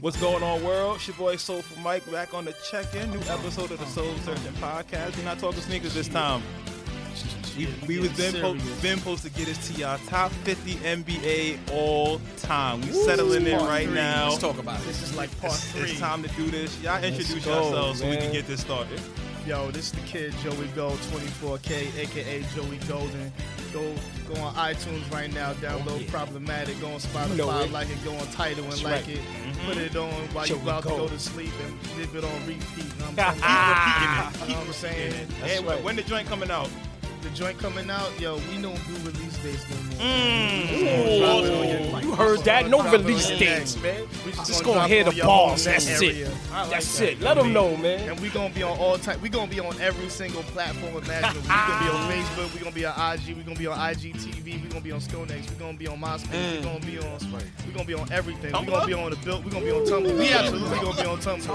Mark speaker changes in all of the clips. Speaker 1: What's going on, world? It's your boy Soulful Mike back on the check-in. New episode of the Soul Searching podcast. We're not talking sneakers this time. We, we was been, po- been supposed to get us to y'all top 50 NBA all time. We settling in right now.
Speaker 2: Let's talk about it.
Speaker 3: This is like part
Speaker 1: It's,
Speaker 3: three.
Speaker 1: it's time to do this. Y'all introduce
Speaker 4: go,
Speaker 1: yourselves so we can
Speaker 4: man.
Speaker 1: get this started.
Speaker 3: Yo, this is the kid Joey Gold, 24K, aka Joey Golden. Go go on iTunes right now, download Problematic, go on Spotify,
Speaker 4: Oh, know it. Mm-hmm.
Speaker 3: like it, go on Tidal and like it. Put it on while
Speaker 4: Joey
Speaker 3: you about to
Speaker 4: Gold.
Speaker 3: go to sleep and live it on repeat. I'm, I'm repeating it. You know what I'm saying?
Speaker 1: Hey,
Speaker 4: right.
Speaker 1: when the joint coming out?
Speaker 3: The joint coming out, yo, we don't do release dates no more.
Speaker 4: Mm. You heard that? No release dates, man. Just gonna hear the balls. That's it. That's it. Let them know, man.
Speaker 3: And we gonna be on all type. We gonna be on every single platform imaginable. we gonna be on Facebook. We gonna be on IG. We gonna be on IGTV. We gonna be on StoneX. We gonna be on MySpace. We gonna be on. We gonna be on everything. We gonna be on the built. We gonna be on Tumblr. We absolutely gonna be on Tumblr.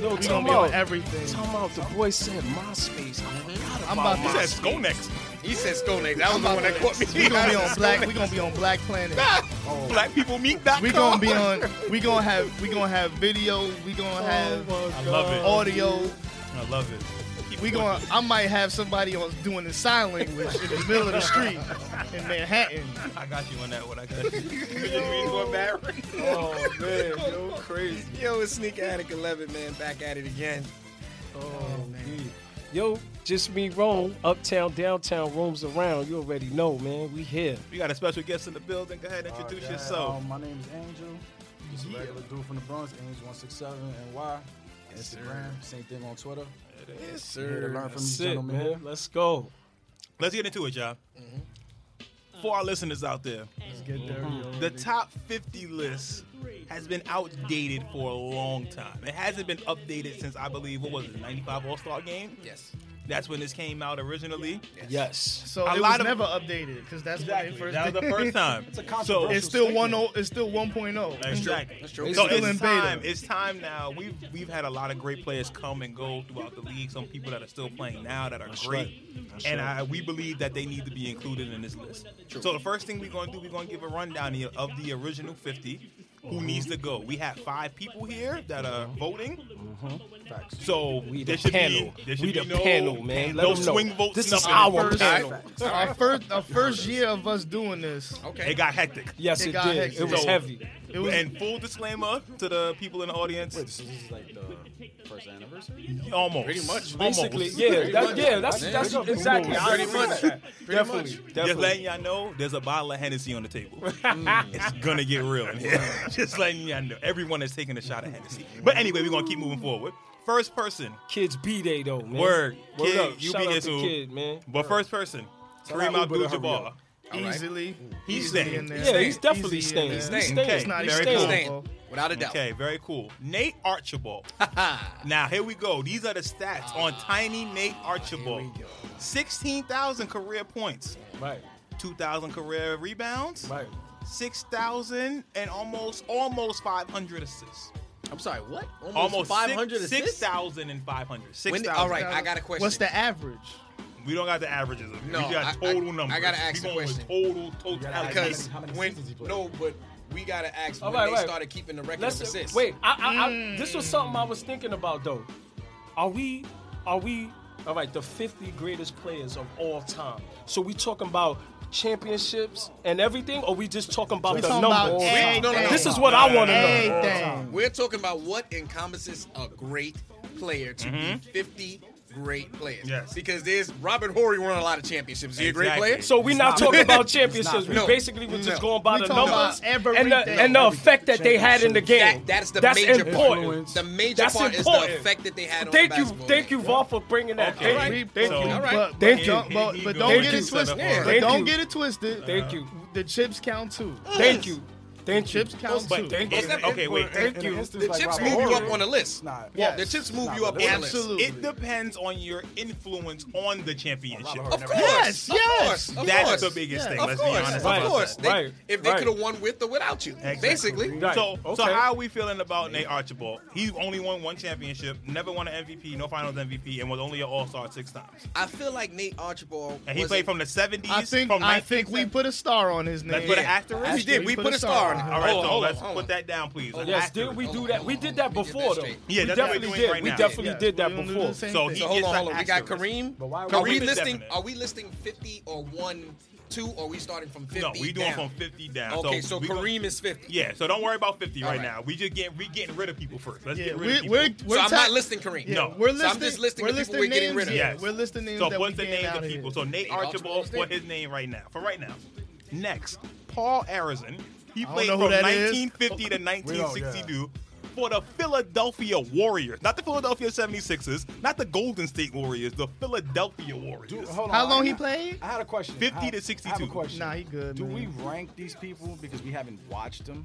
Speaker 4: Yo,
Speaker 3: we
Speaker 4: time
Speaker 3: gonna be on
Speaker 4: out.
Speaker 3: everything.
Speaker 4: Time out. The boy said MySpace. I forgot
Speaker 3: I'm
Speaker 4: about
Speaker 3: about to-
Speaker 1: He
Speaker 4: my-
Speaker 1: said go next.
Speaker 2: He said Stoney. That was the one that caught me.
Speaker 3: We gonna be on Black. We gonna be on Black Planet.
Speaker 1: Black people meet that.
Speaker 3: We gonna be on. We gonna have. We gonna have video. We gonna have
Speaker 1: I love it.
Speaker 3: audio.
Speaker 1: I love it. Keep
Speaker 3: We
Speaker 1: going.
Speaker 3: going to I might have somebody on doing the sign language in the middle of the street in Manhattan.
Speaker 1: I got you on that one. I got you.
Speaker 4: Oh man, yo, crazy.
Speaker 2: Yo, it's Sneak Attic 11, man. Back at it again.
Speaker 4: Oh, Yo, just me, Rome. Uptown, downtown, roams around. You already know, man. We here.
Speaker 1: We got a special guest in the building. Go
Speaker 2: Oh,
Speaker 1: ahead and introduce
Speaker 5: Alright,
Speaker 1: yourself.
Speaker 5: Um, my name is Angel. Just a regular dude from the Bronx, Angel167 NY. Instagram, same thing on Twitter.
Speaker 2: Yes,
Speaker 5: Here to learn from
Speaker 4: That's
Speaker 5: these
Speaker 4: it,
Speaker 5: gentlemen here.
Speaker 4: man. Let's go.
Speaker 1: Let's get into it, y'all.
Speaker 2: Mm-hmm.
Speaker 1: For our listeners out there,
Speaker 3: Get there.
Speaker 4: Mm-hmm.
Speaker 1: the top 50 list has been outdated for a long time. It hasn't been updated since I believe what was it, 95 All Star Game?
Speaker 2: Yes.
Speaker 1: That's when this came out originally.
Speaker 4: Yes.
Speaker 3: So
Speaker 1: A
Speaker 3: it
Speaker 1: lot
Speaker 3: was
Speaker 1: of-
Speaker 3: never updated because that's when they first
Speaker 1: That was
Speaker 3: did
Speaker 1: the
Speaker 3: it.
Speaker 1: first time. so
Speaker 3: It's still one oh it's still one
Speaker 1: Exactly. So
Speaker 2: true.
Speaker 3: It's still
Speaker 1: it's
Speaker 3: in beta.
Speaker 1: time. It's time now. We've we've had a lot of great players come and go throughout the league. Some people that are still playing now that are great, and I, we believe that they need to be included in this list. So the first thing we're gonna do, we're gonna give a rundown here of the original fifty. Who
Speaker 4: Mm-hmm.
Speaker 1: needs to go? We have five people here that are voting. So
Speaker 4: Mm-hmm. We
Speaker 1: there
Speaker 4: the
Speaker 1: should
Speaker 4: panel.
Speaker 1: be there should
Speaker 4: we
Speaker 1: be
Speaker 4: the
Speaker 1: no,
Speaker 4: panel, man. Let
Speaker 1: no
Speaker 4: 'em
Speaker 1: swing
Speaker 4: know.
Speaker 1: votes.
Speaker 4: This is
Speaker 1: nothing.
Speaker 4: our
Speaker 3: First-
Speaker 4: panel.
Speaker 3: Our first our first year of us doing this,
Speaker 2: Okay.
Speaker 1: It got hectic.
Speaker 4: Yes,
Speaker 3: It
Speaker 4: it,
Speaker 3: got
Speaker 4: did.
Speaker 3: hectic.
Speaker 4: It was
Speaker 1: So-
Speaker 4: heavy.
Speaker 3: it was
Speaker 1: And full disclaimer to the people in the audience,
Speaker 5: Wait, so this is like the first anniversary?
Speaker 1: almost
Speaker 2: Pretty much.
Speaker 4: Basically,
Speaker 1: Almost.
Speaker 4: yeah, that, yeah, that's
Speaker 5: Yeah.
Speaker 4: that's
Speaker 5: Pretty
Speaker 4: exactly.
Speaker 5: much.
Speaker 4: I
Speaker 2: Pretty
Speaker 4: agree
Speaker 2: much.
Speaker 4: with that. Definitely,
Speaker 1: Just
Speaker 4: definitely.
Speaker 1: letting y'all know, there's a bottle of Hennessy on the table. it's gonna get real in here. Just letting y'all know, everyone is taking a shot of Hennessy. But anyway, we're gonna keep moving forward. First person,
Speaker 4: Kids B day though, man.
Speaker 1: Word.
Speaker 4: Word
Speaker 1: Kid,
Speaker 4: up.
Speaker 1: you
Speaker 4: Shout
Speaker 1: be
Speaker 4: out
Speaker 1: here
Speaker 4: to
Speaker 1: soon.
Speaker 4: Kid, man.
Speaker 1: but first person, Kareem
Speaker 5: Uber to
Speaker 1: Abdul-Jabbar.
Speaker 5: hurry
Speaker 3: easily.
Speaker 1: He's
Speaker 3: easily
Speaker 1: staying.
Speaker 3: in there.
Speaker 4: Yeah, he's definitely
Speaker 3: Easy in
Speaker 4: staying. He's
Speaker 3: there.
Speaker 4: staying.
Speaker 2: Okay,
Speaker 3: It's not
Speaker 1: very
Speaker 3: even
Speaker 1: cool.
Speaker 3: cool.
Speaker 2: Staying. Without a doubt.
Speaker 1: Okay, very cool. Nate Archibald. now here we go. These are the stats on Tiny Nate Archibald. Sixteen thousand career points,
Speaker 4: Right,
Speaker 1: two thousand career rebounds,
Speaker 4: right.
Speaker 1: six thousand and almost almost five hundred assists.
Speaker 2: I'm sorry, what? Almost,
Speaker 1: almost
Speaker 2: 500
Speaker 1: six-
Speaker 2: assists?
Speaker 1: 6,500.
Speaker 2: When-
Speaker 1: 6,000.
Speaker 2: all right, I got a question.
Speaker 3: What's the average?
Speaker 1: We don't got the averages of it.
Speaker 2: No,
Speaker 1: we got
Speaker 2: I-
Speaker 1: total
Speaker 2: I- I
Speaker 1: numbers.
Speaker 2: gotta ask
Speaker 1: we
Speaker 2: the
Speaker 1: going with
Speaker 2: question.
Speaker 1: Total, total.
Speaker 5: gotta ask
Speaker 2: Because
Speaker 5: How many
Speaker 2: when
Speaker 5: seasons he played?
Speaker 2: no, but we gotta ask
Speaker 4: All
Speaker 2: when
Speaker 4: right,
Speaker 2: they
Speaker 4: right.
Speaker 2: started keeping the record of
Speaker 4: Let's
Speaker 2: assists.
Speaker 4: wait. I, I,
Speaker 3: Mm.
Speaker 4: I, this was something I was thinking about though. Are we? Are we? All right, the 50 greatest players of all time. So we talking about championships and everything, or we just talking about
Speaker 3: We
Speaker 4: the
Speaker 3: talking
Speaker 4: number?
Speaker 3: about everything.
Speaker 4: This is what I want to know.
Speaker 3: Everything.
Speaker 2: We're talking about what encompasses a great player to be 50 great players.
Speaker 1: Yes.
Speaker 2: Because there's Robert Horry won a lot of championships. Is he a great
Speaker 1: Exactly.
Speaker 2: player?
Speaker 4: So we're not, talking about championships.
Speaker 5: It's not.
Speaker 4: We
Speaker 2: No.
Speaker 4: basically were just
Speaker 2: No.
Speaker 4: going by
Speaker 3: We
Speaker 4: the
Speaker 3: talking
Speaker 4: numbers
Speaker 3: about
Speaker 4: and the,
Speaker 3: everything.
Speaker 4: and the effect that they had in the
Speaker 2: That-
Speaker 4: game.
Speaker 2: that's the major
Speaker 4: important.
Speaker 2: part. The major
Speaker 4: That's
Speaker 2: part is
Speaker 4: important.
Speaker 2: the effect that they had on
Speaker 4: Thank
Speaker 2: the
Speaker 4: you,
Speaker 2: basketball
Speaker 4: thank
Speaker 2: game.
Speaker 4: you, Vaughn, for bringing that.
Speaker 1: Okay.
Speaker 4: Thank you,
Speaker 3: But-
Speaker 4: thank
Speaker 1: So-
Speaker 4: you.
Speaker 2: All right.
Speaker 3: But,
Speaker 4: Thank
Speaker 3: but
Speaker 4: you.
Speaker 3: don't, but,
Speaker 1: Here he
Speaker 3: but
Speaker 1: goes.
Speaker 3: don't get it
Speaker 4: Thank you.
Speaker 3: twisted.
Speaker 2: Yeah.
Speaker 3: But
Speaker 4: Thank
Speaker 3: don't
Speaker 4: you.
Speaker 3: get it twisted.
Speaker 4: Thank you.
Speaker 3: The chips count too.
Speaker 4: Thank you. Thank you.
Speaker 3: Chips count
Speaker 4: But
Speaker 3: too.
Speaker 4: thank
Speaker 1: It's
Speaker 4: you.
Speaker 1: not- okay, wait.
Speaker 4: Thank
Speaker 5: In an
Speaker 4: you.
Speaker 5: instance
Speaker 2: The
Speaker 5: like
Speaker 2: chips
Speaker 5: Robert
Speaker 2: move you
Speaker 5: Horry,
Speaker 2: up on the list.
Speaker 5: it's not-
Speaker 2: Well, the
Speaker 3: Yes.
Speaker 2: chips move
Speaker 5: Nah,
Speaker 2: you up
Speaker 5: but
Speaker 2: on
Speaker 5: listen.
Speaker 2: the list.
Speaker 3: Absolutely.
Speaker 1: It depends on your influence on the championship.
Speaker 5: Robert Horry
Speaker 2: Of
Speaker 5: never-
Speaker 3: Yes,
Speaker 2: course. of
Speaker 3: yes.
Speaker 2: Course, of
Speaker 1: That's
Speaker 2: course.
Speaker 1: the biggest
Speaker 3: Yeah.
Speaker 1: thing.
Speaker 2: Of
Speaker 1: Let's
Speaker 2: course,
Speaker 1: be honest.
Speaker 2: of
Speaker 4: Right.
Speaker 1: about
Speaker 2: course.
Speaker 1: that.
Speaker 2: They,
Speaker 4: Right.
Speaker 2: If they
Speaker 4: Right.
Speaker 2: could have won with or without you,
Speaker 1: Exactly.
Speaker 2: basically.
Speaker 4: Right.
Speaker 1: So, so
Speaker 4: Okay.
Speaker 1: how are we feeling about Nate Archibald? He only won one championship, never won an MVP, no Finals MVP, and was only an All Star six times.
Speaker 2: I feel like Nate Archibald.
Speaker 1: And he
Speaker 2: was
Speaker 1: played
Speaker 2: a-
Speaker 1: from the seventies.
Speaker 3: I think
Speaker 1: from
Speaker 3: I think we
Speaker 1: 1970s.
Speaker 3: put a star on his name.
Speaker 1: Let's put an
Speaker 2: Yeah.
Speaker 1: asterisk.
Speaker 2: We did. We put a star. starting.
Speaker 1: All right,
Speaker 4: Hold
Speaker 1: so
Speaker 4: on, hold on, Oh,
Speaker 1: let's
Speaker 2: hold
Speaker 1: put
Speaker 2: on.
Speaker 1: that down, please. Let's
Speaker 4: Yes,
Speaker 1: act on
Speaker 4: did
Speaker 1: it.
Speaker 4: we
Speaker 2: Hold
Speaker 4: do
Speaker 2: on,
Speaker 4: that?
Speaker 2: hold
Speaker 4: We
Speaker 2: on,
Speaker 4: did
Speaker 2: hold
Speaker 4: that
Speaker 2: on. Let me get
Speaker 4: before,
Speaker 2: this
Speaker 4: though.
Speaker 2: straight.
Speaker 1: Yeah,
Speaker 4: we
Speaker 1: that's what we're
Speaker 4: definitely
Speaker 1: doing
Speaker 4: did.
Speaker 1: right
Speaker 4: we
Speaker 1: now.
Speaker 4: definitely
Speaker 3: Yeah.
Speaker 4: did that
Speaker 3: We don't do
Speaker 4: before.
Speaker 3: the same
Speaker 1: So
Speaker 3: thing.
Speaker 1: he
Speaker 2: So hold
Speaker 1: gets
Speaker 2: on,
Speaker 1: to
Speaker 2: hold on. We
Speaker 1: ask
Speaker 2: got
Speaker 1: the rest.
Speaker 2: Kareem.
Speaker 4: But why- why
Speaker 2: Are
Speaker 4: we
Speaker 2: we
Speaker 4: did
Speaker 1: that
Speaker 2: listing?
Speaker 1: for that?
Speaker 2: Are we listing fifty or one, two? Or are we starting from fifty?
Speaker 1: No, we doing
Speaker 2: down?
Speaker 1: from 50 down.
Speaker 2: Okay, so
Speaker 1: we gonna-
Speaker 2: Kareem is fifty.
Speaker 1: Yeah, so don't worry about 50
Speaker 2: All
Speaker 1: right,
Speaker 2: right.
Speaker 1: now. We just getting we getting rid of people first. Let's
Speaker 3: Yeah,
Speaker 1: get rid
Speaker 3: we're,
Speaker 1: of people.
Speaker 3: we're, we're
Speaker 2: So I'm
Speaker 3: ta-
Speaker 2: not listing Kareem.
Speaker 3: Yeah,
Speaker 1: No.
Speaker 3: we're
Speaker 2: So
Speaker 3: listing.
Speaker 2: I'm just listing
Speaker 3: we're
Speaker 2: the
Speaker 3: listing
Speaker 2: people we're
Speaker 3: names,
Speaker 2: getting rid of.
Speaker 3: Yeah, we're listing names
Speaker 1: So
Speaker 3: that
Speaker 1: what's
Speaker 3: we
Speaker 1: the
Speaker 3: getting
Speaker 1: names of
Speaker 3: out here.
Speaker 1: people? So Nate
Speaker 2: Nate
Speaker 1: Archibald
Speaker 2: Archibald's
Speaker 1: for
Speaker 2: there.
Speaker 1: his name right now. For right now. Next, Paul Arizin. He
Speaker 3: don't
Speaker 1: played
Speaker 3: know
Speaker 1: from
Speaker 3: who that is.
Speaker 1: 1950 to
Speaker 5: We don't, yeah.
Speaker 1: 1962 for the Philadelphia Warriors, not the Philadelphia 76ers, not the Golden State Warriors, the Philadelphia
Speaker 5: Do,
Speaker 1: Warriors.
Speaker 5: hold on.
Speaker 3: How long
Speaker 5: I-
Speaker 3: he played?
Speaker 5: I had a question.
Speaker 1: 50
Speaker 5: I have-
Speaker 1: to
Speaker 5: I have
Speaker 1: 62.
Speaker 5: a question.
Speaker 3: Nah, he good,
Speaker 5: Do
Speaker 3: man.
Speaker 5: we rank these people because we haven't watched them?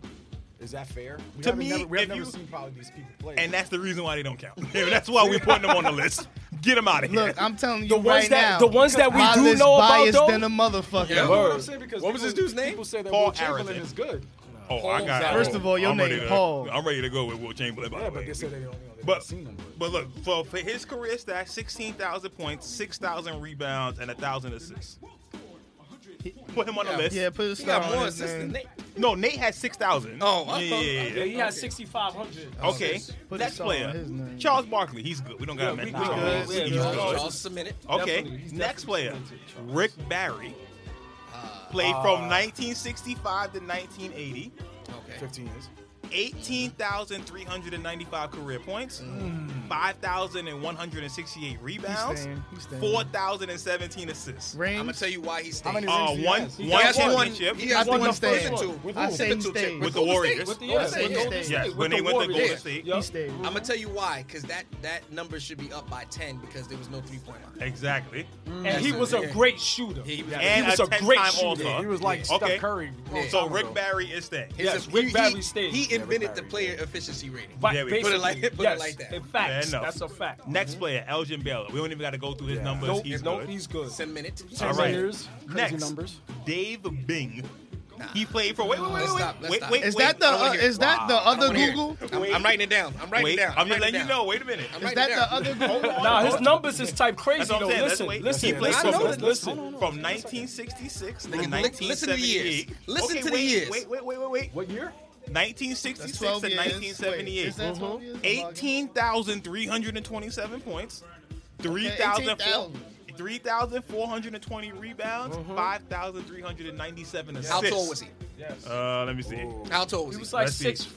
Speaker 5: Is that fair? We
Speaker 1: To
Speaker 5: haven't
Speaker 1: me,
Speaker 5: never, we have
Speaker 1: if
Speaker 5: never
Speaker 1: you-
Speaker 5: seen probably these people play.
Speaker 1: And that's the reason why they don't count. that's why we're putting them on the list. Get them out of here.
Speaker 3: Look, I'm telling you
Speaker 4: The ones
Speaker 3: right
Speaker 4: that-
Speaker 3: now.
Speaker 4: the ones that we
Speaker 3: my
Speaker 4: do
Speaker 3: list
Speaker 4: know about,
Speaker 3: biased
Speaker 4: though?
Speaker 3: than a motherfucker.
Speaker 2: Yeah.
Speaker 5: what
Speaker 4: Word.
Speaker 5: I'm saying because
Speaker 2: What was
Speaker 5: people-
Speaker 2: this dude's name?
Speaker 5: People say that
Speaker 1: Paul
Speaker 5: Will Chamberlain
Speaker 1: Arizin.
Speaker 5: is good.
Speaker 1: Oh, I got.
Speaker 3: First of all, your
Speaker 1: I'm
Speaker 3: name
Speaker 1: ready to-
Speaker 3: Paul.
Speaker 1: I'm ready to go with Will Chamberlain. By
Speaker 5: Yeah,
Speaker 1: the
Speaker 5: but
Speaker 1: way.
Speaker 5: they said they don't. You know, they
Speaker 1: But,
Speaker 5: haven't seen them.
Speaker 1: but look, for, for his career stats, 16,000 points, 6,000 rebounds, and 1,000 assists. Put him on the list.
Speaker 3: Yeah, put a
Speaker 2: He
Speaker 3: star
Speaker 2: got
Speaker 3: on
Speaker 2: more
Speaker 3: his
Speaker 2: assists than
Speaker 3: name.
Speaker 2: Nate.
Speaker 1: No, Nate had 6,000. yeah,
Speaker 2: Oh, I
Speaker 1: yeah,
Speaker 2: thought-
Speaker 1: yeah,
Speaker 4: Yeah,
Speaker 1: yeah.
Speaker 4: he had 6,500.
Speaker 1: Okay,
Speaker 3: Put
Speaker 1: next
Speaker 3: a song on
Speaker 1: player,
Speaker 3: his name.
Speaker 1: Charles Barkley. He's good. We don't got him at
Speaker 4: we
Speaker 1: Charles.
Speaker 3: good.
Speaker 1: He's
Speaker 3: We
Speaker 1: good.
Speaker 3: good.
Speaker 2: Y'all submit it.
Speaker 1: Okay,
Speaker 4: Definitely. He's
Speaker 1: next
Speaker 4: definitely
Speaker 1: player,
Speaker 4: talented, Charles.
Speaker 1: Rick Barry. Played from 1965 to 1980.
Speaker 2: Okay.
Speaker 5: 15 years.
Speaker 1: 18,395 career points, 5,168 rebounds,
Speaker 3: staying. He's staying.
Speaker 1: 4,017 assists.
Speaker 2: I'm gonna
Speaker 3: Rings.
Speaker 2: tell you why he's
Speaker 5: How many
Speaker 2: staying.
Speaker 1: Uh,
Speaker 5: rings he
Speaker 1: one
Speaker 5: has? He
Speaker 1: one
Speaker 2: He has one.
Speaker 1: championship
Speaker 2: He has
Speaker 3: I think
Speaker 2: one
Speaker 3: he stayed.
Speaker 2: championship
Speaker 5: With
Speaker 3: I
Speaker 5: who?
Speaker 3: say he
Speaker 2: With
Speaker 3: stayed.
Speaker 1: with the
Speaker 2: Golden State.
Speaker 1: Warriors.
Speaker 4: With the,
Speaker 3: I
Speaker 4: yeah,
Speaker 3: say
Speaker 4: with
Speaker 3: he
Speaker 4: Golden
Speaker 3: stayed.
Speaker 1: Yes,
Speaker 4: State,
Speaker 1: when they
Speaker 4: the
Speaker 1: went to
Speaker 4: Warriors.
Speaker 1: Golden State.
Speaker 4: Yup.
Speaker 3: He stayed.
Speaker 2: I'm gonna tell you why, because that that number should be up by ten because there was no three point line.
Speaker 1: Exactly.
Speaker 4: And he was a great shooter.
Speaker 2: He was-
Speaker 1: And
Speaker 4: Mm. he was
Speaker 1: a
Speaker 4: a,
Speaker 1: 10-time
Speaker 4: great
Speaker 1: All-Star.
Speaker 4: shooter.
Speaker 5: Yeah, he was like
Speaker 1: Yeah.
Speaker 5: Steph
Speaker 1: Okay.
Speaker 5: Curry. a long
Speaker 2: Yeah.
Speaker 1: So
Speaker 5: time
Speaker 1: Rick
Speaker 5: ago.
Speaker 1: Barry is staying.
Speaker 2: It's
Speaker 4: Yes,
Speaker 2: just-
Speaker 4: Rick
Speaker 2: he-
Speaker 4: Barry
Speaker 2: he-
Speaker 4: stayed.
Speaker 2: He
Speaker 5: Yeah, Rick
Speaker 2: invented the
Speaker 5: Barry,
Speaker 2: player efficiency rating.
Speaker 4: Right,
Speaker 1: There we go.
Speaker 4: basically.
Speaker 2: Put it like- put it
Speaker 4: yes,
Speaker 2: like that.
Speaker 4: In
Speaker 1: Fair
Speaker 4: fact,
Speaker 1: enough.
Speaker 4: that's a fact.
Speaker 1: Next player, Elgin Baylor. We don't even got to go through his
Speaker 5: Yeah.
Speaker 1: numbers.
Speaker 4: Nope,
Speaker 1: He's
Speaker 4: nope,
Speaker 1: good.
Speaker 4: he's good.
Speaker 2: Ten minutes.
Speaker 1: All
Speaker 5: Crazy
Speaker 1: right.
Speaker 5: years, crazy
Speaker 1: Next,
Speaker 5: numbers.
Speaker 1: Dave Bing. He played for. Wait, wait, wait,
Speaker 2: Let's
Speaker 1: wait,
Speaker 2: stop, let's
Speaker 1: wait,
Speaker 2: stop.
Speaker 1: wait.
Speaker 3: Is
Speaker 1: wait,
Speaker 3: that the
Speaker 2: I
Speaker 3: uh,
Speaker 2: wanna hear
Speaker 3: is
Speaker 2: it.
Speaker 3: that the
Speaker 1: Wow.
Speaker 3: other
Speaker 2: wanna hear it.
Speaker 3: Google?
Speaker 2: I'm, I'm writing it down. I'm writing
Speaker 1: Wait,
Speaker 2: it down.
Speaker 1: I'm just
Speaker 2: writing
Speaker 1: letting
Speaker 2: it
Speaker 1: you
Speaker 2: down.
Speaker 1: know. Wait a minute.
Speaker 2: I'm
Speaker 3: Is
Speaker 2: writing
Speaker 3: that
Speaker 2: it
Speaker 3: the
Speaker 2: down.
Speaker 3: other Google?
Speaker 4: Nah, his numbers is type crazy
Speaker 1: That's what
Speaker 4: though.
Speaker 1: I'm saying. That's
Speaker 4: Listen,
Speaker 1: what-
Speaker 4: listen,
Speaker 1: he played
Speaker 4: listen,
Speaker 2: for-
Speaker 4: listen, listen.
Speaker 1: From 1966 to
Speaker 2: Nigga, li- listen to the years.
Speaker 1: 1978.
Speaker 2: Listen
Speaker 1: Okay,
Speaker 2: to the
Speaker 1: wait,
Speaker 2: years.
Speaker 1: Wait, wait, wait, wait, wait.
Speaker 5: What year?
Speaker 1: 1966
Speaker 3: That's
Speaker 1: to
Speaker 3: 12 years. Wait, is
Speaker 1: 1978.
Speaker 3: that 12 years?
Speaker 5: Uh-huh.
Speaker 1: 18,327 points, 3,004
Speaker 3: 18,000.
Speaker 1: 3,420 rebounds,
Speaker 5: Uh-huh.
Speaker 1: 5,397 assists.
Speaker 2: How tall was he?
Speaker 4: Yes.
Speaker 1: Uh, let me see.
Speaker 2: How tall was
Speaker 4: he
Speaker 2: he?
Speaker 4: was like
Speaker 1: Let's see.
Speaker 4: six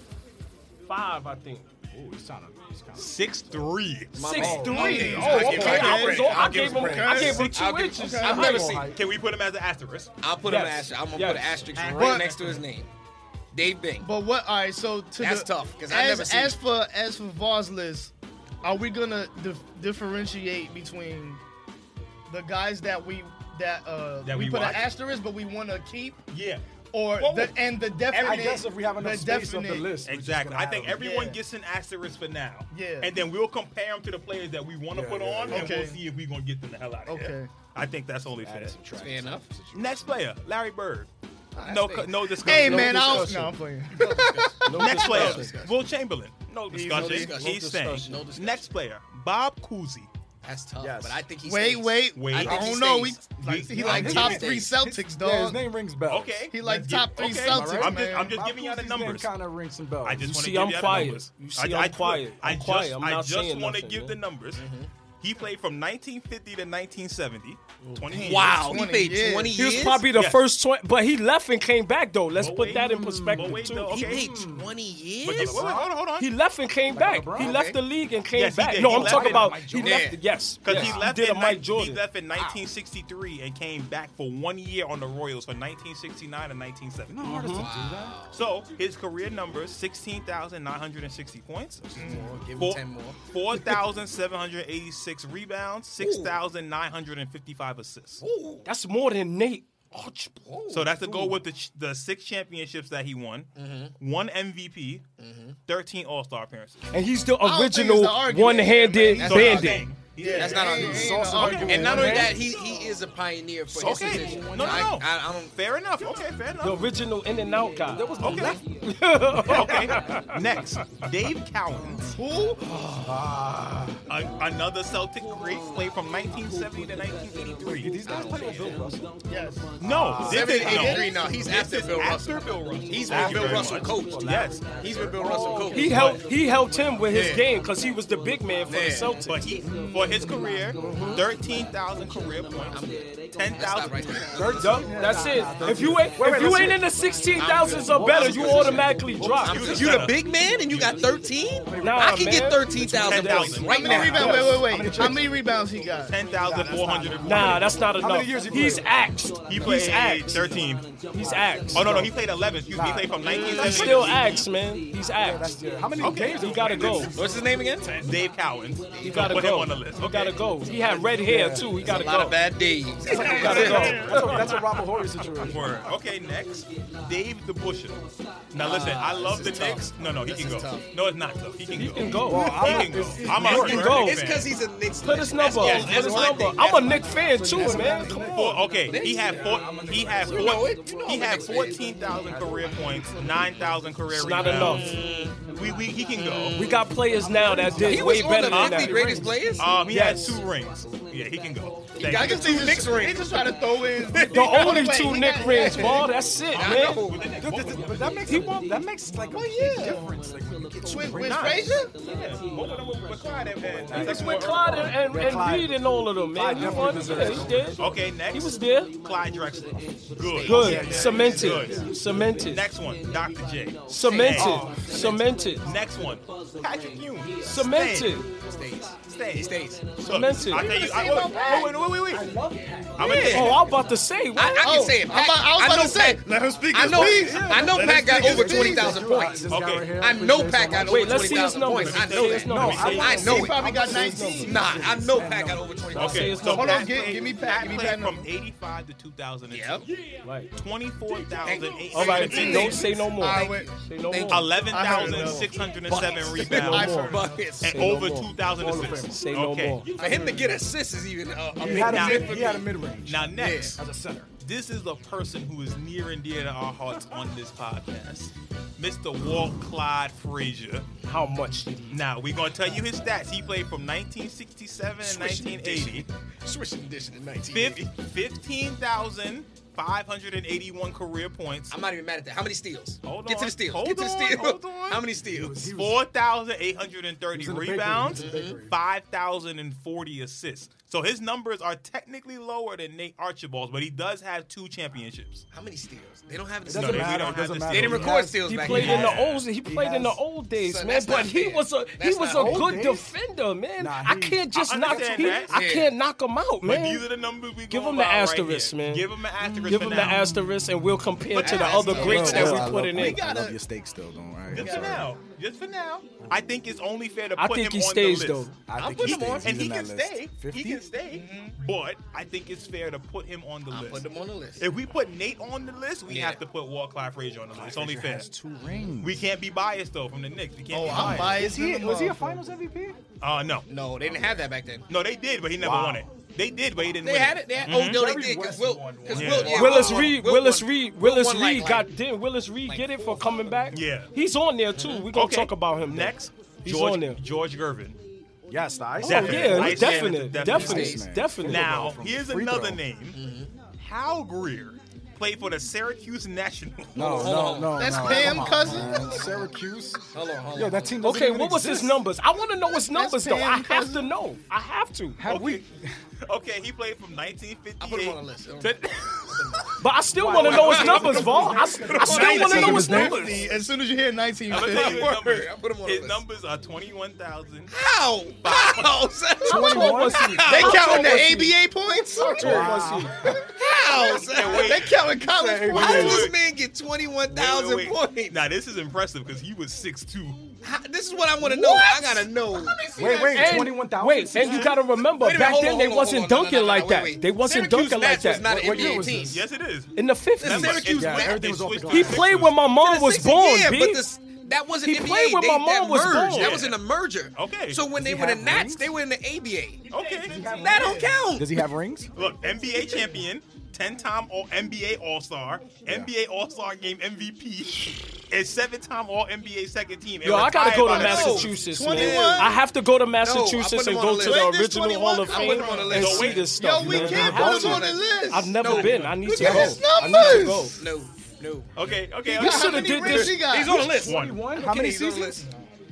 Speaker 4: five, I think.
Speaker 5: Oh, he's trying to. He's kind of.
Speaker 1: Six three.
Speaker 4: Six
Speaker 5: bad.
Speaker 4: three.
Speaker 5: My
Speaker 2: bad.
Speaker 4: Oh,
Speaker 2: I'll
Speaker 4: okay.
Speaker 2: give
Speaker 3: him
Speaker 4: I,
Speaker 3: credit.
Speaker 4: was on, I
Speaker 2: I'll
Speaker 4: gave
Speaker 2: give him
Speaker 4: him.
Speaker 2: credit.
Speaker 4: I gave him 2
Speaker 2: I'll give-
Speaker 4: inches.
Speaker 2: I've never
Speaker 4: Height.
Speaker 2: seen-
Speaker 1: Can we put him as an asterisk?
Speaker 2: I'll put him
Speaker 4: Yes.
Speaker 2: asterisk. I'm gonna put an
Speaker 4: Yes.
Speaker 2: asterisk
Speaker 3: But-
Speaker 2: right next to his name. Dave Bing.
Speaker 3: But what? All right, so to
Speaker 2: That's
Speaker 3: the,
Speaker 2: tough, 'cause I
Speaker 3: as
Speaker 2: never seen
Speaker 3: as
Speaker 2: it.
Speaker 3: for as for Voss list, are we gonna dif- differentiate between the guys that we that uh
Speaker 1: That
Speaker 3: we,
Speaker 1: we
Speaker 3: put
Speaker 1: watch?
Speaker 3: an asterisk but the definite keep
Speaker 1: Yeah.
Speaker 3: or
Speaker 1: Whoa.
Speaker 3: the and the definite?
Speaker 5: I guess if we have enough
Speaker 3: the
Speaker 5: space of
Speaker 3: definite-
Speaker 5: the list, we're just
Speaker 1: Exactly.
Speaker 5: gonna
Speaker 1: I
Speaker 5: have
Speaker 1: think
Speaker 5: him.
Speaker 1: everyone
Speaker 3: Yeah.
Speaker 1: gets an asterisk for now.
Speaker 3: Yeah.
Speaker 1: And then we'll compare them to the players that we want to
Speaker 5: Yeah,
Speaker 1: put
Speaker 5: yeah,
Speaker 1: on,
Speaker 5: yeah.
Speaker 1: and we'll
Speaker 3: Okay.
Speaker 1: see if we're gonna get them the hell out of here.
Speaker 3: Okay.
Speaker 1: I think that's only fair.
Speaker 5: Add some tracks.
Speaker 2: Fair enough.
Speaker 1: Next player, Larry Bird.
Speaker 2: that's
Speaker 1: No,
Speaker 2: fair.
Speaker 1: no discussion.
Speaker 3: Ah, Hey
Speaker 1: No
Speaker 3: man, I don't.
Speaker 1: discussion.
Speaker 3: No, I'm playing.
Speaker 1: Next player,
Speaker 2: discussion.
Speaker 1: Will Chamberlain. No discussion.
Speaker 2: discussion.
Speaker 1: He's
Speaker 5: No
Speaker 1: staying.
Speaker 5: discussion.
Speaker 2: No discussion.
Speaker 1: Next player, Bob Cousy.
Speaker 2: That's tough.
Speaker 5: Yes.
Speaker 2: But I think he
Speaker 3: Wait,
Speaker 2: stays.
Speaker 1: Wait.
Speaker 3: wait, wait. I
Speaker 1: I think
Speaker 2: he
Speaker 3: don't know. We,
Speaker 2: stays.
Speaker 3: like,
Speaker 1: Like,
Speaker 3: he
Speaker 1: I
Speaker 3: like
Speaker 2: think
Speaker 3: top
Speaker 2: he
Speaker 3: three
Speaker 2: stays.
Speaker 3: Celtics,
Speaker 5: Yeah, his
Speaker 3: dog.
Speaker 5: name rings bells.
Speaker 1: Okay.
Speaker 3: He like
Speaker 1: Let's
Speaker 3: top three
Speaker 1: am
Speaker 3: Celtics,
Speaker 1: I'm just,
Speaker 3: man.
Speaker 1: I'm just giving y'all the numbers.
Speaker 5: Kind of ring some bells.
Speaker 1: I just
Speaker 4: You
Speaker 1: want to
Speaker 4: see,
Speaker 1: give
Speaker 4: I'm
Speaker 1: y'all
Speaker 4: quiet.
Speaker 1: the numbers.
Speaker 4: You see, I'm quiet.
Speaker 1: I
Speaker 4: I'm
Speaker 1: just,
Speaker 4: quiet. I'm
Speaker 1: I
Speaker 4: not
Speaker 1: just
Speaker 4: saying
Speaker 1: want to
Speaker 4: nothing,
Speaker 1: give
Speaker 4: man.
Speaker 1: the numbers.
Speaker 4: Mm-hmm.
Speaker 1: He played from 1950 to 1970. 20 years.
Speaker 2: Wow, he
Speaker 3: 20
Speaker 2: made
Speaker 3: years.
Speaker 2: 20
Speaker 4: He
Speaker 2: years.
Speaker 4: was probably the
Speaker 1: Yes.
Speaker 4: first 20, but he left and came back though. Let's
Speaker 1: But
Speaker 4: put
Speaker 1: wait,
Speaker 4: that in
Speaker 1: mm,
Speaker 4: perspective
Speaker 1: but wait,
Speaker 4: too.
Speaker 1: though,
Speaker 2: He
Speaker 1: okay.
Speaker 2: made 20 years?
Speaker 1: But give- wait, wait, hold on, hold on.
Speaker 4: He left and came
Speaker 5: Like
Speaker 4: back.
Speaker 5: LeBron,
Speaker 4: he left
Speaker 2: okay.
Speaker 4: the league and came
Speaker 1: Yes, he
Speaker 4: back.
Speaker 1: did.
Speaker 4: No,
Speaker 1: He
Speaker 4: I'm
Speaker 1: left
Speaker 4: talking
Speaker 1: it
Speaker 4: about
Speaker 5: like
Speaker 4: he
Speaker 5: Jordan.
Speaker 4: left. Yes,
Speaker 1: Because
Speaker 4: yes.
Speaker 1: he left
Speaker 4: did
Speaker 1: in
Speaker 4: a Mike
Speaker 1: ni-
Speaker 4: Jordan.
Speaker 1: He left in 1963 and came back for one year on the Royals for 1969 and 1970.
Speaker 5: No artist to do that.
Speaker 1: So his career number is 16,960 points,
Speaker 2: Give him
Speaker 1: four-
Speaker 2: 10 more.
Speaker 1: 4,786 rebounds, 6,955 assists.
Speaker 2: Ooh.
Speaker 4: That's more than Nate Archibald.
Speaker 1: So that's the goal with the, ch- the six championships that he won, one MVP, 13 All Star appearances.
Speaker 4: And he's the
Speaker 3: don't think it's
Speaker 4: original
Speaker 3: the argument.
Speaker 4: one-handed
Speaker 3: That's
Speaker 1: So that's what I'm
Speaker 4: bandit.
Speaker 1: saying. He's
Speaker 2: That's not
Speaker 3: Ain't-
Speaker 2: our
Speaker 3: ain't no argument.
Speaker 2: And not only
Speaker 4: man.
Speaker 2: that, he, he is a pioneer for his
Speaker 1: Okay.
Speaker 2: position.
Speaker 1: No, no, no.
Speaker 2: I, I, I don't.
Speaker 1: fair enough. Okay, fair enough.
Speaker 4: The original in and out guy.
Speaker 5: There was no
Speaker 1: Okay.
Speaker 5: left.
Speaker 1: okay. Next, Dave Cowens. Who? A- another Celtic great played from 1970 to 1983.
Speaker 5: These guys play with Bill Russell.
Speaker 3: Yes.
Speaker 1: No,
Speaker 2: Ah.
Speaker 1: this is
Speaker 2: 83
Speaker 1: no.
Speaker 2: now. He's
Speaker 1: This
Speaker 2: after
Speaker 1: is
Speaker 2: Bill Russell.
Speaker 1: after Bill Russell.
Speaker 2: He's
Speaker 1: Thank
Speaker 2: been
Speaker 1: you
Speaker 2: Bill
Speaker 1: very
Speaker 2: Russell
Speaker 1: much.
Speaker 2: coach. Oh,
Speaker 1: Yes.
Speaker 2: He's been Bill Russell coach.
Speaker 4: He helped he helped him with his game because he was the big man for the
Speaker 2: Yeah.
Speaker 4: Celtics.
Speaker 1: But he, for his career, 13,000 career points,
Speaker 2: Stop
Speaker 1: 10,000.
Speaker 2: right there.
Speaker 4: Third dunk, That's it. If you ain't if you ain't in the sixteen thousands or better, you automatically drop.
Speaker 2: You, you the big man and you got 13?
Speaker 4: Nah,
Speaker 2: I can
Speaker 4: man.
Speaker 2: get 13,000 points
Speaker 1: 10,000.
Speaker 2: right
Speaker 3: How many
Speaker 2: now.
Speaker 3: rebounds? Wait, wait, wait. How many rebounds he got?
Speaker 1: 10,400.
Speaker 4: Nah, that's not enough.
Speaker 5: many years he played?
Speaker 4: He's axed.
Speaker 1: He
Speaker 4: He's
Speaker 1: played
Speaker 4: axed.
Speaker 1: 13.
Speaker 4: He's axed.
Speaker 1: Oh, no, no, he played 11. Excuse me, he played from 1970.
Speaker 4: He's still axed, man. He's
Speaker 5: That's
Speaker 4: axed.
Speaker 5: yeah. How many
Speaker 4: Okay,
Speaker 5: games?
Speaker 4: he gotta go.
Speaker 2: What's his name again?
Speaker 1: Dave Cowens.
Speaker 4: He gotta
Speaker 1: Put
Speaker 4: go.
Speaker 1: him on the list.
Speaker 4: He
Speaker 1: Okay.
Speaker 4: gotta go. He had red hair too. He gotta
Speaker 2: A lot of
Speaker 4: go.
Speaker 2: bad days.
Speaker 4: He gotta go.
Speaker 5: That's a, that's a Robert Horry situation.
Speaker 1: Word. Okay, next, Dave the Busher. Now listen, I love the Knicks. No, no, he can go. No, it's not tough. He can
Speaker 4: He
Speaker 1: go.
Speaker 4: can go.
Speaker 5: Well, I'm
Speaker 1: He
Speaker 5: not,
Speaker 1: can go.
Speaker 5: it's, it's
Speaker 1: I'm
Speaker 5: New
Speaker 1: a
Speaker 5: York.
Speaker 4: He can go.
Speaker 1: Knicks
Speaker 2: It's
Speaker 1: fan.
Speaker 2: because he's a Knicks
Speaker 4: Put his
Speaker 2: legend.
Speaker 4: number.
Speaker 2: That's-
Speaker 4: up.
Speaker 2: that's
Speaker 4: Put his
Speaker 2: my
Speaker 4: number. up.
Speaker 2: thing.
Speaker 4: I'm a Nick fan too, man. Come on.
Speaker 1: Four, okay, he had four, he had four,
Speaker 2: know it. You know
Speaker 1: he
Speaker 2: I'm a
Speaker 1: had
Speaker 2: Knicks fan.
Speaker 1: fourteen thousand career points, nine thousand career
Speaker 4: It's not
Speaker 1: rebounds.
Speaker 4: enough.
Speaker 1: We, we, he can go.
Speaker 4: We got players now that did
Speaker 2: He
Speaker 4: way
Speaker 2: was
Speaker 4: better
Speaker 2: one
Speaker 4: than
Speaker 2: of the 50
Speaker 4: that.
Speaker 2: greatest players.
Speaker 1: Um, he
Speaker 4: Yes.
Speaker 1: had two rings. Yeah, he can go. Thank
Speaker 2: got
Speaker 1: you.
Speaker 2: the two Knicks
Speaker 3: they
Speaker 2: rings.
Speaker 3: just try to throw in.
Speaker 4: The only
Speaker 3: Wait,
Speaker 4: two
Speaker 3: he
Speaker 4: Nick
Speaker 3: got-
Speaker 4: rings, ball. That's it,
Speaker 2: I
Speaker 4: man.
Speaker 2: know.
Speaker 5: Th- th- th- But that makes it- that makes like a huge difference. Like when you get
Speaker 3: With,
Speaker 5: two
Speaker 3: with
Speaker 5: rings.
Speaker 3: Frazier?
Speaker 1: Yeah, both of them were with Clyde uh, at that time.
Speaker 4: He was with Clyde and, and, and Reed and all of them, man. He won. Yeah, he did.
Speaker 1: Okay, next.
Speaker 4: He was there.
Speaker 1: Clyde Drexler. Good.
Speaker 4: Good.
Speaker 1: Good.
Speaker 4: Cemented. Cemented.
Speaker 1: Next one, Dr. J.
Speaker 4: Cemented.
Speaker 1: Stay.
Speaker 4: Cemented.
Speaker 1: Next one, Patrick Ewing.
Speaker 4: Cemented.
Speaker 2: Stays.
Speaker 1: Stay.
Speaker 2: He
Speaker 1: Stay.
Speaker 2: stays.
Speaker 4: Cemented.
Speaker 1: I tell you, I, wait, wait, wait, wait, wait. I am
Speaker 4: Oh, I was about to say,
Speaker 2: I, I
Speaker 4: what?
Speaker 5: Oh,
Speaker 2: can say it.
Speaker 3: I'm
Speaker 2: Pat,
Speaker 3: about- I was
Speaker 2: I
Speaker 3: about
Speaker 2: know
Speaker 3: to say,
Speaker 2: Pat-
Speaker 3: let him speak
Speaker 2: I
Speaker 3: his
Speaker 2: know,
Speaker 3: piece.
Speaker 2: I know
Speaker 3: Let
Speaker 2: Pat
Speaker 3: him
Speaker 2: got
Speaker 3: speak his
Speaker 2: over
Speaker 3: piece.
Speaker 2: 20,000 points.
Speaker 5: This guy
Speaker 1: Okay.
Speaker 5: right here,
Speaker 2: I know
Speaker 5: appreciate
Speaker 2: Pat
Speaker 5: so
Speaker 2: got
Speaker 5: much.
Speaker 2: over
Speaker 4: Wait, let's see his
Speaker 2: 20,000
Speaker 4: numbers.
Speaker 2: points. I
Speaker 4: Let's
Speaker 2: know
Speaker 4: see his
Speaker 2: that.
Speaker 4: numbers.
Speaker 2: I
Speaker 3: He
Speaker 2: know it.
Speaker 3: probably got 19.
Speaker 2: Nah, I know Pat got over 20,000.
Speaker 1: Okay,
Speaker 4: it's
Speaker 1: so
Speaker 4: not-
Speaker 1: Pat
Speaker 3: Hold on, give-
Speaker 1: played-
Speaker 3: give me Pat, give me Pat
Speaker 1: played from
Speaker 3: number.
Speaker 1: 85 to 2002.
Speaker 2: Yep.
Speaker 4: Right.
Speaker 1: 24,800.
Speaker 4: All right, don't say no more.
Speaker 3: I went-
Speaker 4: Say no
Speaker 2: Thank
Speaker 4: more.
Speaker 1: 11,607 rebounds
Speaker 3: more.
Speaker 2: Buckets.
Speaker 1: and
Speaker 4: Say no
Speaker 1: over
Speaker 4: more.
Speaker 1: 2,000
Speaker 5: Hall of
Speaker 1: assists.
Speaker 4: Say no
Speaker 1: okay.
Speaker 4: more.
Speaker 2: For him to get assists is even a, a
Speaker 5: He had a
Speaker 1: Now-
Speaker 5: mid, he had a mid range
Speaker 1: Now, next,
Speaker 5: as a center.
Speaker 1: this is a person who is near and dear to our hearts on this podcast. Mr. Walt Clyde Frazier.
Speaker 4: How much did he
Speaker 1: Now, we're going to tell you his stats. He played from 1967 and
Speaker 2: Switching
Speaker 1: 1980.
Speaker 2: switching edition in 1980.
Speaker 1: Fif- 15,581 career points.
Speaker 2: I'm not even mad at that. How many steals?
Speaker 1: Hold
Speaker 2: Get to
Speaker 1: on.
Speaker 2: the steal.
Speaker 1: Hold
Speaker 2: Get to the
Speaker 1: on.
Speaker 2: steal.
Speaker 1: Hold on.
Speaker 2: How many
Speaker 5: was-
Speaker 2: steals?
Speaker 5: he was-
Speaker 1: 4,830
Speaker 5: He was in the bakery.
Speaker 1: rebounds,
Speaker 5: He was in the bakery.
Speaker 1: 5,040 assists. So his numbers are technically lower than Nate Archibald's, but he does have two championships.
Speaker 2: How many steals? They don't have any
Speaker 5: It
Speaker 1: No,
Speaker 5: doesn't
Speaker 1: they-
Speaker 2: steals.
Speaker 1: we
Speaker 5: matter.
Speaker 1: don't
Speaker 5: It
Speaker 1: have
Speaker 5: doesn't
Speaker 1: the
Speaker 5: matter.
Speaker 2: They didn't record steals
Speaker 4: He
Speaker 2: back
Speaker 4: played
Speaker 2: then.
Speaker 4: in the old. He played in the
Speaker 5: has-
Speaker 4: old days,
Speaker 2: Son,
Speaker 4: man.
Speaker 2: that's
Speaker 4: But
Speaker 2: not
Speaker 4: he
Speaker 2: fair.
Speaker 4: was a he
Speaker 2: That's
Speaker 4: was a
Speaker 2: not
Speaker 4: good
Speaker 5: fair.
Speaker 4: defender, man.
Speaker 5: Nah,
Speaker 4: I
Speaker 5: he-
Speaker 4: can't just
Speaker 1: I
Speaker 4: knock.
Speaker 1: understand
Speaker 4: He,
Speaker 1: that.
Speaker 4: I
Speaker 2: Yeah.
Speaker 4: can't knock him out,
Speaker 1: But these are
Speaker 4: man.
Speaker 1: the numbers we
Speaker 4: Give
Speaker 1: going
Speaker 4: him the
Speaker 1: by right
Speaker 4: asterisk,
Speaker 1: here.
Speaker 4: man.
Speaker 1: Give him the asterisk.
Speaker 4: Give
Speaker 1: for
Speaker 4: him the
Speaker 1: now.
Speaker 4: asterisk, and we'll compare to the
Speaker 2: Yes.
Speaker 4: other
Speaker 2: I
Speaker 4: greats that
Speaker 2: love- I
Speaker 4: we
Speaker 2: love-
Speaker 4: put in
Speaker 3: we
Speaker 4: there.
Speaker 3: got- gotta-
Speaker 5: your steaks though. Don't. All right,
Speaker 1: Just for
Speaker 5: sorry.
Speaker 1: now. Just for now. I think it's only fair to
Speaker 4: I
Speaker 1: put
Speaker 4: think
Speaker 1: him
Speaker 4: he
Speaker 1: on
Speaker 4: stays
Speaker 1: the
Speaker 4: though.
Speaker 1: list.
Speaker 5: I
Speaker 2: I'm
Speaker 5: think he
Speaker 2: putting him on,
Speaker 5: stays
Speaker 1: and he
Speaker 5: in
Speaker 1: can
Speaker 5: that list.
Speaker 1: stay. He
Speaker 5: 50?
Speaker 1: can stay.
Speaker 4: Mm-hmm.
Speaker 1: But I think it's fair to put him on the
Speaker 2: I
Speaker 1: list.
Speaker 2: put them on the list.
Speaker 1: If we put Nate on the list, we
Speaker 2: Yeah.
Speaker 1: have to put Walt Clyde Frazier on the list. It's only
Speaker 5: He
Speaker 1: fair.
Speaker 5: has two rings.
Speaker 1: We can't be biased though from the Knicks. We can't
Speaker 3: Oh,
Speaker 1: be
Speaker 3: I'm
Speaker 1: biased.
Speaker 3: biased.
Speaker 5: He-
Speaker 3: in the
Speaker 5: was he a
Speaker 3: motherfucker.
Speaker 5: Finals MVP?
Speaker 1: Uh, no,
Speaker 2: No, they didn't have that back then.
Speaker 1: no, they did, but he never
Speaker 5: Wow.
Speaker 1: won it. They did, but he didn't.
Speaker 2: They
Speaker 1: win
Speaker 2: had
Speaker 1: it.
Speaker 2: it. They had, Oh no, they
Speaker 5: Jerry
Speaker 2: did. Because
Speaker 5: West
Speaker 2: Will,
Speaker 5: won one.
Speaker 2: because
Speaker 1: Yeah.
Speaker 2: Will, yeah,
Speaker 4: Willis
Speaker 2: Will
Speaker 4: Reed,
Speaker 2: won-
Speaker 4: Willis
Speaker 2: won-
Speaker 4: Reed,
Speaker 2: Will
Speaker 4: Willis
Speaker 2: won like-
Speaker 4: Reed
Speaker 2: like-
Speaker 4: got didn't Willis Reed get it for coming back?
Speaker 1: Yeah.
Speaker 4: he's on there too. We're gonna talk about him. Next,
Speaker 1: Next,
Speaker 4: He's
Speaker 1: George,
Speaker 4: on there.
Speaker 1: George Gervin.
Speaker 5: Yes, the ice.
Speaker 4: oh
Speaker 1: Definite.
Speaker 4: yeah,
Speaker 1: Ice
Speaker 4: he's definite,
Speaker 1: man.
Speaker 4: definite,
Speaker 2: Ice
Speaker 5: man.
Speaker 4: definite.
Speaker 1: Now
Speaker 5: from
Speaker 1: here's
Speaker 5: free
Speaker 1: another
Speaker 5: throw.
Speaker 1: name.
Speaker 2: Mm-hmm.
Speaker 1: Hal Greer played for the Syracuse Nationals.
Speaker 5: No,
Speaker 2: Hold
Speaker 5: no,
Speaker 2: on.
Speaker 5: no.
Speaker 3: That's
Speaker 5: no.
Speaker 3: Pam
Speaker 5: Come on,
Speaker 3: Cousin?
Speaker 5: man. Syracuse.
Speaker 2: Hold on, hold on.
Speaker 5: Yo, that team. doesn't
Speaker 4: Okay,
Speaker 5: even
Speaker 4: what was his
Speaker 5: exist.
Speaker 4: numbers? I want to know his numbers though. I
Speaker 3: Pam
Speaker 4: have to
Speaker 3: Cousin.
Speaker 4: know. I have to.
Speaker 5: Had we?
Speaker 1: Okay, he played from
Speaker 2: I put
Speaker 1: 1958
Speaker 2: him on the list.
Speaker 1: to
Speaker 4: But I still want to know his numbers, Vaughn. I, I still want to know his
Speaker 3: 1950.
Speaker 4: numbers.
Speaker 3: As soon as you hear 19,
Speaker 1: I'm gonna tell you his numbers.
Speaker 2: I put him on the
Speaker 1: his
Speaker 2: list.
Speaker 1: numbers are 21,000.
Speaker 2: How? How? son?
Speaker 4: How tall was he?
Speaker 3: They
Speaker 4: How tall
Speaker 3: counting
Speaker 4: was he?
Speaker 3: the ABA points?
Speaker 4: How tall was he?
Speaker 2: How? son?
Speaker 1: wait.
Speaker 3: They counting college
Speaker 5: Wait,
Speaker 2: How
Speaker 3: points?
Speaker 2: did this man get twenty-one thousand
Speaker 1: Wait, wait, wait.
Speaker 2: points?
Speaker 1: Now this is impressive because he was 6'2".
Speaker 2: How- This is what I want to know. I gotta know.
Speaker 5: Wait, wait.
Speaker 4: And-
Speaker 5: Twenty-one thousand.
Speaker 4: Wait, and you gotta remember,
Speaker 2: Wait a minute,
Speaker 4: back
Speaker 2: hold
Speaker 4: then
Speaker 2: on,
Speaker 4: they
Speaker 2: hold on,
Speaker 4: wasn't
Speaker 2: hold on, no, no,
Speaker 4: dunking
Speaker 2: no, no,
Speaker 4: like
Speaker 2: wait,
Speaker 4: that.
Speaker 2: wait.
Speaker 4: They wasn't
Speaker 2: Syracuse
Speaker 4: dunking like
Speaker 2: Nats was
Speaker 4: that.
Speaker 2: not an
Speaker 5: What- what year
Speaker 2: NBA
Speaker 5: was
Speaker 2: team.
Speaker 5: this?
Speaker 1: Yes, it is.
Speaker 4: In the
Speaker 1: Remember,
Speaker 2: The
Speaker 4: fifties,
Speaker 2: Syracuse
Speaker 1: it
Speaker 5: Yeah,
Speaker 2: went-
Speaker 5: everything
Speaker 1: they
Speaker 5: was off the
Speaker 1: switched
Speaker 5: clock.
Speaker 1: to
Speaker 4: he
Speaker 1: the
Speaker 4: played
Speaker 1: Sixers.
Speaker 4: when my mom
Speaker 2: the
Speaker 4: was
Speaker 2: 60s,
Speaker 4: born.
Speaker 2: Yeah,
Speaker 4: B.
Speaker 2: but this, that wasn't
Speaker 4: He
Speaker 2: NBA.
Speaker 4: played when
Speaker 2: They-
Speaker 4: my
Speaker 2: that
Speaker 4: mom was
Speaker 2: merged.
Speaker 4: born.
Speaker 2: That was in a merger.
Speaker 1: Okay.
Speaker 2: So when they
Speaker 5: Does he
Speaker 2: were the
Speaker 5: have
Speaker 2: Nats,
Speaker 5: rings?
Speaker 2: they were in the ABA.
Speaker 1: Okay.
Speaker 2: That don't count.
Speaker 5: Does he have rings?
Speaker 1: Look, NBA champion, ten-time All NBA All Star, NBA All Star Game MVP, and seven-time All NBA Second Team. and
Speaker 4: Yo, I gotta
Speaker 1: retired
Speaker 4: go to
Speaker 1: by the Knicks.
Speaker 4: Massachusetts, man.
Speaker 3: 21.
Speaker 4: I have to go to
Speaker 2: No, I
Speaker 4: Massachusetts
Speaker 2: put him
Speaker 4: and
Speaker 2: on
Speaker 4: go
Speaker 2: the
Speaker 4: to
Speaker 2: list.
Speaker 4: the
Speaker 3: When this
Speaker 4: original
Speaker 3: 21
Speaker 4: Hall of
Speaker 3: I put
Speaker 4: Fame
Speaker 2: him on the
Speaker 4: and
Speaker 2: list.
Speaker 4: see
Speaker 1: Yo,
Speaker 4: this stuff.
Speaker 3: Yo, we
Speaker 4: man.
Speaker 3: can't
Speaker 4: I
Speaker 3: put
Speaker 2: was
Speaker 3: him on
Speaker 2: on
Speaker 3: the
Speaker 2: it.
Speaker 3: list.
Speaker 4: have never
Speaker 2: No.
Speaker 4: been. I need to
Speaker 3: at
Speaker 4: go.
Speaker 3: his
Speaker 4: I need to
Speaker 3: numbers.
Speaker 4: go.
Speaker 2: No, no.
Speaker 1: Okay, okay.
Speaker 3: How
Speaker 1: okay.
Speaker 4: We should have
Speaker 3: many
Speaker 4: did
Speaker 3: rings
Speaker 4: this.
Speaker 3: he got?
Speaker 2: He's on the list.
Speaker 1: One.
Speaker 5: How many
Speaker 2: He's on the
Speaker 5: seasons?
Speaker 2: list.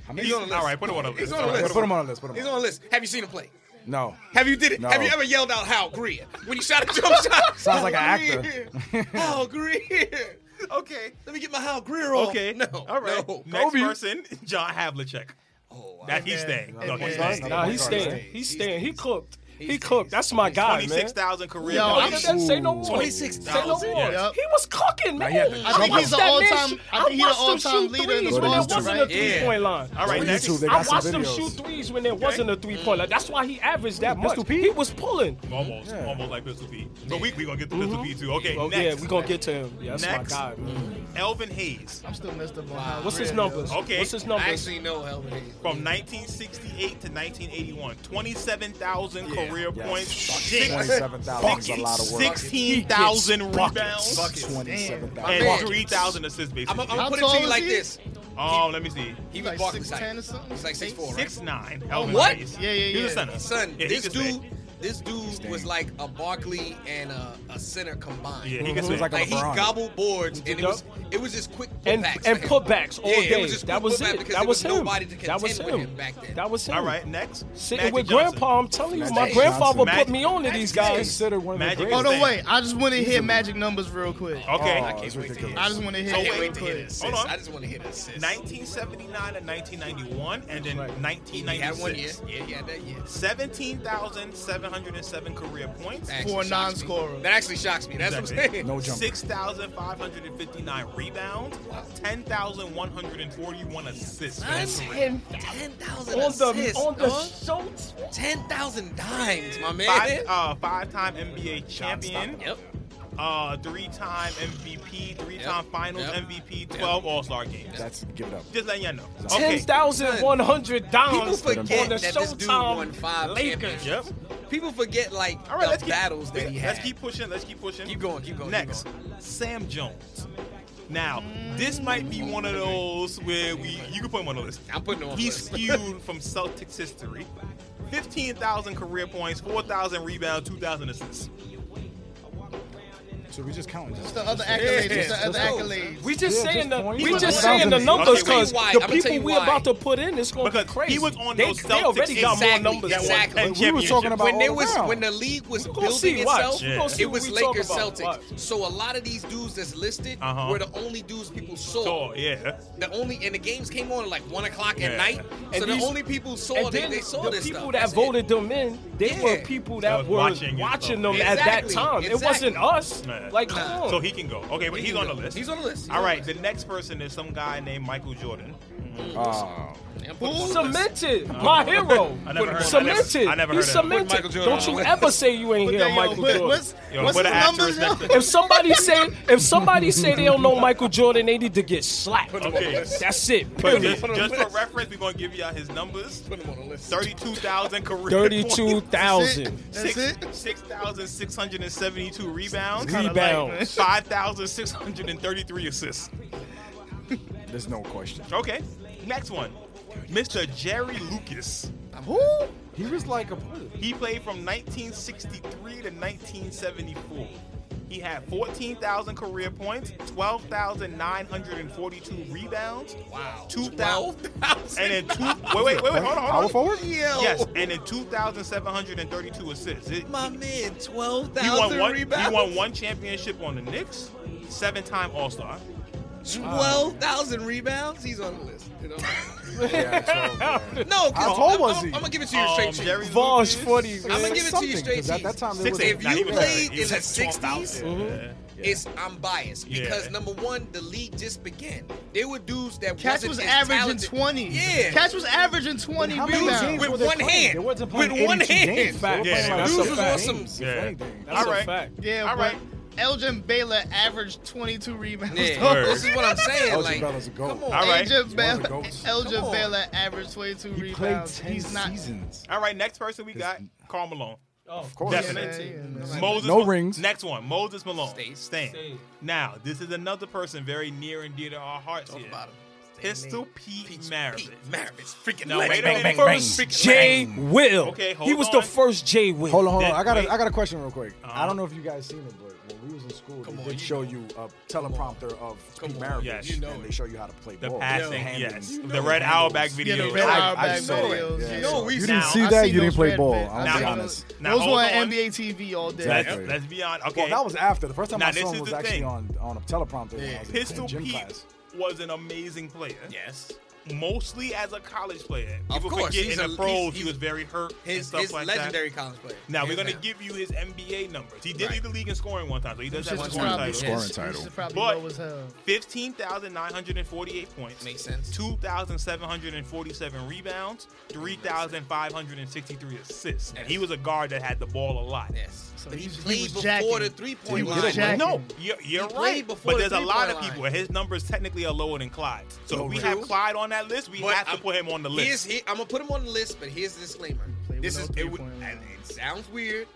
Speaker 5: How many?
Speaker 1: He's, all right, put him on the list.
Speaker 2: He's on the
Speaker 1: All right,
Speaker 2: list.
Speaker 1: put
Speaker 5: Put
Speaker 1: him
Speaker 5: him on the list. Put him
Speaker 2: Heis
Speaker 5: on.
Speaker 2: on the list. Have you seen him play?
Speaker 5: No.
Speaker 2: Have you did it?
Speaker 5: No.
Speaker 2: Have you ever yelled out "Hal Greer" when you shot a jump shot?
Speaker 5: Sounds like an
Speaker 2: Hal
Speaker 5: actor.
Speaker 2: Greer. Hal Greer. Okay, let me get my Hal Greer on.
Speaker 1: Okay.
Speaker 2: no,
Speaker 1: All right.
Speaker 2: no.
Speaker 1: Next
Speaker 5: Kobe.
Speaker 1: person, John Havlicek.
Speaker 2: Oh, wow.
Speaker 1: That he's
Speaker 3: man.
Speaker 1: staying.
Speaker 3: Hey,
Speaker 1: No,
Speaker 3: man.
Speaker 1: he's staying.
Speaker 5: Another
Speaker 4: Nah,
Speaker 5: point
Speaker 4: he's
Speaker 5: guard,
Speaker 4: staying.
Speaker 5: right?
Speaker 4: He's staying. He cooked. He
Speaker 2: He's-
Speaker 4: cooked. That's my guy, man.
Speaker 1: Twenty-six thousand career.
Speaker 3: Yo,
Speaker 1: points.
Speaker 3: I'm
Speaker 4: I said say no more.
Speaker 1: Twenty-
Speaker 4: Say no
Speaker 1: 26,000,
Speaker 4: more.
Speaker 1: yeah.
Speaker 4: He was cooking, man.
Speaker 5: he had to
Speaker 4: I
Speaker 3: jump
Speaker 4: watched
Speaker 3: him.
Speaker 4: that
Speaker 3: He's an
Speaker 4: man
Speaker 3: all-time-
Speaker 4: shoot-
Speaker 3: I think he's an
Speaker 4: watched them
Speaker 3: all-time
Speaker 4: shoot
Speaker 3: leader in
Speaker 4: threes
Speaker 5: the
Speaker 4: when there
Speaker 5: roster,
Speaker 4: wasn't a
Speaker 5: right?
Speaker 4: three
Speaker 2: Yeah.
Speaker 4: point line.
Speaker 1: All right,
Speaker 5: On
Speaker 1: next.
Speaker 5: YouTube, they
Speaker 4: I
Speaker 5: got some
Speaker 4: watched him
Speaker 5: videos.
Speaker 4: shoot threes when there wasn't a three point line. That's why he averaged that much.
Speaker 5: Pistol Pete?
Speaker 4: He was pulling.
Speaker 1: Almost,
Speaker 5: Yeah.
Speaker 1: almost like Pistol Pete. But we we gonna get to Pistol Pete too. Okay,
Speaker 4: Oh yeah,
Speaker 1: next.
Speaker 4: we gonna get to him. Yeah, that's
Speaker 1: Next.
Speaker 4: my guy. man.
Speaker 1: Elvin Hayes
Speaker 3: I'm still messed up on how
Speaker 4: What's his
Speaker 3: rare it is.
Speaker 4: numbers?
Speaker 1: Okay.
Speaker 4: What's his
Speaker 2: I
Speaker 4: numbers?
Speaker 2: actually know Elvin Hayes.
Speaker 1: from 1968 to 1981, 27,000
Speaker 2: Yeah.
Speaker 1: career
Speaker 5: Yes.
Speaker 1: points,
Speaker 5: Fuck
Speaker 1: six-
Speaker 5: it. 27,000 is a lot of work.
Speaker 1: 16,000
Speaker 5: Buckets.
Speaker 1: rebounds,
Speaker 5: Twenty-seven
Speaker 2: Damn.
Speaker 5: thousand.
Speaker 2: Buckets.
Speaker 1: and 3,000 assists
Speaker 2: I'm,
Speaker 1: basically.
Speaker 2: I'm gonna
Speaker 3: How
Speaker 2: put it to
Speaker 3: tall
Speaker 2: you
Speaker 3: is
Speaker 2: like
Speaker 3: he?
Speaker 2: this.
Speaker 1: Oh, let me see.
Speaker 2: He
Speaker 3: Like
Speaker 2: was Barkley's
Speaker 3: 6'10" or
Speaker 2: height.
Speaker 3: something?
Speaker 2: He's like six four, right?
Speaker 1: Six nine. Elvin
Speaker 2: what?
Speaker 1: Hayes.
Speaker 3: Yeah, yeah,
Speaker 1: He's a
Speaker 3: yeah.
Speaker 1: center.
Speaker 2: Son,
Speaker 1: yeah, he
Speaker 2: this
Speaker 1: can
Speaker 2: dude,
Speaker 1: stay.
Speaker 2: this dude
Speaker 5: Stay.
Speaker 2: was like a Barkley and a, a center combined.
Speaker 1: Yeah, he can
Speaker 5: It was
Speaker 1: stay.
Speaker 5: like a
Speaker 2: Like he
Speaker 5: LeBron.
Speaker 2: gobbled boards, and it was it was just quick
Speaker 4: And
Speaker 2: putbacks
Speaker 4: and
Speaker 2: for him.
Speaker 4: putbacks all
Speaker 2: Yeah,
Speaker 4: day.
Speaker 2: It was just
Speaker 4: that
Speaker 2: quick
Speaker 4: was
Speaker 2: putback
Speaker 4: it.
Speaker 2: because
Speaker 4: That
Speaker 2: there
Speaker 4: was him.
Speaker 2: nobody to
Speaker 4: That
Speaker 2: contend
Speaker 4: was
Speaker 2: with
Speaker 4: him.
Speaker 2: him back then.
Speaker 4: That was him.
Speaker 1: All right, next.
Speaker 4: Sitting
Speaker 1: Magic
Speaker 4: with
Speaker 1: Johnson.
Speaker 4: grandpa, I'm telling you,
Speaker 5: Magic
Speaker 4: my
Speaker 5: Johnson.
Speaker 4: grandfather put
Speaker 1: Magic-
Speaker 4: me on to these guys.
Speaker 5: Considered one of the
Speaker 1: Magic
Speaker 5: greatest.
Speaker 1: is
Speaker 3: Oh no,
Speaker 1: saying-
Speaker 3: wait! I just want to hear magic numbers real quick.
Speaker 1: Okay.
Speaker 5: Oh, it's ridiculous.
Speaker 3: I just want to hear.
Speaker 1: So
Speaker 2: I can't
Speaker 1: wait
Speaker 2: wait to
Speaker 1: till
Speaker 2: hit
Speaker 1: it.
Speaker 2: an assist.
Speaker 1: Hold on.
Speaker 2: I just want to hit an assist.
Speaker 1: 1979 to 1991, and then
Speaker 4: Right.
Speaker 2: He had one year.
Speaker 1: 1996.
Speaker 2: Yeah, yeah, that year.
Speaker 1: 17,707 career points,
Speaker 2: That
Speaker 3: For
Speaker 2: actually
Speaker 3: a
Speaker 2: shocks me.
Speaker 3: non-scorer.
Speaker 2: That actually shocks me. That's what I'm
Speaker 1: Exactly.
Speaker 2: saying.
Speaker 5: No jumper.
Speaker 1: 6,559 rebounds, 10,141 assists. for that career.
Speaker 4: Him
Speaker 2: Ten thousand
Speaker 4: on the
Speaker 2: assists.
Speaker 4: on the
Speaker 2: dog.
Speaker 4: shots.
Speaker 2: ten thousand dimes, my man.
Speaker 1: Five, uh, five-time NBA champion,
Speaker 2: Yep.
Speaker 1: uh, three-time MVP, three-time
Speaker 2: Yep.
Speaker 1: Finals
Speaker 2: Yep.
Speaker 1: MVP, 12 All-Star games.
Speaker 5: That's give it up.
Speaker 1: Just letting y'all know.
Speaker 4: Ten
Speaker 1: Okay.
Speaker 4: thousand one hundred
Speaker 2: People
Speaker 4: dollars on the
Speaker 2: forget that this dude won
Speaker 4: Showtime
Speaker 2: five
Speaker 4: Lakers.
Speaker 1: Yep.
Speaker 2: People forget like
Speaker 1: All right,
Speaker 2: the
Speaker 1: let's keep,
Speaker 2: battles that he had.
Speaker 1: Let's keep pushing. Let's keep pushing.
Speaker 2: Keep going, keep going, keep
Speaker 1: Next, Sam Jones. Now, this might be one of those where we you can put him on the list.
Speaker 2: I'm putting him on the
Speaker 1: He's
Speaker 2: list.
Speaker 1: skewed from Celtics history. Fifteen thousand career points, four thousand rebounds, two thousand assists.
Speaker 5: So we just counting. Just,
Speaker 3: The other accolades.
Speaker 2: Yeah.
Speaker 3: Just the other
Speaker 2: Let's go.
Speaker 3: accolades.
Speaker 4: We just
Speaker 5: Yeah,
Speaker 4: saying
Speaker 5: just
Speaker 4: the
Speaker 5: point
Speaker 4: we
Speaker 5: out.
Speaker 4: just
Speaker 5: I'ma
Speaker 4: saying the
Speaker 5: tell you
Speaker 4: numbers
Speaker 1: why.
Speaker 4: because
Speaker 2: I'ma
Speaker 4: the
Speaker 2: tell you
Speaker 4: people we
Speaker 2: why.
Speaker 4: about to put in is going to be
Speaker 1: Because he
Speaker 4: Oh, crazy.
Speaker 1: was on
Speaker 4: they,
Speaker 1: those
Speaker 4: they already
Speaker 1: Celtics
Speaker 4: got
Speaker 2: exactly.
Speaker 4: more numbers.
Speaker 1: That
Speaker 4: than
Speaker 2: Exactly.
Speaker 1: won ten
Speaker 5: We were talking
Speaker 1: championships.
Speaker 5: about-
Speaker 2: when
Speaker 5: all
Speaker 2: there was
Speaker 5: around.
Speaker 2: when the league was
Speaker 4: We gonna
Speaker 2: building
Speaker 4: see, watch.
Speaker 2: itself,
Speaker 1: Yeah. We gonna
Speaker 4: see
Speaker 2: it
Speaker 4: what
Speaker 2: was
Speaker 4: we talk
Speaker 2: Lakers
Speaker 4: about,
Speaker 2: Celtics.
Speaker 4: watch.
Speaker 2: So a lot of these dudes that's listed
Speaker 1: Uh-huh.
Speaker 2: were the only dudes people saw.
Speaker 1: So, Oh, yeah.
Speaker 2: The only and the games came on at like one o'clock
Speaker 1: Yeah.
Speaker 2: at night. So
Speaker 4: And
Speaker 2: the
Speaker 4: these-
Speaker 2: only people saw
Speaker 4: And
Speaker 2: they,
Speaker 4: then
Speaker 2: they saw
Speaker 4: the
Speaker 2: this
Speaker 4: people
Speaker 2: stuff.
Speaker 4: that
Speaker 2: That's it.
Speaker 4: voted them in, they
Speaker 2: Yeah.
Speaker 4: were people
Speaker 1: That
Speaker 4: that,
Speaker 1: was
Speaker 4: were
Speaker 1: watching
Speaker 4: watching,
Speaker 1: and stuff.
Speaker 4: them at that
Speaker 2: Exactly,
Speaker 4: time. It
Speaker 2: exactly.
Speaker 4: wasn't us.
Speaker 1: Nah.
Speaker 4: Like, come on.
Speaker 1: So he can go. Okay, but
Speaker 2: He
Speaker 1: he's
Speaker 2: can
Speaker 1: on the
Speaker 2: go.
Speaker 1: list.
Speaker 2: He's on the list. He's
Speaker 1: All
Speaker 2: on
Speaker 1: right,
Speaker 2: the
Speaker 1: the next person is some guy named Michael Jordan.
Speaker 5: oh,
Speaker 2: I'm putting him on the list.
Speaker 4: cemented, my hero.
Speaker 1: I never heard- I never-
Speaker 4: cemented.
Speaker 1: I never
Speaker 4: He's
Speaker 1: heard of him.
Speaker 4: cemented.
Speaker 2: Michael Jordan
Speaker 4: Don't you
Speaker 2: on the
Speaker 4: ever say you ain't
Speaker 3: But
Speaker 4: here,
Speaker 3: then, yo,
Speaker 4: Michael
Speaker 3: what-
Speaker 4: Jordan.
Speaker 3: What's,
Speaker 1: Yo,
Speaker 3: what's
Speaker 1: put
Speaker 3: his
Speaker 1: an asterisk
Speaker 3: numbers? yo?
Speaker 1: next to
Speaker 4: If somebody say if somebody say they don't know Michael Jordan, they need to get slapped.
Speaker 1: Okay.
Speaker 4: That's it.
Speaker 1: But
Speaker 4: Period.
Speaker 1: just, just for reference, we're gonna give y'all his numbers.
Speaker 2: Put him on the list.
Speaker 1: Thirty-two thousand career.
Speaker 4: Thirty-two
Speaker 1: points.
Speaker 3: That's
Speaker 4: thousand
Speaker 3: it. That's it.
Speaker 1: Six- 6,672 rebounds,
Speaker 3: kinda like-
Speaker 4: rebounds.
Speaker 1: 5,633 assists.
Speaker 6: Oh,
Speaker 5: there's no question.
Speaker 1: Okay, next one. Mr. Jerry Lucas.
Speaker 5: He was like a player.
Speaker 1: He played from 1963 to 1974. He had 14,000 career points, 12,942 rebounds,
Speaker 2: Wow.
Speaker 1: 2,000.
Speaker 2: 12,000.
Speaker 1: and then two. Wait, wait, wait, wait, hold on, hold
Speaker 5: Power
Speaker 1: on.
Speaker 5: forward.
Speaker 2: Yo,
Speaker 1: Yes, and then 2,732 assists. It-
Speaker 2: my man, twelve
Speaker 1: He won
Speaker 2: thousand
Speaker 1: one.
Speaker 2: rebounds.
Speaker 1: He won one championship on the Knicks. Seven-time All Star.
Speaker 2: Twelve thousand rebounds. He's on the list. You know?
Speaker 5: Yeah, 12, man.
Speaker 2: no,
Speaker 5: How
Speaker 2: because
Speaker 5: tall
Speaker 2: I'm,
Speaker 5: was
Speaker 2: I'm,
Speaker 5: he?
Speaker 2: I'm gonna give it to you straight. to you.
Speaker 1: Um, Jerry
Speaker 4: Vosh
Speaker 1: Lucas.
Speaker 4: 40.
Speaker 5: Yeah,
Speaker 2: gonna give it to you
Speaker 5: something,
Speaker 2: straight
Speaker 5: 'cause At that time, there
Speaker 1: Six
Speaker 5: was
Speaker 1: eight.
Speaker 2: If
Speaker 1: Not
Speaker 2: you
Speaker 1: even
Speaker 2: played
Speaker 1: that.
Speaker 2: in
Speaker 1: He was
Speaker 2: the
Speaker 1: like
Speaker 2: 60s,
Speaker 1: 12,000.
Speaker 6: Mm-hmm.
Speaker 2: It's I'm biased
Speaker 1: Yeah.
Speaker 2: because number one, the league just began. There were dudes that
Speaker 3: Catch
Speaker 2: wasn't
Speaker 3: was
Speaker 2: as
Speaker 3: averaging
Speaker 2: talented.
Speaker 3: twenty.
Speaker 2: Yeah,
Speaker 3: Catch was averaging twenty
Speaker 5: How many games
Speaker 3: rebounds.
Speaker 2: with
Speaker 5: were they
Speaker 2: one
Speaker 5: playing?
Speaker 2: hand.
Speaker 5: They wasn't
Speaker 2: With
Speaker 5: playing
Speaker 2: one
Speaker 5: 82
Speaker 2: hand.
Speaker 5: games. They were
Speaker 1: Yeah.
Speaker 5: playing like
Speaker 1: Dudes
Speaker 5: seven
Speaker 2: was
Speaker 5: games,
Speaker 2: awesome.
Speaker 5: if
Speaker 1: Yeah.
Speaker 5: anything.
Speaker 4: That's
Speaker 1: All
Speaker 4: a
Speaker 1: right.
Speaker 4: fact.
Speaker 3: Yeah,
Speaker 1: All
Speaker 3: but
Speaker 1: right.
Speaker 3: Elgin Baylor averaged 22 rebounds.
Speaker 2: Yeah.
Speaker 1: Word.
Speaker 2: This is what I'm saying.
Speaker 5: Elgin
Speaker 2: Like,
Speaker 5: Baylor's a goat.
Speaker 2: come on.
Speaker 1: All right.
Speaker 3: Elgin,
Speaker 5: one of the
Speaker 3: Baylor,
Speaker 5: goats.
Speaker 3: Elgin
Speaker 2: Come on.
Speaker 3: Baylor averaged 22
Speaker 5: He played
Speaker 3: rebounds.
Speaker 5: ten
Speaker 3: He's not.
Speaker 5: seasons.
Speaker 1: All right, next person we got, Carl Malone.
Speaker 4: Oh,
Speaker 5: Of course.
Speaker 1: Definitely.
Speaker 3: Yeah, yeah, yeah.
Speaker 5: Like,
Speaker 1: Moses
Speaker 5: no
Speaker 1: Ma-
Speaker 5: rings.
Speaker 1: Next one, Moses Malone.
Speaker 2: Stain.
Speaker 1: Stain.
Speaker 4: Stain.
Speaker 1: Now, this is another person very near and dear to our hearts
Speaker 2: Talk
Speaker 1: here.
Speaker 2: about him.
Speaker 1: Pistol Pete Maravich.
Speaker 2: Maravich. Freaking
Speaker 1: Now, wait
Speaker 2: legend.
Speaker 1: a
Speaker 6: bang,
Speaker 1: minute.
Speaker 4: first
Speaker 6: bang.
Speaker 4: J Will.
Speaker 1: Okay,
Speaker 4: he
Speaker 1: hold
Speaker 4: was the
Speaker 1: on.
Speaker 4: first J Will.
Speaker 6: Hold on, hold on.
Speaker 1: That-
Speaker 6: I got
Speaker 1: wait.
Speaker 6: a, I got a question real quick.
Speaker 1: Uh-huh.
Speaker 6: I don't know if you guys seen it, but when we was in school, they
Speaker 2: Come on,
Speaker 6: did
Speaker 2: you
Speaker 6: show
Speaker 2: know.
Speaker 6: you a teleprompter of
Speaker 2: Come
Speaker 6: Pete
Speaker 2: on,
Speaker 6: Maravich,
Speaker 1: yes.
Speaker 2: you know
Speaker 6: and
Speaker 2: it.
Speaker 6: they show you how to play
Speaker 1: The
Speaker 6: ball.
Speaker 1: passing,
Speaker 6: Handling.
Speaker 1: yes.
Speaker 6: You
Speaker 1: the
Speaker 6: know
Speaker 1: Red
Speaker 6: it.
Speaker 1: Owl back
Speaker 3: Yeah,
Speaker 1: video.
Speaker 3: the
Speaker 6: I-
Speaker 3: red
Speaker 6: I
Speaker 3: eye back
Speaker 6: saw it.
Speaker 3: videos.
Speaker 6: Yeah.
Speaker 3: Yeah.
Speaker 2: No, we
Speaker 6: You
Speaker 2: Now,
Speaker 6: didn't see
Speaker 3: I
Speaker 6: that.
Speaker 3: seen
Speaker 6: You didn't
Speaker 3: those
Speaker 6: play
Speaker 3: red
Speaker 6: ball.
Speaker 3: bits.
Speaker 6: I'm
Speaker 1: Now,
Speaker 6: being
Speaker 1: hold
Speaker 6: honest.
Speaker 1: Now,
Speaker 3: Those were
Speaker 1: hold
Speaker 3: on
Speaker 1: on.
Speaker 3: NBA TV all day.
Speaker 1: Let's,
Speaker 6: Exactly.
Speaker 1: let's be honest. Okay.
Speaker 6: Well, that was after the first time
Speaker 1: Now,
Speaker 6: I
Speaker 1: this
Speaker 6: saw
Speaker 1: is
Speaker 6: him was
Speaker 1: the
Speaker 6: actually
Speaker 1: thing.
Speaker 6: on, on a teleprompter. when I was in- in
Speaker 1: Pistol
Speaker 6: gym
Speaker 1: Pete
Speaker 6: class.
Speaker 1: was an amazing player.
Speaker 2: Yes.
Speaker 1: Mostly as a college player.
Speaker 2: Of
Speaker 1: People
Speaker 2: course,
Speaker 1: forget
Speaker 2: he's
Speaker 1: in
Speaker 2: a-
Speaker 1: the pros
Speaker 2: he's-
Speaker 1: he
Speaker 2: he's-
Speaker 1: was very hurt and
Speaker 2: His,
Speaker 1: stuff
Speaker 2: his
Speaker 1: like
Speaker 2: legendary college player.
Speaker 1: that. Now we're
Speaker 2: Hands
Speaker 1: gonna
Speaker 2: down.
Speaker 1: give you his NBA numbers. He did
Speaker 2: Right.
Speaker 1: lead the league in scoring one time, so he does have a
Speaker 3: This is
Speaker 1: scoring
Speaker 3: probably-
Speaker 1: title.
Speaker 6: Scoring
Speaker 3: this
Speaker 6: title.
Speaker 3: is probably uh,
Speaker 1: But-
Speaker 3: low as hell.
Speaker 1: 15,948 points.
Speaker 2: Makes sense.
Speaker 1: 2,747 rebounds, 3,563 assists. And he was a guard that had the ball a lot.
Speaker 2: Yes.
Speaker 3: So
Speaker 2: but he
Speaker 3: he's- he
Speaker 2: played
Speaker 3: was
Speaker 2: before
Speaker 3: jacking.
Speaker 2: the three
Speaker 3: He
Speaker 2: point
Speaker 3: was
Speaker 2: line.
Speaker 3: jacking.
Speaker 1: No, you're, you're
Speaker 2: He played
Speaker 1: right.
Speaker 2: before
Speaker 1: But
Speaker 2: the
Speaker 1: there's a lot of
Speaker 2: three-point
Speaker 1: people.
Speaker 2: line.
Speaker 1: His numbers technically are lower than Clyde. So
Speaker 6: No
Speaker 1: if we
Speaker 6: risk.
Speaker 1: have Clyde on that list, we
Speaker 2: But
Speaker 1: have to
Speaker 2: I'm-
Speaker 1: put him on the
Speaker 2: Here's,
Speaker 1: list.
Speaker 2: here, I'm gonna put him on the list, but here's the disclaimer.
Speaker 3: Play
Speaker 2: This
Speaker 3: with
Speaker 2: is
Speaker 3: no
Speaker 2: it, would,
Speaker 3: three-point
Speaker 2: and
Speaker 3: line.
Speaker 2: it sounds weird.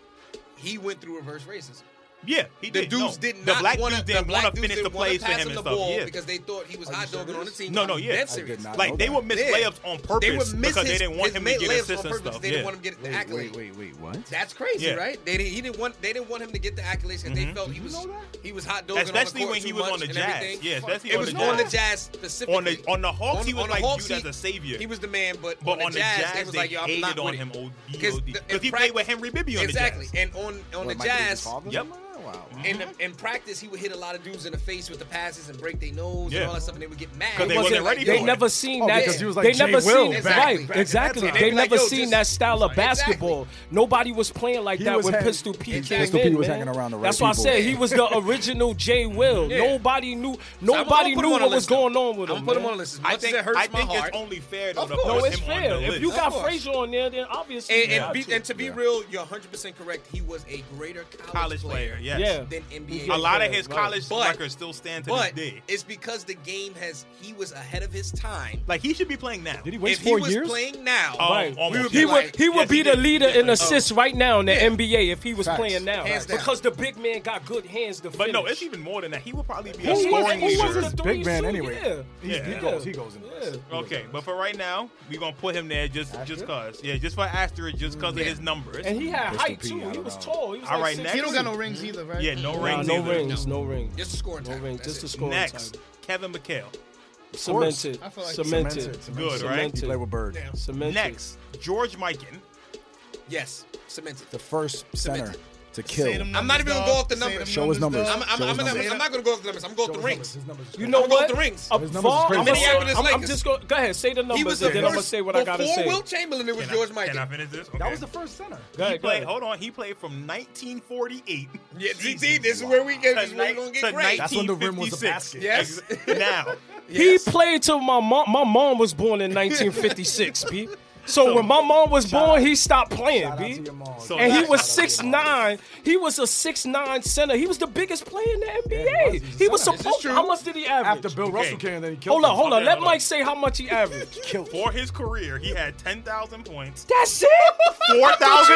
Speaker 2: He went through reverse racism.
Speaker 1: yeah, he
Speaker 2: The
Speaker 1: did.
Speaker 2: dudes
Speaker 1: no.
Speaker 2: did
Speaker 1: The
Speaker 2: not
Speaker 1: black
Speaker 2: wanna,
Speaker 1: dudes
Speaker 2: the
Speaker 1: didn't
Speaker 2: black
Speaker 1: want to
Speaker 2: dudes
Speaker 1: finish the
Speaker 2: didn't wanna
Speaker 1: plays for
Speaker 2: pass
Speaker 1: him
Speaker 2: him
Speaker 1: and
Speaker 2: the
Speaker 1: stuff.
Speaker 2: ball
Speaker 1: Yeah.
Speaker 2: because they thought he was hot dogging on the team.
Speaker 1: No, no,
Speaker 2: I'm
Speaker 1: yeah.
Speaker 2: dead
Speaker 1: I
Speaker 2: serious.
Speaker 6: did not
Speaker 1: Like
Speaker 6: know
Speaker 1: they
Speaker 6: that.
Speaker 1: would miss
Speaker 2: Yeah.
Speaker 1: layups on purpose
Speaker 2: They would miss
Speaker 1: because
Speaker 2: his,
Speaker 1: they didn't want
Speaker 2: his
Speaker 1: him
Speaker 2: made
Speaker 1: to get
Speaker 2: layups
Speaker 1: assists
Speaker 2: on
Speaker 1: and
Speaker 2: purpose.
Speaker 1: stuff.
Speaker 2: They
Speaker 1: yeah.
Speaker 2: didn't want him to get the accolade.
Speaker 6: wait, wait, what?
Speaker 2: That's crazy,
Speaker 1: Yeah. Mm-hmm.
Speaker 2: right? They didn't, he didn't want they didn't want him to get the accolades because they felt he was he was hot dogging
Speaker 1: especially
Speaker 2: on the court
Speaker 1: when he
Speaker 2: too
Speaker 1: was
Speaker 2: much
Speaker 1: on the
Speaker 2: and
Speaker 1: Jazz.
Speaker 2: everything.
Speaker 1: Yeah, especially
Speaker 2: It
Speaker 1: on
Speaker 2: was
Speaker 1: the
Speaker 2: on the
Speaker 1: Jazz.
Speaker 2: Jazz
Speaker 1: On
Speaker 2: specifically.
Speaker 1: the on the Hawks,
Speaker 2: On-
Speaker 1: he was
Speaker 2: on the
Speaker 1: like
Speaker 2: Hawks,
Speaker 1: viewed as
Speaker 2: he-
Speaker 1: a savior.
Speaker 2: He was the man, but,
Speaker 1: but
Speaker 2: on, the Jazz, they was
Speaker 1: they
Speaker 2: like, yo, I'm
Speaker 1: hated
Speaker 2: not
Speaker 1: on
Speaker 2: with it.
Speaker 1: him. OD,
Speaker 2: Because the-
Speaker 1: because he
Speaker 2: in
Speaker 1: played
Speaker 2: prac-
Speaker 1: with Henry Bibby on
Speaker 2: Exactly.
Speaker 1: the Jazz.
Speaker 2: And on on the
Speaker 6: What, Michael Jordan's
Speaker 2: Jazz,
Speaker 6: father?
Speaker 1: Yep.
Speaker 6: Wow.
Speaker 2: in, in practice, he would hit a lot of dudes in the face with the passes and break their nose
Speaker 1: Yeah.
Speaker 2: and all that stuff, and they would get mad.
Speaker 1: 'Cause they
Speaker 2: It
Speaker 1: wasn't ready
Speaker 4: they
Speaker 1: for it.
Speaker 4: never seen
Speaker 6: Oh,
Speaker 4: that.
Speaker 2: because he was
Speaker 6: like
Speaker 4: they
Speaker 6: Jay
Speaker 4: never
Speaker 6: Will
Speaker 4: seen
Speaker 2: back-
Speaker 4: right.
Speaker 2: back at that
Speaker 4: exactly.
Speaker 3: time.
Speaker 4: They
Speaker 2: Like,
Speaker 4: never
Speaker 2: yo,
Speaker 4: seen
Speaker 2: just-
Speaker 4: that style of
Speaker 2: Exactly.
Speaker 4: basketball. Nobody was playing like
Speaker 6: He
Speaker 4: that
Speaker 6: was
Speaker 4: when
Speaker 6: hang-
Speaker 4: Pistol Pete came
Speaker 2: Exactly.
Speaker 6: Pistol
Speaker 4: in,
Speaker 6: Pete was
Speaker 4: man.
Speaker 6: hanging around the right
Speaker 4: That's why I
Speaker 6: people.
Speaker 4: said he was the original J Will.
Speaker 2: Yeah.
Speaker 4: Nobody knew.
Speaker 2: So I'm-
Speaker 4: Nobody
Speaker 2: I'm gonna put
Speaker 4: knew
Speaker 2: him on the
Speaker 4: what was
Speaker 2: list, though.
Speaker 4: going on with him.
Speaker 2: I'm gonna put him
Speaker 4: man.
Speaker 2: on the list. As much
Speaker 1: I
Speaker 2: as
Speaker 1: think
Speaker 2: it hurts
Speaker 1: I
Speaker 2: my
Speaker 1: think
Speaker 2: heart,
Speaker 1: it's only fair though
Speaker 2: Of
Speaker 1: to
Speaker 2: course.
Speaker 4: No,
Speaker 1: put
Speaker 4: it's
Speaker 1: him
Speaker 4: fair.
Speaker 1: on the
Speaker 4: If
Speaker 1: list.
Speaker 4: you got
Speaker 2: course.
Speaker 4: Frazier on there, then obviously
Speaker 2: And,
Speaker 4: you
Speaker 2: and,
Speaker 4: got
Speaker 2: be,
Speaker 4: to.
Speaker 2: and to be
Speaker 6: Yeah.
Speaker 2: real, you're 100% correct. He was a greater
Speaker 1: college player, yes.
Speaker 4: Yeah.
Speaker 2: than NBA.
Speaker 1: A lot of
Speaker 4: Yeah,
Speaker 1: his
Speaker 4: right.
Speaker 1: college
Speaker 2: But-
Speaker 1: records still stand to
Speaker 2: but
Speaker 1: this day.
Speaker 2: it's because the game has he was ahead of his time.
Speaker 1: Like he should be playing now.
Speaker 6: Did he wait
Speaker 2: if
Speaker 6: four
Speaker 2: he was
Speaker 6: years?
Speaker 2: playing now,
Speaker 1: Oh,
Speaker 4: Right.
Speaker 1: almost,
Speaker 2: We would
Speaker 1: yeah.
Speaker 4: He
Speaker 2: be
Speaker 4: would he would
Speaker 1: Yes,
Speaker 4: be
Speaker 1: he
Speaker 4: the
Speaker 1: did.
Speaker 4: leader in
Speaker 1: Yes,
Speaker 4: assists right now in the
Speaker 2: Yeah.
Speaker 4: NBA if he was
Speaker 6: Facts.
Speaker 4: playing now
Speaker 2: Hands down.
Speaker 4: because the big man got good hands to
Speaker 1: But
Speaker 4: finish.
Speaker 1: no, it's even more than that. He would probably be
Speaker 4: Who
Speaker 1: a
Speaker 4: was-
Speaker 1: scoring
Speaker 4: who was
Speaker 1: leader.
Speaker 4: the-
Speaker 6: This
Speaker 4: three
Speaker 6: big man
Speaker 4: shoot,
Speaker 6: anyway.
Speaker 4: yeah.
Speaker 6: He's-
Speaker 1: Yeah.
Speaker 6: He goes. He goes in.
Speaker 4: Yeah.
Speaker 6: this.
Speaker 1: Okay, but for right now, we're gonna put him there just just
Speaker 6: Asterisk?
Speaker 1: cause. Yeah, just for asterisk, just cause of his numbers.
Speaker 4: and he had
Speaker 6: Mr.
Speaker 4: height
Speaker 6: P,
Speaker 4: too.
Speaker 6: I
Speaker 4: He
Speaker 6: don't
Speaker 4: was
Speaker 6: know.
Speaker 4: tall. He was
Speaker 1: All
Speaker 4: like
Speaker 1: right,
Speaker 4: six
Speaker 1: next-
Speaker 3: He don't got
Speaker 4: feet.
Speaker 3: no rings either, right?
Speaker 1: yeah, no
Speaker 4: Nah,
Speaker 1: rings.
Speaker 4: no
Speaker 1: either.
Speaker 4: rings, no rings.
Speaker 2: Just a scoring
Speaker 4: No
Speaker 2: title.
Speaker 4: rings,
Speaker 2: That's
Speaker 4: just a
Speaker 2: it.
Speaker 4: scoring
Speaker 1: Next,
Speaker 4: title.
Speaker 1: Kevin McHale.
Speaker 6: course.
Speaker 4: Cemented,
Speaker 3: I feel like
Speaker 4: cemented,
Speaker 6: Cemented.
Speaker 1: Good,
Speaker 6: Cemented.
Speaker 1: right?
Speaker 6: He played with Bird.
Speaker 2: Now,
Speaker 4: cemented.
Speaker 1: Next, George Mikan.
Speaker 2: yes, cemented.
Speaker 6: The first center to kill.
Speaker 2: I'm not even gonna go off the numbers.
Speaker 6: Show his numbers.
Speaker 2: I'm, I'm,
Speaker 6: Show
Speaker 2: I'm,
Speaker 6: his
Speaker 2: gonna-
Speaker 6: numbers.
Speaker 2: I'm not going to go off the numbers. I'm going to go off the rings.
Speaker 4: You know
Speaker 2: I'm gonna go
Speaker 4: what?
Speaker 2: with the rings.
Speaker 4: Uh,
Speaker 6: His numbers
Speaker 4: Vaughn-
Speaker 6: is crazy.
Speaker 4: I'm gonna say-
Speaker 2: Minneapolis
Speaker 4: I'm- I'm
Speaker 2: Lakers.
Speaker 4: just going. Go ahead, say the
Speaker 2: He
Speaker 4: numbers,
Speaker 2: was the
Speaker 4: and then I'm gonna
Speaker 2: first.
Speaker 4: say what I gotta
Speaker 2: before
Speaker 4: say.
Speaker 2: Will Chamberlain, it was
Speaker 1: Can I-
Speaker 2: George
Speaker 1: Can I
Speaker 2: Michael.
Speaker 1: finish this?
Speaker 6: That
Speaker 1: Okay.
Speaker 6: was the first center.
Speaker 4: Go
Speaker 1: He
Speaker 4: ahead, go
Speaker 1: played.
Speaker 4: ahead.
Speaker 1: Hold on. He played from 1948
Speaker 2: Yeah, see, see, this is where we get. This is where we gonna get great.
Speaker 6: That's when the rim was a basket.
Speaker 1: 1956.
Speaker 2: Yes.
Speaker 1: now,
Speaker 4: He
Speaker 2: Yes.
Speaker 4: played till my mom. My mom was born in 1956, b. So when my mom was born, he stopped playing,
Speaker 6: Shout out to
Speaker 4: b.
Speaker 6: your mom.
Speaker 1: So-
Speaker 4: And he
Speaker 1: Shout
Speaker 4: was
Speaker 1: out to
Speaker 4: six nine. He was a six nine center. He was the biggest player in the
Speaker 6: Yeah, he
Speaker 4: NBA.
Speaker 6: was. He's a
Speaker 4: He was
Speaker 6: center. This
Speaker 4: supposed. How much did he average?
Speaker 6: After Bill Russell came, then he killed.
Speaker 4: hold on, hold on.
Speaker 1: Okay,
Speaker 4: Let
Speaker 1: hold on.
Speaker 4: Mike say how much he averaged.
Speaker 1: for his career, he had 10,000 points,
Speaker 4: That's it.
Speaker 1: 4,000.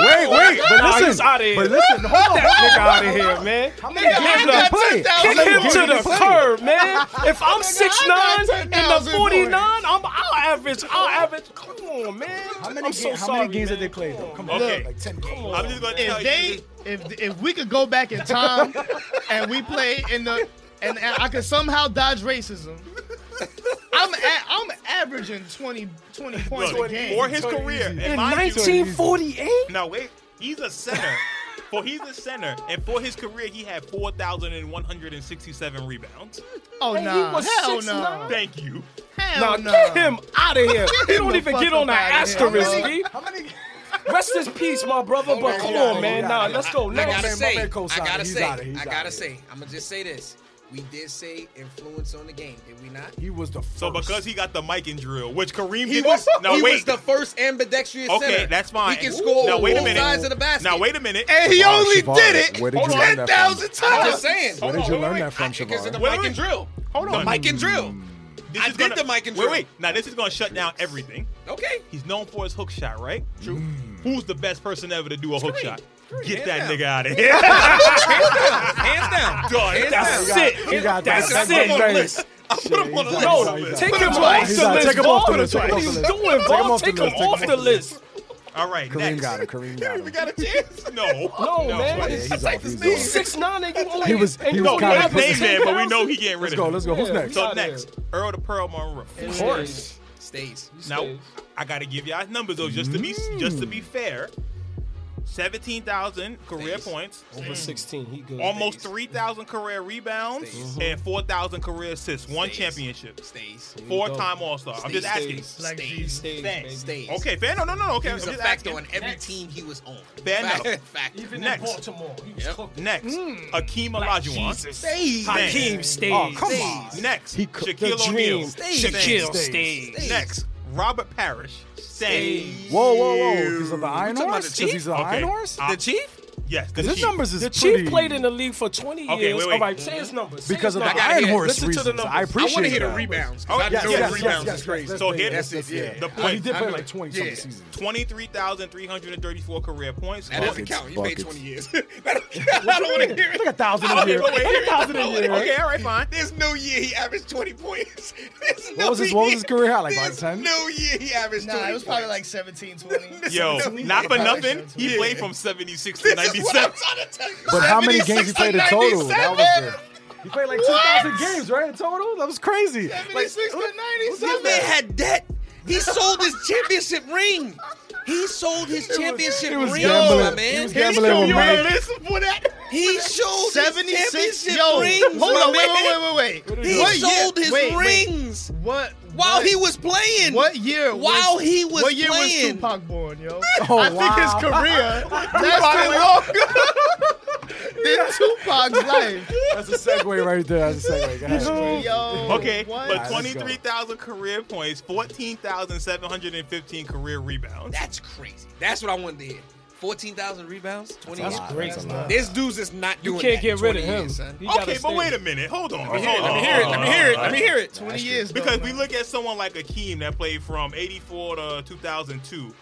Speaker 6: Wait, wait, but
Speaker 4: Nah,
Speaker 6: listen,
Speaker 4: he's outta here.
Speaker 6: but listen, hold on,
Speaker 4: Nigga out of here, man.
Speaker 6: How many games did he play? How
Speaker 4: Kick
Speaker 6: many
Speaker 4: him
Speaker 6: games
Speaker 4: to
Speaker 6: did he
Speaker 4: the
Speaker 6: play?
Speaker 4: curb, man. If I'm six nine
Speaker 3: got
Speaker 4: and
Speaker 3: 10,000
Speaker 4: the 49, I'm I'll average. I'll average. Come on, man.
Speaker 6: How many, ga-
Speaker 4: I'm so
Speaker 6: how
Speaker 4: sorry,
Speaker 6: many games
Speaker 4: man.
Speaker 6: did they play though? Come on,
Speaker 1: Okay.
Speaker 6: like ten games.
Speaker 1: I'm just gonna tell
Speaker 3: if they
Speaker 1: you.
Speaker 3: if if we could go back in time and we play in the and, and I could somehow dodge racism. I'm a, I'm averaging 20, 20 points
Speaker 1: Look,
Speaker 3: a game.
Speaker 1: for his career,
Speaker 6: In
Speaker 1: and
Speaker 4: In
Speaker 1: mind you,
Speaker 4: 1948?
Speaker 1: Now wait, he's a center. for he's a center, and for his career, he had four thousand and one hundred and sixty-seven rebounds.
Speaker 3: oh no,
Speaker 4: and he was
Speaker 3: hell
Speaker 4: 6'9".
Speaker 3: no,
Speaker 1: Thank you.
Speaker 4: Now
Speaker 3: hell no.
Speaker 4: get him out of here.
Speaker 3: Get
Speaker 4: He
Speaker 3: him
Speaker 4: don't
Speaker 3: the
Speaker 4: even
Speaker 3: fuck
Speaker 4: get on
Speaker 3: up
Speaker 4: that
Speaker 3: outta here.
Speaker 4: asterisk.
Speaker 6: How many-
Speaker 4: B.
Speaker 6: How many?
Speaker 4: Rest in peace, my brother. But
Speaker 2: yeah,
Speaker 4: come
Speaker 2: yeah,
Speaker 4: on,
Speaker 2: yeah,
Speaker 4: man.
Speaker 6: yeah,
Speaker 4: Nah,
Speaker 6: yeah.
Speaker 4: let's go.
Speaker 6: I
Speaker 2: I
Speaker 6: My
Speaker 2: gotta
Speaker 6: man-
Speaker 4: Next.
Speaker 2: say,
Speaker 6: my
Speaker 2: I
Speaker 6: man co-signed.
Speaker 2: gotta
Speaker 6: He's
Speaker 2: say,
Speaker 6: outta here. He's
Speaker 2: I
Speaker 6: outta
Speaker 2: gotta
Speaker 6: here.
Speaker 2: say, I'm gonna just say this. We did say influence on the game, did we not?
Speaker 6: He was the first.
Speaker 1: So because he got the mic and drill, which Kareem
Speaker 2: Oh, He
Speaker 1: did
Speaker 2: was,
Speaker 1: now
Speaker 2: he
Speaker 1: wait.
Speaker 2: was the first ambidextrous
Speaker 1: okay,
Speaker 2: center.
Speaker 1: that's fine.
Speaker 2: He can score
Speaker 1: now
Speaker 2: on
Speaker 1: wait a
Speaker 2: both
Speaker 1: minute.
Speaker 2: sides of the basket.
Speaker 1: Now wait a minute.
Speaker 2: And he
Speaker 6: Wow,
Speaker 2: only
Speaker 6: Siobhan,
Speaker 2: did it
Speaker 6: where did you learn that from?
Speaker 2: 10,000 times. I'm just saying.
Speaker 6: Where did
Speaker 1: Hold
Speaker 6: you
Speaker 1: on,
Speaker 6: learn
Speaker 1: wait,
Speaker 6: that from,
Speaker 2: Because of the
Speaker 6: Siobhan?
Speaker 1: Wait,
Speaker 2: mic
Speaker 1: wait.
Speaker 2: and drill.
Speaker 1: Hold
Speaker 2: The
Speaker 1: on.
Speaker 2: mic and drill.
Speaker 1: This
Speaker 2: I
Speaker 1: is
Speaker 2: did
Speaker 1: gonna-
Speaker 2: the mic and
Speaker 1: Wait,
Speaker 2: drill.
Speaker 1: wait. Now this is gonna shut down everything.
Speaker 2: Okay.
Speaker 1: He's known for his hook shot, right?
Speaker 2: True.
Speaker 1: who's the best person ever to do a hook shot? Get that
Speaker 2: Hands
Speaker 1: nigga out of here.
Speaker 2: Hands down.
Speaker 1: Dog,
Speaker 2: Hands
Speaker 1: that's
Speaker 2: down.
Speaker 1: it.
Speaker 6: You got
Speaker 1: That's
Speaker 6: that. That's
Speaker 1: it. I'm on
Speaker 6: on
Speaker 1: the
Speaker 6: the
Speaker 1: list. I put him on the
Speaker 6: He's out.
Speaker 1: list.
Speaker 4: No,
Speaker 6: He's out.
Speaker 4: take
Speaker 1: Put
Speaker 4: him
Speaker 1: him
Speaker 4: off
Speaker 1: twice.
Speaker 4: the list.
Speaker 6: Take him off the list. Take
Speaker 4: What
Speaker 6: him
Speaker 4: are
Speaker 6: off the
Speaker 4: you
Speaker 6: list. Take
Speaker 4: doing,
Speaker 6: him
Speaker 4: Vaughn?
Speaker 6: off the
Speaker 4: Take
Speaker 6: list.
Speaker 4: him
Speaker 6: Take him
Speaker 4: off the
Speaker 6: off the
Speaker 4: list.
Speaker 1: All right,
Speaker 6: Kareem
Speaker 1: next.
Speaker 6: got it. Kareem got it.
Speaker 2: got a chance.
Speaker 1: No.
Speaker 4: No, man.
Speaker 1: what
Speaker 4: Yeah,
Speaker 1: is-
Speaker 6: he's off. He's
Speaker 4: You
Speaker 6: off.
Speaker 4: six nine and you only
Speaker 6: He was-
Speaker 4: and
Speaker 6: he
Speaker 4: you
Speaker 6: was
Speaker 1: No,
Speaker 4: only
Speaker 1: we're
Speaker 6: kinda
Speaker 1: not
Speaker 4: have
Speaker 6: put
Speaker 1: name
Speaker 6: him
Speaker 4: 15
Speaker 1: man, but we
Speaker 4: pounds?
Speaker 1: know he getting rid
Speaker 6: Let's
Speaker 1: of
Speaker 6: go.
Speaker 1: him.
Speaker 6: Let's go. Who's
Speaker 4: Yeah.
Speaker 6: next?
Speaker 1: So
Speaker 4: Outta
Speaker 1: next, Earl the Pearl Monroe.
Speaker 4: Of
Speaker 6: course.
Speaker 2: Stays.
Speaker 1: Now, I gotta give y'all numbers though, just to be just to be
Speaker 2: Mm.
Speaker 1: fair. Seventeen thousand career
Speaker 2: Stays.
Speaker 1: points,
Speaker 4: Over 16, he good.
Speaker 1: almost three thousand career rebounds,
Speaker 2: Stays. Mm-hmm.
Speaker 1: and four thousand career assists. One
Speaker 2: Stays.
Speaker 1: championship,
Speaker 2: Stays.
Speaker 1: four-time All-Star. I'm just asking.
Speaker 2: Stays.
Speaker 3: Like
Speaker 2: Stays.
Speaker 3: G.
Speaker 4: Stays,
Speaker 1: Thanks.
Speaker 4: baby.
Speaker 2: Stays.
Speaker 1: Okay, fair. No, no, no, no. Okay,
Speaker 2: He
Speaker 1: I'm
Speaker 2: was
Speaker 1: just
Speaker 2: a factor
Speaker 1: asking.
Speaker 2: on every team he was on.
Speaker 1: Fair
Speaker 2: Fact-
Speaker 1: enough.
Speaker 2: Factor.
Speaker 4: Even
Speaker 1: Next.
Speaker 4: in Baltimore, he was
Speaker 2: Yep.
Speaker 4: cooking.
Speaker 1: Next,
Speaker 2: Mm.
Speaker 1: Akeem Olajuwon. Thanks.
Speaker 2: Stays.
Speaker 7: Hakeem stays.
Speaker 6: Oh, come on.
Speaker 1: Next,
Speaker 6: He cooked
Speaker 1: Shaquille
Speaker 7: the
Speaker 1: O'Neal.
Speaker 7: dream.
Speaker 2: Stays.
Speaker 7: Shaquille
Speaker 6: Stays.
Speaker 7: stays.
Speaker 2: Stays.
Speaker 1: Next, Robert Parrish. Stays.
Speaker 6: Whoa, whoa, whoa! He's of the Iron
Speaker 2: talking about
Speaker 6: Horse.
Speaker 2: the
Speaker 6: Because he's the
Speaker 1: Okay.
Speaker 6: Iron Horse.
Speaker 1: Uh,
Speaker 2: The chief?
Speaker 1: Yes, the
Speaker 6: Because his
Speaker 1: Chief.
Speaker 6: numbers is
Speaker 4: The
Speaker 6: pretty.
Speaker 4: Chief played in the league for 20
Speaker 1: Okay,
Speaker 4: years.
Speaker 1: wait, wait.
Speaker 4: All right, say his numbers. Say
Speaker 6: because
Speaker 4: his
Speaker 6: of the
Speaker 4: numbers.
Speaker 2: gotta
Speaker 6: Iron
Speaker 2: hear-
Speaker 6: Horse
Speaker 4: listen to the
Speaker 6: reasons. I
Speaker 4: numbers.
Speaker 6: appreciate
Speaker 2: I want to hear the
Speaker 6: that.
Speaker 2: rebounds.
Speaker 1: Oh,
Speaker 2: I
Speaker 1: yes,
Speaker 2: know
Speaker 1: yes,
Speaker 2: the
Speaker 1: yes,
Speaker 2: rebounds
Speaker 1: yes,
Speaker 2: is crazy.
Speaker 1: So here-
Speaker 2: That's it, yeah.
Speaker 1: The
Speaker 6: Well, he
Speaker 1: point.
Speaker 6: did play
Speaker 2: I
Speaker 6: like
Speaker 2: know-
Speaker 6: 20
Speaker 2: yeah.
Speaker 6: something seasons.
Speaker 1: 23,334 career points.
Speaker 2: That doesn't
Speaker 6: Buckets,
Speaker 2: count. You played
Speaker 6: buckets.
Speaker 2: 20 years. I don't want to hear
Speaker 6: Like
Speaker 2: it.
Speaker 6: a thousand
Speaker 2: I
Speaker 1: Oh,
Speaker 6: a
Speaker 2: don't
Speaker 6: year.
Speaker 2: even
Speaker 6: Like
Speaker 2: wanna hear
Speaker 6: a
Speaker 2: it.
Speaker 6: thousand
Speaker 2: I
Speaker 6: a
Speaker 2: don't wanna
Speaker 6: year.
Speaker 1: Okay, all right, fine.
Speaker 2: There's no year he averaged 20 points. There's
Speaker 6: What
Speaker 2: no
Speaker 6: was his- what was
Speaker 2: year-
Speaker 6: his career high, like, like
Speaker 2: there's
Speaker 6: 10?
Speaker 2: No year he averaged 20
Speaker 3: Nah, it was probably like
Speaker 2: points.
Speaker 3: 17, 20.
Speaker 1: Yo, not for nothing, he
Speaker 2: Yeah.
Speaker 1: played from 76 to
Speaker 2: This is what I'm
Speaker 1: 97.
Speaker 2: trying to tell you.
Speaker 6: But how many games he
Speaker 2: 76
Speaker 6: played in
Speaker 2: to
Speaker 6: total? That
Speaker 2: 97.
Speaker 6: was the. He played like 2,000 games, right? In total? That was crazy. Like,
Speaker 2: 76 to 97.
Speaker 6: that
Speaker 2: That man had debt. He sold his championship ring. He sold his championship
Speaker 6: he was
Speaker 2: ring,
Speaker 6: gambling.
Speaker 2: my man.
Speaker 6: He was gambling with
Speaker 2: showed
Speaker 6: money.
Speaker 2: your list for that. He sold
Speaker 3: 76?
Speaker 2: his championship
Speaker 3: Yo,
Speaker 2: rings,
Speaker 3: hold
Speaker 2: my
Speaker 3: on, wait,
Speaker 2: man.
Speaker 3: wait, wait, wait, wait.
Speaker 2: He
Speaker 3: What year-
Speaker 2: sold his
Speaker 3: wait, wait.
Speaker 2: rings
Speaker 3: What?
Speaker 2: while
Speaker 3: what-
Speaker 2: he was playing.
Speaker 3: What year?
Speaker 2: While
Speaker 3: was,
Speaker 2: he was
Speaker 3: What year was
Speaker 2: playing.
Speaker 3: Tupac born, yo?
Speaker 6: Oh,
Speaker 3: I think his
Speaker 6: wow.
Speaker 3: career lasted longer than Tupac's life.
Speaker 6: That's a segue right there. That's a segue. Go ahead.
Speaker 3: Yo,
Speaker 1: Okay,
Speaker 3: what?
Speaker 1: but
Speaker 6: let's go.
Speaker 1: 23,000 career points, 14,715 career rebounds.
Speaker 2: That's crazy. That's what I wanted to hear. 14,000 rebounds, 20
Speaker 6: That's
Speaker 2: years.
Speaker 6: great. That's a lot.
Speaker 2: This dude's just not
Speaker 4: You
Speaker 2: doing
Speaker 4: can't
Speaker 2: that
Speaker 4: get
Speaker 2: in
Speaker 4: rid of
Speaker 2: 20
Speaker 4: him.
Speaker 2: years, son.
Speaker 4: He gotta
Speaker 1: Okay, but
Speaker 4: stay.
Speaker 1: wait a minute. Hold on. Hold
Speaker 2: Let me
Speaker 1: on.
Speaker 2: hear it. Let me hear it. Let me hear it.
Speaker 3: 20 years. though,
Speaker 1: Because we
Speaker 3: man.
Speaker 1: look at someone like Akeem that played from 84 to 2002,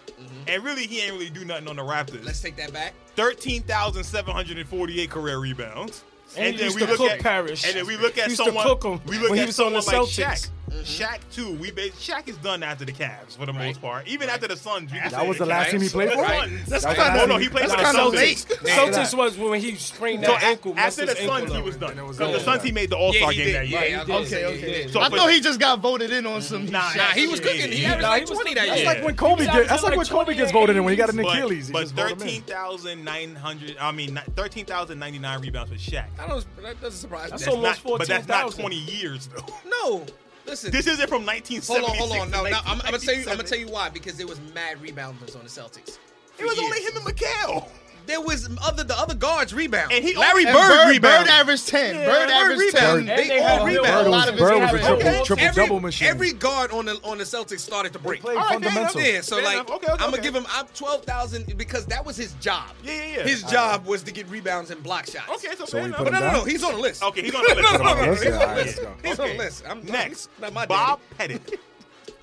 Speaker 1: and really he ain't really do nothing on the Raptors.
Speaker 2: Let's take that back.
Speaker 1: 13,748 career rebounds.
Speaker 4: And he used to cook Parrish.
Speaker 1: And then we look at
Speaker 4: He used to
Speaker 1: someone.
Speaker 4: cook him
Speaker 1: we look
Speaker 4: when
Speaker 1: at
Speaker 4: he was on the
Speaker 1: someone like
Speaker 4: Celtics.
Speaker 1: Shaq. Shaq too. We ba- Shaq is done after the Cavs for the most part. Even after the Suns. we can
Speaker 6: That
Speaker 1: say
Speaker 6: was the last
Speaker 1: Cavs.
Speaker 6: team he played for?
Speaker 1: Right.
Speaker 6: That's
Speaker 1: That's
Speaker 6: kinda-
Speaker 1: no, no, he played for
Speaker 3: that's
Speaker 1: the
Speaker 3: kinda
Speaker 1: Celtics.
Speaker 3: late.
Speaker 4: Celtics was when he sprained
Speaker 1: So
Speaker 4: that
Speaker 1: a-
Speaker 4: ankle. messed
Speaker 1: after
Speaker 4: his
Speaker 1: the
Speaker 4: ankle
Speaker 1: Suns, he
Speaker 4: up.
Speaker 1: was done.
Speaker 5: it was
Speaker 1: Because
Speaker 5: over.
Speaker 1: the Suns, he made the All
Speaker 2: Yeah,
Speaker 1: Star
Speaker 2: he
Speaker 1: game
Speaker 2: did.
Speaker 1: that
Speaker 2: Yeah,
Speaker 1: year.
Speaker 2: I was gonna
Speaker 3: Okay,
Speaker 2: say,
Speaker 3: okay.
Speaker 2: yeah.
Speaker 1: So
Speaker 3: I
Speaker 1: for-
Speaker 3: thought he just got voted in on some.
Speaker 1: Nah,
Speaker 3: shit.
Speaker 2: Nah, he was
Speaker 1: Yeah,
Speaker 2: cooking. He
Speaker 1: yeah.
Speaker 2: averaged
Speaker 4: Nah,
Speaker 2: like
Speaker 4: he was
Speaker 2: 20
Speaker 4: still-
Speaker 2: that
Speaker 6: That's
Speaker 2: year.
Speaker 6: like when Kobe
Speaker 4: Yeah.
Speaker 6: get. That's like when Kobe gets voted in when he got an
Speaker 1: But-
Speaker 6: Achilles. He
Speaker 1: But,
Speaker 6: just voted him in.
Speaker 1: 13,900, I mean, not- 13,099 rebounds for Shaq.
Speaker 2: I don't, that doesn't surprise
Speaker 4: That's
Speaker 2: me.
Speaker 4: almost
Speaker 1: Not- but that's not
Speaker 4: 14,000.
Speaker 1: 20 years, though.
Speaker 2: no. Listen.
Speaker 1: This isn't from 1976.
Speaker 2: hold on, hold on. No,
Speaker 1: to
Speaker 2: no. I'm, I'm gonna tell you. I'm gonna
Speaker 1: 1997.
Speaker 2: tell you why. Because there was mad rebounders on the Celtics.
Speaker 1: It was
Speaker 2: For
Speaker 1: only
Speaker 2: years.
Speaker 1: him and Mikhail.
Speaker 2: There was other the other guards rebound.
Speaker 1: And he-
Speaker 2: Larry
Speaker 3: And
Speaker 2: Bird, rebound.
Speaker 3: Bird averaged 10. Bird averaged 10.
Speaker 2: rebound.
Speaker 4: And
Speaker 2: They
Speaker 4: they had
Speaker 2: all
Speaker 4: Bill.
Speaker 2: rebound.
Speaker 3: A
Speaker 6: Bird
Speaker 3: lot
Speaker 6: was,
Speaker 3: of his
Speaker 6: Bird was
Speaker 3: average
Speaker 6: a triple,
Speaker 4: all-
Speaker 6: triple
Speaker 2: every,
Speaker 6: double machine.
Speaker 2: every guard on the on the Celtics started to break.
Speaker 6: played
Speaker 2: All
Speaker 6: fundamental.
Speaker 2: fair enough. Yeah, so
Speaker 1: Fair
Speaker 2: like
Speaker 1: enough. Okay, okay,
Speaker 2: I'm gonna
Speaker 1: okay.
Speaker 2: give him I'm twelve thousand because that was his job.
Speaker 1: Yeah, yeah, yeah.
Speaker 2: His job was to get rebounds and block shots.
Speaker 1: Okay, so,
Speaker 6: So
Speaker 1: fair
Speaker 6: we
Speaker 1: enough.
Speaker 6: put
Speaker 2: But
Speaker 6: him
Speaker 2: no, no,
Speaker 6: down?
Speaker 2: no, he's on the list.
Speaker 1: Okay, he's on the list.
Speaker 2: no, no,
Speaker 1: Okay,
Speaker 2: no, no,
Speaker 6: let's
Speaker 2: he's
Speaker 6: go.
Speaker 2: on
Speaker 6: All
Speaker 2: the
Speaker 6: right,
Speaker 2: list.
Speaker 6: let's
Speaker 2: He's on the
Speaker 1: Okay.
Speaker 2: list. I'm
Speaker 1: Next,
Speaker 2: he's not my
Speaker 1: Bob
Speaker 2: daddy.
Speaker 1: Pettit.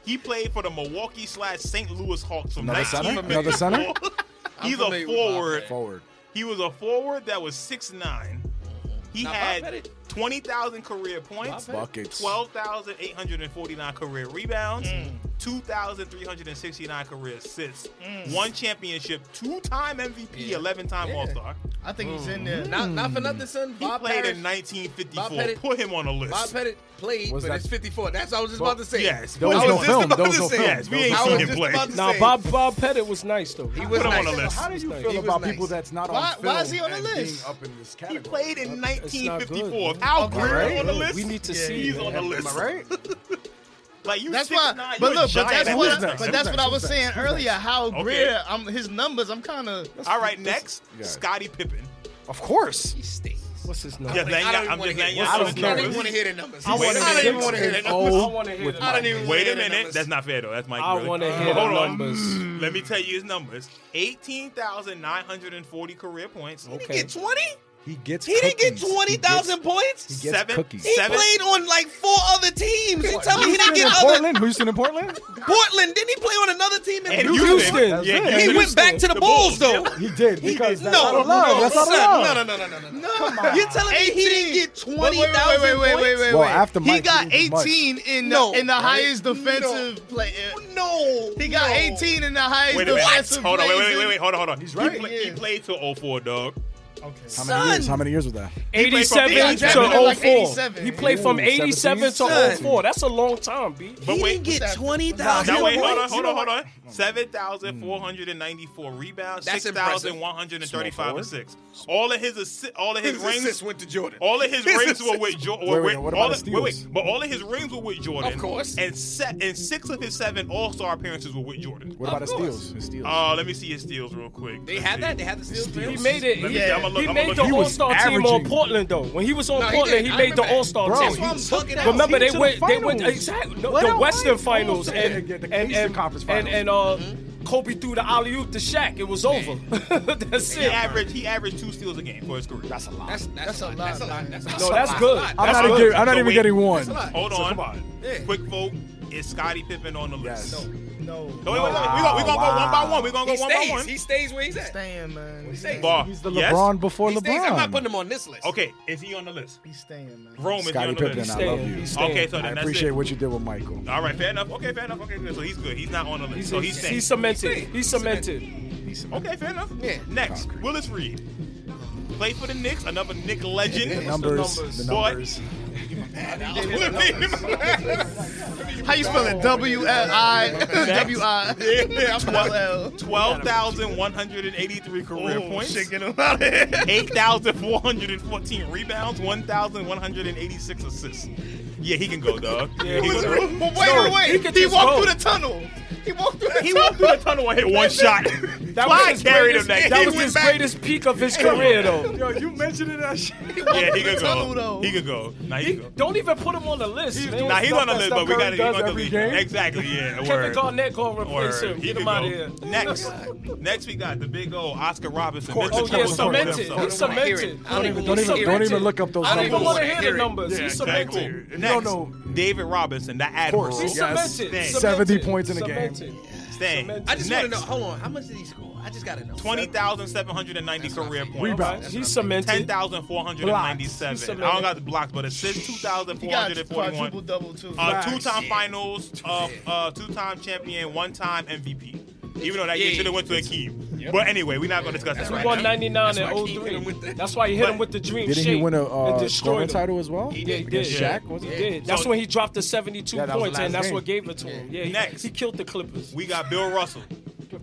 Speaker 1: He played for the Milwaukee slash St. Louis Hawks from
Speaker 6: Another center?
Speaker 1: 1954.
Speaker 6: Another
Speaker 1: He's
Speaker 2: familiar
Speaker 1: a
Speaker 2: with Bob
Speaker 1: forward.
Speaker 2: Pettit.
Speaker 6: Forward.
Speaker 1: He was a forward that was 6'9". He
Speaker 2: Now, Bob
Speaker 1: had
Speaker 2: Pettit-
Speaker 1: 20,000 career points,
Speaker 6: Buckets.
Speaker 1: 12,849 career rebounds, 2,369 career assists, one championship, two-time MVP, 11-time
Speaker 2: Yeah.
Speaker 1: All-Star.
Speaker 3: I think he's in there.
Speaker 2: Not, not for nothing, son.
Speaker 1: He
Speaker 2: Bob
Speaker 1: played
Speaker 2: Pettit,
Speaker 1: in 1954.
Speaker 2: Bob Pettit-
Speaker 1: Put him on the list.
Speaker 2: Bob Pettit played,
Speaker 6: Was
Speaker 2: but
Speaker 6: that-
Speaker 2: it's 54. That's what I was just about to say.
Speaker 1: yes.
Speaker 6: There was
Speaker 1: I
Speaker 6: no
Speaker 1: just
Speaker 6: film.
Speaker 1: about
Speaker 6: There was
Speaker 1: to
Speaker 6: no
Speaker 1: say,
Speaker 6: film.
Speaker 1: Yes, we
Speaker 6: There
Speaker 1: ain't
Speaker 2: was
Speaker 1: seen
Speaker 2: no
Speaker 1: him
Speaker 2: film.
Speaker 1: play.
Speaker 2: Just about to
Speaker 4: Now,
Speaker 2: say-
Speaker 4: Bob Bob Pettit was nice though.
Speaker 2: He
Speaker 1: Put
Speaker 2: was
Speaker 1: him on
Speaker 2: nice.
Speaker 1: the list.
Speaker 6: How do you
Speaker 4: He
Speaker 6: feel about
Speaker 2: was
Speaker 6: people
Speaker 2: nice.
Speaker 6: that's not
Speaker 3: Why-
Speaker 6: on film
Speaker 3: why is he on the
Speaker 6: and
Speaker 3: list?
Speaker 6: being up in this
Speaker 1: He
Speaker 6: category?
Speaker 1: played in
Speaker 4: It's not good,
Speaker 1: 1954.
Speaker 4: man.
Speaker 1: Al Green
Speaker 6: Alright.
Speaker 1: on the list.
Speaker 4: We need to
Speaker 3: Yeah,
Speaker 4: see.
Speaker 1: He's
Speaker 4: man.
Speaker 1: on the
Speaker 6: Am
Speaker 1: list.
Speaker 6: I right?
Speaker 1: Like you
Speaker 3: That's
Speaker 1: 6'9",
Speaker 3: why,
Speaker 1: you
Speaker 3: but
Speaker 1: a
Speaker 3: look, but
Speaker 1: giant.
Speaker 3: that's
Speaker 1: Who's
Speaker 3: what,
Speaker 1: next?
Speaker 3: but that's what I was
Speaker 6: Who's
Speaker 3: saying
Speaker 6: next?
Speaker 3: earlier. How
Speaker 1: Okay.
Speaker 3: Greer, I'm, his numbers, I'm kind of.
Speaker 1: All right, next,
Speaker 6: Yeah.
Speaker 1: Scottie Pippen.
Speaker 6: Of course.
Speaker 2: He stays.
Speaker 4: What's his name?
Speaker 1: Just
Speaker 2: Like,
Speaker 1: letting y'all-
Speaker 2: I don't even
Speaker 1: I'm
Speaker 2: wanna
Speaker 1: just
Speaker 2: hear
Speaker 1: letting
Speaker 2: it.
Speaker 6: I
Speaker 1: y'all know
Speaker 6: don't
Speaker 1: the
Speaker 2: I don't even
Speaker 1: numbers.
Speaker 2: want to hear the numbers.
Speaker 4: I wanna
Speaker 2: I don't
Speaker 4: hear
Speaker 2: even want to hear the
Speaker 6: Oh,
Speaker 4: I
Speaker 2: numbers.
Speaker 4: want to hear.
Speaker 6: with
Speaker 4: the
Speaker 2: I don't
Speaker 4: numbers.
Speaker 2: even
Speaker 1: Wait
Speaker 2: wanna
Speaker 1: a
Speaker 2: hear the
Speaker 1: minute.
Speaker 2: numbers.
Speaker 1: That's not fair, though. That's Mike.
Speaker 4: I
Speaker 1: Brody.
Speaker 4: want to hear
Speaker 1: Hold
Speaker 4: the
Speaker 1: on.
Speaker 4: numbers.
Speaker 1: Let me tell you his numbers. 18,940 career points.
Speaker 2: He get 20?
Speaker 6: He gets.
Speaker 2: He didn't get
Speaker 6: cookies. He
Speaker 2: 20,000
Speaker 6: gets-
Speaker 2: points.
Speaker 6: He gets
Speaker 1: Seven-
Speaker 6: cookies.
Speaker 2: He
Speaker 1: Seven?
Speaker 2: played on like four other teams. You tell me he didn't
Speaker 6: Houston
Speaker 2: get
Speaker 6: and
Speaker 2: other
Speaker 6: Portland. Houston and Portland.
Speaker 2: Portland. Didn't he play on another team in
Speaker 1: And
Speaker 2: Houston?
Speaker 1: Houston.
Speaker 6: Houston. That's it.
Speaker 1: Yeah,
Speaker 2: He
Speaker 1: Houston.
Speaker 2: went back to the Bulls though.
Speaker 6: He did because that's
Speaker 2: No,
Speaker 6: out of line.
Speaker 2: no,
Speaker 6: that's out of
Speaker 2: son,
Speaker 6: line.
Speaker 2: no, no, no, no, no, no, no. You're telling me he didn't get
Speaker 3: Wait,
Speaker 2: twenty
Speaker 3: wait, wait,
Speaker 2: thousand
Speaker 3: wait,
Speaker 2: points?
Speaker 3: wait, wait, wait.
Speaker 6: Well, after
Speaker 3: he
Speaker 6: Mike,
Speaker 3: got
Speaker 6: he didn't do much.
Speaker 3: 18 in the,
Speaker 2: No.
Speaker 3: in the highest defensive player.
Speaker 2: No,
Speaker 3: He got
Speaker 2: no.
Speaker 3: 18 in the highest
Speaker 1: Wait a minute.
Speaker 3: defensive
Speaker 1: Hold on. Wait, wait,
Speaker 3: plays
Speaker 1: wait,
Speaker 3: in-
Speaker 1: wait. Hold on, hold on. He's
Speaker 6: right.
Speaker 1: He, play, he
Speaker 3: Yeah.
Speaker 1: played till 04, dog.
Speaker 6: How many years? How many years was that?
Speaker 1: played from- he got
Speaker 4: 87
Speaker 1: drafted
Speaker 3: in, like,
Speaker 4: to 04.
Speaker 3: 87.
Speaker 4: He played from
Speaker 6: Ooh,
Speaker 4: 87 to
Speaker 2: 17.
Speaker 4: 04. That's a long time, B.
Speaker 1: But
Speaker 2: he
Speaker 1: wait,
Speaker 2: didn't get twenty thousand.
Speaker 1: Now wait, hold on, hold on, hold on. Seven thousand four hundred and ninety-four rebounds,
Speaker 2: Hmm. That's
Speaker 1: six
Speaker 2: impressive.
Speaker 1: thousand one hundred and thirty-five assists. All of his assi- all of his, rings,
Speaker 2: went to Jordan.
Speaker 1: all of his rings were with Jordan.
Speaker 6: Wait, wait, what about
Speaker 1: all
Speaker 6: the
Speaker 1: of, wait, wait,
Speaker 6: steals?
Speaker 1: but all of his rings were with Jordan,
Speaker 2: Of course.
Speaker 1: And set and six of his seven All-Star appearances were with Jordan.
Speaker 6: What about his
Speaker 2: course.
Speaker 6: steals? His steals.
Speaker 1: Oh, let me see his steals real quick.
Speaker 2: They
Speaker 1: Let's
Speaker 2: had
Speaker 1: see.
Speaker 2: that. They had the
Speaker 4: He
Speaker 2: steals.
Speaker 4: made it.
Speaker 1: Let me
Speaker 4: He,
Speaker 1: see. I'ma look-
Speaker 4: he
Speaker 1: I'ma
Speaker 4: made
Speaker 1: look.
Speaker 4: the
Speaker 1: He
Speaker 4: All
Speaker 6: was
Speaker 4: Star team on
Speaker 6: averaging.
Speaker 4: Portland though. When he was on
Speaker 2: No, he
Speaker 4: Portland, he,
Speaker 2: didn't. I
Speaker 4: made the
Speaker 2: remember
Speaker 4: All Star
Speaker 6: that.
Speaker 4: team.
Speaker 2: That's why I'm
Speaker 6: he
Speaker 2: bugging out.
Speaker 4: Remember
Speaker 6: He
Speaker 4: they
Speaker 6: to
Speaker 4: went.
Speaker 6: the
Speaker 4: They went
Speaker 6: finals.
Speaker 4: exactly no,
Speaker 6: Where
Speaker 4: the
Speaker 6: the
Speaker 4: Western
Speaker 6: finals
Speaker 4: Finals
Speaker 6: at?
Speaker 4: and
Speaker 6: Yeah, the
Speaker 4: and and,
Speaker 6: Eastern Conference
Speaker 4: and,
Speaker 6: Finals.
Speaker 4: and uh, Kobe threw the alley oop to Shaq. It was over. That's
Speaker 1: He
Speaker 4: it.
Speaker 1: averaged he averaged two steals a game for his career. That's a lot.
Speaker 2: That's that's a lot. That's a lot. That's a lot.
Speaker 4: No, that's good.
Speaker 6: I'm
Speaker 4: That's
Speaker 6: not, even
Speaker 4: good.
Speaker 6: getting, I'm not
Speaker 1: So
Speaker 6: even
Speaker 1: wait.
Speaker 6: getting one.
Speaker 2: That's a lot.
Speaker 1: Hold
Speaker 6: So
Speaker 1: on.
Speaker 6: come on.
Speaker 2: Yeah.
Speaker 1: Quick vote. Is Scottie Pippen on the list?
Speaker 6: Yes.
Speaker 1: No,
Speaker 3: No.
Speaker 1: wait, wait, wait. We're
Speaker 6: Wow,
Speaker 1: going to go one by
Speaker 6: wow.
Speaker 1: one. We're going
Speaker 2: He
Speaker 1: to go one by
Speaker 2: stays.
Speaker 1: one.
Speaker 2: He stays where he's at.
Speaker 3: Staying, man. He's
Speaker 2: staying.
Speaker 3: staying.
Speaker 1: Bar.
Speaker 6: He's the
Speaker 1: Yes?
Speaker 6: LeBron before
Speaker 2: He stays.
Speaker 6: LeBron.
Speaker 2: I'm not putting him on this list.
Speaker 1: Okay, is he on the list?
Speaker 3: He's staying, man.
Speaker 1: Rome is he
Speaker 6: Scottie
Speaker 1: on the
Speaker 6: Pippen,
Speaker 1: list?
Speaker 6: I love
Speaker 4: Staying.
Speaker 6: you.
Speaker 4: He's staying.
Speaker 1: Okay, so then
Speaker 6: I
Speaker 1: that's
Speaker 6: appreciate
Speaker 1: it.
Speaker 6: what you did with Michael.
Speaker 1: All right, fair enough. Okay, fair enough. Okay, good. So he's good. He's not on the list. so he's
Speaker 4: He's,
Speaker 1: staying.
Speaker 4: he's cemented.
Speaker 2: He's
Speaker 4: He's cemented.
Speaker 1: okay, fair enough.
Speaker 2: Yeah.
Speaker 1: Next, Willis Reed. Played for the Knicks, another Knick legend.
Speaker 6: Numbers, the
Speaker 1: Boy.
Speaker 6: numbers.
Speaker 3: How you spell it? W L I W I L L.
Speaker 1: 12,183 career
Speaker 3: Oh,
Speaker 1: points,
Speaker 3: shit, get him out of here.
Speaker 1: 8,414 rebounds, 1,186 assists. Yeah, he can go, dog. Yeah, he
Speaker 3: But
Speaker 1: can go.
Speaker 3: wait, wait,
Speaker 4: he
Speaker 3: wait.
Speaker 4: could
Speaker 3: He,
Speaker 4: just
Speaker 3: walked
Speaker 4: go.
Speaker 3: through the tunnel. He walked through the
Speaker 1: He
Speaker 3: tunnel.
Speaker 1: walked through the tunnel and hit one shot.
Speaker 4: That
Speaker 1: Why I
Speaker 4: was his
Speaker 1: carried him that
Speaker 4: greatest, that
Speaker 1: game?
Speaker 4: was
Speaker 1: He
Speaker 4: his
Speaker 1: went
Speaker 4: greatest peak of his career though.
Speaker 6: Yo, you mentioned it. That shit.
Speaker 1: Yeah, he could
Speaker 3: the tunnel,
Speaker 1: go.
Speaker 3: though.
Speaker 1: He could go. Nah, he could go.
Speaker 4: Don't even put him on the list, man.
Speaker 1: Nah, he's
Speaker 6: stuff
Speaker 1: on the
Speaker 6: that
Speaker 1: list,
Speaker 6: Steph
Speaker 1: but we
Speaker 6: Curry
Speaker 1: got to
Speaker 6: does
Speaker 1: go to
Speaker 6: every
Speaker 1: league.
Speaker 6: game.
Speaker 1: Exactly, yeah.
Speaker 4: Kevin
Speaker 1: Word.
Speaker 4: Garnett gonna replace
Speaker 1: Word.
Speaker 4: him.
Speaker 1: He
Speaker 4: Get
Speaker 1: could
Speaker 4: him out of
Speaker 1: go.
Speaker 4: here.
Speaker 1: Next, next we got the big O, Oscar Robinson. Mr.
Speaker 4: Oh yeah,
Speaker 1: Triple Double
Speaker 4: cemented.
Speaker 1: himself.
Speaker 4: He's cemented.
Speaker 2: I don't even
Speaker 6: Don't even, don't even look up those
Speaker 2: I
Speaker 4: I don't even
Speaker 6: numbers.
Speaker 4: want to hear
Speaker 2: Hear
Speaker 4: the
Speaker 2: it.
Speaker 4: numbers.
Speaker 6: Yeah,
Speaker 4: He's
Speaker 1: Exactly.
Speaker 4: cemented.
Speaker 6: You
Speaker 1: Next,
Speaker 6: don't know.
Speaker 1: David Robinson, the admiral.
Speaker 6: course.
Speaker 4: He's
Speaker 6: Yeah. Yes.
Speaker 4: cemented.
Speaker 1: Dang.
Speaker 6: 70
Speaker 4: Cemented.
Speaker 6: points in a game.
Speaker 4: Cemented.
Speaker 1: Staying.
Speaker 4: Cemented.
Speaker 2: I just want
Speaker 1: Next,
Speaker 2: to know. Hold on. How much did he score? I just gotta know.
Speaker 1: 20,790 career points.
Speaker 6: Rebounds.
Speaker 4: He's cemented.
Speaker 1: 10,497. I don't got the blocks, but assists
Speaker 3: He got quadruple
Speaker 1: 2,441.
Speaker 3: double too.
Speaker 1: Uh, two-time finals, uh, uh, two-time champion, one-time MVP. Even though that year
Speaker 2: Yeah.
Speaker 1: should have went to Akeem. But anyway, we're not going to discuss that
Speaker 4: He
Speaker 1: right
Speaker 4: won
Speaker 1: now.
Speaker 4: 99
Speaker 2: That's why
Speaker 4: and
Speaker 2: he hit him
Speaker 4: 03.
Speaker 2: with the-
Speaker 4: That's why he hit
Speaker 1: But
Speaker 4: him with the dream
Speaker 6: Didn't
Speaker 4: shape
Speaker 6: he win a
Speaker 4: and
Speaker 6: uh,
Speaker 4: destroyed
Speaker 6: scoring
Speaker 4: him.
Speaker 6: title as well?
Speaker 4: Yeah, he did.
Speaker 6: Against Shaq, was
Speaker 4: He
Speaker 6: it?
Speaker 4: did. That's
Speaker 1: So-
Speaker 4: when he dropped the 72
Speaker 6: Yeah, that was the
Speaker 4: points, and
Speaker 6: last
Speaker 4: that's what
Speaker 6: game.
Speaker 4: gave it to him. Yeah, he-
Speaker 1: Next.
Speaker 4: he killed the Clippers.
Speaker 1: We got Bill Russell.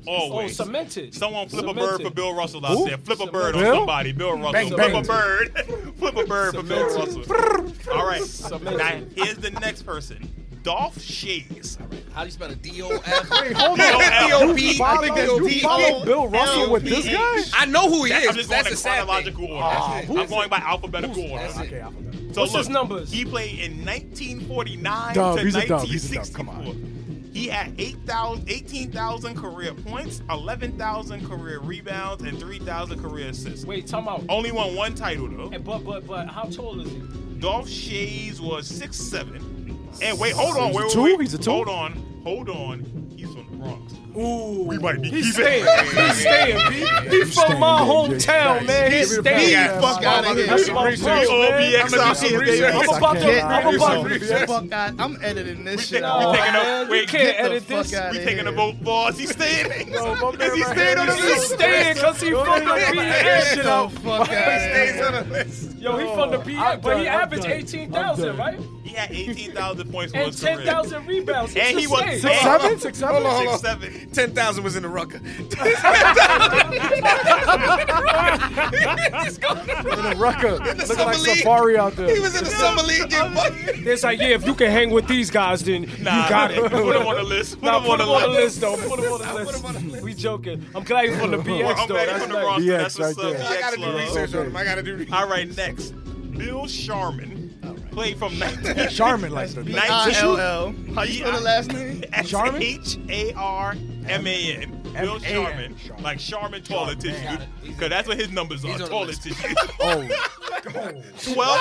Speaker 4: Oh,
Speaker 1: Always.
Speaker 4: cemented.
Speaker 1: Someone flip a bird
Speaker 4: Cemented.
Speaker 1: for Bill Russell out
Speaker 6: Who?
Speaker 1: there. Flip a bird on
Speaker 6: Bill?
Speaker 1: somebody. Bill Russell.
Speaker 6: Bang,
Speaker 1: flip
Speaker 6: bang.
Speaker 1: a bird. flip a bird for Bill Russell.
Speaker 4: Cemented.
Speaker 1: All right.
Speaker 4: Cemented.
Speaker 1: Now here's the next person. Dolph Shays.
Speaker 2: How do you spell it? D O F.
Speaker 6: Hold on.
Speaker 2: D-O-P.
Speaker 6: You follow-
Speaker 2: I think
Speaker 6: You follow Bill Russell with this guy?
Speaker 2: I know who he
Speaker 1: That-
Speaker 2: is.
Speaker 1: I'm just
Speaker 2: but
Speaker 1: going
Speaker 2: that's
Speaker 1: in
Speaker 2: a sad
Speaker 1: chronological
Speaker 2: thing.
Speaker 1: order.
Speaker 2: Ah, who
Speaker 1: I'm
Speaker 2: is
Speaker 1: going
Speaker 2: it?
Speaker 1: by alphabetical order.
Speaker 2: that's it.
Speaker 6: Okay, I forgot.
Speaker 1: So
Speaker 4: What's
Speaker 1: look,
Speaker 4: his numbers?
Speaker 1: He played in 1949
Speaker 6: Dub,
Speaker 1: to
Speaker 6: he's a dub, he's a dub,
Speaker 1: 1964.
Speaker 6: come on.
Speaker 1: He had 8,000 18,000 career points, 11,000 career rebounds, and 3,000 career assists.
Speaker 4: Wait, time out.
Speaker 1: Only won one title though.
Speaker 4: Hey, But, but, but, how tall is he?
Speaker 1: Dolph Shays was six seven. And wait, hold on,
Speaker 6: He's a
Speaker 1: wait, wait,
Speaker 6: two?
Speaker 1: wait.
Speaker 6: He's a two?
Speaker 1: Hold on, hold on. He's from the Bronx.
Speaker 4: Ooh.
Speaker 1: We might be
Speaker 4: He's
Speaker 1: keeping-
Speaker 4: staying. He's staying, B. He from
Speaker 6: staying,
Speaker 4: my
Speaker 6: yeah,
Speaker 4: hometown,
Speaker 6: yeah,
Speaker 4: man. He's
Speaker 3: Get the
Speaker 4: staying.
Speaker 3: fuck out of here.
Speaker 4: That's my bro,
Speaker 1: We all be
Speaker 4: man.
Speaker 1: ex- out here, baby.
Speaker 6: research.
Speaker 1: We
Speaker 4: I'm about to,
Speaker 6: Get
Speaker 4: I'm about to,
Speaker 6: research.
Speaker 3: Get the fuck out. I'm editing this
Speaker 1: take-
Speaker 3: shit
Speaker 1: we
Speaker 4: Oh,
Speaker 1: take
Speaker 3: out.
Speaker 1: taking a-
Speaker 4: man,
Speaker 1: wait,
Speaker 4: you can't
Speaker 3: get the
Speaker 4: edit this.
Speaker 3: fuck outta
Speaker 1: We
Speaker 3: Yeah.
Speaker 1: taking a vote, boss. He's staying.
Speaker 4: Bro, my
Speaker 1: Is he
Speaker 4: man right
Speaker 1: staying on the
Speaker 4: here, He's
Speaker 1: list?
Speaker 4: staying because he from the
Speaker 3: Get
Speaker 4: PA.
Speaker 3: the
Speaker 4: shit out.
Speaker 3: fuck out
Speaker 1: He's on the list.
Speaker 4: Yo, he from the PA,
Speaker 6: I'm
Speaker 4: but he
Speaker 6: done, I'm
Speaker 4: averaged
Speaker 6: done.
Speaker 4: 18,000,
Speaker 6: I'm done.
Speaker 4: right?
Speaker 1: He had eighteen thousand points for
Speaker 4: And
Speaker 1: his career.
Speaker 4: 10,000 rebounds. It's
Speaker 1: And he was
Speaker 4: insane.
Speaker 1: Six,
Speaker 6: Seven? Six, seven?
Speaker 2: Hold on, hold
Speaker 1: Six
Speaker 2: on.
Speaker 1: seven.
Speaker 2: Ten thousand was in the rucker.
Speaker 6: In a rucker. Looking
Speaker 2: summer
Speaker 6: like
Speaker 2: league.
Speaker 6: Safari out there.
Speaker 2: He was in the summer league. getting money.
Speaker 4: It's like, yeah, if you can hang with these guys, then you
Speaker 1: Nah,
Speaker 4: got it.
Speaker 1: Put him on the list. Put
Speaker 4: Nah,
Speaker 1: him on the list.
Speaker 4: though. Put him on the list. We joking. I'm glad he's from the BX
Speaker 1: I'm
Speaker 4: though.
Speaker 1: glad he's
Speaker 4: That's
Speaker 1: from the
Speaker 4: nice.
Speaker 1: Bronx. so
Speaker 6: BX
Speaker 1: That's what's
Speaker 6: right there.
Speaker 1: up.
Speaker 2: I gotta
Speaker 1: BX
Speaker 2: do
Speaker 1: love.
Speaker 2: research on him. I gotta do.
Speaker 1: All right, next. Bill Sharman played from 19.
Speaker 6: Charmin like the
Speaker 1: Nice.
Speaker 3: of here. I L L.
Speaker 1: How
Speaker 3: You spell the last name?
Speaker 1: S
Speaker 6: Charmin?
Speaker 1: H A R M A N. Will Sharman, like Sharman toilet tissue, because that's what his numbers are.
Speaker 2: He's on the
Speaker 1: Toilet
Speaker 2: list.
Speaker 1: tissue.
Speaker 6: Oh,
Speaker 1: Twelve.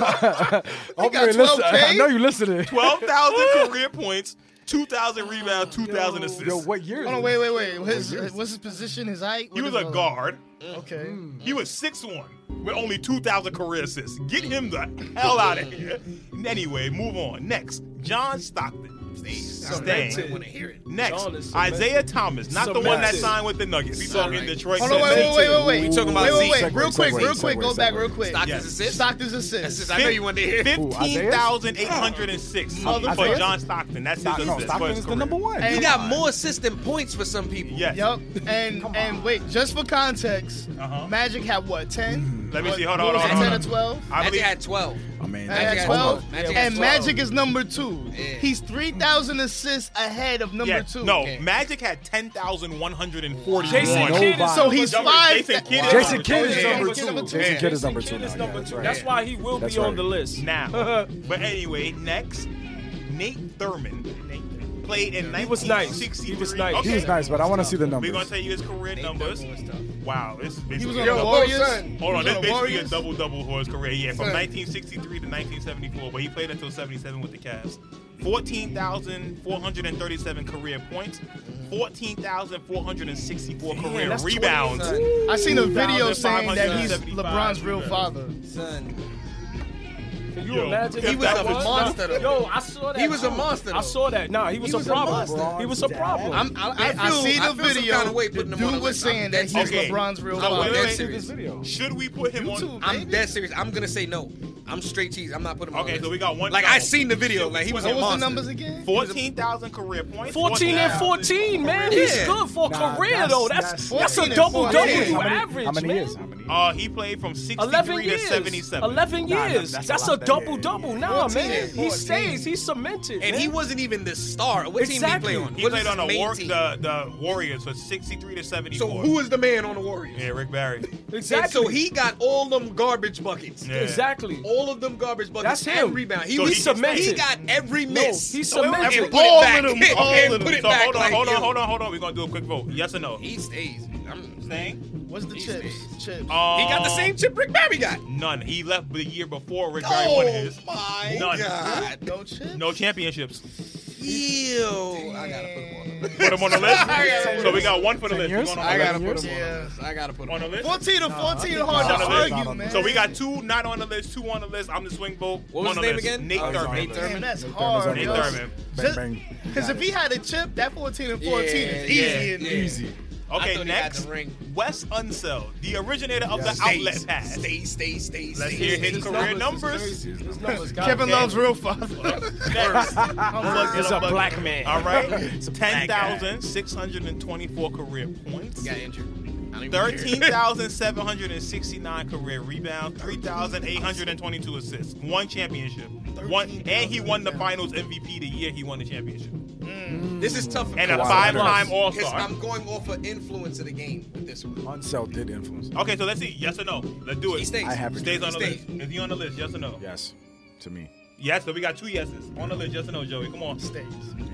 Speaker 6: I hope
Speaker 2: got
Speaker 6: you listen. I
Speaker 2: 12K?
Speaker 6: know you listening.
Speaker 1: 12,000 career points, 2,000 rebounds, 2,000 assists.
Speaker 6: Yo, what year?
Speaker 3: Hold on, wait, wait, wait. His, what's his position? His height?
Speaker 1: he
Speaker 3: What
Speaker 1: was
Speaker 3: is
Speaker 1: a
Speaker 3: all-
Speaker 1: guard.
Speaker 3: Okay.
Speaker 1: He was 6'1 with only 2,000 career assists. Get him the hell out of here. Anyway, move on. Next, John Stockton.
Speaker 2: I
Speaker 1: Staying.
Speaker 2: want to hear it.
Speaker 4: John is
Speaker 1: Next,
Speaker 4: cemented.
Speaker 1: Isaiah Thomas, not the one that
Speaker 4: Cemented.
Speaker 1: signed with the Nuggets. We talking
Speaker 2: Alright.
Speaker 1: Detroit.
Speaker 3: Hold on, wait, wait, wait, wait, wait.
Speaker 2: We talking about
Speaker 3: wait, wait, wait.
Speaker 2: Zeke.
Speaker 3: Real quick,
Speaker 5: Segue,
Speaker 3: real
Speaker 5: segue,
Speaker 3: quick. Go
Speaker 5: segue.
Speaker 3: back real quick.
Speaker 2: Stockton's
Speaker 1: Yes.
Speaker 2: assist.
Speaker 3: Stockton's
Speaker 2: That's his-
Speaker 3: assist.
Speaker 2: I know you wanted to hear it.
Speaker 6: Who, Isaiah?
Speaker 1: 15,806 for
Speaker 6: Isaiah?
Speaker 1: John Stockton. That's his
Speaker 6: Stock- no,
Speaker 1: assist for
Speaker 6: Stockton
Speaker 1: his
Speaker 6: is the
Speaker 1: career.
Speaker 6: number one.
Speaker 2: He
Speaker 3: And-
Speaker 2: got more assists than points for some people.
Speaker 1: Yes.
Speaker 3: Yup. And and wait, just for context,
Speaker 1: Uh-huh.
Speaker 3: Magic had what, 10?
Speaker 1: Let me
Speaker 3: What-
Speaker 1: see. Hold
Speaker 3: what
Speaker 1: on,
Speaker 3: was
Speaker 1: hold
Speaker 3: it,
Speaker 1: on,
Speaker 3: 10
Speaker 1: hold
Speaker 3: or 12?
Speaker 1: I
Speaker 2: Magic
Speaker 1: believe
Speaker 2: had 12.
Speaker 5: I mean,
Speaker 3: I had
Speaker 2: Magic had
Speaker 3: 12.
Speaker 2: 12. Magic had
Speaker 3: And
Speaker 2: 12.
Speaker 3: Magic is number two.
Speaker 2: Yeah.
Speaker 3: He's 3,000 assists ahead of number
Speaker 1: Yeah,
Speaker 3: two.
Speaker 1: no,
Speaker 2: Okay.
Speaker 1: Magic had 10,141.
Speaker 4: Jason Kidd is
Speaker 3: So
Speaker 4: number
Speaker 3: he's
Speaker 4: two.
Speaker 3: five.
Speaker 1: Jason Kidd is
Speaker 6: Jason
Speaker 1: number
Speaker 6: Kidd is
Speaker 1: two.
Speaker 6: number two.
Speaker 3: Jason Kidd
Speaker 6: Jason Kidd is number two.
Speaker 4: Kidd is
Speaker 6: now, yeah,
Speaker 4: number
Speaker 6: that's
Speaker 4: two.
Speaker 6: right.
Speaker 4: That's why he will
Speaker 6: That's
Speaker 4: be on
Speaker 6: right.
Speaker 4: the list.
Speaker 1: now. but anyway, next, Nate Thurman played in 1963.
Speaker 4: He was nice. He was nice.
Speaker 1: Okay.
Speaker 6: He was nice, but I want to see the
Speaker 1: We're
Speaker 6: numbers.
Speaker 1: going to tell you his career numbers. Wow, this is
Speaker 3: He was
Speaker 1: basically
Speaker 3: on
Speaker 1: a
Speaker 3: the
Speaker 1: double-
Speaker 3: Warriors.
Speaker 1: Hold on,
Speaker 3: He was
Speaker 1: this
Speaker 3: on the
Speaker 1: basically a
Speaker 3: Warriors.
Speaker 1: double double for his career. Yeah, from 1963 to 1974, but he played until 77 with the Cavs. 14,437 career points, 14,464 career
Speaker 4: that's
Speaker 1: rebounds.
Speaker 3: I seen a video
Speaker 1: 2,575
Speaker 3: saying that he's LeBron's real
Speaker 1: rebounds.
Speaker 3: father.
Speaker 2: Son.
Speaker 4: Can you
Speaker 1: Yo,
Speaker 4: imagine?
Speaker 1: he
Speaker 4: if
Speaker 1: was
Speaker 4: that
Speaker 1: a
Speaker 2: monster, though.
Speaker 4: Yo, I saw that.
Speaker 2: He was a
Speaker 4: too.
Speaker 2: monster,
Speaker 4: I
Speaker 2: though.
Speaker 4: saw that. Nah, he was,
Speaker 6: He was
Speaker 4: a
Speaker 6: a
Speaker 4: problem.
Speaker 6: monster.
Speaker 4: He was a problem.
Speaker 3: I'm, I, I,
Speaker 2: I feel-
Speaker 3: see the
Speaker 2: I feel some
Speaker 3: video.
Speaker 2: kinda way putting
Speaker 3: the
Speaker 2: him on
Speaker 3: dude
Speaker 2: the
Speaker 3: was
Speaker 2: list. I'm
Speaker 3: saying that
Speaker 2: dead
Speaker 3: he's
Speaker 1: serious.
Speaker 3: LeBron's real
Speaker 2: I'm
Speaker 3: father.
Speaker 1: dead
Speaker 2: dead
Speaker 1: wait.
Speaker 6: This
Speaker 2: serious.
Speaker 6: video.
Speaker 1: Should we put him on?
Speaker 3: YouTube.
Speaker 2: I'm dead serious. I'm gonna say no. I'm straight cheese. I'm not putting him on
Speaker 1: Okay,
Speaker 2: the
Speaker 1: so
Speaker 2: list.
Speaker 1: we got one.
Speaker 2: Like
Speaker 1: no.
Speaker 2: I seen the video. Like he was
Speaker 3: What
Speaker 2: a
Speaker 3: was the
Speaker 2: monster.
Speaker 3: numbers again?
Speaker 1: 14,000 career points.
Speaker 4: 14 and 14, man. He's
Speaker 2: Yeah.
Speaker 4: good for
Speaker 6: Nah,
Speaker 4: career,
Speaker 6: that's-
Speaker 4: though. That's
Speaker 6: that's-
Speaker 4: that's a
Speaker 3: 14 and
Speaker 4: double double
Speaker 3: 14.
Speaker 4: to
Speaker 6: How many-
Speaker 4: average,
Speaker 6: How many
Speaker 4: man.
Speaker 6: years? How many years?
Speaker 1: Uh, he played from 63
Speaker 4: 11
Speaker 1: to
Speaker 4: years.
Speaker 1: 77.
Speaker 4: 11
Speaker 6: Nah,
Speaker 4: years.
Speaker 6: that's
Speaker 4: That's,
Speaker 6: a
Speaker 4: a,
Speaker 6: lot. That-
Speaker 4: double double. Nah,
Speaker 3: 14
Speaker 4: man.
Speaker 3: and
Speaker 4: He
Speaker 3: 14.
Speaker 4: stays. He's cemented.
Speaker 2: And
Speaker 4: man.
Speaker 2: he wasn't even the star. What
Speaker 4: Exactly.
Speaker 2: team did
Speaker 1: He
Speaker 2: he play on? What
Speaker 1: played
Speaker 2: is
Speaker 1: on
Speaker 2: his
Speaker 1: the,
Speaker 2: main
Speaker 1: war-
Speaker 2: team?
Speaker 1: the the Warriors for 63 to 74.
Speaker 2: So who is the man on the Warriors?
Speaker 1: Yeah, Rick Barry.
Speaker 4: exactly.
Speaker 2: And so he got all them garbage buckets.
Speaker 1: Yeah.
Speaker 4: exactly.
Speaker 2: All of them garbage buckets
Speaker 4: That's
Speaker 2: and
Speaker 4: him.
Speaker 2: rebound. He
Speaker 1: So
Speaker 2: was
Speaker 1: he
Speaker 4: cemented.
Speaker 2: He got every miss.
Speaker 4: he
Speaker 1: And
Speaker 4: cemented.
Speaker 2: put it
Speaker 1: all
Speaker 2: back.
Speaker 1: of them, all of
Speaker 2: And
Speaker 1: them.
Speaker 2: put it
Speaker 1: So
Speaker 2: back
Speaker 1: hold on,
Speaker 2: like,
Speaker 1: hold on,
Speaker 2: yo.
Speaker 1: hold on, hold on. We're gonna do a quick vote. Yes or no?
Speaker 2: he stays. I'm-
Speaker 1: Thing?
Speaker 3: What's the
Speaker 2: These
Speaker 3: chips?
Speaker 2: days.
Speaker 3: Chips.
Speaker 1: Um,
Speaker 2: he got the same chip Rick Barry got.
Speaker 1: None. He left the year before Rick Barry won his.
Speaker 2: Oh my
Speaker 1: None.
Speaker 3: no chips.
Speaker 1: No championships.
Speaker 2: Ew. I gotta put him on the list.
Speaker 1: Put him on the
Speaker 2: Yeah.
Speaker 1: list. so we got one for the
Speaker 6: Ten
Speaker 1: list.
Speaker 6: years?
Speaker 1: We're going
Speaker 2: I gotta
Speaker 1: on
Speaker 2: put him on the
Speaker 3: Yeah.
Speaker 2: list. I gotta put him
Speaker 1: the list. On the list.
Speaker 3: 14 to 14
Speaker 6: think
Speaker 1: it's
Speaker 3: hard to
Speaker 1: not on the
Speaker 3: argue,
Speaker 6: list.
Speaker 3: man.
Speaker 1: So we got two not on the list, two on the list. I'm the swing vote. one
Speaker 2: What was
Speaker 1: on
Speaker 2: his
Speaker 1: the
Speaker 2: name
Speaker 1: list.
Speaker 2: again?
Speaker 1: Nate
Speaker 2: Oh, he's on
Speaker 1: Thurman.
Speaker 2: Nate Thurman.
Speaker 3: Man, that's
Speaker 6: Nate Thurman's
Speaker 3: hard.
Speaker 6: on
Speaker 1: Nate
Speaker 6: yo.
Speaker 1: Thurman.
Speaker 6: Bang, bang.
Speaker 3: Because if he had a chip, that 14 and 14 is
Speaker 2: Yeah,
Speaker 3: easy.
Speaker 2: yeah,
Speaker 3: in
Speaker 2: yeah.
Speaker 3: there.
Speaker 6: Easy.
Speaker 2: I
Speaker 1: Okay,
Speaker 2: thought he had
Speaker 1: next,
Speaker 2: the ring.
Speaker 1: Wes Unseld, the originator of the outlet pass.
Speaker 2: Stay, stay, stay,
Speaker 1: Let's
Speaker 2: stay.
Speaker 1: hear his career numbers.
Speaker 5: crazy. It's
Speaker 3: Kevin
Speaker 1: damn.
Speaker 3: Love's real father.
Speaker 1: Next,
Speaker 4: He's a black man.
Speaker 1: all right, ten thousand six hundred and twenty-four career points.
Speaker 2: Got injured. I don't even care.
Speaker 1: 13,769 career rebounds, 3,822 assists, one championship. One, and he won the finals MVP the year he won the championship.
Speaker 2: This is tough.
Speaker 1: And a
Speaker 6: Kawhi
Speaker 1: five
Speaker 6: Leonard.
Speaker 1: time All
Speaker 2: Because
Speaker 1: Star.
Speaker 2: I'm going off of influence of the game with this one.
Speaker 6: Unsell did influence. me.
Speaker 1: Okay, so let's see. Yes or no? Let's do it.
Speaker 2: He stays.
Speaker 6: I have it.
Speaker 1: Stays on the
Speaker 2: He
Speaker 1: list. Is he on the list? Yes or no?
Speaker 6: Yes, to me.
Speaker 1: Yes, so we got two yeses. On the list, yes or no, Joey? Come on.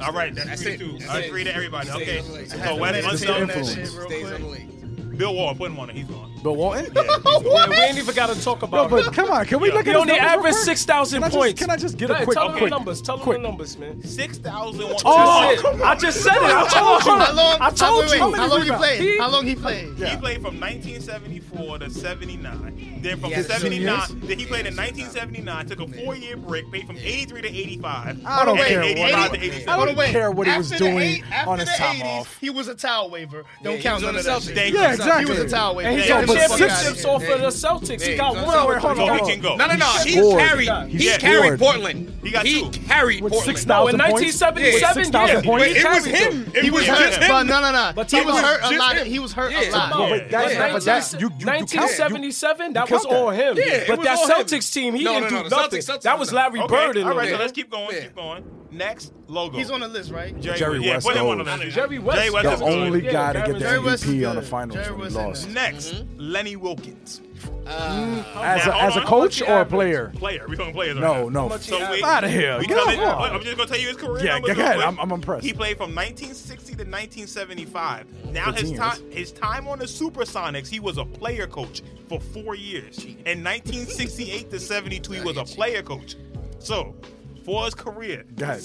Speaker 1: All right, that's
Speaker 2: That's
Speaker 1: three
Speaker 2: it.
Speaker 1: to two.
Speaker 2: That's
Speaker 1: All right,
Speaker 2: it.
Speaker 1: three to everybody.
Speaker 2: Stays
Speaker 1: Okay.
Speaker 2: on the list.
Speaker 1: So Wes
Speaker 6: Just the
Speaker 1: Unseld,
Speaker 6: influence.
Speaker 2: Stays on the league.
Speaker 1: Bill Wall, put him on it. He's on.
Speaker 6: But Walton?
Speaker 4: Yeah, we ain't even got to talk
Speaker 6: No,
Speaker 4: about
Speaker 6: but
Speaker 4: it.
Speaker 6: come on, can we
Speaker 1: Yeah.
Speaker 6: look
Speaker 4: He
Speaker 6: at his
Speaker 4: only
Speaker 6: numbers real
Speaker 4: averaged
Speaker 6: quick?
Speaker 4: 6,000
Speaker 6: Can I just-
Speaker 4: points.
Speaker 6: Can I just get
Speaker 4: Hey,
Speaker 6: a quick?
Speaker 4: Tell
Speaker 6: a
Speaker 4: him
Speaker 6: quick-
Speaker 4: the numbers. Tell him
Speaker 6: quick.
Speaker 4: the numbers, man.
Speaker 1: 6,001.
Speaker 6: Oh,
Speaker 4: That's it. I just said it. I told you.
Speaker 3: How long?
Speaker 4: I told
Speaker 3: wait, wait,
Speaker 4: you.
Speaker 3: How long he played?
Speaker 4: He-
Speaker 3: how long he played?
Speaker 1: He played from 1974 to 79. Then from
Speaker 2: Yeah, so
Speaker 1: 79,
Speaker 6: yes.
Speaker 1: then he played in 1979. Took a four-year break. Played from 83 to 85.
Speaker 3: Ah,
Speaker 6: I don't
Speaker 1: Then
Speaker 6: care
Speaker 3: Wait,
Speaker 6: what
Speaker 1: 85
Speaker 3: 80
Speaker 1: to 87.
Speaker 6: I
Speaker 3: Hold
Speaker 6: don't
Speaker 3: on, wait.
Speaker 6: care what he was
Speaker 3: After the
Speaker 6: doing
Speaker 3: eight- after
Speaker 6: on his
Speaker 3: the
Speaker 6: time
Speaker 3: 80s,
Speaker 6: off.
Speaker 3: He was a towel waver. Don't
Speaker 2: he
Speaker 3: count
Speaker 2: was
Speaker 3: none
Speaker 2: on
Speaker 3: of
Speaker 2: the
Speaker 3: that.
Speaker 2: Celtics.
Speaker 3: shit.
Speaker 1: Thank
Speaker 6: Yeah,
Speaker 1: you.
Speaker 6: exactly.
Speaker 3: He was a towel waver.
Speaker 4: And he
Speaker 1: Yeah,
Speaker 4: got
Speaker 1: but
Speaker 4: chips,
Speaker 1: fuck
Speaker 4: six
Speaker 1: outta
Speaker 4: chips
Speaker 2: here.
Speaker 4: off
Speaker 2: Yeah.
Speaker 4: of the Celtics.
Speaker 2: Yeah,
Speaker 4: He got
Speaker 2: he's
Speaker 4: one
Speaker 2: on top
Speaker 4: over hold
Speaker 2: of
Speaker 1: So
Speaker 4: on.
Speaker 1: he
Speaker 4: hold
Speaker 1: can
Speaker 4: on.
Speaker 1: go.
Speaker 2: No, no, no.
Speaker 4: He
Speaker 2: He,
Speaker 6: scored.
Speaker 2: carried.
Speaker 6: He
Speaker 2: He,
Speaker 1: scored.
Speaker 2: carried Portland.
Speaker 1: He got two.
Speaker 2: carried
Speaker 6: With
Speaker 2: Portland.
Speaker 6: 6,000
Speaker 4: in
Speaker 6: points?
Speaker 4: 1977,
Speaker 6: 6,000
Speaker 4: yeah,
Speaker 6: points?
Speaker 2: Wait, it was
Speaker 4: carried them.
Speaker 2: him.
Speaker 1: It
Speaker 2: It
Speaker 1: was
Speaker 2: was
Speaker 1: just
Speaker 2: just
Speaker 1: him.
Speaker 3: But
Speaker 2: him.
Speaker 3: no, no, no.
Speaker 4: But
Speaker 3: he
Speaker 4: that
Speaker 3: was
Speaker 4: was
Speaker 3: hurt a
Speaker 2: just
Speaker 3: lot.
Speaker 2: him.
Speaker 3: He was hurt a
Speaker 2: Yeah.
Speaker 3: lot.
Speaker 6: No, but that's
Speaker 2: Yeah.
Speaker 6: not. But that's you. you- you count- you-
Speaker 4: 1977, that
Speaker 6: you
Speaker 4: was
Speaker 6: count that.
Speaker 4: all him.
Speaker 2: Yeah, it
Speaker 4: but
Speaker 2: was
Speaker 4: that
Speaker 2: all him.
Speaker 4: Celtics team, he
Speaker 2: No,
Speaker 4: didn't
Speaker 2: no, no,
Speaker 4: do
Speaker 2: the
Speaker 4: nothing.
Speaker 2: Celtics- Celtics
Speaker 4: that was
Speaker 2: was
Speaker 4: Larry
Speaker 1: Okay,
Speaker 4: Bird in
Speaker 1: all right,
Speaker 4: there.
Speaker 1: so let's keep going.
Speaker 2: Yeah.
Speaker 1: Keep going. Next logo.
Speaker 3: He's on the list, right?
Speaker 7: Jerry
Speaker 1: yeah,
Speaker 7: West
Speaker 1: Put him on the
Speaker 7: goes.
Speaker 1: list.
Speaker 4: Jerry West.
Speaker 1: Jerry West
Speaker 7: The
Speaker 1: is good.
Speaker 7: only
Speaker 4: Yeah,
Speaker 7: guy to get the
Speaker 4: Jerry
Speaker 3: West is
Speaker 7: MVP on the
Speaker 3: good.
Speaker 7: finals
Speaker 3: Jerry
Speaker 7: when
Speaker 3: West is
Speaker 7: he lost.
Speaker 3: good.
Speaker 1: Next, Lenny Wilkins,
Speaker 7: As
Speaker 1: Now,
Speaker 7: a,
Speaker 1: hold
Speaker 7: as a
Speaker 1: on.
Speaker 7: coach or a
Speaker 4: average?
Speaker 7: player?
Speaker 1: player. We talking players.
Speaker 7: No,
Speaker 1: right
Speaker 7: no.
Speaker 1: now.
Speaker 7: F-
Speaker 1: So we,
Speaker 7: outta here.
Speaker 1: We
Speaker 7: Get
Speaker 1: come
Speaker 7: off
Speaker 1: in,
Speaker 7: my-
Speaker 1: I'm just gonna tell you his career.
Speaker 7: Yeah,
Speaker 1: numbers
Speaker 7: go
Speaker 1: real
Speaker 7: ahead.
Speaker 1: quick.
Speaker 7: I'm- I'm impressed.
Speaker 1: He played from 1960 to 1975. Now
Speaker 7: 15
Speaker 1: his
Speaker 7: years.
Speaker 1: time his time on the Supersonics, he was a player coach for four years. In 1968 to 72, he was a player coach. So. For his career,
Speaker 7: Go ahead.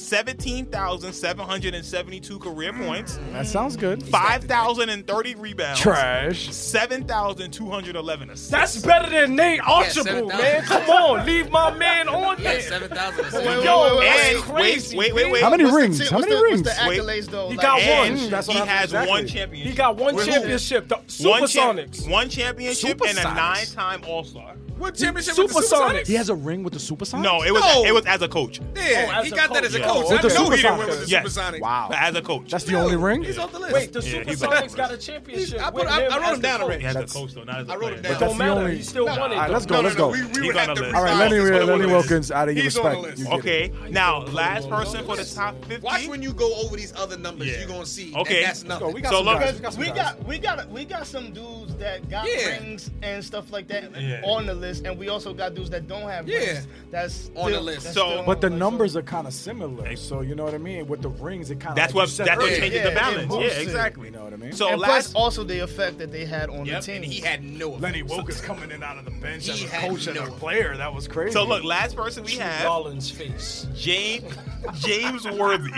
Speaker 1: 17,772 career points,
Speaker 7: That sounds good.
Speaker 1: 5,030 rebounds,
Speaker 7: Trash.
Speaker 1: 7,211 assists.
Speaker 4: That's better than Nate Archibald,
Speaker 2: 7,000.
Speaker 4: man. Come on, leave my man on
Speaker 2: Yeah,
Speaker 4: there.
Speaker 2: 7,000.
Speaker 3: wait,
Speaker 4: Yo,
Speaker 3: wait, wait,
Speaker 4: that's
Speaker 1: wait,
Speaker 4: crazy.
Speaker 1: wait, wait,
Speaker 4: man.
Speaker 1: wait.
Speaker 7: How many
Speaker 3: What's the
Speaker 7: rings?
Speaker 3: ti-
Speaker 7: How
Speaker 3: what's
Speaker 7: many
Speaker 3: the-
Speaker 7: rings?
Speaker 3: What's the
Speaker 1: Wait.
Speaker 3: accolades though?
Speaker 4: He
Speaker 3: Like,
Speaker 4: got one.
Speaker 1: And
Speaker 7: That's what
Speaker 1: he
Speaker 7: I'm-
Speaker 1: has
Speaker 7: exactly.
Speaker 1: one championship.
Speaker 4: He got one
Speaker 1: With who?
Speaker 4: championship. The
Speaker 1: One champ-
Speaker 4: Supersonics.
Speaker 1: One championship and a
Speaker 7: Supersonics.
Speaker 1: nine-time All-Star.
Speaker 2: What championship
Speaker 4: with the Supersonics?
Speaker 7: He has a ring with the Supersonics?
Speaker 1: No, it was
Speaker 2: No.
Speaker 1: it was as a coach.
Speaker 2: Yeah,
Speaker 4: Oh, as
Speaker 2: he
Speaker 4: a
Speaker 2: got that as a
Speaker 1: coach.
Speaker 2: coach.
Speaker 7: Yeah.
Speaker 2: I
Speaker 7: With the
Speaker 2: know he didn't win with the
Speaker 7: Supersonics.
Speaker 1: Yes.
Speaker 2: Supersonics.
Speaker 7: Wow.
Speaker 1: But as a coach.
Speaker 7: That's the only ring?
Speaker 2: He's off the list.
Speaker 4: Wait, the
Speaker 1: Yeah, he's on
Speaker 4: Supersonics
Speaker 1: the
Speaker 4: got a
Speaker 1: list.
Speaker 4: championship.
Speaker 2: I put-
Speaker 4: with
Speaker 2: I- I
Speaker 4: him
Speaker 2: wrote
Speaker 4: as
Speaker 2: him
Speaker 4: the
Speaker 2: down
Speaker 4: coach.
Speaker 1: Yeah,
Speaker 4: It
Speaker 1: as a
Speaker 7: That's-
Speaker 1: coach though, not as a
Speaker 2: I wrote
Speaker 1: player.
Speaker 2: him
Speaker 1: But
Speaker 2: down.
Speaker 7: that's
Speaker 4: Don't
Speaker 7: the
Speaker 4: matter.
Speaker 7: only-
Speaker 4: He still
Speaker 7: Nah,
Speaker 4: won it.
Speaker 7: all right,
Speaker 4: though.
Speaker 7: let's go.
Speaker 2: No,
Speaker 7: let's
Speaker 2: no,
Speaker 7: go.
Speaker 2: no, We, we
Speaker 1: He's
Speaker 2: would
Speaker 1: on
Speaker 2: have
Speaker 1: the
Speaker 2: to
Speaker 1: list.
Speaker 7: All right, Lenny,
Speaker 2: revise this, but
Speaker 7: Lenny
Speaker 2: it was-
Speaker 7: Wilkins, out of your
Speaker 4: He's on the
Speaker 7: respect.
Speaker 4: list.
Speaker 7: You get it.
Speaker 1: Okay, now last person for the top 15.
Speaker 2: Watch when you go over these other numbers,
Speaker 1: Yeah.
Speaker 2: you're going to see
Speaker 1: Okay.
Speaker 2: that that's nothing.
Speaker 1: we got So some look- guys, we
Speaker 3: Because we got we got we got some dudes that got
Speaker 2: Yeah.
Speaker 3: rings and stuff like that
Speaker 1: Yeah.
Speaker 3: on the list, and we also got dudes that don't have
Speaker 2: Yeah.
Speaker 3: rings. That's
Speaker 2: On
Speaker 3: still-
Speaker 2: the list.
Speaker 3: that's
Speaker 1: So-
Speaker 3: still
Speaker 7: But the
Speaker 3: on like,
Speaker 7: numbers
Speaker 3: so-
Speaker 7: are kind of similar, so you know what I mean. With the rings, it kind of
Speaker 1: That's what that's what
Speaker 2: earlier.
Speaker 1: changes
Speaker 3: Yeah,
Speaker 1: the
Speaker 3: it
Speaker 1: balance. Yeah,
Speaker 3: moves it.
Speaker 1: exactly.
Speaker 7: You know what I mean?
Speaker 1: So
Speaker 3: and plus
Speaker 1: last
Speaker 3: also the effect that they had on
Speaker 1: Yep,
Speaker 3: the team.
Speaker 2: And he had no effect.
Speaker 7: Wilkins coming in out of the bench
Speaker 2: He had no-
Speaker 7: player. That was crazy.
Speaker 1: so look, last person we have
Speaker 4: Garland's face.
Speaker 1: James James Worthy.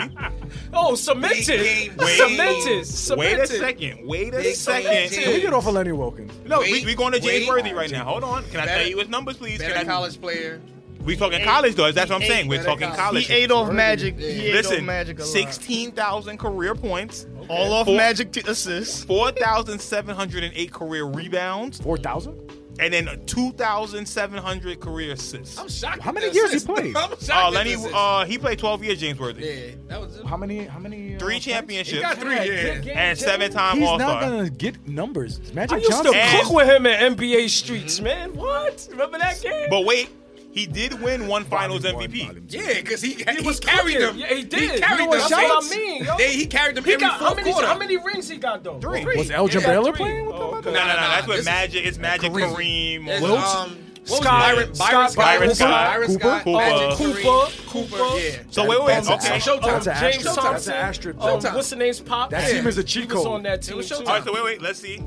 Speaker 4: Oh, cemented.
Speaker 2: game. Wait.
Speaker 4: Cemented.
Speaker 1: Wait a
Speaker 4: Cemented.
Speaker 1: second. Wait a
Speaker 2: Big game
Speaker 1: second.
Speaker 7: can we
Speaker 2: James.
Speaker 7: get off of Lenny Wilkins?
Speaker 1: No,
Speaker 2: Wait,
Speaker 1: we, we going to James
Speaker 2: wait.
Speaker 1: Worthy right now. Hold on. Can I
Speaker 2: Better-
Speaker 1: tell you his numbers, please? Can
Speaker 2: Better
Speaker 1: I,
Speaker 2: college player.
Speaker 1: We talking college though. That's what I'm saying. We're
Speaker 2: Better
Speaker 1: talking
Speaker 2: college.
Speaker 1: college.
Speaker 3: he ate off magic. He ate off
Speaker 1: Listen,
Speaker 3: magic a lot.
Speaker 1: sixteen thousand career points,
Speaker 3: all off
Speaker 1: Four-
Speaker 3: magic to assists.
Speaker 1: four thousand seven hundred and eight career rebounds,
Speaker 7: Four thousand?
Speaker 1: and then two thousand seven hundred career assists.
Speaker 2: I'm shocked.
Speaker 7: How
Speaker 2: at
Speaker 7: many
Speaker 2: this.
Speaker 7: years he played?
Speaker 2: I'm shocked.
Speaker 1: Uh,
Speaker 2: at
Speaker 1: Lenny,
Speaker 2: this.
Speaker 1: uh, he played twelve years. James Worthy,
Speaker 2: yeah, that was
Speaker 7: How many? How many? uh,
Speaker 1: three
Speaker 7: fights?
Speaker 2: He
Speaker 1: championships,
Speaker 2: got three years.
Speaker 1: and seven-time
Speaker 7: He's
Speaker 1: All Star.
Speaker 7: not gonna get numbers.
Speaker 4: I
Speaker 7: Magic
Speaker 4: used
Speaker 7: Johnson.
Speaker 4: to
Speaker 1: And-
Speaker 4: cook with him at NBA Streets, man. What? Remember that game?
Speaker 1: But wait, he did win one Finals
Speaker 7: Volume one,
Speaker 1: MVP.
Speaker 7: volume two.
Speaker 2: Yeah, because he, he,
Speaker 4: was
Speaker 2: carried
Speaker 4: cooking.
Speaker 2: them.
Speaker 4: Yeah, he did.
Speaker 2: He
Speaker 4: You
Speaker 2: carried
Speaker 4: know
Speaker 2: them.
Speaker 4: what- that's what I
Speaker 2: Saints.
Speaker 4: mean, yo.
Speaker 2: They, he carried them
Speaker 4: He
Speaker 2: every
Speaker 4: got how
Speaker 2: fourth
Speaker 4: many,
Speaker 2: quarter.
Speaker 4: how many rings he got though?
Speaker 1: Three.
Speaker 7: Was
Speaker 2: Yeah,
Speaker 7: Elgin
Speaker 4: got
Speaker 7: Baylor
Speaker 4: three.
Speaker 7: playing? What the
Speaker 4: Oh,
Speaker 7: fuck?
Speaker 4: okay.
Speaker 1: No, no, no,
Speaker 2: Nah, nah,
Speaker 1: that's
Speaker 2: this
Speaker 1: what
Speaker 2: is-
Speaker 1: Magic. It's Magic,
Speaker 2: Kareem.
Speaker 1: Kareem,
Speaker 2: It's,
Speaker 7: Wilt?
Speaker 2: Um, what was
Speaker 4: Scott.
Speaker 2: Byron, Byron
Speaker 4: Scott
Speaker 2: Scott.
Speaker 1: Byron Scott.
Speaker 2: Byron
Speaker 7: Cooper.
Speaker 2: Scott.
Speaker 1: Cooper.
Speaker 2: Magic
Speaker 4: Cooper,
Speaker 2: Kareem.
Speaker 4: Cooper.
Speaker 2: Yeah.
Speaker 1: So wait, wait,
Speaker 7: That's
Speaker 1: wait.
Speaker 7: an
Speaker 1: Okay.
Speaker 7: asterisk.
Speaker 2: Showtime.
Speaker 7: That's an
Speaker 4: Um, James
Speaker 7: asterisk.
Speaker 4: Thompson.
Speaker 7: That's an asterisk.
Speaker 4: Um,
Speaker 2: Showtime.
Speaker 4: what's the name's pop?
Speaker 7: That team is a cheat
Speaker 4: He was
Speaker 7: code.
Speaker 4: on that team.
Speaker 2: was
Speaker 4: too.
Speaker 2: Showtime.
Speaker 1: All right, so wait, wait. Let's see.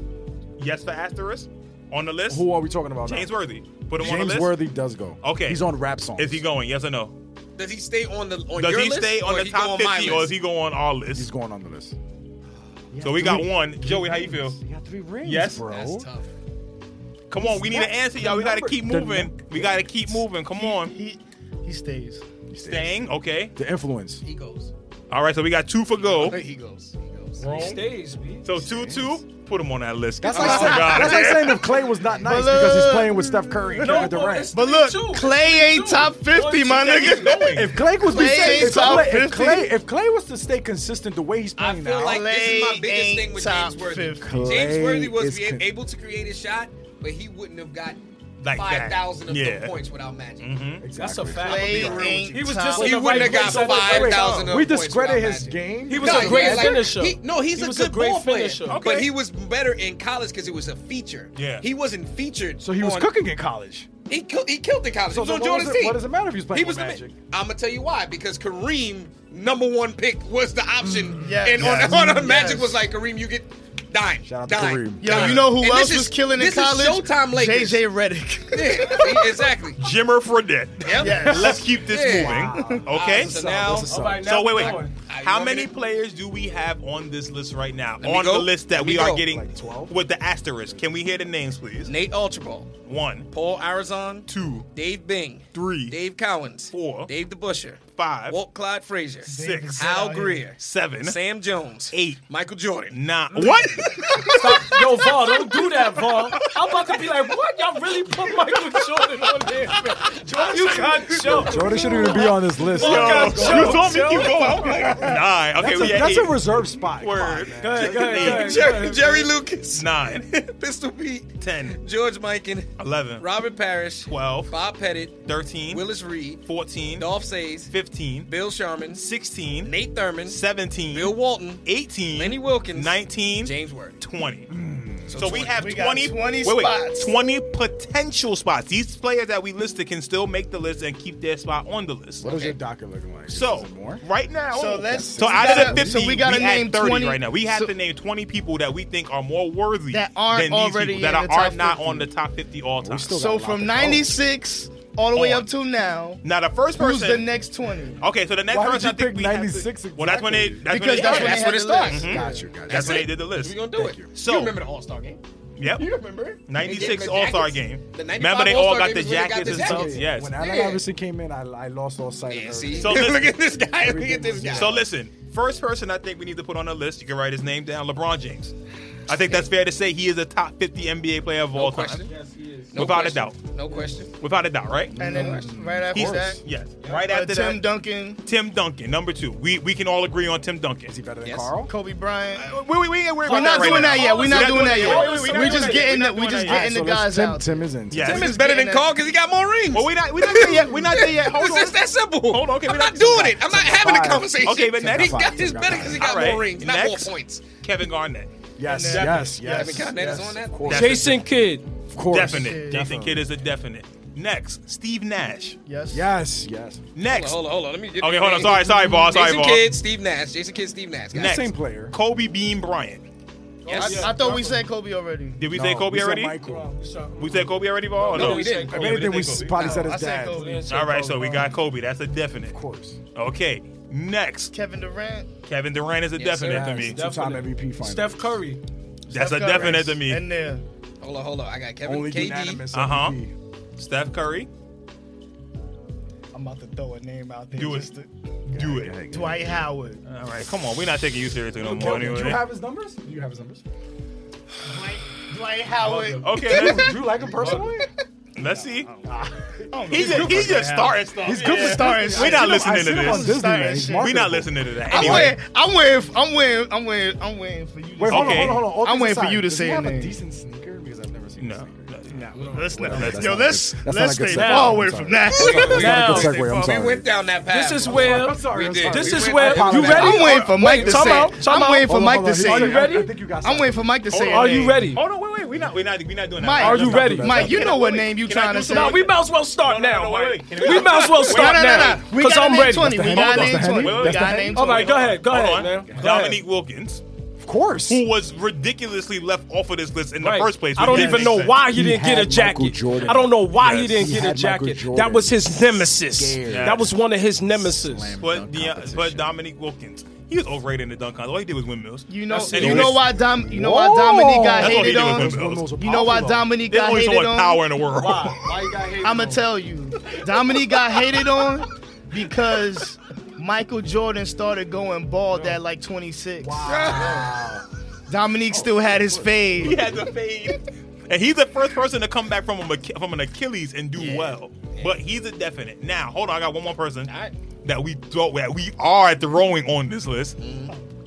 Speaker 1: Yes for asterisk on the list.
Speaker 7: Who are we talking about? now?
Speaker 1: James Worthy. Put him on the
Speaker 7: James
Speaker 1: list.
Speaker 7: Worthy does go.
Speaker 1: Okay.
Speaker 7: He's on rap songs.
Speaker 1: Is he going? Yes or no?
Speaker 2: Does he stay on the on
Speaker 1: Does
Speaker 2: your
Speaker 1: he
Speaker 2: list,
Speaker 1: stay on
Speaker 2: or
Speaker 1: the
Speaker 2: he
Speaker 1: top
Speaker 2: go on my
Speaker 1: 50 or is
Speaker 2: list?
Speaker 1: he going on our list?
Speaker 7: He's going on the list.
Speaker 1: So we got one. Joey, how you feel?
Speaker 7: He got three rings,
Speaker 1: Yes.
Speaker 7: bro.
Speaker 2: That's tough.
Speaker 1: Come on, we need an answer, y'all. We gotta keep
Speaker 7: The
Speaker 1: moving.
Speaker 7: number-
Speaker 1: We gotta keep moving. Come on.
Speaker 3: He he stays.
Speaker 1: Staying, okay.
Speaker 7: The influence.
Speaker 2: He goes.
Speaker 1: All right, so we got two for go.
Speaker 2: He goes. He goes.
Speaker 4: He stays, B.
Speaker 1: So two, two. Put him on that list.
Speaker 7: That's
Speaker 1: Oh,
Speaker 7: like, saying,
Speaker 1: God.
Speaker 7: that's like saying if Clay was not nice because he's playing with Steph Curry and Kevin Durant.
Speaker 3: But look, Clay ain't top 50, my nigga.
Speaker 7: If Clay was to
Speaker 3: Clay
Speaker 7: stay,
Speaker 3: ain't
Speaker 7: if
Speaker 3: top
Speaker 7: Clay, if
Speaker 3: 50.
Speaker 7: Clay, if Clay was to stay consistent the way he's
Speaker 2: I
Speaker 7: playing
Speaker 2: feel
Speaker 7: now,
Speaker 2: like this is my
Speaker 3: Clay
Speaker 2: biggest thing
Speaker 3: ain't
Speaker 2: with
Speaker 3: top
Speaker 2: James Worthy.
Speaker 3: 50.
Speaker 7: Clay
Speaker 2: James Worthy was
Speaker 7: is
Speaker 2: be-
Speaker 7: con-
Speaker 2: able to create his shot, but he wouldn't have got
Speaker 1: Like that.
Speaker 2: five thousand of
Speaker 1: Yeah. Mm-hmm.
Speaker 2: the points without Magic.
Speaker 4: That's a
Speaker 7: Exactly.
Speaker 4: fact.
Speaker 3: Clay
Speaker 2: real with
Speaker 3: ain't
Speaker 4: He was
Speaker 3: top
Speaker 4: just
Speaker 2: He
Speaker 4: in the
Speaker 2: wouldn't
Speaker 4: right
Speaker 2: have got
Speaker 4: place at the right
Speaker 2: five
Speaker 4: time.
Speaker 2: thousand.
Speaker 7: we discredit his game.
Speaker 4: He was a
Speaker 2: No,
Speaker 4: great
Speaker 2: yeah, like,
Speaker 4: finisher.
Speaker 2: He, no, he's
Speaker 4: He
Speaker 2: a
Speaker 4: was
Speaker 2: good
Speaker 4: a great
Speaker 2: ball player,
Speaker 4: finisher.
Speaker 2: but he was better in college because it was a feature.
Speaker 1: Yeah.
Speaker 2: he wasn't featured.
Speaker 7: so he was
Speaker 2: on-
Speaker 7: cooking in college.
Speaker 2: He, kill, he killed in college.
Speaker 7: So
Speaker 2: he was
Speaker 7: then
Speaker 2: on
Speaker 7: what
Speaker 2: Jordan's
Speaker 7: does it-
Speaker 2: team.
Speaker 7: what does it matter if he was playing
Speaker 2: He
Speaker 7: with
Speaker 2: was the
Speaker 7: Magic?
Speaker 2: I'm gonna tell you why because Kareem number one pick was the option,
Speaker 3: yes,
Speaker 2: and on-
Speaker 3: Mm, yes,
Speaker 2: on,
Speaker 3: yes.
Speaker 2: Magic was like Kareem, you get dime,
Speaker 7: Shout out to
Speaker 2: dime,
Speaker 7: Kareem.
Speaker 3: Yo,
Speaker 2: dime."
Speaker 3: you know who
Speaker 2: And
Speaker 3: else
Speaker 2: this is-
Speaker 3: was killing in
Speaker 2: this is
Speaker 3: college?
Speaker 2: Showtime Lakers.
Speaker 3: JJ Redick.
Speaker 2: Yeah, exactly.
Speaker 1: Jimmer Fredette.
Speaker 2: Yep.
Speaker 3: Yes.
Speaker 1: Let's keep this
Speaker 2: Yeah.
Speaker 1: moving. Okay.
Speaker 2: So
Speaker 7: So
Speaker 2: now-
Speaker 7: this is
Speaker 4: All right,
Speaker 7: something.
Speaker 4: now
Speaker 1: So wait,
Speaker 4: we're
Speaker 1: wait.
Speaker 4: going.
Speaker 2: I-
Speaker 1: How
Speaker 2: you want
Speaker 1: many
Speaker 2: me to-
Speaker 1: players do we have on this list right now?
Speaker 2: me
Speaker 1: On the
Speaker 2: go.
Speaker 1: list that
Speaker 2: Let
Speaker 1: we
Speaker 2: me
Speaker 1: are
Speaker 2: go.
Speaker 1: getting
Speaker 7: Like 12?
Speaker 1: with the asterisk. Can we hear the names, please?
Speaker 2: Nate Ultraball,
Speaker 1: One,
Speaker 2: Paul Arizon,
Speaker 1: two,
Speaker 2: Dave Bing,
Speaker 1: Three.
Speaker 2: Dave Cowens,
Speaker 1: Four.
Speaker 2: Dave the Busher,
Speaker 1: Five.
Speaker 2: Walt Clyde Frazier,
Speaker 1: Six.
Speaker 2: Al Greer,
Speaker 1: seven,
Speaker 2: Sam Jones,
Speaker 1: Eight.
Speaker 2: Michael Jordan.
Speaker 1: nine. What?
Speaker 4: Stop. Yo, Vol, don't do that, Vol. I'm about to be like, what? Y'all really put Michael Jordan on there, man. Jordan, you got choked.
Speaker 7: Jordan shouldn't even be on this list.
Speaker 4: Yo.
Speaker 7: yo.
Speaker 1: you told me you go. I'm like, Nine. Okay,
Speaker 7: That's,
Speaker 1: we
Speaker 7: a,
Speaker 1: at
Speaker 7: that's
Speaker 1: eight.
Speaker 7: a reserve spot. Come on,
Speaker 1: Word.
Speaker 7: man.
Speaker 4: Go ahead, go ahead, go ahead.
Speaker 2: Jerry, Jerry Lucas,
Speaker 1: Nine.
Speaker 2: Pistol Pete,
Speaker 1: Ten.
Speaker 2: George Mikan,
Speaker 1: Eleven.
Speaker 2: Robert Parrish,
Speaker 1: Twelve.
Speaker 2: Bob Pettit,
Speaker 1: Thirteen.
Speaker 2: Willis Reed,
Speaker 1: Fourteen.
Speaker 2: Dolph Says,
Speaker 1: Fifteen.
Speaker 2: Bill Sharman,
Speaker 1: Sixteen.
Speaker 2: Nate Thurman,
Speaker 1: Seventeen.
Speaker 2: Bill Walton,
Speaker 1: 18,
Speaker 2: Lenny Wilkins,
Speaker 1: 19,
Speaker 2: James Worth.
Speaker 1: 20. So, we have
Speaker 3: Mm, We got
Speaker 1: 20,
Speaker 3: 20
Speaker 1: wait, wait,
Speaker 3: spots.
Speaker 1: 20 potential spots. These players that we listed can still make the list and keep their spot on the list.
Speaker 5: What is your docket looking like?
Speaker 1: So
Speaker 5: Is it more?
Speaker 1: right now,
Speaker 3: So let's-
Speaker 1: so
Speaker 3: we
Speaker 1: out of
Speaker 3: gotta-
Speaker 1: the 50,
Speaker 3: so we gotta
Speaker 1: at
Speaker 3: name
Speaker 1: 30
Speaker 3: 20
Speaker 1: right now. We have
Speaker 3: so-
Speaker 1: to name 20 people that we think are more worthy
Speaker 3: That aren't
Speaker 1: than these
Speaker 3: already
Speaker 1: people that
Speaker 3: in
Speaker 1: are,
Speaker 3: the top
Speaker 1: are not
Speaker 3: 50.
Speaker 1: on the top 50 all time.
Speaker 7: still
Speaker 3: So from 96 all the way
Speaker 1: On.
Speaker 3: up till now,
Speaker 1: now the first
Speaker 3: who's
Speaker 1: person,
Speaker 3: the next 20?
Speaker 1: okay, so the next
Speaker 7: Why did
Speaker 1: person
Speaker 7: you
Speaker 1: I think
Speaker 7: pick
Speaker 1: we have to-
Speaker 7: 96
Speaker 1: well, that's when they that's
Speaker 3: Because
Speaker 1: when they started.
Speaker 3: that's when they had
Speaker 2: it
Speaker 3: the
Speaker 2: starts.
Speaker 3: list.
Speaker 5: Got you, got you.
Speaker 1: That's when
Speaker 2: it.
Speaker 1: they did the list.
Speaker 2: We're gonna do it.
Speaker 5: you.
Speaker 1: So-
Speaker 2: you remember the All Star game?
Speaker 1: Yep.
Speaker 2: You remember? it. They did
Speaker 1: 96
Speaker 2: the
Speaker 1: All Star
Speaker 2: jackets.
Speaker 1: game.
Speaker 2: The 95
Speaker 1: Remember, they all
Speaker 2: All-Star
Speaker 1: got
Speaker 2: game
Speaker 1: the
Speaker 2: is when they got
Speaker 1: jackets and
Speaker 2: the
Speaker 1: stuff?
Speaker 2: jackets.
Speaker 1: Yes.
Speaker 7: When Allen
Speaker 2: Yeah.
Speaker 7: Iverson came in, I, I lost all sight
Speaker 2: Yeah,
Speaker 7: of
Speaker 2: see?
Speaker 7: everything.
Speaker 1: So listen-
Speaker 2: look at this guy. Look at
Speaker 7: Everything
Speaker 2: this
Speaker 7: was
Speaker 2: guy.
Speaker 1: So listen, first person I think we need to put on the list, you can write his name down, LeBron James. I think that's fair to say he is a top 50 NBA player of all
Speaker 2: no question.
Speaker 1: time.
Speaker 4: Yes, he is.
Speaker 2: No
Speaker 1: Without a
Speaker 2: question.
Speaker 1: doubt.
Speaker 2: No question.
Speaker 1: Without a doubt, right?
Speaker 3: And then right after
Speaker 1: Mm-hmm. He's-
Speaker 3: that,
Speaker 1: Yes. Right
Speaker 3: uh,
Speaker 1: after
Speaker 3: Tim
Speaker 1: that,
Speaker 3: Duncan,
Speaker 1: Tim Duncan, number two. We we can all agree on Tim Duncan.
Speaker 7: Is he better than
Speaker 2: Yes.
Speaker 7: Carl?
Speaker 3: Kobe Bryant.
Speaker 1: We, we, we ain't worried
Speaker 3: We're
Speaker 1: about
Speaker 3: not
Speaker 1: that right
Speaker 3: doing
Speaker 1: now.
Speaker 3: that yet. We're not doing
Speaker 1: Wait, wait, wait,
Speaker 3: that yet.
Speaker 1: we're not
Speaker 3: We're
Speaker 1: doing
Speaker 3: just
Speaker 1: that yet.
Speaker 3: getting
Speaker 1: We're
Speaker 3: the
Speaker 1: not
Speaker 3: we
Speaker 1: doing
Speaker 3: just
Speaker 1: that yet.
Speaker 3: getting the
Speaker 7: Alright, so
Speaker 3: guys
Speaker 7: let's- Tim,
Speaker 3: out.
Speaker 7: Tim is in.
Speaker 1: Yes.
Speaker 2: Tim is better than
Speaker 3: Yeah.
Speaker 2: Carl because he got more rings.
Speaker 1: Well, we're not, we're not there yet. We're not there yet. Hold
Speaker 2: it's
Speaker 1: on.
Speaker 2: just that simple.
Speaker 1: Hold on, okay,
Speaker 2: I'm
Speaker 1: we're not-
Speaker 2: not doing it. I'm not having a
Speaker 7: five.
Speaker 2: conversation.
Speaker 1: Okay, but next-
Speaker 2: he got this better because he got
Speaker 1: All right.
Speaker 2: more rings, not
Speaker 1: Next.
Speaker 2: more points.
Speaker 1: Kevin Garnett.
Speaker 7: Yes,
Speaker 3: And then-
Speaker 7: yes, yes.
Speaker 2: Kevin Garnett is on that.
Speaker 7: Of course.
Speaker 1: That's-
Speaker 4: Jason Kidd.
Speaker 7: Of course.
Speaker 1: Definite. Jason Kidd is a definite. Next, Steve Nash.
Speaker 3: Yes.
Speaker 7: Yes, yes.
Speaker 1: Next.
Speaker 2: Hold on, hold on, hold on. Let me get
Speaker 1: Okay, hold on. Sorry, sorry, boss. Sorry,
Speaker 2: Jason
Speaker 1: boss.
Speaker 2: Kidd, Steve Nash. Jason Kidd, Steve Nash. guys.
Speaker 1: Next.
Speaker 7: Same player.
Speaker 1: Kobe Bean Bryant.
Speaker 3: I,
Speaker 2: Yes.
Speaker 3: I thought we said Kobe already.
Speaker 1: Did we
Speaker 7: No,
Speaker 1: say Kobe
Speaker 7: we said
Speaker 1: already?
Speaker 7: Michael.
Speaker 1: We said Kobe already, Ball?
Speaker 2: No, we didn't.
Speaker 1: Okay,
Speaker 7: If
Speaker 1: we
Speaker 7: anything, we
Speaker 1: Kobe.
Speaker 7: probably said
Speaker 3: I
Speaker 7: his
Speaker 3: said
Speaker 7: dad. Of
Speaker 3: Kobe. Of
Speaker 1: All right, so we got Kobe. That's a definite.
Speaker 7: course.
Speaker 1: Okay, next.
Speaker 3: Kevin Durant.
Speaker 1: Kevin Durant is a
Speaker 2: Yes, sir.
Speaker 1: definite to
Speaker 7: Yes,
Speaker 1: me.
Speaker 7: Two-time
Speaker 4: Definite.
Speaker 7: MVP final.
Speaker 4: Steph Curry.
Speaker 1: That's a
Speaker 3: Steph Curry.
Speaker 1: definite to
Speaker 3: And
Speaker 1: me.
Speaker 3: then
Speaker 2: Hold on, hold on. I got Kevin
Speaker 7: Only
Speaker 2: KD.
Speaker 7: unanimous
Speaker 1: Uh-huh.
Speaker 7: MVP.
Speaker 1: Steph Curry,
Speaker 3: I'm about to throw a name out there.
Speaker 1: Do it. Uh.
Speaker 3: just to-
Speaker 1: do it.
Speaker 3: Dwight Howard.
Speaker 1: All right, come on. We're not taking you seriously no more.
Speaker 7: Kevin, do you
Speaker 1: Anyway.
Speaker 7: have his numbers? Do you have his numbers?
Speaker 3: Dwight Howard.
Speaker 1: Okay, let's,
Speaker 7: Do you like him personally?
Speaker 1: let's see.
Speaker 3: I don't know.
Speaker 1: He's just, he's just starting stuff.
Speaker 7: He's good for
Speaker 3: starting.
Speaker 1: We're
Speaker 3: shit.
Speaker 1: not
Speaker 7: I see
Speaker 1: listening to
Speaker 7: him on
Speaker 1: this.
Speaker 7: Disney, man.
Speaker 3: Starting
Speaker 7: He's
Speaker 3: shit.
Speaker 1: We're not
Speaker 7: marketable.
Speaker 1: listening to that.
Speaker 3: I'm
Speaker 1: Anyway,
Speaker 3: waiting. I'm waiting. I'm waiting. I'm waiting. I'm waiting for you. to
Speaker 7: Wait, hold
Speaker 1: Okay.
Speaker 7: on, hold on, hold on. All
Speaker 3: I'm
Speaker 7: things
Speaker 3: waiting for
Speaker 7: aside,
Speaker 3: you to
Speaker 7: does he
Speaker 3: say
Speaker 7: have
Speaker 3: a name.
Speaker 7: a decent sneaker? Because I've never seen a
Speaker 1: no,
Speaker 7: sneaker.
Speaker 1: no,
Speaker 3: No, let's not.
Speaker 1: no,
Speaker 3: Let's,
Speaker 1: that's
Speaker 3: yo,
Speaker 1: not
Speaker 3: let's
Speaker 7: That's not
Speaker 3: let's
Speaker 7: a good
Speaker 3: stay
Speaker 7: segue.
Speaker 3: far
Speaker 7: I'm
Speaker 3: away
Speaker 7: sorry.
Speaker 3: from that.
Speaker 7: That's not a good
Speaker 1: Now-
Speaker 7: segue. I'm sorry.
Speaker 2: We went down that path.
Speaker 4: This is where.
Speaker 7: I'm sorry. I'm
Speaker 2: did.
Speaker 7: sorry.
Speaker 4: This
Speaker 2: We
Speaker 4: is
Speaker 2: went
Speaker 4: where.
Speaker 7: down
Speaker 4: You
Speaker 7: that path.
Speaker 4: ready?
Speaker 3: I'm waiting for Mike to
Speaker 4: time
Speaker 3: say.
Speaker 4: out,
Speaker 3: it.
Speaker 4: time
Speaker 3: I'm waiting
Speaker 4: out.
Speaker 3: for
Speaker 7: Hold on,
Speaker 3: Mike
Speaker 7: hold on.
Speaker 3: to
Speaker 7: He-
Speaker 3: say.
Speaker 4: Are you
Speaker 3: it.
Speaker 7: I-
Speaker 4: ready?
Speaker 7: I think you got
Speaker 3: I'm
Speaker 7: something.
Speaker 3: waiting for Mike to say.
Speaker 4: Are
Speaker 3: a
Speaker 4: you
Speaker 3: name.
Speaker 4: ready?
Speaker 1: Hold on, wait, wait. We're not, we're not, we're not doing that.
Speaker 3: Mike,
Speaker 1: Right
Speaker 4: Are
Speaker 1: now.
Speaker 4: you ready?
Speaker 3: Mike, you know what
Speaker 1: Wait,
Speaker 3: name you
Speaker 1: can I
Speaker 3: trying
Speaker 1: do
Speaker 3: to say.
Speaker 1: something?
Speaker 4: Nah, we might as well start
Speaker 1: No, no,
Speaker 4: now.
Speaker 1: no, wait,
Speaker 4: Mike.
Speaker 1: wait. Can we-
Speaker 4: We might as well
Speaker 1: Wait,
Speaker 4: start
Speaker 3: no, no, no,
Speaker 4: now.
Speaker 3: no. We
Speaker 4: Because
Speaker 3: gotta
Speaker 4: I'm
Speaker 3: name
Speaker 4: ready.
Speaker 3: 20. We
Speaker 7: Henny?
Speaker 3: got
Speaker 7: That's
Speaker 3: name
Speaker 7: the Henny?
Speaker 3: 20. We
Speaker 1: That's the
Speaker 3: got
Speaker 7: Henny?
Speaker 3: name 20.
Speaker 4: All right, go ahead. Go
Speaker 1: Hold
Speaker 4: ahead,
Speaker 1: on.
Speaker 4: man. Go ahead.
Speaker 1: Dominique Wilkins,
Speaker 7: Of course.
Speaker 1: who was ridiculously left off of this list in
Speaker 4: Right.
Speaker 1: the first place.
Speaker 4: I
Speaker 1: which
Speaker 4: don't
Speaker 1: didn't
Speaker 4: even
Speaker 1: make
Speaker 4: know
Speaker 1: sense.
Speaker 4: why he,
Speaker 7: He
Speaker 4: didn't get
Speaker 7: had
Speaker 4: a
Speaker 7: Michael
Speaker 4: jacket.
Speaker 7: Jordan.
Speaker 4: I don't know why he
Speaker 1: Yes.
Speaker 4: didn't
Speaker 7: He
Speaker 4: get a
Speaker 7: had Michael
Speaker 4: jacket. That
Speaker 7: Jordan.
Speaker 4: was his nemesis.
Speaker 7: Scared.
Speaker 4: That was one of his nemesis.
Speaker 5: Slam dunk
Speaker 1: But the, but
Speaker 5: competition.
Speaker 1: Dominique Wilkins, he was overrated in the dunk contest. All he did was windmills.
Speaker 3: You know,
Speaker 1: That's it.
Speaker 3: you
Speaker 1: He
Speaker 3: know
Speaker 1: was-
Speaker 3: why Dom, you know why
Speaker 7: Whoa.
Speaker 3: Dominique got
Speaker 7: That's all he
Speaker 3: hated
Speaker 1: did was
Speaker 3: on.
Speaker 1: win.
Speaker 3: You know why Dominique
Speaker 1: There's
Speaker 3: got
Speaker 1: only so
Speaker 3: hated
Speaker 1: much power
Speaker 3: on.
Speaker 1: in the world.
Speaker 5: Why you got hate?
Speaker 3: I'ma tell you, Dominique got hated on because Michael Jordan started going bald at like 26. Dominique still had his
Speaker 1: he
Speaker 3: fade.
Speaker 1: had the fade. And he's the first person to come back from a, Mach- from an Achilles and do well. But he's a definite. Now, hold on, I got one more person
Speaker 2: right.
Speaker 1: that we throw, that we are throwing on this list.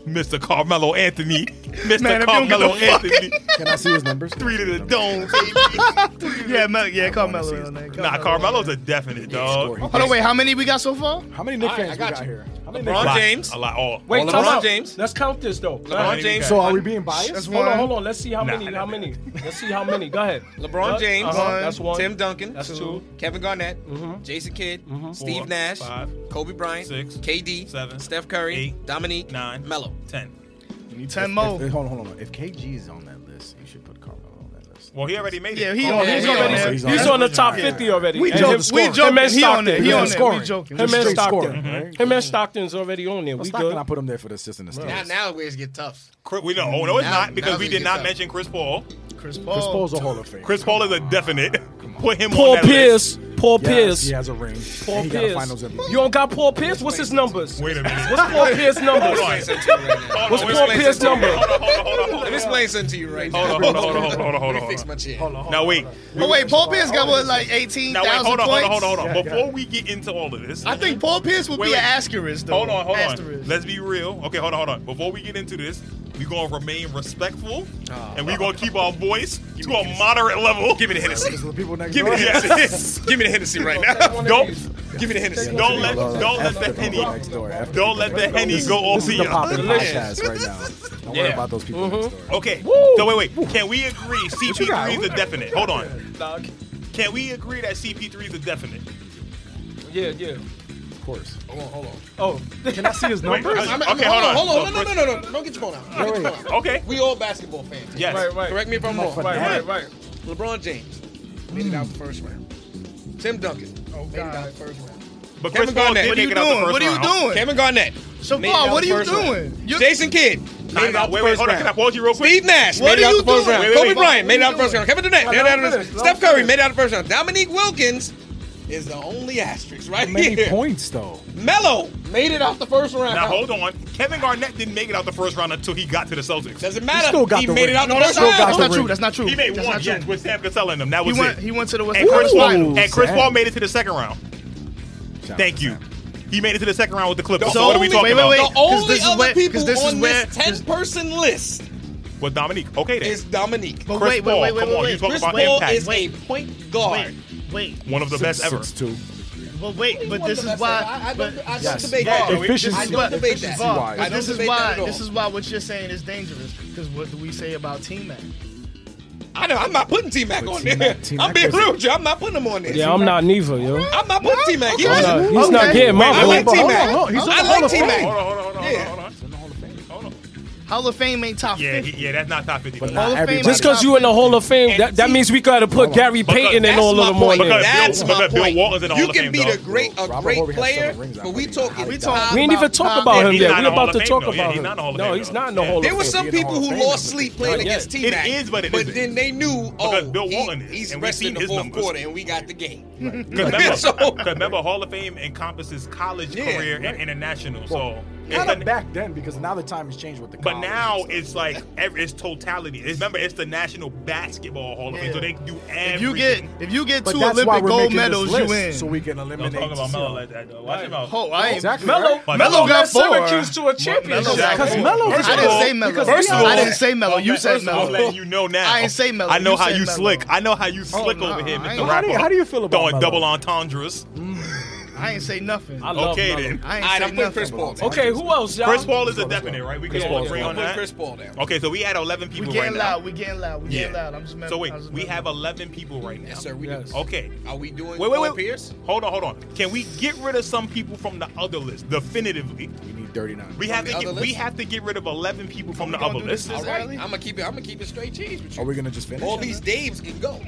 Speaker 1: Mr. Carmelo Anthony. Mr.
Speaker 3: Man, if you don't give a
Speaker 1: Carmelo
Speaker 3: fuck.
Speaker 1: Anthony.
Speaker 7: Can I see his numbers?
Speaker 1: Three to the dome.
Speaker 3: Yeah, Mel, yeah, Carmelo.
Speaker 7: his
Speaker 3: on that.
Speaker 1: nah, Carmelo's a definite, dog.
Speaker 7: Score.
Speaker 3: Hold on, wait, how many we got so far?
Speaker 7: How many Nick
Speaker 2: All right,
Speaker 7: fans
Speaker 2: I
Speaker 7: we
Speaker 2: got
Speaker 7: got
Speaker 2: you.
Speaker 7: here? How many Nick
Speaker 1: LeBron
Speaker 7: fans?
Speaker 1: James? A lot, Oh, all.
Speaker 4: Wait,
Speaker 2: Well,
Speaker 4: time
Speaker 2: LeBron
Speaker 4: out.
Speaker 2: James.
Speaker 4: Let's count this though. Go
Speaker 1: LeBron
Speaker 4: ahead.
Speaker 1: James.
Speaker 7: So are we being biased?
Speaker 3: That's
Speaker 4: Hold on,
Speaker 3: one.
Speaker 4: hold on. Let's see how
Speaker 1: Nah,
Speaker 4: many.
Speaker 1: nah,
Speaker 4: How
Speaker 1: nah.
Speaker 4: many? Let's see how many. Go ahead.
Speaker 2: LeBron
Speaker 4: Yeah,
Speaker 2: James.
Speaker 4: uh-huh,
Speaker 3: One.
Speaker 4: That's one.
Speaker 2: Tim Duncan.
Speaker 4: That's two.
Speaker 2: Kevin Garnett. Jason Kidd. Steve
Speaker 1: Four,
Speaker 2: Nash.
Speaker 1: five,
Speaker 2: Kobe Bryant.
Speaker 1: six,
Speaker 2: KD.
Speaker 1: seven,
Speaker 2: Steph Curry.
Speaker 1: eight,
Speaker 2: Dominique.
Speaker 1: nine,
Speaker 2: Melo.
Speaker 1: ten.
Speaker 5: If-
Speaker 3: 10 more.
Speaker 5: if- Hold on, hold on. If KG is on that list, you should put Carmelo on that list.
Speaker 1: Well, he already made it.
Speaker 3: Yeah, he
Speaker 2: Oh,
Speaker 3: on
Speaker 2: yeah,
Speaker 3: he's
Speaker 2: he's
Speaker 3: already.
Speaker 2: on
Speaker 3: there.
Speaker 2: there.
Speaker 7: He's on
Speaker 4: He's
Speaker 7: there.
Speaker 4: on the top
Speaker 7: Yeah.
Speaker 4: 50 already.
Speaker 3: We
Speaker 4: And
Speaker 3: joke-
Speaker 4: him-
Speaker 3: we
Speaker 4: him
Speaker 3: joking.
Speaker 4: and
Speaker 3: He on
Speaker 4: Stockton.
Speaker 3: there. He
Speaker 4: Him
Speaker 3: on
Speaker 4: and
Speaker 3: there.
Speaker 4: Stockton.
Speaker 3: We joking.
Speaker 4: Him and
Speaker 7: Straight
Speaker 4: Stockton.
Speaker 7: scoring, right?
Speaker 4: Him and Stockton's already on there.
Speaker 7: Well,
Speaker 4: We
Speaker 7: Stockton,
Speaker 4: good.
Speaker 7: I put him there for the assist and the steals.
Speaker 2: Now, now it's get tough.
Speaker 1: Chris- We know. Oh no, it's
Speaker 2: Now-
Speaker 1: not because
Speaker 2: now
Speaker 1: we
Speaker 2: he
Speaker 1: did
Speaker 2: gets
Speaker 1: not
Speaker 2: out.
Speaker 1: mention Chris Paul.
Speaker 3: Chris
Speaker 7: Chris
Speaker 3: Paul.
Speaker 7: Paul's a Hall of Famer.
Speaker 1: Chris Paul is a definite. Put him
Speaker 4: Paul
Speaker 1: on that list.
Speaker 4: Pierce. Paul
Speaker 7: yes,
Speaker 4: Pierce.
Speaker 7: He has a ring.
Speaker 4: Paul
Speaker 7: and he got a
Speaker 4: Pierce.
Speaker 7: finals
Speaker 4: You
Speaker 7: MVP.
Speaker 4: don't got Paul Pierce? What's his numbers?
Speaker 1: Wait a minute.
Speaker 4: What's Paul Pierce'
Speaker 1: Hold
Speaker 4: numbers?
Speaker 1: on.
Speaker 2: Right now.
Speaker 1: Hold on,
Speaker 4: What's
Speaker 1: wait,
Speaker 4: Paul
Speaker 1: wait,
Speaker 4: Pierce's
Speaker 1: wait, wait,
Speaker 4: number?
Speaker 1: Hold on, hold on, hold on, hold on.
Speaker 2: Let me explain something to you right now.
Speaker 1: Hold on, hold on, hold on, hold on, hold
Speaker 2: Let
Speaker 1: on.
Speaker 2: me
Speaker 1: Hold
Speaker 2: fix
Speaker 1: on.
Speaker 2: my chair.
Speaker 7: Hold on, hold
Speaker 1: Now
Speaker 7: on,
Speaker 1: wait.
Speaker 7: hold on.
Speaker 3: Oh wait, Paul Pierce got what like eighteen
Speaker 1: Now wait.
Speaker 3: thousand
Speaker 1: Hold on,
Speaker 3: points.
Speaker 1: hold on, hold on, hold on.
Speaker 7: Yeah,
Speaker 1: Before we get into all of this,
Speaker 3: I think Paul Pierce would
Speaker 1: Wait,
Speaker 3: be
Speaker 1: wait.
Speaker 3: an asterisk though.
Speaker 1: Hold on, hold on.
Speaker 3: Asterisk.
Speaker 1: Let's be real. Okay, hold on, hold on. Before we get into this, we gonna remain respectful, and we gonna keep our voice to a moderate level. Give me the Hennessy.
Speaker 7: Because the people next
Speaker 1: Give me
Speaker 7: door.
Speaker 1: the Hennessy.
Speaker 2: Give me the Hennessy right now.
Speaker 1: Don't
Speaker 2: Give me the Hennessy.
Speaker 1: don't let
Speaker 7: Hold on,
Speaker 1: don't let
Speaker 7: F
Speaker 1: the
Speaker 7: people next
Speaker 1: penny
Speaker 7: door, F
Speaker 1: don't
Speaker 7: people
Speaker 1: let
Speaker 7: next
Speaker 1: the
Speaker 7: door.
Speaker 1: henny
Speaker 7: This-
Speaker 1: go
Speaker 7: This
Speaker 1: off
Speaker 7: is the
Speaker 1: you.
Speaker 7: poppin'
Speaker 2: Delicious.
Speaker 7: podcast right now. Don't worry
Speaker 1: Yeah. Mm-hmm.
Speaker 7: about those people next door.
Speaker 1: Okay. So wait, wait. Can we agree CP3 is a definite? Hold on.
Speaker 4: Nah,
Speaker 1: Can we agree that CP3 is a definite?
Speaker 4: yeah, yeah.
Speaker 7: Of course.
Speaker 2: Hold on, hold on.
Speaker 4: Oh,
Speaker 7: Can I see his numbers?
Speaker 1: I-
Speaker 2: I'm-
Speaker 1: okay,
Speaker 2: hold on,
Speaker 1: hold on.
Speaker 2: hold on. No,
Speaker 1: Look, Oh.
Speaker 2: no, no, no, no. Don't get your phone out. Don't get your phone out.
Speaker 1: Okay.
Speaker 2: We all basketball fans.
Speaker 1: Yes.
Speaker 4: right, right,
Speaker 2: Correct me if I'm wrong.
Speaker 7: Motherfucker.
Speaker 4: right, right, right.
Speaker 2: LeBron James made it out the first round. Tim Duncan made it out the first round.
Speaker 1: But Chris
Speaker 2: Kevin
Speaker 1: Paul
Speaker 2: Garnett,
Speaker 1: did
Speaker 2: what are
Speaker 1: make
Speaker 3: you
Speaker 1: it out the
Speaker 3: doing?
Speaker 1: first
Speaker 3: What are you
Speaker 1: round.
Speaker 3: doing?
Speaker 2: Kevin Garnett.
Speaker 3: Siobhan,
Speaker 2: made it out
Speaker 3: what
Speaker 2: the
Speaker 3: are you
Speaker 2: first round.
Speaker 3: doing? You're-
Speaker 2: Jason Kidd
Speaker 1: Nah,
Speaker 2: made it
Speaker 1: nah,
Speaker 2: out the
Speaker 1: wait, wait,
Speaker 2: first
Speaker 1: hold on. Can I
Speaker 2: round.
Speaker 1: pause you real quick?
Speaker 2: Steve Nash
Speaker 3: What
Speaker 2: made it
Speaker 3: are
Speaker 2: out
Speaker 3: you
Speaker 2: the first
Speaker 3: doing?
Speaker 2: round.
Speaker 1: Wait, wait,
Speaker 2: Kobe
Speaker 1: wait.
Speaker 2: Bryant made it out the first round. Kevin Durant made it out
Speaker 6: let him
Speaker 2: the first
Speaker 6: finish,
Speaker 2: round.
Speaker 6: let him
Speaker 2: Steph Curry
Speaker 6: finish.
Speaker 2: made it out the first round. Dominique Wilkins is the only asterisk right
Speaker 7: Many
Speaker 2: here.
Speaker 7: points though.
Speaker 2: Melo made it out the first round.
Speaker 1: Now hold on. Kevin Garnett didn't make it out the first round until he got to the Celtics.
Speaker 2: Doesn't matter. He,
Speaker 7: still got the
Speaker 2: made
Speaker 7: ring.
Speaker 2: it out the
Speaker 7: No,
Speaker 2: first
Speaker 7: still
Speaker 2: round.
Speaker 7: got
Speaker 3: That's
Speaker 7: the
Speaker 3: not true.
Speaker 7: ring.
Speaker 3: That's not true.
Speaker 1: He made
Speaker 3: That's
Speaker 1: one
Speaker 3: not
Speaker 1: yes
Speaker 3: true.
Speaker 1: with Sam Cassell in them. That
Speaker 3: He
Speaker 1: was
Speaker 3: went.
Speaker 1: it.
Speaker 3: He went to the Western
Speaker 1: And Chris,
Speaker 3: Conference
Speaker 1: Paul,
Speaker 3: Finals.
Speaker 1: and Chris
Speaker 7: Sam.
Speaker 1: Paul made it to the second round.
Speaker 7: Shout out
Speaker 1: Thank
Speaker 7: to
Speaker 1: you.
Speaker 7: Sam.
Speaker 1: He made it to the second round with the Clippers.
Speaker 3: The
Speaker 1: So what are we
Speaker 3: only-
Speaker 1: talking
Speaker 3: wait,
Speaker 1: about?
Speaker 3: wait,
Speaker 2: The
Speaker 3: 'Cause
Speaker 2: only
Speaker 3: this is
Speaker 2: other
Speaker 3: where-
Speaker 2: people
Speaker 3: 'cause this is
Speaker 2: on
Speaker 3: where-
Speaker 2: this ten-person list
Speaker 1: With Dominique. Okay then.
Speaker 2: is Dominique.
Speaker 3: But
Speaker 1: Chris
Speaker 3: wait, wait,
Speaker 1: Paul,
Speaker 3: wait, wait,
Speaker 1: come
Speaker 3: wait,
Speaker 1: on,
Speaker 3: wait.
Speaker 1: you talk
Speaker 2: Chris
Speaker 1: about
Speaker 2: Paul
Speaker 1: impact.
Speaker 2: is
Speaker 3: Wait.
Speaker 2: a point guard.
Speaker 3: Wait, wait,
Speaker 1: One of the
Speaker 7: Six,
Speaker 1: best ever.
Speaker 7: six, two.
Speaker 3: but wait, but this is
Speaker 2: I,
Speaker 3: why.
Speaker 2: I
Speaker 3: but-
Speaker 2: don't, I don't
Speaker 7: Yes.
Speaker 2: debate
Speaker 1: Yeah,
Speaker 2: that.
Speaker 1: we-
Speaker 7: Efficiency.
Speaker 2: I don't debate that.
Speaker 7: Efficiency-wise.
Speaker 3: But
Speaker 2: I don't
Speaker 3: this is
Speaker 2: debate that
Speaker 3: why
Speaker 2: at all.
Speaker 3: this is why what you're saying is dangerous. Because what do we say about T Mac?
Speaker 2: I know, I'm not putting T-Mac
Speaker 7: But
Speaker 2: on
Speaker 7: T-Mac-
Speaker 2: there.
Speaker 7: T-Mac
Speaker 2: I'm being
Speaker 7: was-
Speaker 2: real with you. I'm not putting him on there.
Speaker 4: Yeah, I'm not neither, yo.
Speaker 2: I'm not putting T-Mac. He
Speaker 3: okay.
Speaker 2: was-
Speaker 4: Nah, he's not
Speaker 3: Okay.
Speaker 4: getting my
Speaker 2: I
Speaker 4: vote.
Speaker 2: like
Speaker 7: But hold
Speaker 2: T-Mac.
Speaker 7: on, hold on. He's
Speaker 2: I
Speaker 7: in the
Speaker 2: like
Speaker 7: Hall of
Speaker 2: T-Mac.
Speaker 7: Fame.
Speaker 1: Hold on, hold on, hold on,
Speaker 2: Yeah.
Speaker 1: hold on, hold on. Hold on.
Speaker 3: Hall of Fame ain't top
Speaker 1: Yeah,
Speaker 3: fifty.
Speaker 1: he, yeah, that's not top 50.
Speaker 7: But
Speaker 1: though.
Speaker 7: not
Speaker 3: Hall of
Speaker 7: every-
Speaker 3: Fame
Speaker 4: Just because you in the Hall of Fame, that, that means we gotta put Gary
Speaker 1: Because
Speaker 4: Payton and
Speaker 2: That's
Speaker 4: all
Speaker 2: my
Speaker 4: of them on
Speaker 2: point.
Speaker 1: Because
Speaker 4: there.
Speaker 2: That's
Speaker 1: Bill-
Speaker 2: my
Speaker 1: because Bill
Speaker 2: point.
Speaker 1: Walton's in the
Speaker 2: you
Speaker 1: Hall of
Speaker 2: can
Speaker 1: Fame,
Speaker 2: be the
Speaker 1: though.
Speaker 2: great, a
Speaker 7: Robert
Speaker 2: great
Speaker 7: Horry has
Speaker 2: player,
Speaker 7: seven rings, I
Speaker 2: but we
Speaker 7: believe.
Speaker 2: talking.
Speaker 3: We
Speaker 2: We
Speaker 3: talking
Speaker 2: talking.
Speaker 4: We ain't even
Speaker 3: about
Speaker 4: talk
Speaker 3: top
Speaker 4: about him
Speaker 1: He's
Speaker 4: yet.
Speaker 1: not
Speaker 4: We
Speaker 1: in the Hall
Speaker 4: about
Speaker 1: of
Speaker 4: to
Speaker 1: Fame,
Speaker 4: talk
Speaker 1: though. Yeah,
Speaker 4: about
Speaker 1: he's
Speaker 4: him.
Speaker 1: not in the Hall of
Speaker 4: No,
Speaker 1: Fame,
Speaker 4: he's
Speaker 1: though.
Speaker 4: not in the Hall of
Speaker 2: There
Speaker 4: Fame.
Speaker 2: were some people who lost sleep playing
Speaker 4: Not
Speaker 2: against
Speaker 1: yet. It
Speaker 2: T-Mac.
Speaker 1: is, but it
Speaker 2: But
Speaker 1: isn't.
Speaker 2: then they knew,
Speaker 1: Because
Speaker 2: oh,
Speaker 1: Bill
Speaker 2: he-
Speaker 1: Walton is,
Speaker 2: he's
Speaker 1: and we've
Speaker 2: resting
Speaker 1: seen
Speaker 2: in the
Speaker 1: his
Speaker 2: fourth
Speaker 1: numbers.
Speaker 2: quarter, and we got the game.
Speaker 1: Because remember,
Speaker 2: So-
Speaker 1: 'cause remember, Hall of Fame encompasses college,
Speaker 2: Yeah,
Speaker 1: career, and international. So, it's
Speaker 7: Not
Speaker 1: the-
Speaker 7: back then because now the time has changed with the.
Speaker 1: but
Speaker 7: college
Speaker 1: now
Speaker 7: and stuff.
Speaker 1: it's like every, it's totality. It's, remember, it's the National Basketball Hall of Fame,
Speaker 3: Yeah.
Speaker 1: so they can do everything.
Speaker 3: If you get if you get
Speaker 7: But
Speaker 3: two
Speaker 7: that's why
Speaker 3: Olympic
Speaker 7: we're
Speaker 3: gold
Speaker 7: making this
Speaker 3: medals, you
Speaker 7: list,
Speaker 3: in.
Speaker 7: So we can
Speaker 1: don't
Speaker 7: eliminate.
Speaker 1: talk about
Speaker 7: you know.
Speaker 1: Melo like that, though. Watch him out.
Speaker 3: oh, I ain't.
Speaker 7: Exactly.
Speaker 4: Mello,
Speaker 7: right?
Speaker 1: But
Speaker 3: Melo
Speaker 1: Melo
Speaker 3: got
Speaker 4: led
Speaker 3: four.
Speaker 4: Syracuse to a
Speaker 3: Melo
Speaker 4: championship.
Speaker 1: got
Speaker 4: Because
Speaker 1: four.
Speaker 4: Melo was
Speaker 1: First
Speaker 3: I
Speaker 1: of
Speaker 3: didn't
Speaker 1: all-
Speaker 3: say Melo.
Speaker 1: first of
Speaker 3: I
Speaker 1: all-
Speaker 3: didn't say Melo. You
Speaker 1: First
Speaker 3: said
Speaker 1: of all, I'm
Speaker 3: Melo.
Speaker 1: letting you know now.
Speaker 3: I ain't say Melo.
Speaker 1: I know
Speaker 3: You
Speaker 1: how
Speaker 3: said
Speaker 1: you
Speaker 3: Melo. Oh,
Speaker 1: slick. I know how you slick
Speaker 3: nah,
Speaker 1: over here,
Speaker 3: I ain't-
Speaker 1: Mr.
Speaker 7: How do
Speaker 1: Rapper.
Speaker 7: you- how do you feel about
Speaker 1: throwing
Speaker 7: Melo?
Speaker 1: double entendres?
Speaker 3: I ain't say nothing.
Speaker 4: I
Speaker 3: I
Speaker 4: love
Speaker 1: Okay
Speaker 4: Melo.
Speaker 1: then.
Speaker 3: ain't
Speaker 2: All right,
Speaker 3: say
Speaker 2: I'm putting
Speaker 3: nothing.
Speaker 2: Chris Paul. down.
Speaker 4: Okay, who else, y'all?
Speaker 1: Chris Paul is a definite, right? We can all agree
Speaker 2: I'm
Speaker 1: on
Speaker 2: putting
Speaker 1: that.
Speaker 2: Chris Paul down.
Speaker 1: Okay, so we had 11
Speaker 3: We
Speaker 1: people right
Speaker 3: getting
Speaker 1: now.
Speaker 3: loud. We getting loud. We getting loud. I'm just
Speaker 1: So
Speaker 3: remembering-
Speaker 1: wait,
Speaker 3: I was
Speaker 1: we
Speaker 3: remembering.
Speaker 1: have 11 people right now.
Speaker 2: Yes, sir. We
Speaker 4: Yes.
Speaker 2: do.
Speaker 1: Okay.
Speaker 2: Are we doing
Speaker 1: Wait, wait,
Speaker 2: Paul
Speaker 1: wait.
Speaker 2: Pierce?
Speaker 1: Hold on, hold on. Can we get rid of some people from the other list definitively?
Speaker 7: You need dirty nine.
Speaker 1: We have
Speaker 2: the
Speaker 1: to get,
Speaker 2: other
Speaker 1: we
Speaker 2: list?
Speaker 1: have to get rid of 11 people from
Speaker 3: we
Speaker 1: the
Speaker 3: gonna
Speaker 1: other
Speaker 3: do this
Speaker 1: list.
Speaker 2: All
Speaker 3: Is
Speaker 2: right.
Speaker 3: early?
Speaker 2: I'm gonna keep it. I'm gonna keep it straight cheese with
Speaker 7: Are
Speaker 2: you.
Speaker 7: we gonna just finish?
Speaker 2: All these Daves can go.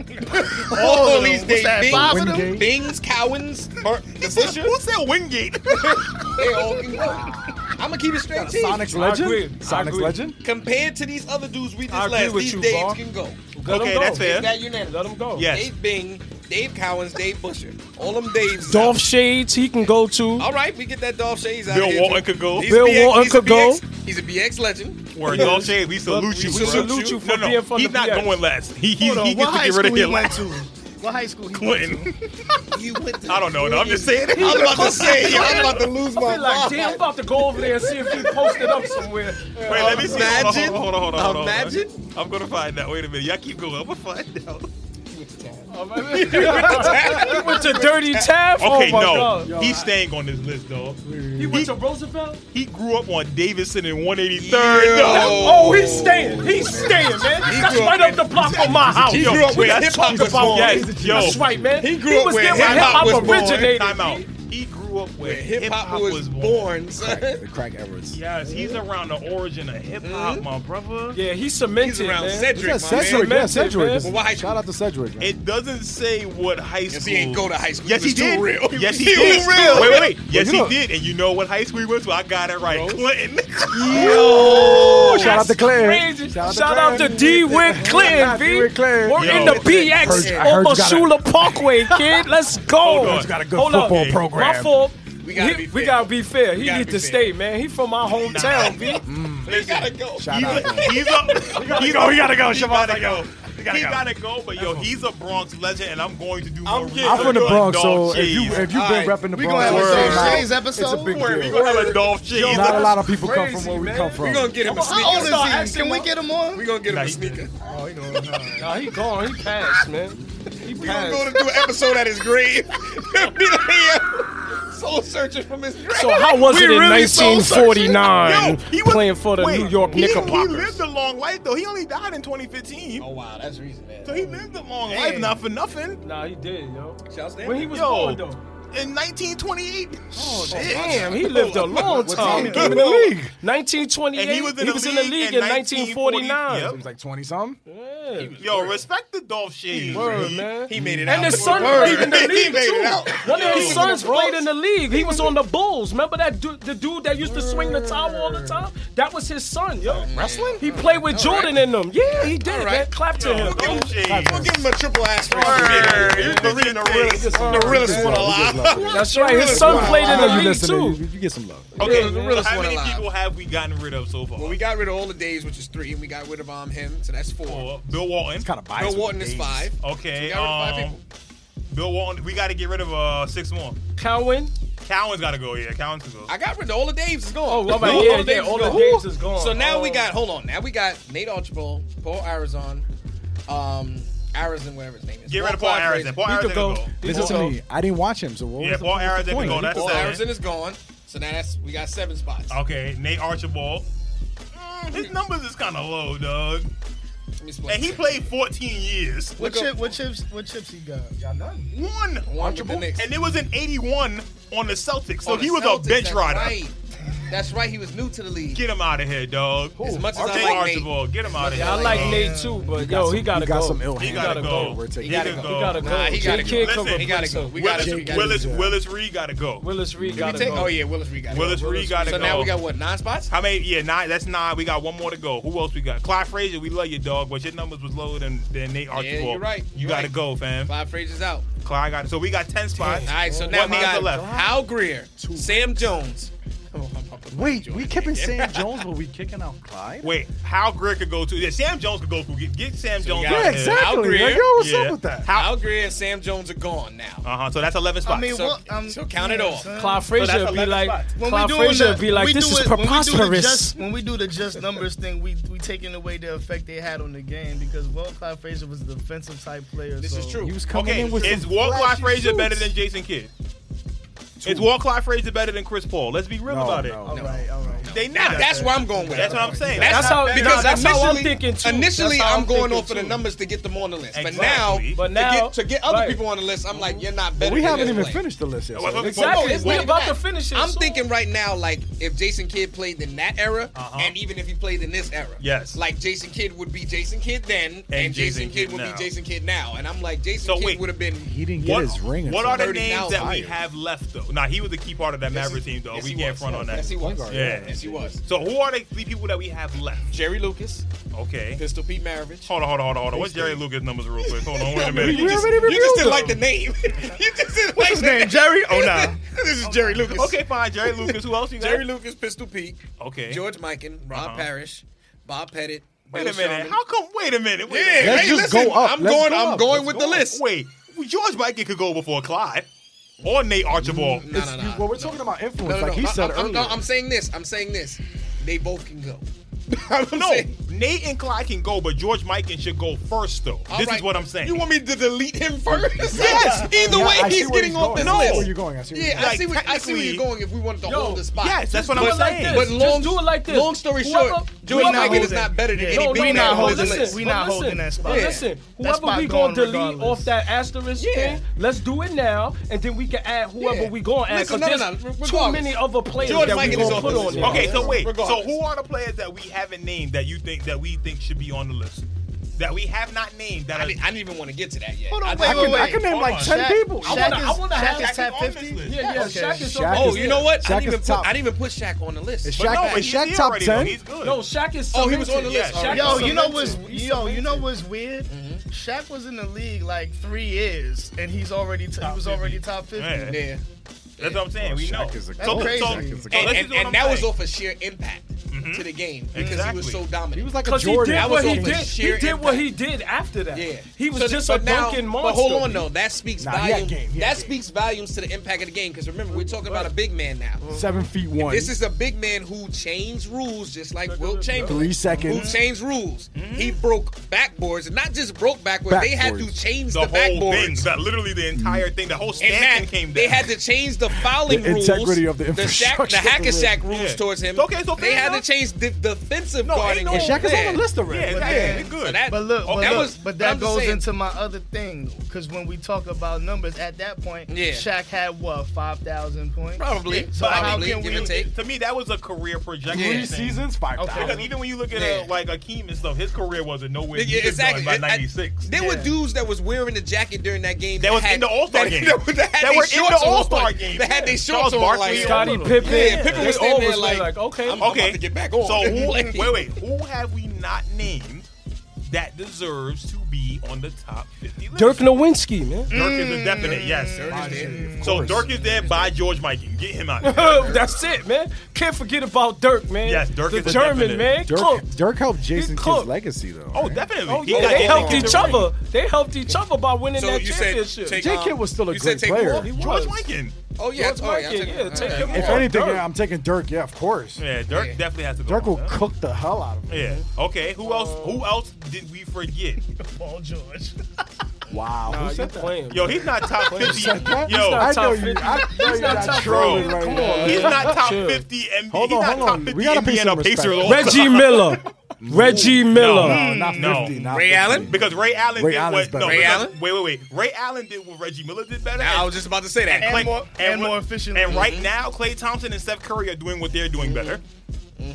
Speaker 3: All
Speaker 2: All
Speaker 3: of them.
Speaker 2: these
Speaker 3: What's that,
Speaker 2: Daves.
Speaker 3: five
Speaker 7: of
Speaker 2: Bings-
Speaker 7: them?
Speaker 2: Bings, Cowens, Bur- the
Speaker 1: Who's
Speaker 2: Busher.
Speaker 1: Who said Wingate?
Speaker 2: They all can go. I'm gonna keep it straight cheese.
Speaker 7: Sonic's
Speaker 4: I agree.
Speaker 7: legend.
Speaker 4: I
Speaker 7: Sonic's
Speaker 4: agree.
Speaker 7: legend.
Speaker 2: Compared to these other dudes we
Speaker 4: I
Speaker 2: just
Speaker 4: agree
Speaker 2: last,
Speaker 4: with
Speaker 2: these
Speaker 4: you,
Speaker 2: Daves
Speaker 4: Bar.
Speaker 2: can go.
Speaker 4: Let him
Speaker 1: okay,
Speaker 4: go.
Speaker 1: that's
Speaker 2: Is
Speaker 1: fair.
Speaker 2: that unanimous?
Speaker 4: Let him go.
Speaker 1: Yes.
Speaker 2: Dave Bing, Dave Cowens, Dave Busher. All them Daves.
Speaker 4: Dolph
Speaker 2: out.
Speaker 4: Shades, he can go to.
Speaker 2: All right, we get that Dolph Shades out
Speaker 1: Bill
Speaker 2: of here.
Speaker 1: Walton
Speaker 2: too.
Speaker 1: could go.
Speaker 2: He's
Speaker 4: Bill
Speaker 2: BX
Speaker 4: Walton
Speaker 2: he's a
Speaker 4: could go.
Speaker 2: BX He's a BX legend.
Speaker 1: Word, y'all say we salute you.
Speaker 4: we
Speaker 1: bro.
Speaker 4: salute you for
Speaker 1: no, no,
Speaker 4: being from
Speaker 1: He's
Speaker 4: the
Speaker 1: not
Speaker 4: PX.
Speaker 1: going last. He, he,
Speaker 3: Hold on,
Speaker 1: he
Speaker 3: what
Speaker 1: gets to
Speaker 3: high
Speaker 1: get rid
Speaker 3: school
Speaker 1: of
Speaker 3: he
Speaker 1: his
Speaker 3: went
Speaker 1: last.
Speaker 3: to? What high school he went to?
Speaker 1: Clinton.
Speaker 2: He went to
Speaker 1: I don't know. No, I'm just saying.
Speaker 2: I'm about to say, yo, I'm about to lose my
Speaker 4: I'm like, damn, I'm
Speaker 2: mind.
Speaker 4: about to go over there and see if he posted up somewhere.
Speaker 1: Wait, let me see. Hold on,
Speaker 2: Oh, Imagine.
Speaker 1: hold on, hold on, hold on, hold on.
Speaker 2: Imagine.
Speaker 1: I'm gonna find out. Wait a minute. Y'all keep going. I'm gonna find out.
Speaker 4: he went to Dirty Taft.
Speaker 1: Okay,
Speaker 4: oh my
Speaker 1: no.
Speaker 4: God.
Speaker 7: Yo,
Speaker 1: He's
Speaker 7: I-
Speaker 1: staying on this list, though.
Speaker 4: He went to Roosevelt.
Speaker 1: He grew up on Davidson and 183rd.
Speaker 2: Yo.
Speaker 1: though.
Speaker 4: Oh, he's staying. He's staying, man. That's
Speaker 2: grew up
Speaker 4: right up the block from my house.
Speaker 2: He grew up with hip hop was born.
Speaker 1: Yes, yo.
Speaker 4: That's right, man.
Speaker 2: He grew up
Speaker 4: was
Speaker 2: where
Speaker 4: there when
Speaker 2: hip-hop was born.
Speaker 4: originated.
Speaker 1: Time out. He grew up where
Speaker 2: Hip hop was born, son.
Speaker 7: The Craig Edwards.
Speaker 1: Yes, he's around the origin of hip hop,
Speaker 2: Mm-hmm.
Speaker 1: my brother.
Speaker 4: Yeah, he cemented,
Speaker 2: He's around
Speaker 4: man.
Speaker 7: Is
Speaker 2: Cedric,
Speaker 7: that
Speaker 2: my man.
Speaker 7: Cedric? Yeah, Cedric.
Speaker 4: Well,
Speaker 2: why-
Speaker 7: Shout out to Cedric, man.
Speaker 1: It doesn't say what high school.
Speaker 2: Yes, he ain't go to high school.
Speaker 1: Yes, he,
Speaker 2: was
Speaker 1: did.
Speaker 2: Too real.
Speaker 1: Yes, he,
Speaker 2: was
Speaker 1: did.
Speaker 2: Too real.
Speaker 1: Wait, wait, wait. Yes,
Speaker 7: you
Speaker 1: he
Speaker 7: know-
Speaker 1: did. And you know what high school he went to? I got it right. Clinton.
Speaker 7: Oh, shout out to Claire.
Speaker 4: Crazy. Shout out to D. Wick Clinton, B.
Speaker 7: D-Wick Clinton.
Speaker 4: We're
Speaker 1: Yo.
Speaker 4: in the
Speaker 7: I heard you-
Speaker 4: BX
Speaker 7: I heard
Speaker 4: on
Speaker 7: you got a-
Speaker 4: Osceola Parkway, kid. Let's
Speaker 1: Hold
Speaker 4: go.
Speaker 1: on. You got a
Speaker 7: good
Speaker 4: Hold on.
Speaker 7: football program.
Speaker 4: My fault.
Speaker 2: We gotta
Speaker 4: He-
Speaker 2: be
Speaker 4: We
Speaker 2: fair.
Speaker 4: gotta be fair. He
Speaker 2: gotta
Speaker 4: need
Speaker 2: be
Speaker 4: to
Speaker 2: fair.
Speaker 4: stay, man. He from my hometown, B.
Speaker 1: He gotta go.
Speaker 7: Shout
Speaker 1: he's,
Speaker 7: out,
Speaker 1: a,
Speaker 7: man.
Speaker 1: he's a
Speaker 7: You gotta go. You gotta go.
Speaker 1: He
Speaker 7: Siobhan,
Speaker 1: gotta go. He
Speaker 7: gotta go.
Speaker 1: gotta go, but yo, he's a Bronx legend, and I'm going to do more
Speaker 5: getting-
Speaker 1: research
Speaker 7: I'm from the
Speaker 1: on
Speaker 7: Bronx,
Speaker 1: Dolph
Speaker 7: so if you
Speaker 1: Cheese.
Speaker 7: if you've been
Speaker 2: Alright,
Speaker 7: repping the
Speaker 3: we gonna
Speaker 7: Bronx,
Speaker 3: have
Speaker 7: it's
Speaker 3: a
Speaker 7: a
Speaker 3: Same
Speaker 7: big
Speaker 3: Shades episode?
Speaker 7: It's a big
Speaker 1: Word, we
Speaker 7: deal.
Speaker 1: gonna have a Dolph Cheese.
Speaker 7: Not a lot of people come from
Speaker 6: Crazy,
Speaker 7: where we
Speaker 6: man.
Speaker 7: come from.
Speaker 2: We're gonna get him a
Speaker 3: How old
Speaker 2: sneaker.
Speaker 3: is he? Can we get him on?
Speaker 2: We're gonna get him
Speaker 1: Nah,
Speaker 2: a
Speaker 1: he
Speaker 2: sneaker.
Speaker 4: Nah, he gone. He passed, man. He
Speaker 2: We're gonna go
Speaker 4: passed.
Speaker 2: to do an episode at his grave. Be like, yeah, soul searching from his grave.
Speaker 4: So how was
Speaker 3: We
Speaker 4: it in
Speaker 3: really soul searching.
Speaker 4: 1949
Speaker 1: Yo, he was-
Speaker 4: playing for the
Speaker 1: wait,
Speaker 4: New York
Speaker 1: he- He
Speaker 4: Knickerbockers?
Speaker 1: lived a long life though. He only died in 2015.
Speaker 2: Oh wow, that's reason. man.
Speaker 1: So he lived a long life,
Speaker 3: Damn.
Speaker 1: not for nothing.
Speaker 4: Nah, he did, yo.
Speaker 2: Shouts to
Speaker 4: When he
Speaker 2: him.
Speaker 4: was
Speaker 1: Yo.
Speaker 4: born, though.
Speaker 1: In 1928. Oh,
Speaker 4: Damn, he lived a long time.
Speaker 7: Get in the league.
Speaker 4: 1928.
Speaker 1: And he was in the league,
Speaker 4: league
Speaker 1: in
Speaker 4: in
Speaker 1: 1949.
Speaker 4: 1949.
Speaker 7: Seems like twenty something.
Speaker 4: Yeah.
Speaker 1: Yo, respect the Dolph Shades.
Speaker 4: Word, man.
Speaker 2: He made it out.
Speaker 4: And his son
Speaker 2: Word.
Speaker 4: played in the
Speaker 2: He
Speaker 4: league
Speaker 2: made it
Speaker 4: too.
Speaker 2: out.
Speaker 4: One of
Speaker 2: Yo.
Speaker 4: his sons played in the league. He was on the Bulls. Remember that dude, the dude that used to swing the towel all the time? That was his son, yo. Wrestling? He played with Jordan in them. Yeah, he did, man. Clap to him.
Speaker 1: Dolph Shades.
Speaker 2: We'll give him a triple asterisk.
Speaker 1: Word.
Speaker 2: Yeah, yeah, yeah. The realest, the realest one alive.
Speaker 4: That's right. His son played in
Speaker 7: I know
Speaker 4: the
Speaker 7: you
Speaker 4: league
Speaker 7: listening.
Speaker 4: too.
Speaker 7: You, you get some love.
Speaker 1: Okay,
Speaker 2: the realest
Speaker 1: how
Speaker 2: one
Speaker 1: many
Speaker 2: alive.
Speaker 1: people have we gotten rid of so far?
Speaker 2: Well, we got rid of all the days, which is three, and we got rid of um him, so that's four.
Speaker 4: Oh,
Speaker 1: Or Bill Walton.
Speaker 7: Kind of biased.
Speaker 2: Bill
Speaker 7: with
Speaker 2: Walton
Speaker 7: the
Speaker 2: is
Speaker 7: days.
Speaker 2: five.
Speaker 1: Okay.
Speaker 2: So we got rid of five
Speaker 1: um, Bill Walton. We got to get rid of uh six more.
Speaker 4: Cowan.
Speaker 1: Cowan's got to go. Yeah, Cowan's can go.
Speaker 2: I got rid of all the Daves. Is gone.
Speaker 4: Oh, all
Speaker 2: All
Speaker 4: right. Yeah,
Speaker 2: the
Speaker 4: yeah.
Speaker 2: Daves
Speaker 4: All
Speaker 2: is
Speaker 4: the
Speaker 2: gone.
Speaker 4: days is gone.
Speaker 2: So now we
Speaker 4: Oh.
Speaker 2: got. Hold on. Now we got Nate Archibald, Paul Arizon, um, Arizon, whatever his name is.
Speaker 1: Get rid of Paul
Speaker 2: Clyde
Speaker 1: Arizon. Paul
Speaker 4: He
Speaker 1: Arizon
Speaker 4: could
Speaker 1: can
Speaker 4: go.
Speaker 1: go.
Speaker 7: Listen to me. I didn't watch him, so what
Speaker 1: Yeah,
Speaker 7: was the
Speaker 1: Paul
Speaker 7: fucking
Speaker 1: Arizon can
Speaker 7: point?
Speaker 1: go. That's
Speaker 2: Frazier. Paul
Speaker 1: seven.
Speaker 2: Arizon is gone. So now that's we got seven spots.
Speaker 1: Okay, Nate Archibald. Mm, his numbers is kind of low, dog.
Speaker 2: Let me split.
Speaker 1: And he played 14 years.
Speaker 3: What, chip, what chips? What chips he got?
Speaker 1: One.
Speaker 2: One with the Knicks.
Speaker 1: And it was in 81 on the Celtics. So
Speaker 2: On the
Speaker 1: he was
Speaker 2: Celtics,
Speaker 1: a bench
Speaker 2: that's
Speaker 1: rider.
Speaker 2: Right. That's right. He was new to the league.
Speaker 1: Get him out of here, dog.
Speaker 2: As much as I
Speaker 1: Nate
Speaker 2: like Nate.
Speaker 1: Archibald, get him out of here.
Speaker 4: I like
Speaker 1: dog.
Speaker 4: Nate too, but
Speaker 7: got
Speaker 4: yo,
Speaker 7: some-
Speaker 4: he gotta
Speaker 7: he got
Speaker 4: go.
Speaker 7: some ill
Speaker 1: He
Speaker 7: hands.
Speaker 1: gotta
Speaker 4: gotta
Speaker 1: go.
Speaker 4: go.
Speaker 7: We're taking-
Speaker 1: He
Speaker 2: He gotta
Speaker 1: gotta
Speaker 2: go.
Speaker 4: He gotta
Speaker 1: go.
Speaker 4: go.
Speaker 2: Nah, he gotta
Speaker 4: J.
Speaker 2: go.
Speaker 4: Kidd come
Speaker 1: Listen,
Speaker 2: He gotta
Speaker 4: replace
Speaker 2: go.
Speaker 4: him.
Speaker 2: We gotta
Speaker 1: Willis,
Speaker 2: go. We gotta
Speaker 1: Willis,
Speaker 2: go.
Speaker 1: Willis Reed gotta go.
Speaker 4: Willis Reed
Speaker 2: Did
Speaker 4: gotta
Speaker 2: we take?
Speaker 4: go.
Speaker 2: Oh yeah, Willis Reed got
Speaker 1: Willis
Speaker 2: go.
Speaker 1: Reed gotta
Speaker 2: So
Speaker 1: go.
Speaker 2: now we got what nine spots?
Speaker 1: How many? Yeah, nine. That's nine. We got one more to go. Who else we got? Clyde Frazier, we love you, dog. But your numbers was lower than, than Nate Archibald.
Speaker 2: you're right.
Speaker 1: You
Speaker 2: You're
Speaker 1: gotta
Speaker 2: right.
Speaker 1: go, fam.
Speaker 2: Five Frazier's out.
Speaker 1: Clyde got it. So we got 10 spots.
Speaker 2: All right, so now
Speaker 1: What
Speaker 2: we
Speaker 1: mine's
Speaker 2: got
Speaker 1: left?
Speaker 2: Hal Greer, Sam Jones. Oh, I'm fucking-
Speaker 7: Wait, we keeping Sam Jones, but we kicking out Clyde?
Speaker 1: Wait, Hal Greer could go too. Yeah, Sam Jones could go too. Get, get Sam Jones
Speaker 2: we
Speaker 1: out
Speaker 2: got
Speaker 7: Yeah,
Speaker 1: of here.
Speaker 7: exactly.
Speaker 2: Al
Speaker 7: Like,
Speaker 2: Greer.
Speaker 7: yo, what's
Speaker 1: Yeah.
Speaker 7: up with that?
Speaker 2: Hal Greer and Sam Jones are gone now.
Speaker 1: Uh huh. So that's 11 spots.
Speaker 3: I mean,
Speaker 2: So-
Speaker 3: what? um,
Speaker 2: so count it all.
Speaker 3: son.
Speaker 4: Clyde
Speaker 1: So
Speaker 4: Frazier
Speaker 1: that's
Speaker 4: be
Speaker 1: eleven
Speaker 4: like,
Speaker 1: spots.
Speaker 3: When
Speaker 4: Clyde
Speaker 3: we doing
Speaker 4: Frazier
Speaker 3: the-
Speaker 4: be like,
Speaker 3: we
Speaker 4: this
Speaker 3: do
Speaker 4: is
Speaker 3: it- when we do the
Speaker 4: preposterous.
Speaker 3: just- When we do the just numbers thing, we we taking away the effect they had on the game because well, Clyde Frazier was a defensive type player.
Speaker 2: This
Speaker 3: so.
Speaker 2: is true.
Speaker 7: He was coming
Speaker 1: okay,
Speaker 7: in with
Speaker 1: is
Speaker 7: some
Speaker 1: Walcott
Speaker 7: flashy
Speaker 1: Frazier
Speaker 7: suits.
Speaker 1: better than Jason Kidd? Is Walcott Frazier better than Chris Paul? Let's be real
Speaker 7: No,
Speaker 1: about
Speaker 7: no.
Speaker 3: All right, all right.
Speaker 1: it. They not.
Speaker 2: Now, that's where I'm going with. it.
Speaker 1: That's what I'm saying.
Speaker 4: That's how-
Speaker 1: not bad.
Speaker 4: because Nah, that's
Speaker 2: Because initially,
Speaker 4: how I'm thinking, too.
Speaker 2: initially
Speaker 4: That's how
Speaker 2: I'm,
Speaker 4: I'm
Speaker 2: going
Speaker 4: thinking,
Speaker 2: off of the
Speaker 4: too.
Speaker 2: numbers to get them on the list.
Speaker 1: Exactly.
Speaker 2: But
Speaker 4: But now-
Speaker 2: now, to get, to get other
Speaker 4: right.
Speaker 2: people on the list, I'm like, you're not better.
Speaker 7: We
Speaker 2: than
Speaker 7: haven't
Speaker 2: this
Speaker 7: even
Speaker 2: player.
Speaker 7: finished the list yet.
Speaker 1: Well,
Speaker 7: so-
Speaker 1: well,
Speaker 4: Exactly.
Speaker 1: Wait,
Speaker 4: we
Speaker 1: wait,
Speaker 4: about
Speaker 2: wait.
Speaker 4: to finish it.
Speaker 2: I'm
Speaker 4: soon.
Speaker 2: thinking right now, like if Jason Kidd played in that era, and even if he played in this era,
Speaker 1: Yes.
Speaker 2: like Jason Kidd would be Jason Kidd then, and, Jason, Kidd would
Speaker 1: now.
Speaker 2: be Jason Kidd now, and I'm like, Jason
Speaker 1: So
Speaker 2: Kidd
Speaker 1: wait.
Speaker 2: would have been.
Speaker 7: He didn't get
Speaker 1: What,
Speaker 7: his ring.
Speaker 1: what
Speaker 7: until
Speaker 1: are the
Speaker 2: 30,000
Speaker 1: names that we
Speaker 2: higher.
Speaker 1: have left though? Nah, he was a key part of that Maverick team though.
Speaker 2: Yes,
Speaker 1: we
Speaker 2: he
Speaker 1: can't
Speaker 2: was.
Speaker 1: front on that.
Speaker 2: Yes, he was.
Speaker 1: Yeah.
Speaker 2: Yes, he was.
Speaker 1: So who are the three people that we have left?
Speaker 2: Jerry Lucas,
Speaker 1: Okay.
Speaker 2: Pistol Pete Maravich.
Speaker 1: Hold on, hold on, hold on, hold on. What's Jerry Lucas numbers real quick? Hold on, wait a minute.
Speaker 2: You just,
Speaker 7: already
Speaker 2: you
Speaker 7: reviewed
Speaker 2: just didn't like the
Speaker 7: them.
Speaker 2: name. you just didn't like
Speaker 3: His
Speaker 2: the
Speaker 3: name Jerry? Oh nah.
Speaker 2: this is Jerry Lucas.
Speaker 1: okay, fine. Jerry Lucas. Who else you got?
Speaker 2: Jerry Lucas, Pistol Pete,
Speaker 1: Okay.
Speaker 2: George Mikan, Rob
Speaker 1: Uh-huh.
Speaker 2: Parrish, Bob Pettit.
Speaker 1: Wait
Speaker 2: Bill
Speaker 1: a minute.
Speaker 2: Sharman.
Speaker 1: How come? Wait a minute. Wait
Speaker 2: Yeah,
Speaker 1: a minute.
Speaker 7: Let's
Speaker 2: hey,
Speaker 7: just
Speaker 2: listen,
Speaker 7: go up.
Speaker 2: I'm
Speaker 7: Let's
Speaker 2: going.
Speaker 7: go
Speaker 2: I'm
Speaker 7: up.
Speaker 2: going
Speaker 7: Let's
Speaker 2: with
Speaker 7: go
Speaker 2: the
Speaker 7: up.
Speaker 2: list.
Speaker 1: Wait. George Mikan could go before Clyde or Nate Archibald.
Speaker 2: No, no,
Speaker 7: It's-
Speaker 2: no.
Speaker 7: you- well, we're talking about influence,
Speaker 2: No, no,
Speaker 7: like
Speaker 2: no.
Speaker 7: he said
Speaker 2: I'm, I'm-
Speaker 7: earlier.
Speaker 2: no, I'm saying this. I'm saying this. They both can go. I'm
Speaker 1: No,
Speaker 2: saying-
Speaker 1: Nate and Clyde can go, but George Mikan should go first, though.
Speaker 2: All
Speaker 1: this
Speaker 2: right.
Speaker 1: is what I'm saying.
Speaker 2: You want me to delete him first? yes. Either
Speaker 7: Yeah,
Speaker 2: way,
Speaker 7: I see
Speaker 2: he's
Speaker 7: where
Speaker 2: getting
Speaker 7: going.
Speaker 2: off this
Speaker 7: I see Where
Speaker 2: list.
Speaker 7: you're going? I see. Where
Speaker 2: Yeah,
Speaker 1: Like,
Speaker 2: I see. Where, I see where
Speaker 1: technically-
Speaker 2: you're going. If we wanted to
Speaker 4: Yo,
Speaker 2: hold the spot.
Speaker 1: yes, that's what I'm
Speaker 4: do it like
Speaker 1: saying.
Speaker 4: this.
Speaker 2: But long,
Speaker 4: Just do it like this.
Speaker 2: Long story
Speaker 4: Whoever-
Speaker 2: short, George
Speaker 4: whoever-
Speaker 2: Mikan is not better than
Speaker 3: Yeah.
Speaker 2: any
Speaker 3: No,
Speaker 2: big
Speaker 3: we
Speaker 2: man
Speaker 3: not
Speaker 2: on
Speaker 3: holding
Speaker 2: this
Speaker 3: this.
Speaker 2: list.
Speaker 3: We not holding that spot.
Speaker 4: but Listen,
Speaker 3: That
Speaker 4: whoever
Speaker 3: spot
Speaker 4: we
Speaker 3: gone
Speaker 4: gonna delete
Speaker 3: regardless.
Speaker 4: off that asterisk
Speaker 2: Yeah.
Speaker 4: thing, let's do it now, and then we can add whoever
Speaker 2: Yeah.
Speaker 4: we gonna add.
Speaker 2: Listen,
Speaker 4: Because
Speaker 2: no, no,
Speaker 4: there's
Speaker 2: no, re-
Speaker 4: too
Speaker 2: regardless.
Speaker 4: many other players
Speaker 2: George
Speaker 4: that
Speaker 2: Mikan
Speaker 4: we
Speaker 2: is
Speaker 4: gonna
Speaker 2: off
Speaker 4: put
Speaker 2: this
Speaker 4: on
Speaker 2: list.
Speaker 4: there.
Speaker 1: Okay,
Speaker 2: Yeah,
Speaker 1: so wait. So
Speaker 2: regardless.
Speaker 1: who are the players that we haven't named that you think that we think should be on the list? That we have not named that
Speaker 2: I
Speaker 1: are
Speaker 2: didn't, I didn't even want to get to that yet.
Speaker 3: Hold
Speaker 2: I
Speaker 3: on,
Speaker 2: just-
Speaker 3: wait,
Speaker 7: I
Speaker 3: wait,
Speaker 7: can,
Speaker 3: wait.
Speaker 7: I can name like
Speaker 1: Hold
Speaker 7: ten
Speaker 1: on.
Speaker 7: people.
Speaker 3: Shaq
Speaker 4: wanna-
Speaker 3: is-
Speaker 4: I wanna have-
Speaker 3: Shaq is
Speaker 1: Shaq
Speaker 3: top
Speaker 1: is on this
Speaker 3: fifty.
Speaker 1: list.
Speaker 4: Yeah, yeah.
Speaker 3: Okay.
Speaker 4: Shaq is
Speaker 7: Shaq
Speaker 2: Oh,
Speaker 7: is-
Speaker 2: you know what? I
Speaker 7: Shaq
Speaker 2: didn't even
Speaker 7: is
Speaker 2: put.
Speaker 7: top.
Speaker 2: I didn't even put Shaq on the list.
Speaker 7: Is
Speaker 2: But
Speaker 7: Shaq-
Speaker 2: no,
Speaker 1: but
Speaker 7: is
Speaker 1: he's
Speaker 7: Shaq
Speaker 1: here
Speaker 7: top
Speaker 1: already, though.
Speaker 7: 10?
Speaker 1: He's good.
Speaker 4: No, Shaq is.
Speaker 2: Oh, he was on
Speaker 4: cemented.
Speaker 2: the list.
Speaker 4: Yeah,
Speaker 2: All
Speaker 4: Shaq
Speaker 2: right.
Speaker 4: is
Speaker 3: Yo, you know
Speaker 4: cemented.
Speaker 3: what's
Speaker 4: He's
Speaker 3: yo, you know
Speaker 4: cemented.
Speaker 3: what's weird? Shaq was in the league like three years, and he's already t- he was
Speaker 1: 50.
Speaker 3: already top fifty.
Speaker 1: Yeah.
Speaker 2: Yeah.
Speaker 1: That's what I'm saying. We know.
Speaker 7: Shaq is a
Speaker 1: so,
Speaker 3: goat.
Speaker 1: so,
Speaker 3: Shaq
Speaker 7: is a
Speaker 1: so
Speaker 7: goat.
Speaker 1: Oh, this
Speaker 2: And,
Speaker 1: is
Speaker 2: and,
Speaker 1: what I'm
Speaker 2: and that was
Speaker 1: saying. Mm-hmm.
Speaker 2: off of sheer impact. to the game because he was
Speaker 1: Exactly.
Speaker 2: so dominant.
Speaker 6: He was like a
Speaker 4: Because he
Speaker 6: Jordan.
Speaker 4: did
Speaker 2: That
Speaker 4: what
Speaker 2: was
Speaker 4: he
Speaker 2: off
Speaker 4: did.
Speaker 2: of
Speaker 4: He
Speaker 2: sheer
Speaker 4: did what
Speaker 2: impact.
Speaker 4: he did after that.
Speaker 2: Yeah,
Speaker 4: He was
Speaker 2: So
Speaker 4: just
Speaker 2: th-
Speaker 4: a
Speaker 2: but now-
Speaker 4: dunking monster.
Speaker 2: But hold on though, that speaks
Speaker 6: Nah, he had
Speaker 2: volumes.
Speaker 6: game, he had
Speaker 2: That
Speaker 6: game.
Speaker 2: speaks volumes to the impact of the game because remember we're talking about a big man now.
Speaker 7: Seven feet one.
Speaker 2: This is a big man who changed rules, just like Will Chamberlain.
Speaker 7: Three seconds.
Speaker 2: Who changed rules? He broke backboards, and not just broke backboards. They had to
Speaker 7: Backboards.
Speaker 2: change
Speaker 1: The,
Speaker 2: the,
Speaker 1: whole
Speaker 2: backboards.
Speaker 1: thing, that literally the entire thing, the whole
Speaker 2: And
Speaker 1: stanchion
Speaker 2: that,
Speaker 1: came down.
Speaker 2: they had to change the fouling
Speaker 7: The
Speaker 2: rules,
Speaker 7: integrity of the
Speaker 2: the, shack,
Speaker 7: infrastructure
Speaker 2: the
Speaker 7: of the
Speaker 2: hack and
Speaker 7: league.
Speaker 2: sack rules
Speaker 1: Yeah.
Speaker 2: towards him.
Speaker 1: Okay, so
Speaker 2: they
Speaker 1: fair
Speaker 2: had to
Speaker 1: enough.
Speaker 2: change the defensive
Speaker 1: No, ain't
Speaker 2: guarding.
Speaker 1: no-
Speaker 2: and
Speaker 1: And Shaq
Speaker 7: is on
Speaker 2: there.
Speaker 7: the list already.
Speaker 1: yeah,
Speaker 3: But
Speaker 1: exactly.
Speaker 3: yeah.
Speaker 1: They're good.
Speaker 2: So that-
Speaker 3: But look, but,
Speaker 2: that
Speaker 3: look,
Speaker 2: was-
Speaker 3: but
Speaker 2: I'm
Speaker 3: that
Speaker 2: just
Speaker 3: goes
Speaker 2: saying.
Speaker 3: into my other thing because when we talk about numbers, at that point,
Speaker 2: Yeah.
Speaker 3: Shaq had what five thousand points,
Speaker 2: Probably.
Speaker 3: So how
Speaker 2: Probably,
Speaker 3: can
Speaker 2: give
Speaker 3: we?
Speaker 2: and take.
Speaker 1: to me, that was a career projection.
Speaker 2: Yeah.
Speaker 7: Three
Speaker 1: thing.
Speaker 7: seasons, five
Speaker 3: Okay.
Speaker 1: Because
Speaker 7: thousand.
Speaker 1: even when you look at
Speaker 2: Yeah.
Speaker 1: uh, like Akeem and stuff, his career wasn't nowhere
Speaker 2: Yeah,
Speaker 1: near
Speaker 2: exactly.
Speaker 1: exactly. by
Speaker 2: And- and
Speaker 1: '96.
Speaker 2: There were
Speaker 3: Yeah.
Speaker 2: dudes that was wearing the jacket during that game.
Speaker 1: That was
Speaker 2: had-
Speaker 1: in the All-Star
Speaker 2: that-
Speaker 1: game.
Speaker 2: That, had
Speaker 1: That
Speaker 2: they
Speaker 1: were in
Speaker 2: shorts
Speaker 1: the
Speaker 2: on,
Speaker 1: All-Star
Speaker 2: like,
Speaker 1: game.
Speaker 2: That had their
Speaker 1: Yeah. Charles
Speaker 2: shorts on.
Speaker 1: Barkley,
Speaker 2: like,
Speaker 4: Scottie
Speaker 1: Yeah,
Speaker 4: Pippen.
Speaker 2: Yeah, Pippen
Speaker 4: they
Speaker 2: was standing
Speaker 4: always
Speaker 2: there
Speaker 4: been
Speaker 2: like,
Speaker 4: okay.
Speaker 2: I'm-
Speaker 1: okay.
Speaker 2: about to get back on.
Speaker 1: So who,
Speaker 2: Play.
Speaker 1: wait, wait. Who have we not named that deserves to be on the top 50 list?
Speaker 4: Dirk Nowinski, man.
Speaker 1: Dirk is a definite
Speaker 2: Mm.
Speaker 1: yes. So Dirk is there by George Mikan. Get him out. of here.
Speaker 4: That's it, man. Can't forget about Dirk, man.
Speaker 1: Yes, Dirk
Speaker 4: the
Speaker 1: is a
Speaker 4: German,
Speaker 1: definite.
Speaker 4: man.
Speaker 7: Dirk,
Speaker 4: Cook.
Speaker 7: Dirk helped Jason
Speaker 4: cooked.
Speaker 7: Kidd's legacy though.
Speaker 1: Oh,
Speaker 7: right?
Speaker 1: definitely.
Speaker 4: Oh,
Speaker 1: He
Speaker 4: yeah,
Speaker 1: got
Speaker 4: they
Speaker 1: that
Speaker 4: helped
Speaker 1: in the
Speaker 4: each
Speaker 1: ring.
Speaker 4: other. They helped each other by winning
Speaker 2: So
Speaker 4: that
Speaker 2: you said
Speaker 4: championship.
Speaker 2: take
Speaker 7: J. Kidd was still a
Speaker 2: you
Speaker 7: great
Speaker 2: said take
Speaker 7: player.
Speaker 2: Wall?
Speaker 1: George
Speaker 4: was.
Speaker 1: Mikan.
Speaker 2: Oh yeah,
Speaker 4: George
Speaker 2: oh, yeah, I'll
Speaker 4: Mikan,
Speaker 2: take
Speaker 4: yeah,
Speaker 2: it.
Speaker 4: take
Speaker 2: All
Speaker 4: him
Speaker 2: right.
Speaker 7: If
Speaker 4: Oh,
Speaker 7: anything,
Speaker 4: Dirk.
Speaker 7: yeah, I'm taking Dirk. Yeah, of course.
Speaker 1: Yeah, Dirk
Speaker 2: Yeah.
Speaker 1: definitely has to go.
Speaker 7: Dirk will
Speaker 1: on, huh?
Speaker 7: cook the hell out of him.
Speaker 1: Yeah. Okay. Who else? Who else did we forget?
Speaker 3: Paul George.
Speaker 7: Wow.
Speaker 4: Nah,
Speaker 7: Who
Speaker 4: you're
Speaker 7: said that?
Speaker 4: playing.
Speaker 1: Yo, he's not top
Speaker 7: Who
Speaker 1: 50.
Speaker 7: said that?
Speaker 1: Yo,
Speaker 7: I
Speaker 4: top
Speaker 7: know you.
Speaker 4: 50.
Speaker 7: I know
Speaker 4: He's
Speaker 7: you're
Speaker 4: not
Speaker 7: not
Speaker 4: top
Speaker 7: trolling
Speaker 1: 50.
Speaker 7: right
Speaker 4: Come
Speaker 7: now.
Speaker 4: on,
Speaker 1: He's not top
Speaker 4: Chill.
Speaker 1: 50 NBA.
Speaker 7: Hold
Speaker 1: he's
Speaker 7: on,
Speaker 1: not
Speaker 7: hold
Speaker 1: top
Speaker 7: on.
Speaker 1: 50
Speaker 7: We gotta pay
Speaker 1: Indiana
Speaker 7: some respect.
Speaker 1: Pacers. all
Speaker 4: Reggie
Speaker 1: time.
Speaker 4: Miller. Reggie Miller.
Speaker 7: No, not
Speaker 1: No.
Speaker 7: 50. Not
Speaker 2: Ray
Speaker 7: 50.
Speaker 2: Allen?
Speaker 1: Because Ray Allen
Speaker 7: Ray
Speaker 1: did
Speaker 7: Allen's
Speaker 1: what?
Speaker 7: better.
Speaker 2: Ray
Speaker 1: because-
Speaker 2: Allen?
Speaker 1: Wait, wait, wait. Ray Allen did what Reggie Miller did better.
Speaker 2: Now, I was just about to say that.
Speaker 3: And
Speaker 1: Klay-
Speaker 3: more- and
Speaker 1: what-
Speaker 3: more efficiently.
Speaker 1: And right now, Clay Thompson and Steph Curry are doing what they're doing better.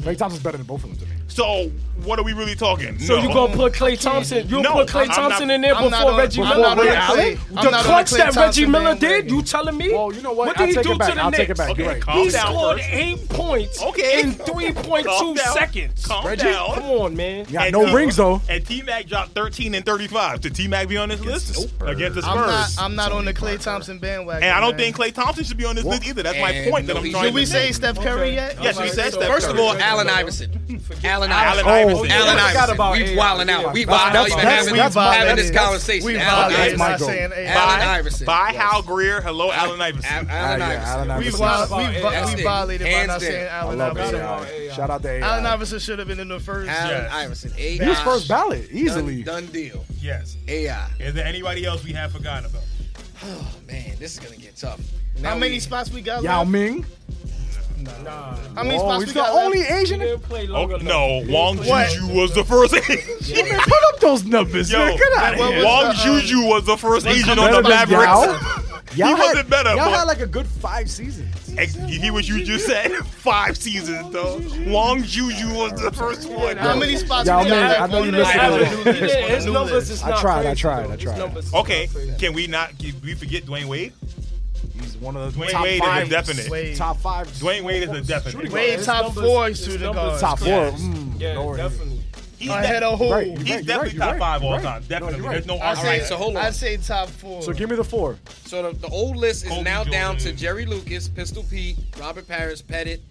Speaker 7: Clay Thompson's better than both of them to me.
Speaker 1: So what are we really talking?
Speaker 4: So
Speaker 1: no.
Speaker 4: you gonna put Clay Thompson? You
Speaker 1: No,
Speaker 4: put Clay
Speaker 1: I'm not-
Speaker 4: Thompson in there
Speaker 3: I'm not
Speaker 4: before
Speaker 3: on-
Speaker 4: Reggie
Speaker 3: I'm
Speaker 4: Miller?
Speaker 3: not on
Speaker 7: Ray
Speaker 3: the
Speaker 7: Allen?
Speaker 3: Klay- I'm
Speaker 4: The
Speaker 3: not on
Speaker 4: clutch
Speaker 3: Klay
Speaker 4: that Reggie
Speaker 3: Thompson
Speaker 4: Miller did?
Speaker 3: bandwagon.
Speaker 4: You telling me?
Speaker 7: Well, you know what?
Speaker 4: did
Speaker 7: I'll
Speaker 4: he
Speaker 7: take
Speaker 4: do
Speaker 7: it back.
Speaker 4: to the
Speaker 7: I'll
Speaker 4: Knicks?
Speaker 7: take it back. You're
Speaker 1: Okay,
Speaker 7: right.
Speaker 1: calm
Speaker 4: he
Speaker 1: down
Speaker 4: scored
Speaker 1: first.
Speaker 4: eight points
Speaker 1: Okay.
Speaker 4: in 3.2
Speaker 1: Calm down.
Speaker 4: seconds.
Speaker 1: Calm
Speaker 4: Reggie,
Speaker 1: down.
Speaker 4: come on, man.
Speaker 7: Yeah,
Speaker 1: And
Speaker 7: no
Speaker 1: T-
Speaker 7: rings though.
Speaker 1: And T Mac dropped 13 and 35. Did T Mac be on this list?
Speaker 7: Spurs.
Speaker 1: Against the Spurs.
Speaker 3: I'm not. I'm not on the
Speaker 7: Somebody
Speaker 3: Clay
Speaker 7: blocked her.
Speaker 3: Thompson bandwagon.
Speaker 1: and I don't
Speaker 3: man.
Speaker 1: think Clay Thompson should be on this list either. That's my
Speaker 2: And
Speaker 1: point that
Speaker 2: no,
Speaker 1: I'm
Speaker 2: he
Speaker 1: trying
Speaker 2: shouldn't.
Speaker 1: to
Speaker 3: Did we
Speaker 1: make.
Speaker 3: say Steph Curry
Speaker 4: Okay.
Speaker 3: yet?
Speaker 1: Yes, we
Speaker 3: Alright.
Speaker 1: said Steph
Speaker 2: First of
Speaker 1: Curry.
Speaker 2: all, Allen Iverson. Allen
Speaker 1: Allen
Speaker 2: Iverson.
Speaker 1: Iverson.
Speaker 2: Allen
Speaker 4: I forgot
Speaker 2: Iverson.
Speaker 4: about
Speaker 2: we
Speaker 4: Allen.
Speaker 2: wilding out.
Speaker 4: Yeah.
Speaker 2: We
Speaker 7: That's-
Speaker 2: wilding
Speaker 7: that's-
Speaker 2: out. Even
Speaker 7: that's-
Speaker 2: having,
Speaker 7: that's my-
Speaker 2: having this
Speaker 3: that is-
Speaker 2: conversation.
Speaker 3: We
Speaker 2: Allen
Speaker 3: violated
Speaker 7: That's my
Speaker 3: by
Speaker 2: Iverson.
Speaker 7: goal.
Speaker 3: saying hey,
Speaker 2: Allen
Speaker 1: By-
Speaker 2: Iverson.
Speaker 1: By
Speaker 2: Yes.
Speaker 1: Hal Greer. Hello, Allen
Speaker 2: Al-
Speaker 1: Iverson.
Speaker 7: Ah,
Speaker 2: Allen
Speaker 7: yeah, Allen
Speaker 2: Iverson.
Speaker 3: We,
Speaker 7: Iverson.
Speaker 3: vi-
Speaker 4: about
Speaker 3: we,
Speaker 4: it.
Speaker 3: vi-
Speaker 2: That's
Speaker 3: we
Speaker 2: it.
Speaker 3: violated by
Speaker 2: Hands
Speaker 3: not
Speaker 2: down.
Speaker 3: saying
Speaker 7: I
Speaker 3: Allen
Speaker 7: love
Speaker 3: Iverson.
Speaker 7: AI. Shout out to AI.
Speaker 3: Allen Iverson should have been in the first.
Speaker 2: Allen
Speaker 1: Yes.
Speaker 2: Iverson.
Speaker 7: He was first ballot easily.
Speaker 2: Done, done deal.
Speaker 1: Yes.
Speaker 2: AI.
Speaker 1: Is there anybody else we have forgotten about?
Speaker 2: Oh man, this is gonna get tough.
Speaker 3: How
Speaker 2: Now
Speaker 3: many
Speaker 2: we-
Speaker 3: spots we got
Speaker 7: Yao
Speaker 3: left?
Speaker 7: Ming.
Speaker 4: Nah,
Speaker 3: How many
Speaker 7: Oh,
Speaker 3: spots
Speaker 7: he's
Speaker 3: we
Speaker 7: the
Speaker 3: got
Speaker 7: only
Speaker 3: left?
Speaker 4: he
Speaker 7: Asian.
Speaker 4: didn't play long
Speaker 1: Okay,
Speaker 4: enough.
Speaker 1: Oh, no, Wong
Speaker 3: What?
Speaker 1: Juju was the first Asian.
Speaker 7: Man, put up those numbers,
Speaker 1: Yo,
Speaker 7: man. Get out of
Speaker 3: what was-
Speaker 7: here.
Speaker 1: Wong
Speaker 3: the, um,
Speaker 1: Juju was the first Asian on
Speaker 7: Better
Speaker 1: the
Speaker 7: than
Speaker 1: Mavericks.
Speaker 7: Yao? Yao
Speaker 1: wasn't
Speaker 7: had-
Speaker 1: better,
Speaker 7: Yao
Speaker 1: but-
Speaker 7: had like a good five seasons.
Speaker 1: Ex- You hear what you just said? Five seasons, though. Wong Juju was the first one.
Speaker 3: How many spots
Speaker 7: Y'all
Speaker 3: we got
Speaker 7: man,
Speaker 3: left?
Speaker 7: I know
Speaker 3: on
Speaker 7: you
Speaker 3: the
Speaker 7: listening
Speaker 3: Allen
Speaker 7: to
Speaker 3: Iverson
Speaker 7: that.
Speaker 3: list?
Speaker 4: His numbers is
Speaker 7: I
Speaker 4: not
Speaker 7: tried, I
Speaker 4: crazy, though.
Speaker 7: tried, I
Speaker 4: His
Speaker 7: tried.
Speaker 4: numbers is
Speaker 1: Okay,
Speaker 4: not crazy.
Speaker 1: can we not? Can we forget Dwayne Wade?
Speaker 7: He's one of the
Speaker 1: Dwayne
Speaker 7: top
Speaker 1: Wade
Speaker 7: five.
Speaker 1: is a definite.
Speaker 3: Wade.
Speaker 7: Top five.
Speaker 1: Dwayne Wade is a definite.
Speaker 7: shooting
Speaker 3: Wade
Speaker 7: guards.
Speaker 4: His
Speaker 3: top
Speaker 4: numbers-
Speaker 3: four
Speaker 4: his
Speaker 3: shooting
Speaker 4: numbers
Speaker 3: guards.
Speaker 4: is
Speaker 7: Top four.
Speaker 1: Yeah.
Speaker 7: Mm,
Speaker 4: Yeah,
Speaker 7: Lord.
Speaker 4: definitely.
Speaker 1: He's,
Speaker 3: Ahead of
Speaker 7: You're
Speaker 3: who?
Speaker 7: right, you're
Speaker 1: he's
Speaker 7: right, you're right,
Speaker 1: definitely
Speaker 7: you're
Speaker 1: top
Speaker 7: right,
Speaker 1: five
Speaker 7: you're
Speaker 1: all
Speaker 7: right.
Speaker 1: time.
Speaker 7: No,
Speaker 1: Definitely.
Speaker 7: you're
Speaker 1: There's
Speaker 7: right.
Speaker 1: no
Speaker 3: I
Speaker 1: argument.
Speaker 3: say,
Speaker 2: right, so hold on.
Speaker 3: I say top four.
Speaker 7: So give me the four.
Speaker 2: So the, the old list is
Speaker 1: Kobe
Speaker 2: now down to
Speaker 1: Jordan.
Speaker 2: Jerry Lucas, Pistol Pete, Robert Parrish, Pettit,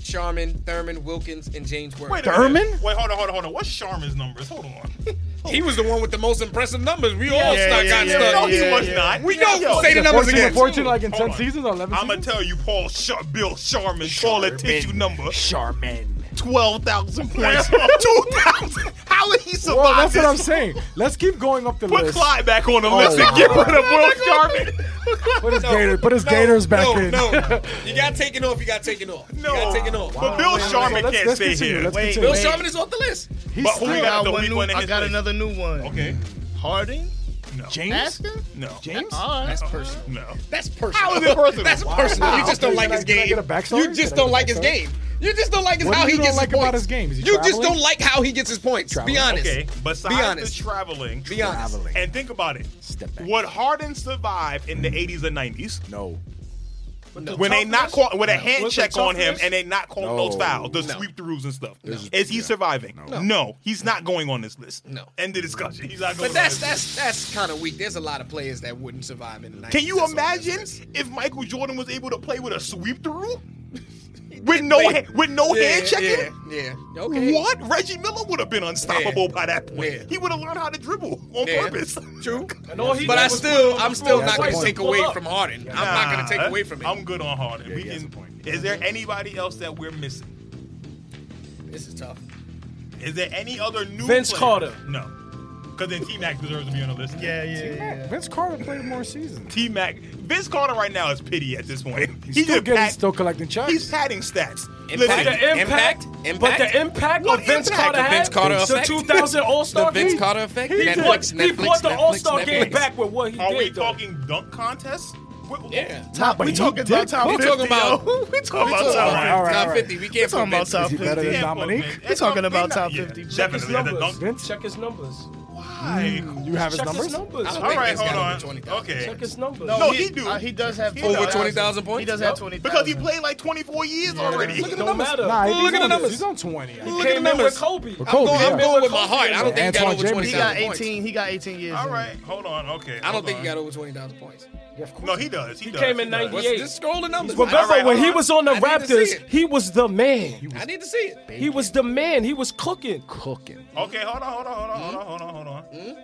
Speaker 2: Charmin, Thurman, Wilkins, and James
Speaker 1: Wait
Speaker 2: Worth.
Speaker 1: a minute.
Speaker 7: Thurman?
Speaker 1: Wait, hold on, hold on, hold on. What's Sharman's numbers? Hold on.
Speaker 2: He was the one with the most impressive numbers. We all
Speaker 3: yeah,
Speaker 2: stuck,
Speaker 3: yeah,
Speaker 2: got
Speaker 3: yeah,
Speaker 1: no,
Speaker 2: stuck.
Speaker 1: he
Speaker 3: yeah,
Speaker 1: was
Speaker 3: yeah.
Speaker 1: not.
Speaker 2: We know. Say the numbers
Speaker 7: 14
Speaker 2: again.
Speaker 7: and 14 like in
Speaker 1: Hold
Speaker 7: 10
Speaker 1: on.
Speaker 7: seasons or 11
Speaker 1: I'm gonna
Speaker 7: seasons?
Speaker 1: tell you, Paul Shar- Bill Sharman, call it tissue number.
Speaker 7: Charmin.
Speaker 1: Twelve thousand points. Two thousand. How did he survive?
Speaker 7: Well, that's
Speaker 1: this?
Speaker 7: what I'm saying. Let's keep going up the
Speaker 1: Put
Speaker 7: list.
Speaker 1: Clyde back on the
Speaker 7: Oh,
Speaker 1: list and
Speaker 7: wow.
Speaker 1: get rid of Will Sharman.
Speaker 7: Put his, gator, put his gators back
Speaker 2: no,
Speaker 7: in.
Speaker 2: No, You got taken off. You got taken off. You
Speaker 1: No.
Speaker 2: got taken off.
Speaker 1: But Bill
Speaker 7: Wait, wait,
Speaker 1: Sharman
Speaker 7: let's-
Speaker 1: can't
Speaker 7: let's
Speaker 1: stay
Speaker 7: continue,
Speaker 1: here.
Speaker 7: Let's
Speaker 3: Wait,
Speaker 7: continue.
Speaker 2: Bill
Speaker 3: Wait.
Speaker 2: Sharman is off the list.
Speaker 7: He's
Speaker 1: But who
Speaker 3: I
Speaker 1: we
Speaker 7: still-
Speaker 1: got
Speaker 3: got,
Speaker 1: the
Speaker 3: one
Speaker 1: weak
Speaker 3: new,
Speaker 1: one in
Speaker 3: I
Speaker 1: his
Speaker 3: got
Speaker 1: place.
Speaker 3: another new one.
Speaker 1: Okay.
Speaker 3: Harden?
Speaker 1: No.
Speaker 7: James?
Speaker 3: Asking?
Speaker 1: No.
Speaker 7: James?
Speaker 3: All right.
Speaker 1: personal. No.
Speaker 2: That's personal.
Speaker 1: How is it personal?
Speaker 2: That's personal. You just
Speaker 7: Okay,
Speaker 2: don't like
Speaker 7: can I-
Speaker 2: his
Speaker 7: can I
Speaker 2: game.
Speaker 7: get a backstory?
Speaker 2: You just
Speaker 7: Can I
Speaker 2: don't
Speaker 7: get a
Speaker 2: like his
Speaker 7: backstory?
Speaker 2: game. You just don't like his
Speaker 7: What
Speaker 2: how
Speaker 7: do
Speaker 2: he
Speaker 7: you
Speaker 2: gets
Speaker 7: don't like
Speaker 2: his
Speaker 7: about
Speaker 2: points.
Speaker 7: his game? Is he
Speaker 2: you just
Speaker 7: traveling?
Speaker 2: don't like how he gets his points.
Speaker 7: Traveling.
Speaker 2: Be honest.
Speaker 1: Okay. Besides
Speaker 2: Be honest.
Speaker 1: the traveling,
Speaker 2: Be honest.
Speaker 7: Traveling.
Speaker 1: and think about it.
Speaker 7: Step back. Mm.
Speaker 1: Would Harden survive in the 80s and 90s
Speaker 7: No.
Speaker 4: The
Speaker 1: when they
Speaker 4: toughness-
Speaker 1: not call with a hand
Speaker 4: With the
Speaker 1: check on him
Speaker 4: toughness?
Speaker 1: and they not call
Speaker 7: No.
Speaker 1: those fouls, the
Speaker 2: No.
Speaker 1: sweep throughs and stuff?
Speaker 7: There's-
Speaker 1: Is he
Speaker 7: yeah.
Speaker 1: surviving?
Speaker 7: No.
Speaker 1: he's not going on this list.
Speaker 2: No.
Speaker 1: End of discussion. He's not going.
Speaker 2: But that's
Speaker 1: on this list.
Speaker 2: that's that's kind of weak. There's a lot of players that wouldn't survive in the 90s.
Speaker 1: Can you
Speaker 2: That's all
Speaker 1: imagine
Speaker 2: this is.
Speaker 1: if Michael Jordan was able to play with a sweep through? with no
Speaker 2: Wait.
Speaker 1: ha- with no hand checking.
Speaker 2: yeah, yeah. Okay.
Speaker 1: What? Reggie Miller would have been unstoppable
Speaker 2: Yeah.
Speaker 1: by that point.
Speaker 2: Yeah.
Speaker 1: He would have learned how to dribble on
Speaker 2: Yeah.
Speaker 1: purpose.
Speaker 2: True.
Speaker 4: And all he
Speaker 2: But
Speaker 4: did
Speaker 2: I
Speaker 4: was
Speaker 2: still,
Speaker 4: pull-
Speaker 2: I'm still
Speaker 4: pull
Speaker 2: not going
Speaker 4: twice
Speaker 2: to
Speaker 4: and
Speaker 2: take
Speaker 4: pull
Speaker 2: away
Speaker 4: up.
Speaker 2: from Harden. I'm not going to take
Speaker 1: Nah,
Speaker 2: away from it.
Speaker 1: I'm good on Harden. we
Speaker 5: he has
Speaker 1: can,
Speaker 5: a point.
Speaker 1: Is there anybody else that we're missing?
Speaker 2: This is tough.
Speaker 1: Is there any other new
Speaker 4: Vince
Speaker 1: player?
Speaker 4: Carter.
Speaker 1: No. Because then T Mac deserves to be on the list.
Speaker 3: Yeah, yeah, yeah.
Speaker 7: Vince Carter played more seasons.
Speaker 1: T Mac. Vince Carter right now is pity at this point.
Speaker 7: He's
Speaker 1: He
Speaker 7: still
Speaker 1: just
Speaker 7: getting,
Speaker 1: pat-
Speaker 7: still collecting checks.
Speaker 1: He's padding stats.
Speaker 4: But
Speaker 2: Impact.
Speaker 1: Listen,
Speaker 4: the impact,
Speaker 2: Impact?
Speaker 4: but
Speaker 2: Impact?
Speaker 4: the impact
Speaker 1: What
Speaker 4: of Vince
Speaker 1: impact?
Speaker 4: Carter
Speaker 1: The
Speaker 4: had
Speaker 2: Vince Carter
Speaker 4: the
Speaker 2: effect?
Speaker 4: 2000 All Star
Speaker 2: The Vince
Speaker 4: game.
Speaker 2: Carter effect.
Speaker 4: He
Speaker 2: Netflix,
Speaker 4: brought,
Speaker 2: Netflix,
Speaker 4: he brought the
Speaker 2: Netflix,
Speaker 4: All Star
Speaker 2: Netflix.
Speaker 4: game back with what he
Speaker 1: are
Speaker 4: did.
Speaker 1: we
Speaker 4: though.
Speaker 1: talking dunk contests? What- what-
Speaker 2: Yeah.
Speaker 3: Top, we talking about top
Speaker 2: We
Speaker 3: 50.
Speaker 2: talking about-
Speaker 3: yo. we
Speaker 1: about
Speaker 3: talking about
Speaker 1: top
Speaker 3: top
Speaker 7: All right, all right, all
Speaker 2: Top
Speaker 7: right.
Speaker 2: 50. We can't
Speaker 3: talking
Speaker 2: put
Speaker 3: about
Speaker 2: Vince.
Speaker 3: top
Speaker 7: Is he better
Speaker 3: 50.
Speaker 7: than
Speaker 1: Yeah, but,
Speaker 7: Dominique?
Speaker 1: man,
Speaker 3: We're talking about
Speaker 1: they
Speaker 3: top
Speaker 1: not-
Speaker 3: 50.
Speaker 4: Check his
Speaker 1: definitely. And the
Speaker 4: numbers.
Speaker 1: dunk-
Speaker 7: Vince?
Speaker 4: Check his numbers.
Speaker 1: Why?
Speaker 7: You have his
Speaker 4: Check his
Speaker 7: numbers?
Speaker 4: numbers.
Speaker 2: I don't
Speaker 1: All
Speaker 2: think
Speaker 1: right,
Speaker 2: Vince
Speaker 1: hold
Speaker 2: got over
Speaker 1: on.
Speaker 2: 20,000.
Speaker 1: Okay.
Speaker 4: Check his numbers.
Speaker 1: No, he do.
Speaker 3: Uh, he does have
Speaker 1: He
Speaker 3: over
Speaker 1: does.
Speaker 2: 20,000 points?
Speaker 3: He does
Speaker 4: Yep.
Speaker 3: have twenty
Speaker 1: Because he played like 24 years already.
Speaker 4: Look at the numbers. Matter.
Speaker 7: Nah,
Speaker 2: Look
Speaker 7: he's
Speaker 2: at the
Speaker 7: on-
Speaker 2: numbers.
Speaker 7: He's on 20. I
Speaker 2: Look
Speaker 7: think.
Speaker 2: at
Speaker 4: Came
Speaker 2: the
Speaker 4: in
Speaker 2: numbers.
Speaker 4: with Kobe.
Speaker 7: With
Speaker 2: I'm
Speaker 7: Kobe,
Speaker 2: going, I'm
Speaker 7: yeah.
Speaker 2: going with my heart. I don't
Speaker 7: Antoine
Speaker 2: think he got over
Speaker 7: James.
Speaker 3: He got
Speaker 2: 20,000 points.
Speaker 3: eighteen. He got eighteen years.
Speaker 1: All
Speaker 3: in.
Speaker 1: right, hold on. Okay.
Speaker 2: I don't
Speaker 1: hold
Speaker 2: think
Speaker 1: on.
Speaker 2: he got over 20,000 points.
Speaker 1: No, he does. He, does.
Speaker 4: came in
Speaker 1: He does.
Speaker 4: 98.
Speaker 2: What's, just scroll the numbers.
Speaker 4: Remember
Speaker 1: All right,
Speaker 4: when
Speaker 1: hold
Speaker 4: he
Speaker 1: on.
Speaker 4: was on the
Speaker 2: I need to see
Speaker 4: Raptors,
Speaker 2: it.
Speaker 4: he was the man.
Speaker 2: I need to see it.
Speaker 4: He was the man. He was cooking.
Speaker 7: Cooking.
Speaker 1: Okay, hold on, hold on, hold on,
Speaker 2: Hmm?
Speaker 1: hold on, hold on, hold on.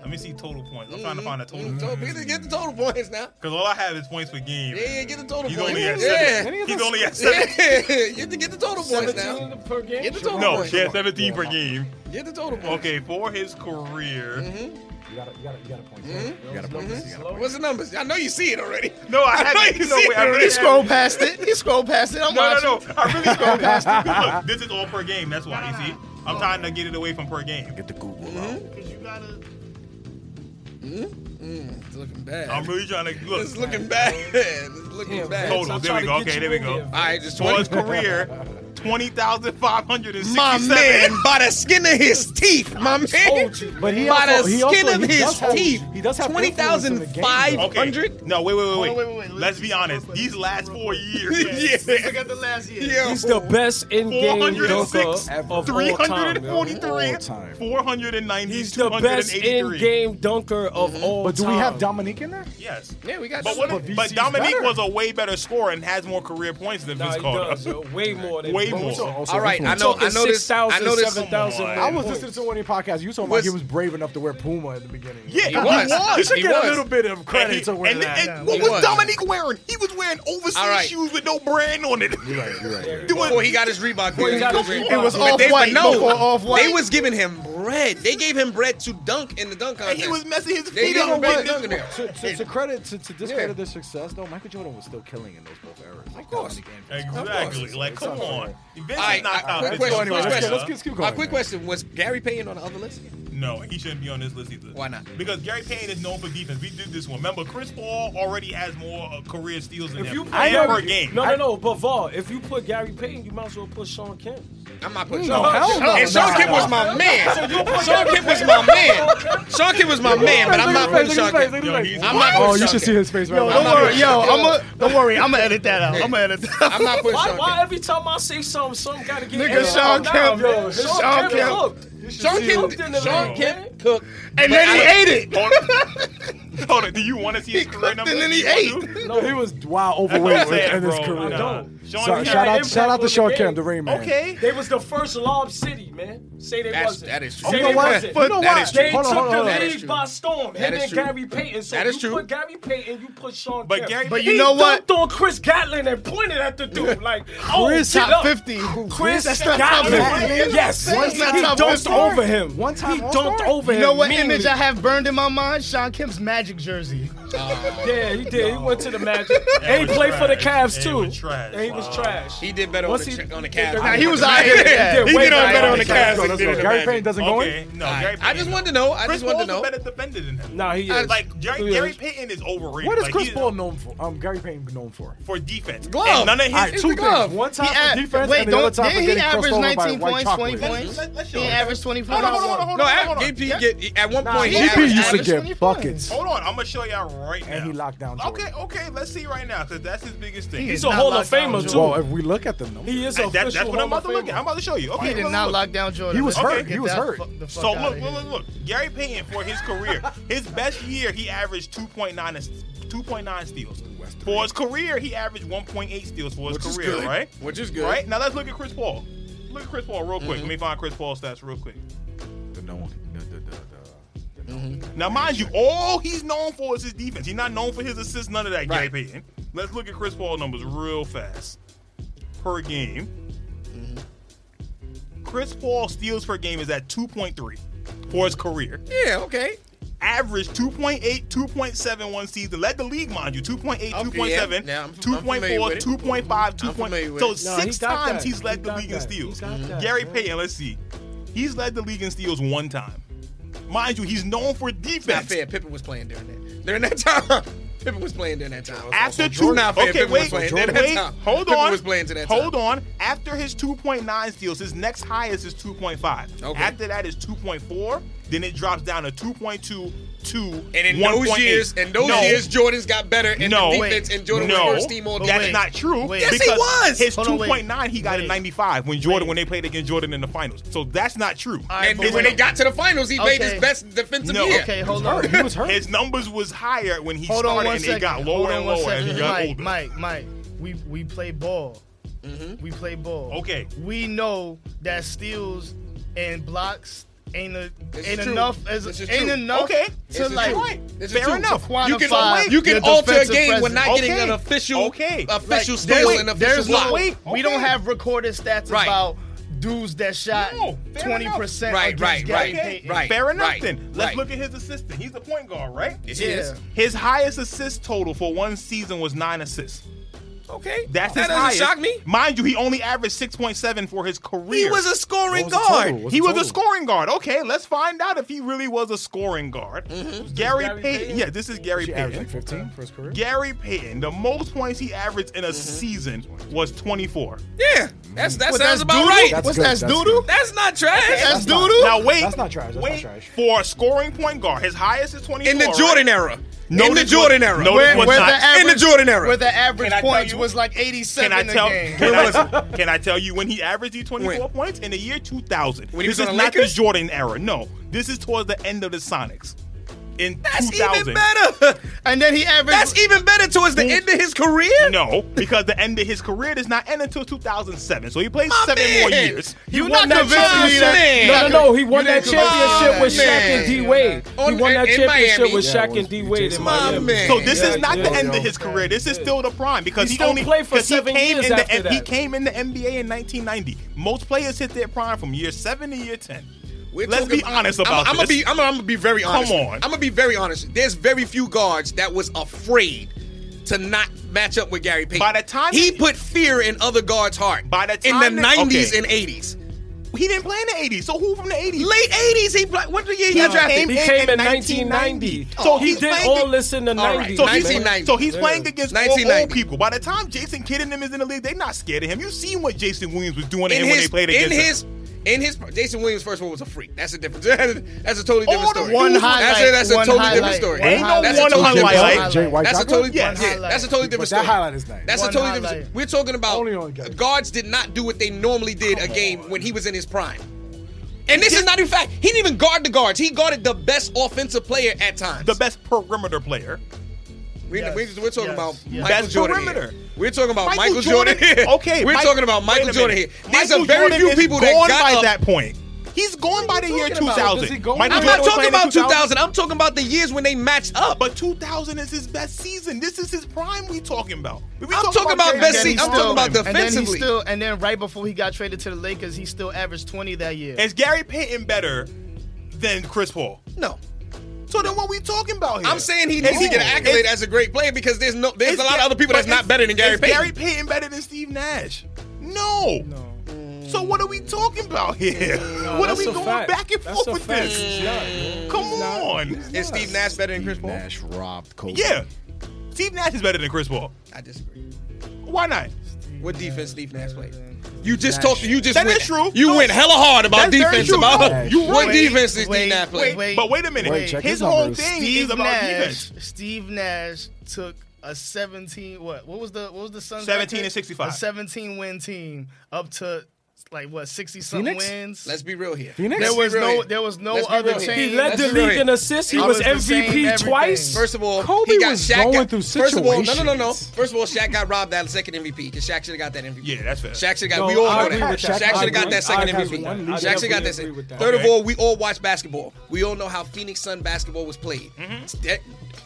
Speaker 1: Let me see total points. I'm trying to find the total.
Speaker 2: Mm,
Speaker 1: Because
Speaker 2: so we need to get the total points now.
Speaker 1: all I have is points per game.
Speaker 2: Yeah, yeah, get the total
Speaker 1: He's
Speaker 2: points.
Speaker 1: only at
Speaker 2: yeah.
Speaker 1: seven.
Speaker 7: Any of
Speaker 1: He's
Speaker 7: us-
Speaker 1: only at
Speaker 2: yeah.
Speaker 1: seven.
Speaker 2: you have to get the total points now.
Speaker 4: 17 per game.
Speaker 2: Get the total
Speaker 1: No,
Speaker 2: points.
Speaker 1: he had 17 per game.
Speaker 2: Get the total points.
Speaker 1: Okay, for his career.
Speaker 2: Mm-hmm.
Speaker 7: You got a point. You got a point.
Speaker 2: What's the numbers? I know you see it already.
Speaker 1: No, I had
Speaker 2: I know you
Speaker 1: no, no,
Speaker 2: see
Speaker 1: wait, I
Speaker 2: it.
Speaker 1: really
Speaker 3: He
Speaker 1: had-
Speaker 3: scrolled past it. He scrolled past it. I'm
Speaker 1: No,
Speaker 3: watching.
Speaker 1: no, no. I really scrolled past it. 'Cause Look, this is all per game. That's why, you see? I'm trying to get it away from per game.
Speaker 7: Get the Google out.
Speaker 2: It's looking bad.
Speaker 1: I'm really trying to look.
Speaker 2: it's looking bad. It's looking
Speaker 4: Damn,
Speaker 2: bad.
Speaker 1: Total.
Speaker 4: I'm
Speaker 1: There we
Speaker 4: trying
Speaker 1: go.
Speaker 4: to get
Speaker 1: Okay,
Speaker 4: you
Speaker 1: there we
Speaker 4: in
Speaker 1: go.
Speaker 4: there.
Speaker 2: All right, just
Speaker 1: For
Speaker 2: 20.
Speaker 1: his career, 20,567.
Speaker 2: My man, by the skin of his teeth, my man.
Speaker 4: told you.
Speaker 7: But he
Speaker 2: by
Speaker 7: also-
Speaker 2: the
Speaker 7: he
Speaker 2: skin
Speaker 7: also-
Speaker 2: of
Speaker 7: he
Speaker 2: his
Speaker 7: does have-
Speaker 2: teeth.
Speaker 7: he does have influence in the game, though.
Speaker 2: 20,500.
Speaker 1: Okay. No, wait, wait, wait, wait.
Speaker 3: on, wait, wait, wait.
Speaker 1: Let's be honest. These last four years,
Speaker 2: Yeah.
Speaker 3: Look at the last year.
Speaker 4: He's the best in game dunker
Speaker 1: 406,
Speaker 4: of all time. yo.
Speaker 1: 343,
Speaker 7: All time.
Speaker 1: 490,
Speaker 4: He's the best in
Speaker 1: 283.
Speaker 4: game dunker of all
Speaker 7: But do we have
Speaker 4: time.
Speaker 7: Dominique in there?
Speaker 1: Yes.
Speaker 2: Yeah, we got
Speaker 1: But, what,
Speaker 2: some-
Speaker 7: But
Speaker 1: but
Speaker 7: VC's
Speaker 1: Dominique
Speaker 7: better.
Speaker 1: was a way better scorer and has more career points than
Speaker 4: Nah,
Speaker 1: Vince
Speaker 4: he does,
Speaker 1: Carter.
Speaker 4: yo. Way more than
Speaker 1: Way
Speaker 4: Vince.
Speaker 1: more.
Speaker 7: Also- also
Speaker 2: All right, I
Speaker 7: influence.
Speaker 2: know, I
Speaker 4: Talking
Speaker 2: know this. I
Speaker 4: 6,000,
Speaker 2: know this.
Speaker 4: 7,000
Speaker 1: Come on.
Speaker 7: I was listening to one of your podcasts. You talking about
Speaker 2: Was-
Speaker 7: he was brave enough to wear Puma at the beginning.
Speaker 1: Yeah,
Speaker 2: He was.
Speaker 7: You should
Speaker 2: He
Speaker 7: get
Speaker 2: was.
Speaker 7: a little bit of
Speaker 1: And,
Speaker 7: credit
Speaker 1: he-
Speaker 7: to where
Speaker 1: and-
Speaker 7: that.
Speaker 1: and
Speaker 3: Yeah,
Speaker 1: what
Speaker 2: he
Speaker 1: was,
Speaker 2: was.
Speaker 1: Dominique wearing? He was wearing overseas
Speaker 2: All right.
Speaker 1: shoes with no brand on it.
Speaker 7: You're right. You're right. You're right.
Speaker 1: Doing-
Speaker 2: Before he got his Reebok deal.
Speaker 4: he got his Reebok.
Speaker 3: It was
Speaker 2: But
Speaker 3: off white.
Speaker 2: but no,
Speaker 3: Before off white.
Speaker 2: They was giving him bread. They gave him bread to dunk in the dunk
Speaker 1: and
Speaker 2: contest.
Speaker 1: he was messing his
Speaker 2: They
Speaker 1: feet
Speaker 2: didn't
Speaker 1: up.
Speaker 2: know
Speaker 1: with
Speaker 2: what-
Speaker 1: this-
Speaker 2: there.
Speaker 7: To, to, to credit to, to discredit
Speaker 2: Yeah.
Speaker 7: their success, though, Michael Jordan was still killing in those both eras. Of
Speaker 2: course.
Speaker 1: Exactly.
Speaker 2: course.
Speaker 1: Like, come
Speaker 7: It's
Speaker 1: on.
Speaker 7: unfair.
Speaker 1: Vince
Speaker 2: All right,
Speaker 1: is not
Speaker 2: all
Speaker 1: top
Speaker 2: right,
Speaker 1: fifty.
Speaker 2: quick question,
Speaker 1: Let's go,
Speaker 2: quick question.
Speaker 1: huh?
Speaker 7: Let's, let's keep
Speaker 2: My
Speaker 7: going.
Speaker 2: quick
Speaker 7: man.
Speaker 2: question was Gary Payne on the other list?
Speaker 1: No, he shouldn't be on this list either.
Speaker 2: Why not?
Speaker 1: Because Gary Payne is known for defense. We did this one. Remember, Chris Paul already has more uh, career steals than
Speaker 4: If
Speaker 1: him.
Speaker 4: you put
Speaker 1: I am per
Speaker 4: Gary,
Speaker 1: game.
Speaker 4: no, no, no, but Var, if you put Gary Payton, you might as well put Sean Kemp.
Speaker 2: I'm not putting
Speaker 7: No,
Speaker 2: Sean
Speaker 7: hell
Speaker 2: Kemp.
Speaker 7: no,
Speaker 2: And Sean
Speaker 7: no,
Speaker 2: Kemp
Speaker 7: no.
Speaker 2: was my man. Sean Kemp was my man. Sean Kemp was my man, but I'm
Speaker 7: Look at
Speaker 2: not putting
Speaker 7: his
Speaker 2: Sean
Speaker 7: face,
Speaker 2: Kemp.
Speaker 7: look at his face, look at his
Speaker 1: Yo,
Speaker 7: face.
Speaker 1: he's-
Speaker 2: I'm not
Speaker 7: Oh,
Speaker 2: putting
Speaker 7: you
Speaker 2: Sean
Speaker 7: should see
Speaker 2: Kemp.
Speaker 7: his face right
Speaker 3: Yo,
Speaker 7: now.
Speaker 3: don't worry. Yo,
Speaker 2: Yo.
Speaker 3: I'm a, Don't worry. I'm gonna edit that out. I'm gonna edit that. Out.
Speaker 2: I'm not putting
Speaker 4: Why,
Speaker 2: Sean
Speaker 4: why
Speaker 2: Kemp.
Speaker 4: every time I say something, something gotta get
Speaker 3: Nigga, Sean Kemp, yo,
Speaker 4: Sean,
Speaker 3: Sean
Speaker 4: Kemp,
Speaker 3: Kemp.
Speaker 4: cooked.
Speaker 2: Sean
Speaker 4: cooked in the
Speaker 2: Kemp, Sean
Speaker 4: league,
Speaker 2: Kemp
Speaker 4: man.
Speaker 2: cooked.
Speaker 3: And then he
Speaker 2: I-
Speaker 3: ate it.
Speaker 1: Hold on. Hold on. Do you want to see his career
Speaker 3: cooked
Speaker 1: number?
Speaker 3: and then
Speaker 1: Do
Speaker 3: he
Speaker 1: you want
Speaker 3: ate.
Speaker 1: to?
Speaker 7: No, he was wow
Speaker 1: That's what I'm
Speaker 7: overweight
Speaker 1: saying,
Speaker 7: in his
Speaker 1: bro.
Speaker 7: career.
Speaker 1: Nah.
Speaker 4: don't.
Speaker 1: Sean
Speaker 7: Sorry,
Speaker 1: Kemp-
Speaker 4: had
Speaker 7: shout out, shout
Speaker 4: impact
Speaker 7: out
Speaker 4: on
Speaker 7: to Sean
Speaker 4: the
Speaker 7: Kemp, the
Speaker 4: game.
Speaker 7: Rain Man.
Speaker 1: Okay.
Speaker 4: They was the first lob city, man. Say they
Speaker 2: That's-
Speaker 4: wasn't.
Speaker 2: that is true.
Speaker 4: Say
Speaker 7: You know
Speaker 4: they
Speaker 7: what?
Speaker 4: wasn't.
Speaker 7: But- You know
Speaker 2: That
Speaker 7: why?
Speaker 2: is true.
Speaker 4: They
Speaker 7: Hold on,
Speaker 4: took
Speaker 7: hold on, hold
Speaker 4: the
Speaker 7: on.
Speaker 2: That is
Speaker 4: league
Speaker 2: true.
Speaker 4: by storm.
Speaker 2: That
Speaker 4: Him
Speaker 2: is
Speaker 4: and
Speaker 2: true.
Speaker 4: Gary Payton. So
Speaker 2: That is
Speaker 4: you
Speaker 2: true.
Speaker 4: put Gary Payton, you put Sean
Speaker 1: But
Speaker 4: Kemp.
Speaker 1: Gary-
Speaker 3: But you
Speaker 4: he
Speaker 3: know what?
Speaker 4: dunked on Chris Gatlin and pointed at the dude like, oh,
Speaker 3: Chris
Speaker 4: get
Speaker 3: top
Speaker 4: up.
Speaker 3: 50.
Speaker 4: Chris
Speaker 3: That's not top
Speaker 4: Gatlin.
Speaker 3: 50.
Speaker 4: Yes,
Speaker 3: That's not
Speaker 4: he
Speaker 3: top
Speaker 4: dunked
Speaker 3: 50.
Speaker 4: over him.
Speaker 7: One time
Speaker 4: he
Speaker 7: All-Star?
Speaker 4: dunked over
Speaker 3: You
Speaker 4: him.
Speaker 3: know what
Speaker 4: meanly.
Speaker 3: image I have burned in my mind? Sean Kemp's Magic jersey.
Speaker 4: Yeah, he did. He went to the Magic.
Speaker 1: It
Speaker 4: and he
Speaker 1: was
Speaker 4: played for the
Speaker 1: trash.
Speaker 4: Cavs
Speaker 1: It
Speaker 4: too.
Speaker 1: was trash.
Speaker 4: And he was
Speaker 1: Wow.
Speaker 4: trash.
Speaker 2: He did better on
Speaker 4: Once
Speaker 2: the
Speaker 4: he-
Speaker 2: on the Cavs.
Speaker 4: Nah,
Speaker 3: he was
Speaker 2: All
Speaker 3: out here.
Speaker 4: did
Speaker 2: He
Speaker 4: way
Speaker 2: did on
Speaker 4: better
Speaker 2: better
Speaker 4: on
Speaker 2: on the
Speaker 4: the
Speaker 2: Cavs.
Speaker 7: Let's
Speaker 2: than
Speaker 7: go,
Speaker 2: he
Speaker 7: let's
Speaker 2: did
Speaker 7: go.
Speaker 2: on the
Speaker 7: Gary
Speaker 2: Magic.
Speaker 7: Payton doesn't go in.
Speaker 1: Okay. No, Gary
Speaker 2: Alright,
Speaker 1: Payton.
Speaker 2: I just wanted to know. I
Speaker 1: Chris
Speaker 2: just wanted to
Speaker 1: Paul's a
Speaker 2: know.
Speaker 1: better defender than him.
Speaker 4: Nah, he
Speaker 2: I-
Speaker 4: is.
Speaker 1: Like Gary,
Speaker 4: Yeah.
Speaker 1: Gary Payton is overrated.
Speaker 7: What is
Speaker 1: like,
Speaker 7: Chris
Speaker 1: he's-
Speaker 7: Paul known for? Um, Gary Payton known for?
Speaker 1: for defense?
Speaker 2: Glove.
Speaker 1: And none of his.
Speaker 7: All right,
Speaker 2: It's
Speaker 7: two
Speaker 2: the
Speaker 7: things.
Speaker 2: glove.
Speaker 7: One time
Speaker 3: He
Speaker 7: for
Speaker 3: ad-
Speaker 7: defense,
Speaker 3: wait,
Speaker 7: and the
Speaker 3: don't
Speaker 7: other time for
Speaker 3: didn't he
Speaker 7: getting
Speaker 3: average
Speaker 7: crossed over by
Speaker 3: 19
Speaker 7: white
Speaker 3: points, 20
Speaker 7: chocolate.
Speaker 3: points?
Speaker 1: Let's- let's show
Speaker 3: He
Speaker 1: it.
Speaker 3: averaged 25.
Speaker 1: Hold on, hold on, hold on,
Speaker 2: No,
Speaker 1: hold on.
Speaker 2: GP get at one
Speaker 7: Nah,
Speaker 2: point. he
Speaker 7: GP
Speaker 2: averaged-
Speaker 7: used to
Speaker 3: average
Speaker 7: get
Speaker 3: 20 points.
Speaker 7: buckets.
Speaker 1: Hold on, I'm gonna show y'all right now.
Speaker 7: And he locked down Jordan.
Speaker 1: Okay, okay, let's see right now because that's his biggest thing.
Speaker 3: He
Speaker 4: He's
Speaker 3: did
Speaker 4: a
Speaker 3: not
Speaker 4: Hall of
Speaker 3: lock down
Speaker 4: Famer,
Speaker 3: Jordan.
Speaker 4: too.
Speaker 7: Well, if we look at the numbers,
Speaker 4: He is
Speaker 1: That-
Speaker 4: official.
Speaker 1: that's what I'm
Speaker 4: Hall of
Speaker 1: about to look
Speaker 4: Famer.
Speaker 1: at. I'm about to show you. Okay,
Speaker 3: He did
Speaker 1: let's
Speaker 3: not
Speaker 1: look.
Speaker 3: lock down Jordan.
Speaker 7: He was
Speaker 3: Let's
Speaker 7: hurt.
Speaker 3: get
Speaker 7: He was
Speaker 3: that
Speaker 7: hurt.
Speaker 3: fu- the fuck
Speaker 1: So
Speaker 3: outta
Speaker 1: look,
Speaker 3: here.
Speaker 1: look, look, look. Gary Payton for his career, his best year, he averaged 2.9 ass- 2.9 steals. For his career, he averaged 1.8 steals for his
Speaker 2: Which is
Speaker 1: career,
Speaker 2: good.
Speaker 1: right?
Speaker 2: Which is good.
Speaker 1: Right? Now let's look at Chris Paul. Look at Chris Paul real quick. Let me find Chris Paul stats real quick.
Speaker 8: The no one. The, the, the, the, the no one.
Speaker 1: Now mind you, all he's known for is his defense. He's not known for his assists, none of that,
Speaker 2: Right.
Speaker 1: Gary Payton. Let's look at Chris Paul numbers real fast. Per game.
Speaker 2: Mm-hmm.
Speaker 1: Chris Paul steals per game is at 2.3 for his career.
Speaker 2: Yeah, okay.
Speaker 1: average 2.8, 2.7 one season. Led the league, mind you. 2.8,
Speaker 2: I'm-
Speaker 1: 2.7,
Speaker 2: yeah, yeah, I'm- I'm
Speaker 1: 2.4,
Speaker 2: familiar with it.
Speaker 1: 2.5,
Speaker 2: familiar
Speaker 1: 2.0.
Speaker 2: with
Speaker 1: So
Speaker 2: it.
Speaker 4: No, he
Speaker 1: six
Speaker 4: got
Speaker 1: times
Speaker 4: that.
Speaker 1: he's led
Speaker 4: He
Speaker 1: the
Speaker 4: got
Speaker 1: league in
Speaker 4: that.
Speaker 1: steals.
Speaker 4: He got that,
Speaker 1: Gary
Speaker 4: man.
Speaker 1: Payton, let's see. He's led the league in steals one time. Mind you, he's known for
Speaker 2: Not
Speaker 1: defense.
Speaker 2: fair. Pippen was playing during that. During that time. Pippen was playing during that time.
Speaker 1: After
Speaker 2: It's
Speaker 1: two,
Speaker 2: not fair.
Speaker 1: okay,
Speaker 2: Pippen
Speaker 1: wait,
Speaker 2: was playing during
Speaker 1: wait,
Speaker 2: that time.
Speaker 1: hold
Speaker 2: Pippen
Speaker 1: on,
Speaker 2: was playing to that time.
Speaker 1: hold on. After his 2.9 steals, his next highest is 2.5.
Speaker 2: Okay.
Speaker 1: After that is 2.4, then it drops down to 2.2, 2,
Speaker 2: And in
Speaker 1: 1.8.
Speaker 2: those years, in those
Speaker 1: No.
Speaker 2: years, Jordan's got better in
Speaker 1: no,
Speaker 2: the defense, and Jordan
Speaker 1: no,
Speaker 2: was first team all
Speaker 3: But
Speaker 1: That's
Speaker 3: wait.
Speaker 2: defense.
Speaker 1: not true.
Speaker 3: Wait. Yes,
Speaker 2: he
Speaker 1: because
Speaker 2: was.
Speaker 1: His
Speaker 3: Hold on, wait.
Speaker 1: 2.9 he got in
Speaker 3: Wait.
Speaker 1: 95 when Jordan
Speaker 3: Wait.
Speaker 1: when they played against Jordan in the finals. So that's not true.
Speaker 3: All right,
Speaker 2: And
Speaker 3: but
Speaker 2: when
Speaker 3: wait.
Speaker 2: they got to the finals, he made
Speaker 3: Okay.
Speaker 2: his best defensive
Speaker 1: No.
Speaker 2: year.
Speaker 3: Okay,
Speaker 7: he was
Speaker 3: hold on.
Speaker 7: hurt. He was hurt.
Speaker 1: His numbers was higher when he
Speaker 3: Hold on
Speaker 1: started
Speaker 3: one
Speaker 1: and
Speaker 3: second.
Speaker 1: it got
Speaker 3: Hold
Speaker 1: lower
Speaker 3: on
Speaker 1: and
Speaker 3: one
Speaker 1: lower as he
Speaker 3: second.
Speaker 1: got
Speaker 3: Mike,
Speaker 1: older. Mm-hmm.
Speaker 3: Mike, Mike, we we play ball. We play ball.
Speaker 1: Okay.
Speaker 3: We know that steals and blocks ain't a,
Speaker 2: This
Speaker 3: ain't
Speaker 2: is true.
Speaker 3: enough as
Speaker 2: This is
Speaker 3: ain't
Speaker 2: true.
Speaker 3: enough.
Speaker 1: Okay.
Speaker 3: To
Speaker 2: This is
Speaker 3: like
Speaker 2: true.
Speaker 1: Fair
Speaker 2: This is true.
Speaker 1: enough.
Speaker 3: quantify
Speaker 1: You can,
Speaker 2: You can
Speaker 3: Your
Speaker 2: alter a
Speaker 3: defensive
Speaker 2: game when
Speaker 3: presence.
Speaker 2: not getting
Speaker 1: Okay.
Speaker 2: an official,
Speaker 1: Okay.
Speaker 2: official
Speaker 3: like,
Speaker 2: steal
Speaker 3: there's-
Speaker 2: and official
Speaker 3: there's
Speaker 2: block.
Speaker 3: no,
Speaker 1: Wait,
Speaker 3: We
Speaker 1: okay.
Speaker 3: don't have recorded stats
Speaker 2: Right.
Speaker 3: about dudes that shot
Speaker 1: No, fair
Speaker 3: twenty percent
Speaker 2: enough. Right,
Speaker 3: against
Speaker 2: right,
Speaker 3: Gary
Speaker 2: right,
Speaker 3: Payton.
Speaker 2: right.
Speaker 1: Fair enough
Speaker 2: right,
Speaker 1: then. Let's
Speaker 2: right.
Speaker 1: look at his assistant. He's the point guard, right?
Speaker 2: It
Speaker 3: Yeah.
Speaker 2: is.
Speaker 1: His highest assist total for one season was nine assists.
Speaker 2: Okay.
Speaker 1: That's
Speaker 2: that
Speaker 1: his
Speaker 2: doesn't
Speaker 1: highest.
Speaker 2: shock me.
Speaker 1: Mind you, he only averaged 6.7 for his career.
Speaker 2: He was a scoring
Speaker 7: What was the total?
Speaker 2: guard.
Speaker 7: What's
Speaker 1: he
Speaker 7: the
Speaker 1: was a
Speaker 7: total?
Speaker 1: scoring guard. Okay, let's find out if he really was a scoring guard.
Speaker 2: Mm-hmm.
Speaker 1: Gary, Payton.
Speaker 4: Gary Payton?
Speaker 1: Yeah, this is Gary
Speaker 7: She averaged
Speaker 1: Payton.
Speaker 7: like 15 for his career.
Speaker 1: Gary Payton. The most points he averaged
Speaker 2: Mm-hmm.
Speaker 1: in a season was 24.
Speaker 2: Yeah. That's that
Speaker 3: What,
Speaker 2: sounds
Speaker 3: that's
Speaker 2: about
Speaker 3: doodle?
Speaker 2: right.
Speaker 7: That's
Speaker 3: What's
Speaker 7: good,
Speaker 3: that
Speaker 7: that's
Speaker 3: doodle?
Speaker 2: That's not trash.
Speaker 3: That's
Speaker 7: not-
Speaker 3: doodle.
Speaker 1: Now wait.
Speaker 7: That's not trash, that's
Speaker 1: wait
Speaker 7: not trash.
Speaker 1: for a scoring point guard. His highest is 24.
Speaker 2: in the
Speaker 1: right?
Speaker 2: Jordan era.
Speaker 1: No,
Speaker 2: in the
Speaker 1: this
Speaker 2: Jordan
Speaker 1: was-
Speaker 2: era.
Speaker 1: no, this
Speaker 3: Where,
Speaker 1: was
Speaker 3: where
Speaker 1: not-
Speaker 3: the average,
Speaker 2: in the Jordan era.
Speaker 3: where the average
Speaker 1: Can I tell
Speaker 3: points
Speaker 1: you?
Speaker 3: was like eighty-seven.
Speaker 1: Can I tell?
Speaker 3: A game.
Speaker 1: Can I, can I tell you when he averaged the 24
Speaker 2: When?
Speaker 1: points in the year 2000?
Speaker 2: When he
Speaker 1: this is
Speaker 2: was on the
Speaker 1: not the
Speaker 2: Lakers?
Speaker 1: Jordan era. No, this is towards the end of the Sonics. In
Speaker 2: That's
Speaker 1: 2000.
Speaker 2: even better.
Speaker 3: And then he averaged.
Speaker 2: That's even better towards the end of his career.
Speaker 1: No, because the end of his career does not end until 2007. So he plays
Speaker 2: My
Speaker 1: seven
Speaker 2: man.
Speaker 1: more years.
Speaker 3: you not
Speaker 2: won that
Speaker 3: convincing me that.
Speaker 2: championship.
Speaker 3: you're
Speaker 4: No, no,
Speaker 3: not
Speaker 4: no. He won
Speaker 3: you're not
Speaker 4: that
Speaker 3: convincing
Speaker 4: championship
Speaker 3: me
Speaker 4: with
Speaker 3: that.
Speaker 4: Shaq and D Wade. He
Speaker 2: On-
Speaker 4: won that
Speaker 2: in
Speaker 4: championship
Speaker 2: Miami.
Speaker 4: with
Speaker 2: Yeah,
Speaker 4: Shaq
Speaker 5: well,
Speaker 4: and D
Speaker 5: you
Speaker 4: Wade
Speaker 5: just-
Speaker 4: in
Speaker 2: My
Speaker 4: Miami.
Speaker 2: man.
Speaker 1: So this
Speaker 2: Yeah,
Speaker 1: is not
Speaker 4: yeah,
Speaker 1: the end
Speaker 4: yeah.
Speaker 1: of his career. This is still the prime because
Speaker 4: He
Speaker 1: he,
Speaker 4: still
Speaker 1: only
Speaker 4: played for
Speaker 1: because he
Speaker 4: seven
Speaker 1: came
Speaker 4: years
Speaker 1: in the
Speaker 4: after
Speaker 1: he
Speaker 4: that.
Speaker 1: came in the NBA in 1990. Most players hit their prime from year seven to year 10
Speaker 2: We're
Speaker 1: Let's
Speaker 2: talking-
Speaker 1: be honest about
Speaker 2: I'm,
Speaker 1: this.
Speaker 2: I'm Gonna be, I'm, I'm gonna be very
Speaker 1: Come
Speaker 2: honest.
Speaker 1: on.
Speaker 2: I'm gonna be very honest. There's very few guards that was afraid to not match up with Gary Payton.
Speaker 1: By the time-
Speaker 2: he put fear in other guards' heart.
Speaker 1: By the
Speaker 2: in
Speaker 1: time
Speaker 2: the
Speaker 1: that-
Speaker 2: 90s
Speaker 1: okay.
Speaker 2: and 80s,
Speaker 1: He didn't play in the 80s. So who from the 80s?
Speaker 2: late 80s, he pla- what the year he
Speaker 1: He
Speaker 2: got drafted?
Speaker 1: came
Speaker 4: He
Speaker 1: in
Speaker 4: came in
Speaker 1: 1990.
Speaker 4: 1990.
Speaker 1: So
Speaker 4: he
Speaker 1: he's
Speaker 4: did
Speaker 1: playing
Speaker 4: all
Speaker 1: the-
Speaker 4: this in the
Speaker 2: All right.
Speaker 4: 90s.
Speaker 1: So he's,
Speaker 2: 1990.
Speaker 1: so he's playing against all old
Speaker 2: 1990.
Speaker 1: people. By the time Jason Kidd and them is in the league, they not scared of him. You seen what Jason Williams was doing to
Speaker 2: in
Speaker 1: him
Speaker 2: his,
Speaker 1: when they played
Speaker 2: in
Speaker 1: against him.
Speaker 2: his, in his, Jason Williams' first one was a freak. That's a different. That's a totally different
Speaker 1: All the
Speaker 2: story.
Speaker 1: one
Speaker 2: that's a,
Speaker 3: highlight,
Speaker 2: that's a
Speaker 3: one
Speaker 2: totally different
Speaker 3: highlight,
Speaker 2: story. Oh
Speaker 3: one
Speaker 1: Ain't no
Speaker 2: that's a
Speaker 1: one
Speaker 2: totally
Speaker 1: highlight.
Speaker 2: different
Speaker 1: Highlight.
Speaker 7: Jay White
Speaker 2: That's a
Speaker 7: got
Speaker 2: totally
Speaker 7: it?
Speaker 2: yeah,
Speaker 1: One
Speaker 2: yeah,
Speaker 3: highlight.
Speaker 2: that's a totally
Speaker 7: But
Speaker 2: different
Speaker 7: that
Speaker 2: story.
Speaker 7: highlight is nice.
Speaker 2: That's
Speaker 3: One
Speaker 2: a totally different
Speaker 3: highlight.
Speaker 2: story. We're talking about
Speaker 7: Only on game.
Speaker 2: guards did not do what they normally did a game when he was in his prime. And this is not even fact. He didn't even guard the guards. He guarded the best offensive player at times.
Speaker 1: The best perimeter player.
Speaker 2: we,
Speaker 3: Yes,
Speaker 2: we're, we're talking
Speaker 3: yes,
Speaker 2: about
Speaker 3: yes.
Speaker 2: Michael
Speaker 1: Best
Speaker 2: Jordan.
Speaker 1: perimeter.
Speaker 2: Here. We're talking about
Speaker 1: Michael
Speaker 2: Oh, Michael, Jordan.
Speaker 1: Jordan-
Speaker 2: here.
Speaker 1: okay,
Speaker 2: We're
Speaker 1: Mike-
Speaker 2: talking
Speaker 1: wait
Speaker 2: about
Speaker 1: a
Speaker 2: Michael
Speaker 1: minute.
Speaker 2: Jordan here. There's
Speaker 1: Michael
Speaker 2: a very
Speaker 1: Jordan
Speaker 2: few
Speaker 1: is
Speaker 2: people
Speaker 1: gone
Speaker 2: that got
Speaker 1: by
Speaker 2: up-
Speaker 1: that point. He's gone by the year
Speaker 6: talking about?
Speaker 1: 2000.
Speaker 6: Is he going
Speaker 1: Michael
Speaker 2: I'm
Speaker 6: by-
Speaker 1: Jordan
Speaker 2: not
Speaker 1: was
Speaker 2: talking
Speaker 1: playing in
Speaker 2: about 2000. I'm talking about the years when they matched up.
Speaker 1: But 2000 is his best season. This is his prime. We talking about? We
Speaker 2: I'm talking about
Speaker 1: James
Speaker 2: best
Speaker 1: Harden
Speaker 2: season. I'm
Speaker 1: all
Speaker 2: talking
Speaker 1: the time.
Speaker 2: about the-
Speaker 3: And then he
Speaker 2: Defensively.
Speaker 3: still, and then right before he got traded to the Lakers, he still averaged twenty that year.
Speaker 1: Is Gary Payton better than Chris Paul?
Speaker 2: no.
Speaker 1: So then what we talking about here?
Speaker 2: I'm saying he needs to get an accolade as a great player because there's no there's a lot of other people that's not better than Gary Payton.
Speaker 1: Gary Payton better than Steve Nash? No. No. So what are we talking about here? what are
Speaker 4: That's
Speaker 1: we
Speaker 4: a
Speaker 1: going
Speaker 4: fact.
Speaker 1: back and
Speaker 4: That's
Speaker 1: forth
Speaker 4: a
Speaker 1: with
Speaker 4: fact.
Speaker 1: this?
Speaker 4: He's not, man.
Speaker 1: Come on.
Speaker 2: Is Steve Nash better than Chris Paul?
Speaker 8: Nash robbed Kobe.
Speaker 1: Yeah. Steve Nash is better than Chris Paul.
Speaker 2: I disagree.
Speaker 1: Why not?
Speaker 2: What defense Steve Nash played? You just talked. You just
Speaker 1: That
Speaker 2: went,
Speaker 1: is true.
Speaker 2: You
Speaker 1: No,
Speaker 2: went hella hard about
Speaker 1: that's very
Speaker 2: defense.
Speaker 1: true.
Speaker 2: About
Speaker 1: No,
Speaker 2: you what
Speaker 1: right.
Speaker 2: defense is D Nap play?
Speaker 1: But wait a minute.
Speaker 5: Wait, check
Speaker 1: His
Speaker 5: his
Speaker 1: whole
Speaker 5: numbers.
Speaker 1: thing
Speaker 3: Steve
Speaker 1: is about
Speaker 3: Nash.
Speaker 1: defense.
Speaker 3: Steve Nash took a 17. What? What was the? What was the Suns?
Speaker 1: 17 and
Speaker 3: record?
Speaker 1: 65.
Speaker 3: A 17 win team up to like what 60 something
Speaker 5: Phoenix?
Speaker 3: wins.
Speaker 2: Let's be real here.
Speaker 5: Phoenix?
Speaker 3: there
Speaker 2: Let's be
Speaker 3: was
Speaker 2: real
Speaker 3: no.
Speaker 2: here.
Speaker 3: There was no
Speaker 2: Let's be
Speaker 3: other
Speaker 2: real here.
Speaker 3: team.
Speaker 4: He led
Speaker 2: Let's
Speaker 4: the
Speaker 2: be real
Speaker 4: league
Speaker 2: here.
Speaker 4: in assists. He
Speaker 3: I
Speaker 4: was
Speaker 3: was the same
Speaker 4: MVP
Speaker 3: everything.
Speaker 4: twice.
Speaker 2: First of all,
Speaker 5: Kobe
Speaker 2: he got
Speaker 5: was
Speaker 2: Shaq
Speaker 5: going
Speaker 2: got,
Speaker 5: through
Speaker 2: First of all, no, no, no, no.
Speaker 5: situations.
Speaker 2: First of all, Shaq got robbed that second MVP because Shaq should have got that MVP.
Speaker 1: Yeah, that's fair.
Speaker 2: Shaq should have
Speaker 4: No,
Speaker 2: got. we all
Speaker 4: I
Speaker 2: know
Speaker 4: agree
Speaker 2: that.
Speaker 4: with
Speaker 2: Shaq
Speaker 4: that.
Speaker 2: should
Speaker 4: I
Speaker 2: have got
Speaker 4: agree.
Speaker 2: that second
Speaker 4: I agree
Speaker 2: MVP.
Speaker 4: with that. I
Speaker 2: Shaq should have got
Speaker 4: definitely
Speaker 2: that.
Speaker 4: agree with that.
Speaker 2: Third of
Speaker 1: Okay.
Speaker 2: all, we all watch basketball. We all know how Phoenix Sun basketball was played. Ste-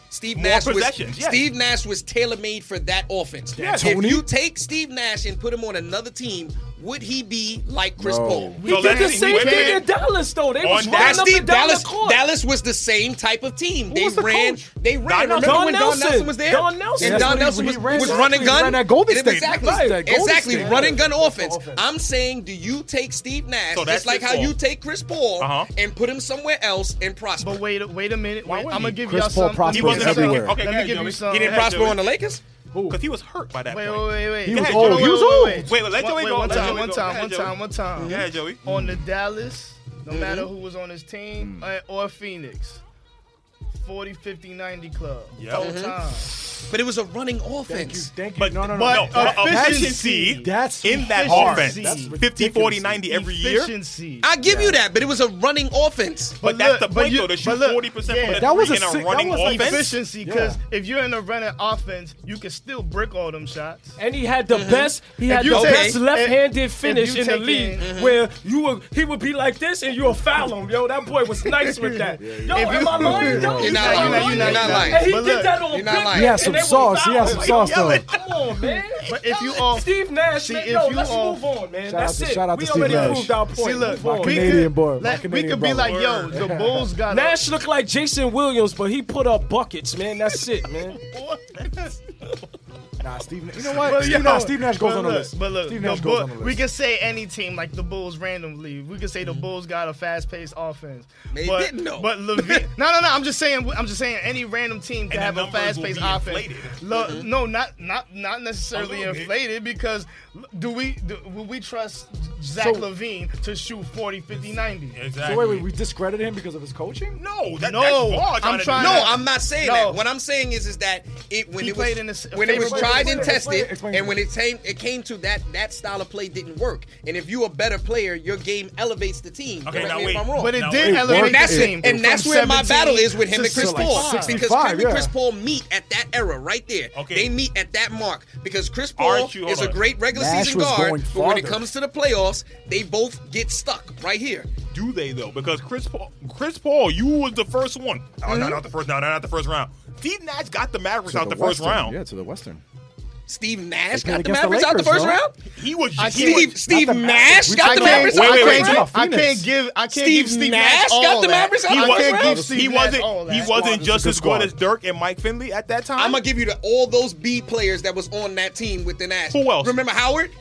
Speaker 2: Steve
Speaker 1: Mm-hmm. More
Speaker 2: Nash
Speaker 1: possessions,
Speaker 2: was
Speaker 1: yes.
Speaker 2: Steve Nash was tailor made for that offense.
Speaker 1: Yes.
Speaker 2: If
Speaker 5: Tony.
Speaker 2: you take Steve Nash and put him on another team, would he be like Chris
Speaker 5: No.
Speaker 2: Paul?
Speaker 4: He
Speaker 1: So
Speaker 4: did the
Speaker 1: let's see.
Speaker 4: same
Speaker 1: Wait a
Speaker 4: thing in
Speaker 1: minute.
Speaker 4: Dallas, though. They was
Speaker 1: On
Speaker 4: running
Speaker 2: That's
Speaker 4: up
Speaker 2: the
Speaker 4: and down the
Speaker 2: Dallas.
Speaker 4: court.
Speaker 2: Dallas was the same type of team. They
Speaker 4: was the
Speaker 2: ran.
Speaker 4: coach?
Speaker 2: They ran.
Speaker 1: Don
Speaker 2: Remember
Speaker 4: Nelson.
Speaker 2: when
Speaker 4: Don
Speaker 2: Don Nelson
Speaker 4: Nelson.
Speaker 2: was there?
Speaker 4: Don Nelson.
Speaker 2: And
Speaker 4: That's
Speaker 2: Don
Speaker 5: when he-
Speaker 2: Nelson
Speaker 5: he
Speaker 2: was,
Speaker 5: ran
Speaker 2: was
Speaker 5: that-
Speaker 2: running
Speaker 5: he
Speaker 2: gun.
Speaker 5: ran that Golden
Speaker 2: And it was
Speaker 5: State.
Speaker 2: Exactly.
Speaker 5: Right, that Golden
Speaker 2: exactly.
Speaker 5: State.
Speaker 2: Running gun offense.
Speaker 5: Offense.
Speaker 2: I'm saying, do you take Steve Nash
Speaker 1: So that's
Speaker 2: just like
Speaker 1: Chris
Speaker 2: how you
Speaker 1: Paul.
Speaker 2: take Chris Paul
Speaker 1: Uh-huh.
Speaker 2: and put him somewhere else and prosper?
Speaker 3: But wait, wait a minute.
Speaker 1: Why
Speaker 3: Wait,
Speaker 1: wouldn't
Speaker 3: I'm gonna
Speaker 1: he?
Speaker 3: give
Speaker 5: Chris
Speaker 3: y'all
Speaker 5: Paul
Speaker 3: some.
Speaker 5: prospers
Speaker 1: He
Speaker 3: let me
Speaker 1: wasn't
Speaker 3: give you
Speaker 5: everywhere.
Speaker 3: some-
Speaker 1: Okay,
Speaker 3: Let
Speaker 1: go
Speaker 3: me
Speaker 1: ahead,
Speaker 3: give you
Speaker 1: Joey.
Speaker 3: some.
Speaker 2: he didn't
Speaker 1: Who?
Speaker 2: prosper on the Lakers.
Speaker 1: Because he was hurt by that
Speaker 3: Wait,
Speaker 1: point.
Speaker 3: wait, wait, wait.
Speaker 5: He
Speaker 1: was
Speaker 3: Wait,
Speaker 1: old.
Speaker 3: wait,
Speaker 1: He
Speaker 5: was
Speaker 3: wait,
Speaker 5: old.
Speaker 3: wait.
Speaker 1: Wait, wait, let Joey go.
Speaker 3: One
Speaker 1: Let
Speaker 3: time,
Speaker 1: Joey
Speaker 3: one
Speaker 1: go.
Speaker 3: time, one
Speaker 1: Go ahead,
Speaker 3: time, one time.
Speaker 1: Go ahead, Joey.
Speaker 5: Oh,
Speaker 3: On the Dallas, no
Speaker 1: Mm-hmm.
Speaker 3: matter who was on his team,
Speaker 1: Mm.
Speaker 3: uh, or Phoenix. 40, 50, 90 club.
Speaker 1: Yep.
Speaker 3: All time.
Speaker 2: But it was a running
Speaker 5: Thank you.
Speaker 2: offense.
Speaker 5: Thank you.
Speaker 1: But- uh,
Speaker 5: no, no, no.
Speaker 1: But
Speaker 5: no.
Speaker 1: efficiency
Speaker 5: That's
Speaker 1: in that
Speaker 5: efficiency.
Speaker 1: offense.
Speaker 5: That's
Speaker 1: 50, 40,
Speaker 5: ridiculous.
Speaker 1: 90 every year.
Speaker 3: Efficiency.
Speaker 2: I give you that, but it was a running offense.
Speaker 1: But,
Speaker 3: But
Speaker 1: that's
Speaker 3: look,
Speaker 1: the
Speaker 3: but
Speaker 1: point,
Speaker 3: you-
Speaker 1: though, to
Speaker 3: but
Speaker 1: shoot
Speaker 3: look,
Speaker 1: 40% from
Speaker 3: yeah,
Speaker 1: the
Speaker 5: that was
Speaker 1: three
Speaker 5: a sick-
Speaker 1: in a
Speaker 5: that
Speaker 1: running
Speaker 5: was like
Speaker 1: offense.
Speaker 3: Efficiency, because
Speaker 5: Yeah.
Speaker 3: if you're in a running offense, you can still brick all them shots.
Speaker 4: and he had the best. He had
Speaker 3: you
Speaker 4: the
Speaker 2: take-
Speaker 4: best
Speaker 3: if-
Speaker 4: left-handed
Speaker 3: if
Speaker 4: finish
Speaker 3: you
Speaker 4: in the
Speaker 3: take
Speaker 4: league,
Speaker 3: in-
Speaker 4: where you would he would be like this, and you'll foul him. Yo, that boy was nice with that. Yo,
Speaker 3: If
Speaker 4: am
Speaker 3: you-
Speaker 4: I lying?
Speaker 5: You're
Speaker 4: Yo, you think
Speaker 2: not-
Speaker 4: I'm
Speaker 2: you're not-
Speaker 4: lying?
Speaker 2: you're not lying.
Speaker 4: And he
Speaker 3: But
Speaker 4: did
Speaker 3: look,
Speaker 4: that on
Speaker 2: you're not
Speaker 4: purpose,
Speaker 2: lying.
Speaker 5: He has
Speaker 4: and
Speaker 5: some
Speaker 4: they was
Speaker 5: sauce. He has some
Speaker 4: fouling.
Speaker 5: sauce, though.
Speaker 4: Come on, man.
Speaker 3: But if you all
Speaker 4: Steve Nash,
Speaker 3: See,
Speaker 4: man,
Speaker 3: if
Speaker 4: yo,
Speaker 3: you
Speaker 4: let's
Speaker 3: all-
Speaker 4: move on, man.
Speaker 5: Shout out
Speaker 4: That's
Speaker 5: to-
Speaker 4: it.
Speaker 5: shout out
Speaker 4: we
Speaker 5: to Steve
Speaker 4: already
Speaker 5: Nash.
Speaker 4: proved our point.
Speaker 3: see, look,
Speaker 4: Move on.
Speaker 3: we
Speaker 5: Canadian
Speaker 3: could,
Speaker 5: boy, my
Speaker 3: let- we
Speaker 5: Canadian
Speaker 3: could be
Speaker 5: brother.
Speaker 3: like, yo, the Bulls got
Speaker 4: Nash looked like Jason Williams, but he put up buckets, man. That's it, man.
Speaker 5: Nah, Steve. Nash- You know what? Steve, Nash, Steve Nash goes
Speaker 3: but
Speaker 5: on the
Speaker 3: look,
Speaker 5: list.
Speaker 3: But look,
Speaker 5: Steve
Speaker 3: the
Speaker 5: Nash
Speaker 3: Bull-
Speaker 5: goes on the list. Mm-hmm.
Speaker 3: we can say any team like the Bulls randomly. We can say the Bulls got a fast-paced offense.
Speaker 2: They
Speaker 3: but,
Speaker 2: didn't, though.
Speaker 3: But Levine, no, no, no. I'm just saying. I'm just saying any random team can
Speaker 1: And the
Speaker 3: have a
Speaker 1: numbers will be
Speaker 3: fast-paced offense.
Speaker 1: inflated.
Speaker 3: Lo-
Speaker 2: Mm-hmm.
Speaker 3: No, not not not necessarily
Speaker 1: A little bit.
Speaker 3: inflated because do we do, will we trust Zach
Speaker 5: So-
Speaker 3: Levine to shoot 40, 50, 90?
Speaker 1: Exactly.
Speaker 5: So wait, wait, we discredited him because of his coaching?
Speaker 1: No, that,
Speaker 3: No,
Speaker 1: that's far
Speaker 3: I'm
Speaker 1: trying to
Speaker 3: trying-
Speaker 1: do
Speaker 2: No,
Speaker 1: that.
Speaker 2: I'm not saying
Speaker 3: No.
Speaker 2: that. What I'm saying is, is that it when
Speaker 3: He
Speaker 2: it was
Speaker 3: played in this-
Speaker 2: when it was
Speaker 3: Explain-
Speaker 2: tried
Speaker 5: explain-
Speaker 2: and
Speaker 5: explain-
Speaker 2: tested,
Speaker 5: explain.
Speaker 2: and when it came it came to that that style of play didn't work. And if you a better player, your game elevates the team.
Speaker 1: Okay,
Speaker 2: Correct
Speaker 1: now
Speaker 2: me if
Speaker 1: wait.
Speaker 2: I'm wrong.
Speaker 3: But it
Speaker 1: Now,
Speaker 3: did
Speaker 1: it
Speaker 3: elevate
Speaker 5: worked.
Speaker 2: and that's
Speaker 3: the team.
Speaker 2: it. And that's
Speaker 3: from
Speaker 2: where my
Speaker 3: 17
Speaker 2: battle is with him
Speaker 3: to
Speaker 2: and Chris
Speaker 3: 65.
Speaker 2: Paul
Speaker 5: 65,
Speaker 2: because him and
Speaker 5: yeah.
Speaker 2: Chris Paul meet at that era right there.
Speaker 1: Okay.
Speaker 2: They meet at that mark because Chris Paul
Speaker 1: Aren't you-
Speaker 2: is a
Speaker 1: hold on.
Speaker 2: great regular
Speaker 5: Nash
Speaker 2: season
Speaker 5: was
Speaker 2: guard,
Speaker 5: going
Speaker 2: but when
Speaker 5: farther.
Speaker 2: it comes to the playoffs, they both get stuck right here.
Speaker 1: do they though? Because Chris Paul, Chris Paul, you was the first one. Oh,
Speaker 3: Mm-hmm.
Speaker 1: no, not the first. No, no, not the first round. Steve Nash got the Mavericks
Speaker 5: To
Speaker 1: out the, first
Speaker 5: Western.
Speaker 1: round.
Speaker 5: Yeah, to the Western.
Speaker 2: Steve Nash
Speaker 5: They
Speaker 2: got
Speaker 5: played
Speaker 2: the
Speaker 5: against the
Speaker 2: Mavericks out the
Speaker 5: Lakers,
Speaker 2: first
Speaker 5: though.
Speaker 2: round.
Speaker 1: He was.
Speaker 3: I
Speaker 1: He
Speaker 3: can't-
Speaker 1: was
Speaker 2: Steve, Steve
Speaker 5: the
Speaker 2: Nash
Speaker 5: Mavericks.
Speaker 2: got
Speaker 3: I
Speaker 2: the
Speaker 5: Wait,
Speaker 3: can't,
Speaker 2: Mavericks
Speaker 1: wait,
Speaker 2: out
Speaker 3: I
Speaker 2: the
Speaker 1: wait,
Speaker 2: first
Speaker 1: wait.
Speaker 3: can't
Speaker 2: round.
Speaker 3: give. I can't
Speaker 5: Phoenix.
Speaker 3: give. I can't
Speaker 2: Steve
Speaker 3: give Steve
Speaker 2: Nash
Speaker 3: Nash
Speaker 2: got
Speaker 3: all
Speaker 2: the
Speaker 3: that.
Speaker 2: Mavericks out
Speaker 3: I
Speaker 1: He,
Speaker 2: the
Speaker 3: can't
Speaker 2: first
Speaker 1: was,
Speaker 3: give
Speaker 2: round?
Speaker 3: Steve
Speaker 1: he
Speaker 3: Nash
Speaker 1: wasn't.
Speaker 3: all that.
Speaker 1: He
Speaker 5: squad
Speaker 1: wasn't
Speaker 5: was a
Speaker 1: just
Speaker 5: good
Speaker 1: as good
Speaker 5: squad.
Speaker 1: as Dirk and Mike Finley at that time.
Speaker 2: I'm gonna give you the, all those B players that was on that team with the Nash.
Speaker 1: Who else?
Speaker 2: Remember Howard?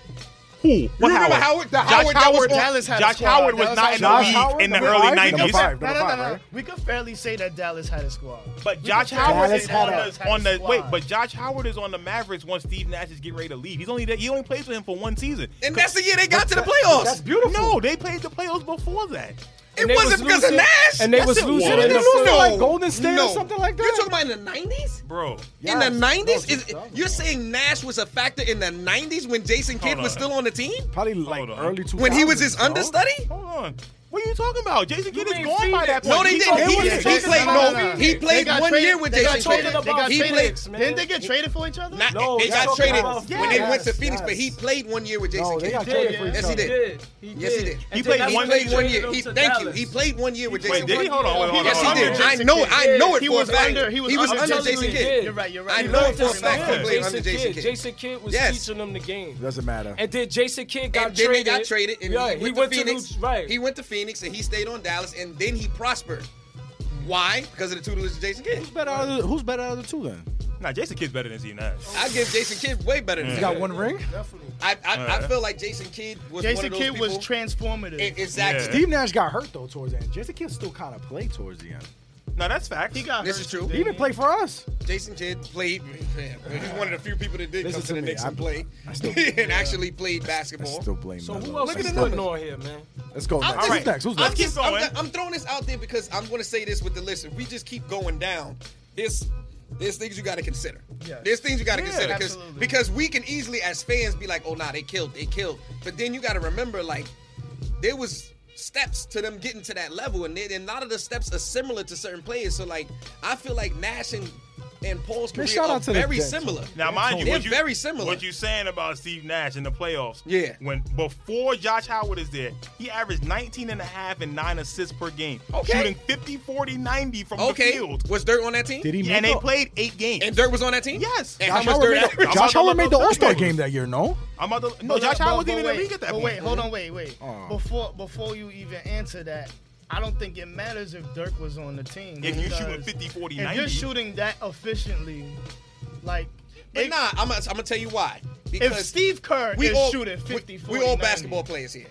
Speaker 1: who? What
Speaker 2: you remember
Speaker 1: Howard?
Speaker 2: Howard? The
Speaker 1: Josh
Speaker 2: Howard, that was
Speaker 1: Howard,
Speaker 2: on-
Speaker 3: Dallas had a
Speaker 1: Josh
Speaker 3: squad.
Speaker 1: Howard was
Speaker 3: Dallas
Speaker 1: not in
Speaker 3: had a
Speaker 1: the
Speaker 3: squad.
Speaker 1: league
Speaker 5: Howard,
Speaker 1: in the
Speaker 5: number
Speaker 1: early
Speaker 5: five, number
Speaker 1: '90s.
Speaker 5: five.
Speaker 3: No, no, no,
Speaker 5: right?
Speaker 3: no. We could fairly say that Dallas had a squad.
Speaker 1: But
Speaker 3: We
Speaker 1: Josh
Speaker 3: could fairly
Speaker 1: Howard
Speaker 3: say
Speaker 1: is on
Speaker 5: Dallas
Speaker 1: the,
Speaker 3: had a
Speaker 1: on the
Speaker 3: squad.
Speaker 1: wait. But Josh Howard is on the Mavericks once Steve Nash is getting ready to leave. He's only there, he only plays with him for one season.
Speaker 2: and that's the year they got to the
Speaker 5: That's
Speaker 2: playoffs.
Speaker 5: beautiful.
Speaker 1: No, they played the playoffs before that.
Speaker 2: It
Speaker 4: they was
Speaker 2: wasn't because of
Speaker 4: losing-
Speaker 2: Nash.
Speaker 4: and they
Speaker 2: Yes,
Speaker 4: was
Speaker 2: it
Speaker 4: losing
Speaker 2: was.
Speaker 4: in the
Speaker 2: No,
Speaker 4: first-
Speaker 5: like Golden State or
Speaker 2: no.
Speaker 5: something like
Speaker 2: You're
Speaker 5: that?
Speaker 2: talking about in the nineties?
Speaker 1: Bro,
Speaker 2: In the
Speaker 5: Yes.
Speaker 2: nineties,
Speaker 5: No,
Speaker 2: is,
Speaker 5: 2000.
Speaker 2: you're saying Nash was a factor in the nineties when Jason Kidd
Speaker 1: Hold
Speaker 2: was
Speaker 1: on.
Speaker 2: still on the team
Speaker 5: Probably like
Speaker 1: on.
Speaker 5: early 2000s.
Speaker 2: when he was his
Speaker 5: bro.
Speaker 2: understudy.
Speaker 1: hold on. What are you talking about? Jason Kidd is
Speaker 4: mean
Speaker 1: gone by that
Speaker 4: Phoenix?
Speaker 1: point.
Speaker 2: No, they
Speaker 1: He's
Speaker 2: didn't.
Speaker 1: gone-
Speaker 2: He,
Speaker 1: was-
Speaker 2: he played no. He played one year with
Speaker 3: they got
Speaker 2: Jason
Speaker 3: traded.
Speaker 2: Kidd.
Speaker 3: They got
Speaker 2: He
Speaker 3: traded.
Speaker 2: played.
Speaker 4: man.
Speaker 3: Didn't they get traded for each other?
Speaker 2: Not-
Speaker 4: No,
Speaker 2: they
Speaker 4: we
Speaker 2: got
Speaker 4: talking
Speaker 2: traded
Speaker 4: about-
Speaker 2: when they went to
Speaker 5: Yes,
Speaker 2: Phoenix, but he
Speaker 5: yes.
Speaker 2: played one year with Jason
Speaker 5: No,
Speaker 2: Kidd.
Speaker 5: they got traded for each
Speaker 2: Yes,
Speaker 5: other.
Speaker 2: he did. Yes, he did.
Speaker 1: He played
Speaker 4: then
Speaker 1: one
Speaker 2: He
Speaker 1: year.
Speaker 2: played one year. He, thank you. He played one year with
Speaker 1: Wait,
Speaker 2: Jason
Speaker 1: did he?
Speaker 2: Kidd.
Speaker 1: Hold on, wait, hold on.
Speaker 2: Yes,
Speaker 1: hold
Speaker 2: he
Speaker 1: on.
Speaker 2: did.
Speaker 1: Under
Speaker 2: I
Speaker 3: Jason
Speaker 2: know.
Speaker 3: Kidd.
Speaker 2: I know it
Speaker 3: He
Speaker 2: for a
Speaker 3: was
Speaker 2: fact.
Speaker 3: under- he was under
Speaker 2: under
Speaker 3: Jason
Speaker 2: Jason
Speaker 3: Kidd.
Speaker 2: Kidd.
Speaker 3: You're right, you're right.
Speaker 2: I
Speaker 3: He
Speaker 2: know it
Speaker 3: was
Speaker 2: for a
Speaker 3: under
Speaker 2: fact. He
Speaker 1: Jason
Speaker 2: played under Jason Kidd.
Speaker 4: Jason Kidd was
Speaker 2: Yes.
Speaker 4: teaching them the game.
Speaker 5: Doesn't matter.
Speaker 4: And then Jason Kidd got
Speaker 2: And then they
Speaker 4: traded.
Speaker 2: got traded, and
Speaker 4: yeah,
Speaker 2: he went, to Phoenix.
Speaker 4: New- right.
Speaker 2: He went to Phoenix, and he stayed on Dallas, and then he prospered. Why? Because of the tutelage of Jason Kidd.
Speaker 5: Who's better out of the, who's better out of the two then?
Speaker 1: Nah, Jason Kidd's better than Steve Nash.
Speaker 2: I give Jason Kidd way better than
Speaker 5: He
Speaker 2: that.
Speaker 5: got one ring?
Speaker 2: I, I, I
Speaker 1: Mm. Yeah.
Speaker 2: feel like Jason Kidd was one
Speaker 3: Jason
Speaker 2: of those
Speaker 3: Kidd was
Speaker 2: people-
Speaker 3: transformative.
Speaker 2: E- Exactly.
Speaker 1: Yeah.
Speaker 5: Steve Nash got hurt though towards the end. Jason Kidd still kind of played towards the end.
Speaker 1: No, that's facts.
Speaker 3: He got
Speaker 2: This
Speaker 3: hurt
Speaker 2: is true.
Speaker 7: He even played for us.
Speaker 2: Jason Kidd played. man, He's one of the few people that did
Speaker 7: Listen
Speaker 2: come to the
Speaker 7: to me,
Speaker 2: Knicks and
Speaker 7: I-
Speaker 2: play
Speaker 7: I still-
Speaker 2: and actually played
Speaker 7: I
Speaker 2: basketball.
Speaker 7: still blame
Speaker 4: So
Speaker 7: Melo.
Speaker 4: who else
Speaker 7: I
Speaker 4: is
Speaker 7: still
Speaker 4: putting
Speaker 7: blame-
Speaker 4: on here, man?
Speaker 7: Let's go. Next.
Speaker 2: I'm just-
Speaker 7: Who's next? Who's
Speaker 2: I'm
Speaker 7: next?
Speaker 2: just-
Speaker 1: Keep going.
Speaker 2: I'm, I'm throwing this out there because I'm going to say this with the list. If we just keep going down, there's there's things you got to consider.
Speaker 3: Yes.
Speaker 2: There's things you got to
Speaker 3: Yeah,
Speaker 2: consider 'cause-
Speaker 3: absolutely.
Speaker 2: because we can easily as fans be like, oh nah, they killed, they killed. But then you got to remember like there was steps to them getting to that level, and, then and a lot of the steps are similar to certain players. So like I feel like Nash and and Paul's
Speaker 7: Man,
Speaker 2: career
Speaker 7: shout
Speaker 2: are
Speaker 7: out to the
Speaker 2: very
Speaker 7: Jets.
Speaker 2: similar.
Speaker 1: Now, mind you,
Speaker 2: They're
Speaker 1: what you,
Speaker 2: very similar.
Speaker 1: What you saying about Steve Nash in the playoffs?
Speaker 2: Yeah.
Speaker 1: When before Josh Howard is there, he averaged 19 and a half and nine assists per game,
Speaker 2: Okay.
Speaker 1: shooting 50, 40, 90 from the
Speaker 2: okay,
Speaker 1: field.
Speaker 2: was Dirt on that team?
Speaker 7: Did he
Speaker 1: and
Speaker 7: make
Speaker 1: they
Speaker 7: up?
Speaker 1: played eight games.
Speaker 2: And Dirt was on that team.
Speaker 1: Yes.
Speaker 2: And
Speaker 7: Josh
Speaker 2: how much
Speaker 7: Howard
Speaker 2: Dirt
Speaker 7: made the,
Speaker 2: averaged?
Speaker 1: I'm
Speaker 7: Josh
Speaker 1: about to
Speaker 7: Howard made
Speaker 1: look
Speaker 7: the
Speaker 1: up
Speaker 7: All Star
Speaker 1: numbers.
Speaker 7: game that year. No,
Speaker 1: I'm about to, no, Josh Howard wasn't even in the league at that
Speaker 3: but
Speaker 1: point.
Speaker 3: wait, hold on, wait, wait.
Speaker 7: Oh.
Speaker 3: Before before you even answer that, I don't think it matters if Dirk was on the team.
Speaker 1: If you
Speaker 3: because
Speaker 1: shooting 50, 40,
Speaker 3: if
Speaker 1: 90.
Speaker 3: you're shooting that efficiently, like
Speaker 2: But
Speaker 3: it-
Speaker 2: nah, I'm gonna, I'm gonna tell you why.
Speaker 3: if
Speaker 2: Because
Speaker 3: Steve Kerr
Speaker 2: we
Speaker 3: is
Speaker 2: all
Speaker 3: shooting
Speaker 2: we-
Speaker 3: 50, 40,
Speaker 2: we all
Speaker 3: 90,
Speaker 2: basketball players here.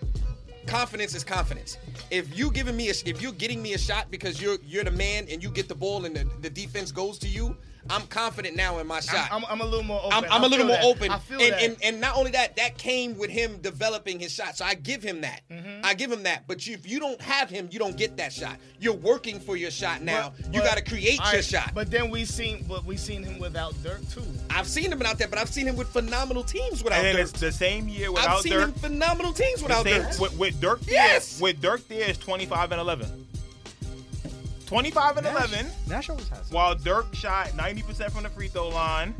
Speaker 2: Confidence is confidence. If you giving me a, sh- if you're getting me a shot because you're you're the man and you get the ball and the, the defense goes to you, I'm confident now in my shot.
Speaker 3: I'm, I'm a little more open.
Speaker 2: I'm, I'm
Speaker 3: I
Speaker 2: a little
Speaker 3: feel
Speaker 2: more
Speaker 3: that.
Speaker 2: open.
Speaker 3: I feel
Speaker 2: and,
Speaker 3: that.
Speaker 2: and and not only that, that came with him developing his shot. So I give him that.
Speaker 3: Mm-hmm.
Speaker 2: I give him that. But you, if you don't have him, you don't get that shot. You're working for your shot now.
Speaker 3: But-
Speaker 2: you
Speaker 3: but-
Speaker 2: got to create
Speaker 3: all
Speaker 2: your
Speaker 3: right,
Speaker 2: shot.
Speaker 3: But then we seen, but we seen him without Dirk too.
Speaker 2: I've seen him out there, but I've seen him with phenomenal teams without
Speaker 1: And then
Speaker 2: Dirk.
Speaker 1: it's the same year
Speaker 2: I've
Speaker 1: without
Speaker 2: seen
Speaker 1: Dirk.
Speaker 2: him phenomenal teams
Speaker 1: the
Speaker 2: without
Speaker 1: same-
Speaker 2: Dirk.
Speaker 1: with, with Dirk there,
Speaker 2: Yes!
Speaker 1: with Dirk there is 25 and 11. 25 and 11.
Speaker 7: Nash always has.
Speaker 1: While Dirk shot 90% from the free throw line.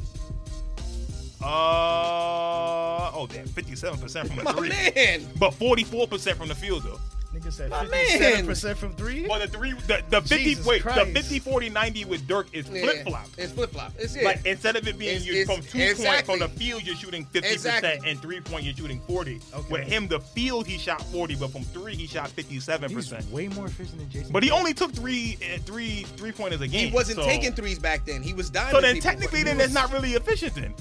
Speaker 1: Uh oh damn, 57% from the
Speaker 2: My
Speaker 1: three.
Speaker 2: man.
Speaker 1: But 44% from the field though.
Speaker 3: Nigga said
Speaker 2: My
Speaker 3: fifty-seven percent from three.
Speaker 1: Well the three the, the 50
Speaker 3: Jesus
Speaker 1: wait,
Speaker 3: Christ.
Speaker 1: the 50 40 90 with Dirk is
Speaker 2: Yeah,
Speaker 1: flip flop.
Speaker 2: It's flip flop. It's yeah.
Speaker 1: Like instead of it being
Speaker 2: It's-
Speaker 1: you
Speaker 2: it's-
Speaker 1: from two
Speaker 2: exactly.
Speaker 1: point from the field you're shooting 50%
Speaker 2: Exactly.
Speaker 1: and three point you're shooting 40. With him the field he shot 40 but from three he shot 57%.
Speaker 7: He's way more efficient than Jason.
Speaker 1: But he
Speaker 7: Kidd.
Speaker 1: only took three, uh, three, three pointers a game.
Speaker 2: he wasn't
Speaker 1: so-
Speaker 2: taking threes back then. He was dying.
Speaker 1: So then, technically, then that's not really efficient. Then,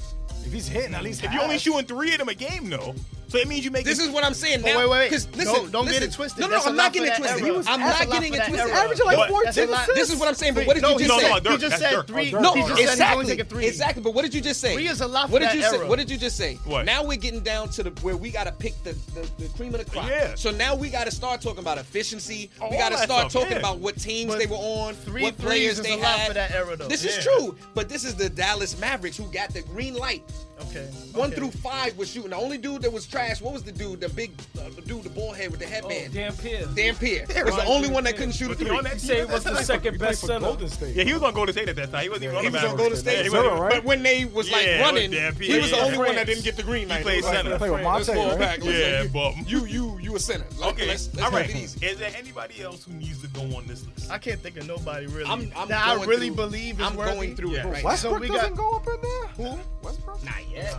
Speaker 7: If he's hitting, at least
Speaker 1: if you're only
Speaker 7: half.
Speaker 1: shooting three of them a game, though, so it means you make
Speaker 2: This is what I'm saying
Speaker 3: But
Speaker 2: now.
Speaker 3: Oh, wait, wait, wait.
Speaker 2: 'cause listen,
Speaker 3: Don't- don't get
Speaker 2: listen.
Speaker 3: it twisted.
Speaker 2: No, no,
Speaker 3: That's a
Speaker 2: I'm
Speaker 3: lot
Speaker 2: not
Speaker 3: for
Speaker 2: getting it
Speaker 3: that
Speaker 2: twisted.
Speaker 3: era. He was-
Speaker 2: I'm
Speaker 3: that's
Speaker 2: not
Speaker 3: a lot
Speaker 2: getting
Speaker 3: for
Speaker 2: it
Speaker 3: that
Speaker 2: twisted.
Speaker 3: era.
Speaker 7: Averaging like
Speaker 1: But-
Speaker 7: 14
Speaker 3: That's a lot.
Speaker 7: assists.
Speaker 2: This is what I'm saying. But what did you
Speaker 3: he
Speaker 2: just
Speaker 1: no,
Speaker 2: say?
Speaker 1: no,
Speaker 3: said, he
Speaker 1: Dirk,
Speaker 3: just
Speaker 1: that's
Speaker 3: said
Speaker 1: Dirk.
Speaker 3: three.
Speaker 7: Oh, Dirk.
Speaker 2: No,
Speaker 3: he
Speaker 7: Oh,
Speaker 3: just said he's only
Speaker 2: exactly,
Speaker 3: taking three.
Speaker 2: exactly. But what did you just say?
Speaker 3: Three is a lot for
Speaker 2: What did
Speaker 3: that
Speaker 2: you say?
Speaker 3: era.
Speaker 2: What did you just say?
Speaker 1: What?
Speaker 2: Now we're getting down to the where we got to pick the, the, the cream of the crop.
Speaker 1: Yeah.
Speaker 2: So now we got to start talking about efficiency.
Speaker 1: All
Speaker 2: we got to
Speaker 1: that
Speaker 2: start
Speaker 1: stuff,
Speaker 2: talking
Speaker 1: yeah.
Speaker 2: about what teams
Speaker 3: But
Speaker 2: they were on,
Speaker 3: three
Speaker 2: what
Speaker 3: threes
Speaker 2: players
Speaker 3: is
Speaker 2: they
Speaker 3: a lot
Speaker 2: had.
Speaker 3: for that era, though.
Speaker 2: This
Speaker 1: Yeah.
Speaker 2: is true, but this is the Dallas Mavericks who got the green light.
Speaker 3: Okay.
Speaker 2: One
Speaker 3: okay.
Speaker 2: through five was shooting. The only dude that was trash, what was the dude, the big uh, the dude, the bald head with the
Speaker 4: Oh,
Speaker 2: headband?
Speaker 4: Dan Pierce.
Speaker 2: Dan Pierre was the
Speaker 4: Ryan
Speaker 2: only
Speaker 4: Dan
Speaker 2: one that
Speaker 4: Pierce.
Speaker 2: couldn't shoot a
Speaker 1: But you
Speaker 2: three.
Speaker 1: know that-
Speaker 4: Say it was the second
Speaker 7: He played
Speaker 4: best
Speaker 7: for
Speaker 4: center.
Speaker 7: Golden State.
Speaker 1: yeah, he was gonna go to state at that time. He wasn't even on
Speaker 2: He
Speaker 1: the
Speaker 2: was
Speaker 1: Mavericks.
Speaker 2: on Golden
Speaker 1: Yeah,
Speaker 2: State,
Speaker 1: he wasn't-
Speaker 7: Zero, right?
Speaker 2: but when they was like
Speaker 1: Yeah,
Speaker 2: running,
Speaker 1: Dan
Speaker 2: he was the
Speaker 1: Pierre.
Speaker 2: only one that didn't get the green light.
Speaker 1: played
Speaker 2: It was like,
Speaker 1: center.
Speaker 7: Played with
Speaker 2: Let's
Speaker 7: Monte,
Speaker 2: fall
Speaker 7: right?
Speaker 2: back. It was
Speaker 1: Yeah,
Speaker 2: like,
Speaker 1: bum.
Speaker 2: you, you, you a center. Like,
Speaker 1: Okay,
Speaker 2: let's, let's
Speaker 1: all right.
Speaker 2: make it easy.
Speaker 1: Is there anybody else who needs to go on this list?
Speaker 3: I can't think of nobody really.
Speaker 2: I'm, I'm
Speaker 3: that I
Speaker 2: going
Speaker 3: really
Speaker 2: through-
Speaker 3: believe is
Speaker 2: I'm
Speaker 3: worthy.
Speaker 2: going through
Speaker 1: Yeah.
Speaker 2: it right
Speaker 3: So
Speaker 7: Westbrook
Speaker 3: we
Speaker 7: doesn't
Speaker 3: got-
Speaker 7: go up in there.
Speaker 3: Who?
Speaker 7: Westbrook.
Speaker 2: now. Not yet.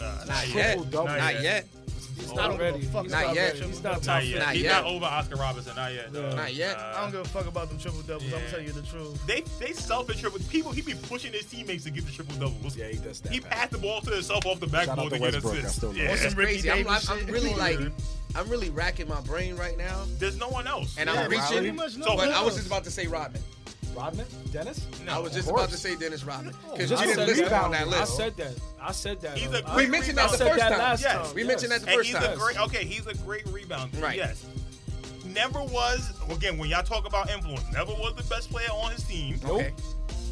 Speaker 1: Nah,
Speaker 2: Not
Speaker 1: nah,
Speaker 2: yet.
Speaker 7: Triple-double.
Speaker 1: Not
Speaker 2: Not
Speaker 1: yet.
Speaker 2: yet.
Speaker 3: I don't give
Speaker 4: Already.
Speaker 3: a fuck
Speaker 4: He's
Speaker 2: Not
Speaker 3: about them
Speaker 2: yet.
Speaker 4: He's
Speaker 3: triple
Speaker 4: not
Speaker 3: doubles.
Speaker 1: Not yet.
Speaker 2: Not
Speaker 1: He's
Speaker 2: yet.
Speaker 1: not over Oscar Robertson. Not yet. No.
Speaker 2: Not yet.
Speaker 3: I don't give a fuck about them triple doubles. I'm gonna tell you the truth.
Speaker 1: They they selfish triple people. He be pushing his teammates to get the triple doubles.
Speaker 7: Yeah, he does that,
Speaker 1: He
Speaker 7: man.
Speaker 1: passed the ball to himself off the
Speaker 7: Shout
Speaker 1: backboard
Speaker 7: out
Speaker 1: to
Speaker 7: to
Speaker 1: get
Speaker 7: Westbrook. I
Speaker 1: assists.
Speaker 7: still love
Speaker 1: Yeah.
Speaker 7: him.
Speaker 2: It's crazy. I'm, I'm,
Speaker 3: Davis
Speaker 2: I'm
Speaker 3: shit.
Speaker 2: really like, I'm really racking my brain right now,
Speaker 1: There's no one else.
Speaker 2: and
Speaker 7: Yeah,
Speaker 2: I'm
Speaker 7: Riley.
Speaker 2: reaching.
Speaker 3: Pretty much no
Speaker 2: But
Speaker 3: one
Speaker 2: I was
Speaker 3: else.
Speaker 2: just about to say Rodman.
Speaker 7: Rodman, Dennis.
Speaker 2: I was just
Speaker 7: course.
Speaker 2: about to say Dennis Rodman because
Speaker 7: just
Speaker 2: you
Speaker 4: I
Speaker 2: didn't
Speaker 4: said
Speaker 2: list him
Speaker 4: that.
Speaker 2: on that
Speaker 4: I
Speaker 2: list.
Speaker 4: said that. I said that.
Speaker 1: He's a
Speaker 4: I-
Speaker 2: We
Speaker 1: great
Speaker 2: mentioned
Speaker 4: I
Speaker 2: that the
Speaker 1: rebounder.
Speaker 4: said
Speaker 2: first
Speaker 4: that
Speaker 2: time.
Speaker 4: last
Speaker 1: Yes.
Speaker 4: time.
Speaker 2: We
Speaker 4: yes.
Speaker 2: mentioned that the
Speaker 1: and
Speaker 2: first
Speaker 1: he's
Speaker 2: time.
Speaker 1: a great okay he's a great rebounder
Speaker 2: Right.
Speaker 1: yes never was again when y'all talk about influence never was the best player on his team
Speaker 2: Okay.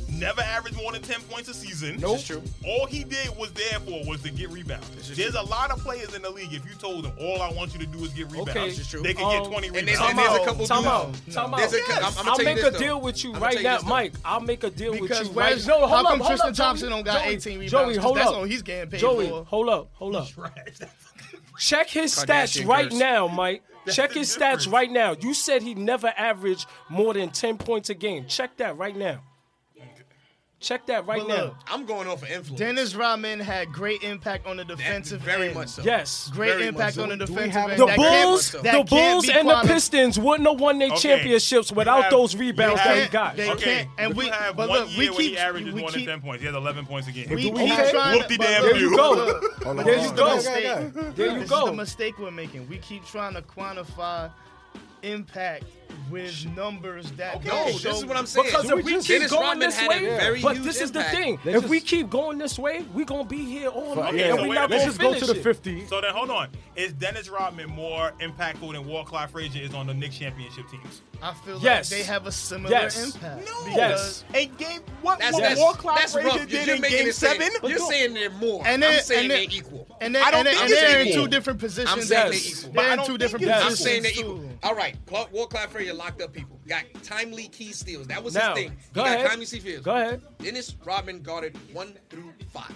Speaker 1: never averaged more than 10 points a season
Speaker 2: Nope. This is true.
Speaker 1: all he did was there for was to get rebounds there's a lot of players in the league if you told them all i want you to do is get rebounds
Speaker 4: Okay. This
Speaker 2: is true.
Speaker 1: they could
Speaker 4: Um,
Speaker 1: get 20
Speaker 2: and
Speaker 1: rebounds
Speaker 2: there's- and there's a
Speaker 3: No,
Speaker 2: couple
Speaker 4: Time
Speaker 2: dudes-
Speaker 4: out. Time out.
Speaker 2: There's a- I'm- I'm
Speaker 4: Yes.
Speaker 2: gonna
Speaker 4: I'll
Speaker 2: tell you
Speaker 4: make
Speaker 2: this,
Speaker 4: a
Speaker 2: though.
Speaker 4: deal with you
Speaker 2: I'ma
Speaker 4: right
Speaker 2: tell you
Speaker 4: now,
Speaker 2: this, though.
Speaker 4: Mike. I'll make a deal with
Speaker 3: Because
Speaker 4: you
Speaker 3: where's-
Speaker 4: right now. No,
Speaker 3: how
Speaker 4: hold
Speaker 3: come
Speaker 4: up, hold
Speaker 3: Tristan
Speaker 4: up,
Speaker 3: Thompson
Speaker 4: Joey,
Speaker 3: don't got
Speaker 4: Joey,
Speaker 3: 18 rebounds?
Speaker 4: Joey,
Speaker 3: 'Cause
Speaker 4: hold
Speaker 3: that's
Speaker 4: up.
Speaker 3: all he's getting paid
Speaker 4: Joey,
Speaker 3: for.
Speaker 4: hold up, hold up. Check his
Speaker 2: Kardashian
Speaker 4: stats right
Speaker 2: curse.
Speaker 4: now, Mike. Check
Speaker 1: the
Speaker 4: his
Speaker 1: difference.
Speaker 4: stats right now. You said he never averaged more than 10 points a game. Check that right now. Check that right
Speaker 3: But
Speaker 4: now.
Speaker 3: look,
Speaker 2: I'm going off of influence.
Speaker 3: Dennis Rodman had great impact on the
Speaker 2: That-
Speaker 3: defensive
Speaker 2: very
Speaker 3: end.
Speaker 2: much so.
Speaker 4: Yes.
Speaker 3: Great
Speaker 2: Very
Speaker 3: impact
Speaker 2: much so.
Speaker 3: on the
Speaker 7: Do we
Speaker 3: defensive
Speaker 7: have
Speaker 3: end.
Speaker 4: The
Speaker 3: That can't-
Speaker 4: Bulls,
Speaker 3: that
Speaker 4: the
Speaker 3: can't
Speaker 4: Bulls
Speaker 3: be
Speaker 4: and the
Speaker 3: quanti-
Speaker 4: Pistons wouldn't have won their
Speaker 1: Okay.
Speaker 4: championships
Speaker 1: You
Speaker 4: without
Speaker 1: have-
Speaker 4: those
Speaker 1: you
Speaker 4: rebounds
Speaker 1: have-
Speaker 4: that he got.
Speaker 3: They
Speaker 1: okay.
Speaker 3: can't- and
Speaker 1: you
Speaker 3: we-
Speaker 1: have
Speaker 3: but
Speaker 1: one
Speaker 3: look, we
Speaker 1: year where he
Speaker 3: keep-
Speaker 1: averages
Speaker 3: we
Speaker 1: more
Speaker 3: keep-
Speaker 1: than 10 points he has 11 points a game
Speaker 3: We
Speaker 7: we
Speaker 3: keep
Speaker 7: have-
Speaker 3: trying
Speaker 1: Whoopty
Speaker 3: to, but
Speaker 1: damn
Speaker 3: look,
Speaker 1: you.
Speaker 3: look,
Speaker 4: There you
Speaker 3: look.
Speaker 7: Hold on,
Speaker 4: There
Speaker 7: hold
Speaker 4: you
Speaker 7: on.
Speaker 4: go.
Speaker 3: This is the mistake.
Speaker 4: There you
Speaker 3: This
Speaker 4: go.
Speaker 3: is the mistake we're making. We keep trying to quantify impact with numbers that
Speaker 2: No,
Speaker 3: don't
Speaker 2: this
Speaker 3: show
Speaker 2: is what I'm saying.
Speaker 4: Because if
Speaker 7: So we
Speaker 4: we
Speaker 7: just-
Speaker 4: keep
Speaker 2: Dennis
Speaker 4: going
Speaker 2: Rodman
Speaker 4: this
Speaker 2: had a
Speaker 4: way,
Speaker 2: very
Speaker 4: but
Speaker 2: huge
Speaker 4: this is the
Speaker 2: impact.
Speaker 4: thing.
Speaker 7: They
Speaker 4: if we
Speaker 7: just-
Speaker 4: keep going this way, we gonna be here all night.
Speaker 7: yeah,
Speaker 4: and we not
Speaker 7: let's
Speaker 4: gonna
Speaker 7: just go
Speaker 4: finish
Speaker 7: to the
Speaker 4: it.
Speaker 7: 50.
Speaker 1: So then, hold on. Is Dennis Rodman more impactful than Walt Clyde Frazier is on the Knicks championship teams?
Speaker 3: I feel
Speaker 4: Yes.
Speaker 3: like they have a similar
Speaker 4: Yes.
Speaker 3: impact.
Speaker 1: No.
Speaker 3: Because-
Speaker 4: Yes.
Speaker 1: And game what
Speaker 2: That's
Speaker 1: what
Speaker 2: that's,
Speaker 1: Walt Clyde
Speaker 2: that's
Speaker 1: Frazier
Speaker 2: rough. You're,
Speaker 1: did
Speaker 2: you're
Speaker 1: in
Speaker 2: making
Speaker 1: game
Speaker 2: it say-
Speaker 1: seven?
Speaker 2: You're saying they're more.
Speaker 3: And
Speaker 2: I'm
Speaker 3: then-
Speaker 2: saying
Speaker 3: and
Speaker 2: they're
Speaker 3: then-
Speaker 2: equal.
Speaker 3: And then,
Speaker 1: I don't
Speaker 3: and then,
Speaker 1: think
Speaker 3: and
Speaker 1: it's
Speaker 3: they're in
Speaker 1: equal.
Speaker 3: two different positions.
Speaker 2: I'm saying
Speaker 3: Yes.
Speaker 2: they're equal.
Speaker 1: But I
Speaker 3: They're in
Speaker 1: don't
Speaker 3: two
Speaker 1: think
Speaker 3: different
Speaker 4: it's
Speaker 3: positions.
Speaker 2: I'm saying they're
Speaker 3: too.
Speaker 2: equal. All right, Clark, Walt Clyde Frazier locked up people. Got timely key steals. That was
Speaker 4: Now,
Speaker 2: his thing.
Speaker 4: go
Speaker 2: he
Speaker 4: ahead.
Speaker 2: got timely key steals.
Speaker 4: Go ahead.
Speaker 2: Dennis Rodman guarded one through five.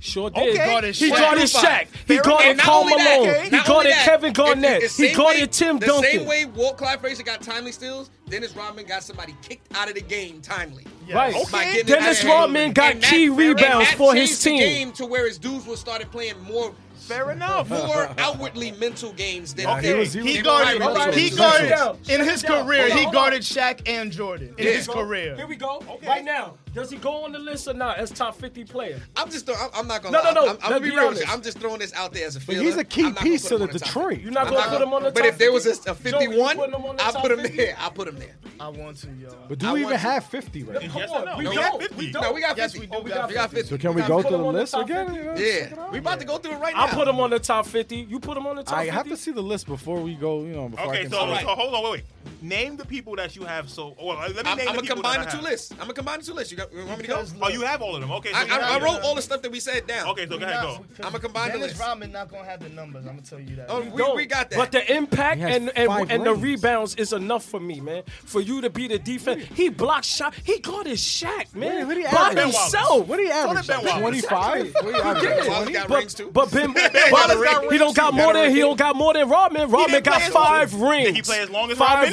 Speaker 4: Sure did.
Speaker 3: Okay. Guarded
Speaker 4: He
Speaker 3: Shaq.
Speaker 4: guarded Shaq. He guarded
Speaker 2: And not
Speaker 4: Karl
Speaker 2: only that,
Speaker 4: Malone. He
Speaker 2: not only
Speaker 4: guarded
Speaker 2: that,
Speaker 4: Kevin
Speaker 2: it- it-
Speaker 4: Garnett.
Speaker 2: it's
Speaker 4: He
Speaker 2: same way-
Speaker 4: guarded Tim
Speaker 2: The same
Speaker 4: Duncan.
Speaker 2: way Walt Clyde Frazier got timely steals, Dennis Rodman got somebody kicked out of the game timely.
Speaker 3: Yes.
Speaker 4: Right.
Speaker 3: Okay.
Speaker 2: By getting
Speaker 4: Dennis
Speaker 2: out of the
Speaker 4: Rodman
Speaker 2: game.
Speaker 4: got
Speaker 2: And that-
Speaker 4: key
Speaker 2: and
Speaker 4: rebounds
Speaker 2: that
Speaker 4: for his
Speaker 2: changed the
Speaker 4: team.
Speaker 2: game to where his dudes were started playing more
Speaker 1: Fair enough.
Speaker 2: more outwardly mental games than
Speaker 1: Okay.
Speaker 2: they-
Speaker 1: He was-
Speaker 2: they
Speaker 3: He
Speaker 2: were
Speaker 3: guarded,
Speaker 2: privately
Speaker 4: Alright,
Speaker 3: he
Speaker 2: mental.
Speaker 4: guarded-
Speaker 3: guarded in his
Speaker 4: Sit down.
Speaker 3: career.
Speaker 4: Hold on,
Speaker 3: He
Speaker 4: hold
Speaker 3: guarded Shaq and Jordan in
Speaker 2: Yeah.
Speaker 3: his career.
Speaker 4: Here we go. Right now, does he go on the list or not as top 50 player?
Speaker 2: I'm just. throw- I'm, I'm not gonna.
Speaker 4: No, no,
Speaker 2: lie.
Speaker 4: no.
Speaker 2: I'm, I'm gonna
Speaker 4: Let's
Speaker 2: be,
Speaker 4: be
Speaker 2: real. With you.
Speaker 4: honest.
Speaker 2: I'm just throwing this out there as a
Speaker 7: But
Speaker 2: feeler.
Speaker 7: he's a
Speaker 2: I'm
Speaker 7: key
Speaker 2: not gonna
Speaker 7: piece
Speaker 2: put
Speaker 7: to
Speaker 2: him
Speaker 7: the
Speaker 2: on top
Speaker 7: Detroit.
Speaker 4: You're not
Speaker 2: I'm
Speaker 4: gonna
Speaker 2: not
Speaker 4: put
Speaker 2: gonna-
Speaker 4: him on the
Speaker 2: But
Speaker 4: top
Speaker 2: if there was
Speaker 4: 50?
Speaker 2: a, a
Speaker 4: Joey, you
Speaker 2: 51,
Speaker 4: putting him on the
Speaker 2: I
Speaker 4: top
Speaker 2: put him
Speaker 4: 50?
Speaker 2: there. I put him there.
Speaker 3: I want to, yo.
Speaker 7: But do
Speaker 2: I
Speaker 7: we even
Speaker 2: want to-
Speaker 7: have 50 right now?
Speaker 1: Yes
Speaker 4: Come
Speaker 1: or no?
Speaker 4: on,
Speaker 1: We
Speaker 4: we
Speaker 1: got
Speaker 4: don't.
Speaker 1: 50.
Speaker 4: We don't.
Speaker 2: No, we got
Speaker 3: Yes, we
Speaker 2: 50.
Speaker 3: do
Speaker 2: we
Speaker 3: got
Speaker 2: got 50.
Speaker 7: So can we
Speaker 4: Now,
Speaker 7: go
Speaker 4: put
Speaker 7: through
Speaker 4: him
Speaker 7: the
Speaker 4: on the
Speaker 7: list
Speaker 4: top
Speaker 7: again?
Speaker 4: 50.
Speaker 7: Let's check it
Speaker 2: Yeah,
Speaker 7: out.
Speaker 2: we about to go through it right now.
Speaker 4: I put him on the top 50. You put him on the top
Speaker 7: I
Speaker 4: 50.
Speaker 7: have to see the list before we go, you know, before I
Speaker 1: Okay,
Speaker 7: can
Speaker 1: so,
Speaker 7: say-
Speaker 1: so hold on, wait, wait. Name the people that you have. So, well, let me
Speaker 2: I'm,
Speaker 1: name
Speaker 2: I'm
Speaker 1: the
Speaker 2: gonna
Speaker 1: people
Speaker 2: combine the
Speaker 1: that I
Speaker 2: two
Speaker 1: have.
Speaker 2: lists. I'm gonna combine the two lists. You, got, you want me to go?
Speaker 3: Because
Speaker 1: Oh, you have all of them. Okay, so
Speaker 2: I,
Speaker 1: you have
Speaker 2: I, I
Speaker 1: your-
Speaker 2: wrote all the stuff that we said down.
Speaker 1: Okay, so go ahead, go.
Speaker 2: I'ma combine the
Speaker 3: Dennis
Speaker 2: list.
Speaker 3: Rodman not gonna have the numbers. I'm gonna tell you that.
Speaker 2: Oh,
Speaker 4: You
Speaker 2: we,
Speaker 4: don't.
Speaker 2: we got that.
Speaker 4: But the impact
Speaker 7: He has
Speaker 4: and and,
Speaker 7: five
Speaker 4: and the
Speaker 7: rings.
Speaker 4: rebounds is enough for me, man. For you to be the defense, he blocked shot. He got his Shaq, man.
Speaker 7: What do you
Speaker 4: By
Speaker 7: average?
Speaker 4: himself.
Speaker 7: What do you average?
Speaker 1: Ben Wallace.
Speaker 7: 25? What do you average?
Speaker 2: Wallace
Speaker 7: 20?
Speaker 2: got rings
Speaker 4: But,
Speaker 2: too.
Speaker 4: but Ben,
Speaker 1: Wallace
Speaker 4: but
Speaker 1: got
Speaker 4: he don't got more than he don't got more than Rodman. Rodman
Speaker 1: didn't
Speaker 4: got
Speaker 1: play as
Speaker 4: five
Speaker 1: long as-
Speaker 4: rings.
Speaker 1: did he play as long as
Speaker 4: five
Speaker 1: Rodman?
Speaker 4: rings?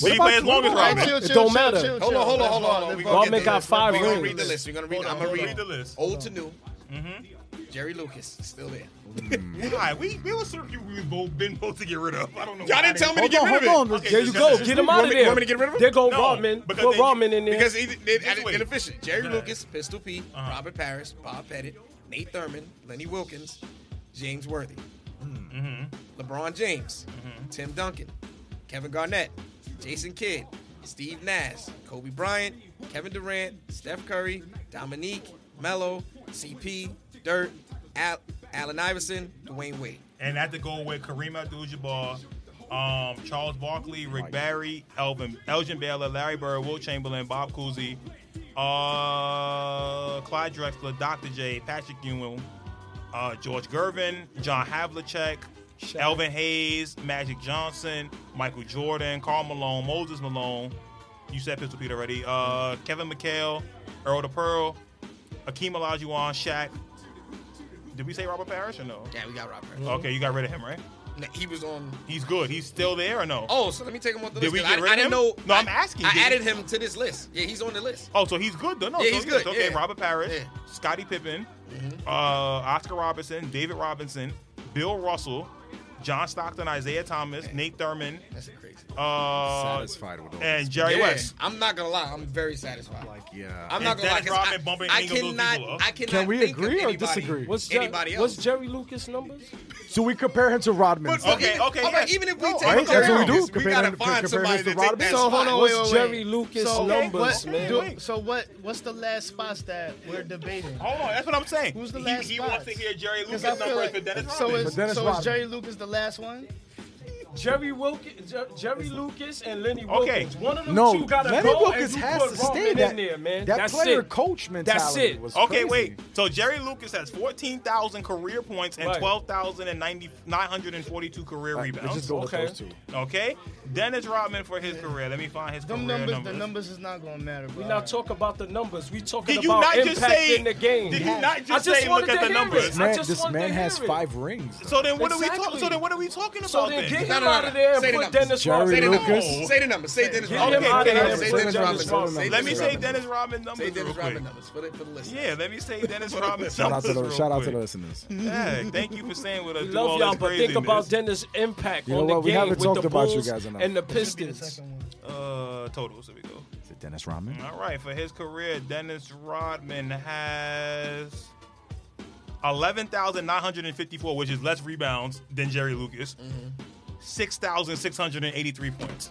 Speaker 1: Did he play as
Speaker 7: about
Speaker 1: long as
Speaker 7: Jordan?
Speaker 3: All right,
Speaker 1: Rodman?
Speaker 3: chill,
Speaker 4: It
Speaker 3: chill,
Speaker 4: don't
Speaker 3: chill,
Speaker 4: matter.
Speaker 3: chill,
Speaker 2: Hold on, hold
Speaker 3: chill.
Speaker 2: on, hold on. We
Speaker 3: Let's
Speaker 2: gonna
Speaker 4: Rodman
Speaker 2: get
Speaker 4: got
Speaker 2: this.
Speaker 4: five
Speaker 2: We gonna
Speaker 4: rings.
Speaker 2: Read the list. You're gonna read.
Speaker 3: Hold on,
Speaker 2: I'm gonna
Speaker 3: hold
Speaker 2: read
Speaker 3: on.
Speaker 1: the list.
Speaker 2: Old to new. Jerry Lucas still there.
Speaker 1: Why? We we were certain people we've both been supposed to get rid of. I don't know.
Speaker 2: Y'all didn't tell me to
Speaker 7: Hold
Speaker 2: get
Speaker 7: on,
Speaker 2: rid of it.
Speaker 7: hold on.
Speaker 1: Okay,
Speaker 4: There
Speaker 1: just-
Speaker 4: you
Speaker 1: just-
Speaker 4: go.
Speaker 1: just-
Speaker 4: Get him out of
Speaker 2: me-
Speaker 4: there.
Speaker 2: want me to get rid of him?
Speaker 4: There go
Speaker 1: No,
Speaker 4: Rodman.
Speaker 1: because
Speaker 4: Put
Speaker 1: then you-
Speaker 4: Rodman in there.
Speaker 2: Because he they
Speaker 1: Just
Speaker 2: added
Speaker 1: wait.
Speaker 2: inefficient. Jerry
Speaker 1: Yeah.
Speaker 2: Lucas, Pistol P, Robert Parrish, Bob Pettit, Nate Thurman, Lenny Wilkins, James Worthy, LeBron James, Tim Duncan, Kevin Garnett, Jason Kidd, Steve Nash, Kobe Bryant, Kevin Durant, Steph Curry, Dominique, Mello, CP, Dirt, Al, Allen Iverson, Dwayne Wade.
Speaker 1: And at the goal with Kareem Abdul-Jabbar, um, Charles Barkley, Rick Barry, Elvin, Elgin Baylor, Larry Bird, Will Chamberlain, Bob Cousy, uh, Clyde Drexler, Dr. J, Patrick Ewing, uh, George Gervin, John Havlicek, Elvin Hayes, Magic Johnson, Michael Jordan, Carl Malone, Moses Malone. You said Pistol Pete already. Uh, Kevin McHale, Earl the Pearl, Akeem Olajuwon, Shaq. Did we say Robert Parrish or no?
Speaker 2: Yeah, we got Robert. Parrish.
Speaker 1: Okay, you got rid of him, right?
Speaker 2: Now, He was on
Speaker 1: He's good. He's still there or no?
Speaker 2: Oh, so let me take him off the
Speaker 1: Did
Speaker 2: list.
Speaker 1: we
Speaker 2: 'cause
Speaker 1: get
Speaker 2: I,
Speaker 1: rid
Speaker 2: I
Speaker 1: of him?
Speaker 2: didn't know.
Speaker 1: No, I'm
Speaker 2: I-
Speaker 1: asking,
Speaker 2: I
Speaker 1: did we-
Speaker 2: added him to this list. Yeah, he's on the list.
Speaker 1: Oh, so he's good though. No,
Speaker 2: Yeah,
Speaker 1: so
Speaker 2: he's good,
Speaker 1: Okay,
Speaker 2: yeah.
Speaker 1: Robert Parrish,
Speaker 2: Yeah.
Speaker 1: Scottie Pippen, uh, Oscar Robertson, David Robinson, Bill Russell, John Stockton, Isaiah Thomas, Nate Thurman,
Speaker 2: That's crazy.
Speaker 1: uh,
Speaker 8: Satisfied with all
Speaker 1: and
Speaker 8: this.
Speaker 1: Jerry
Speaker 2: Yeah,
Speaker 1: West.
Speaker 2: I'm not gonna lie. I'm very satisfied.
Speaker 8: Like, yeah.
Speaker 2: I'm not
Speaker 1: And
Speaker 2: gonna lie.
Speaker 1: Dennis
Speaker 2: 'cause
Speaker 1: Rodman bumping
Speaker 2: I, I
Speaker 1: any of those
Speaker 2: cannot.
Speaker 1: people up.
Speaker 2: I cannot.
Speaker 7: Can we
Speaker 2: think of
Speaker 7: agree or
Speaker 2: anybody-
Speaker 7: disagree?
Speaker 4: What's, Jer-
Speaker 2: anybody else?
Speaker 4: what's Jerry Lucas' numbers?
Speaker 7: So we compare him to Rodman.
Speaker 2: But
Speaker 1: Okay,
Speaker 2: even-
Speaker 1: okay,
Speaker 2: all right,
Speaker 1: yes.
Speaker 2: even if we
Speaker 1: No,
Speaker 2: take
Speaker 1: I think
Speaker 2: Jerry
Speaker 1: that's what we do,
Speaker 2: Lucas, we
Speaker 7: comparing
Speaker 2: gotta
Speaker 7: him-
Speaker 2: find
Speaker 7: comparing
Speaker 2: somebody
Speaker 7: him
Speaker 2: to
Speaker 7: to
Speaker 2: take that
Speaker 7: Robinson.
Speaker 3: So hold
Speaker 2: spot.
Speaker 3: on,
Speaker 4: What's
Speaker 3: wait, wait,
Speaker 4: Jerry
Speaker 3: wait.
Speaker 4: Lucas'
Speaker 3: so,
Speaker 4: numbers,
Speaker 3: what,
Speaker 4: man?
Speaker 3: do- so what? What's the last spots that we're debating?
Speaker 1: Hold on, that's what I'm saying.
Speaker 3: Who's the
Speaker 1: he,
Speaker 3: last
Speaker 1: he wants to
Speaker 3: spots?
Speaker 1: hear Jerry
Speaker 3: 'Cause
Speaker 1: Lucas
Speaker 3: I feel
Speaker 1: numbers
Speaker 3: like-
Speaker 1: for Dennis
Speaker 3: so
Speaker 1: Rodman.
Speaker 3: is,
Speaker 7: But Dennis
Speaker 3: so is
Speaker 7: Rodman.
Speaker 3: Jerry Lucas the last one?
Speaker 4: Jerry Wilkins, Jer- Jerry Lucas, and Lenny
Speaker 1: Okay.
Speaker 4: Wilkins. One of them
Speaker 7: no,
Speaker 4: two gotta
Speaker 7: Lenny
Speaker 4: go,
Speaker 7: Wilkins
Speaker 4: and you
Speaker 7: has
Speaker 4: put
Speaker 7: to
Speaker 4: Rodman
Speaker 7: stay
Speaker 4: in
Speaker 7: that,
Speaker 4: there, man.
Speaker 7: that
Speaker 4: That's
Speaker 7: player
Speaker 4: it.
Speaker 7: coach mentality.
Speaker 4: it.
Speaker 7: Was
Speaker 1: Okay,
Speaker 7: crazy.
Speaker 1: wait. So Jerry Lucas has 14,000 career points and
Speaker 4: Right.
Speaker 1: 12,942 career
Speaker 7: Like, let's
Speaker 1: rebounds.
Speaker 7: just go
Speaker 4: Okay.
Speaker 7: with those two.
Speaker 1: Okay, Dennis Rodman for his career. Let me find his
Speaker 3: Them
Speaker 1: career
Speaker 3: numbers, the numbers is not gonna matter, bro.
Speaker 4: We not talking about the numbers. We talking
Speaker 1: Did you
Speaker 4: about
Speaker 1: not just
Speaker 4: impact
Speaker 1: say-
Speaker 4: in the game.
Speaker 1: did you not just
Speaker 4: I just
Speaker 1: say,
Speaker 4: wanted
Speaker 1: look at
Speaker 4: to
Speaker 1: the
Speaker 4: hear
Speaker 1: numbers?
Speaker 4: it.
Speaker 7: This
Speaker 4: I
Speaker 7: man,
Speaker 4: just
Speaker 7: this
Speaker 4: wanted to
Speaker 7: man
Speaker 4: hear
Speaker 7: has
Speaker 4: it.
Speaker 7: five rings. though.
Speaker 1: So then, what are we
Speaker 4: Exactly.
Speaker 1: talking? So then, what are we talking
Speaker 4: So
Speaker 1: about?
Speaker 4: then
Speaker 1: Then,
Speaker 4: get him
Speaker 2: No, no, no,
Speaker 4: out of
Speaker 2: no.
Speaker 4: there and
Speaker 2: Say the
Speaker 4: put
Speaker 2: numbers.
Speaker 4: Dennis
Speaker 7: Jerry
Speaker 4: Rodman.
Speaker 7: Lucas.
Speaker 2: Say the numbers. Say Dennis
Speaker 4: Get
Speaker 2: Rodman.
Speaker 4: him out of
Speaker 1: Okay,
Speaker 4: there.
Speaker 1: say
Speaker 4: Say
Speaker 1: Dennis
Speaker 4: Dennis
Speaker 7: Rodman.
Speaker 4: Rodman.
Speaker 7: Say
Speaker 4: Say
Speaker 2: Dennis
Speaker 1: let me say
Speaker 2: Rodman.
Speaker 1: Dennis Rodman numbers
Speaker 2: Say Dennis
Speaker 1: real
Speaker 2: Rodman
Speaker 1: quick.
Speaker 2: numbers for the, for the list.
Speaker 1: Yeah, let me say Dennis Rodman
Speaker 7: Shout out to
Speaker 1: numbers
Speaker 7: the
Speaker 1: real
Speaker 7: shout out to
Speaker 1: quick.
Speaker 7: the listeners.
Speaker 1: Yeah, thank you for staying with us.
Speaker 4: We
Speaker 1: through all
Speaker 4: love y'all,
Speaker 1: this
Speaker 4: but think
Speaker 1: craziness.
Speaker 4: about Dennis' impact
Speaker 7: You know
Speaker 4: on the
Speaker 7: what? We
Speaker 4: game
Speaker 7: haven't
Speaker 4: with
Speaker 7: talked
Speaker 4: the
Speaker 7: about you
Speaker 4: Bulls
Speaker 7: guys enough.
Speaker 4: and the
Speaker 3: This would be the
Speaker 4: Pistons.
Speaker 3: second one.
Speaker 1: uh totals. There we go.
Speaker 7: Is it Dennis Rodman?
Speaker 1: All right, for his career, Dennis Rodman has 11,954, which is less rebounds than Jerry Lucas. 6,683 points.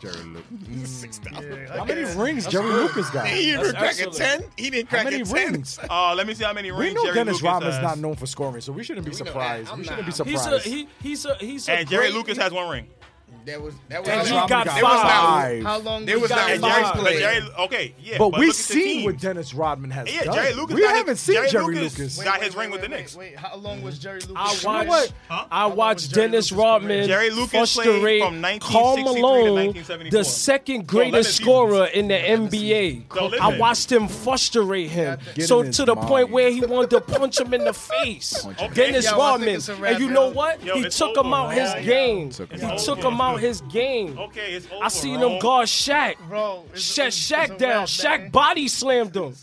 Speaker 8: Jerry Luke.
Speaker 2: Six thousand.
Speaker 7: How many rings Jerry Lucas got?
Speaker 2: He didn't
Speaker 4: That's
Speaker 2: crack a
Speaker 4: excellent.
Speaker 2: ten. He didn't
Speaker 7: How
Speaker 2: crack
Speaker 7: many
Speaker 2: a ten.
Speaker 7: rings?
Speaker 1: Uh, let me see how many
Speaker 7: We
Speaker 1: rings
Speaker 7: know
Speaker 1: Jerry
Speaker 7: Dennis
Speaker 1: Lucas
Speaker 7: Rodman is
Speaker 1: has.
Speaker 7: not known for scoring, so we shouldn't be
Speaker 2: We know that.
Speaker 7: surprised.
Speaker 2: I'm
Speaker 7: We shouldn't be
Speaker 2: not.
Speaker 4: He's
Speaker 7: surprised.
Speaker 4: a he, he's a he's a
Speaker 1: And Jerry
Speaker 4: great-
Speaker 1: Lucas has one ring.
Speaker 2: That was that was.
Speaker 4: And
Speaker 7: Dennis
Speaker 4: he
Speaker 7: Rodman
Speaker 4: got
Speaker 7: got
Speaker 4: five.
Speaker 7: five.
Speaker 3: How long
Speaker 2: There was
Speaker 4: got
Speaker 2: not
Speaker 1: And
Speaker 4: five.
Speaker 2: one
Speaker 1: Jerry,
Speaker 4: Five.
Speaker 1: but
Speaker 2: player.
Speaker 1: Jerry, okay, yeah.
Speaker 7: But we've
Speaker 1: look at the
Speaker 7: seen what
Speaker 1: teams.
Speaker 7: Dennis Rodman has
Speaker 1: Yeah,
Speaker 7: done.
Speaker 1: Jerry Lucas
Speaker 7: we
Speaker 1: got his-
Speaker 7: haven't seen
Speaker 1: Jerry
Speaker 7: Jerry
Speaker 1: Lucas
Speaker 7: Lucas.
Speaker 1: got his ring with the Knicks.
Speaker 3: Wait, how long was Jerry Lucas?
Speaker 4: I
Speaker 3: You know
Speaker 4: watched.
Speaker 3: what?
Speaker 1: Huh?
Speaker 4: I watched Dennis Rodman,
Speaker 1: Jerry Lucas
Speaker 4: frustrate
Speaker 1: played from
Speaker 4: Karl
Speaker 1: 1963 to
Speaker 4: Malone, the
Speaker 1: 1974.
Speaker 4: second
Speaker 1: eleven
Speaker 4: greatest
Speaker 1: seasons.
Speaker 4: scorer in the NBA.
Speaker 1: So listen.
Speaker 4: I watched him frustrate him,
Speaker 7: Get in
Speaker 4: so
Speaker 7: his
Speaker 4: to the
Speaker 7: mind.
Speaker 4: point where he wanted to punch him in the face.
Speaker 1: Okay.
Speaker 4: Dennis
Speaker 1: Yo, I
Speaker 3: think
Speaker 4: Rodman,
Speaker 3: it's a wrap,
Speaker 4: and you know
Speaker 3: yo.
Speaker 4: what?
Speaker 1: Yo,
Speaker 4: he
Speaker 1: it's
Speaker 4: took him
Speaker 1: over,
Speaker 4: out
Speaker 1: man.
Speaker 4: his game.
Speaker 8: Took
Speaker 4: He
Speaker 8: him out.
Speaker 4: took him out his game.
Speaker 1: Okay, it's over.
Speaker 4: I seen
Speaker 1: bro.
Speaker 4: him guard Shaq.
Speaker 3: Bro, it's a-
Speaker 4: Shaq,
Speaker 3: it's a
Speaker 4: Shaq
Speaker 3: wrap,
Speaker 4: down.
Speaker 3: man.
Speaker 4: Shaq body slammed him.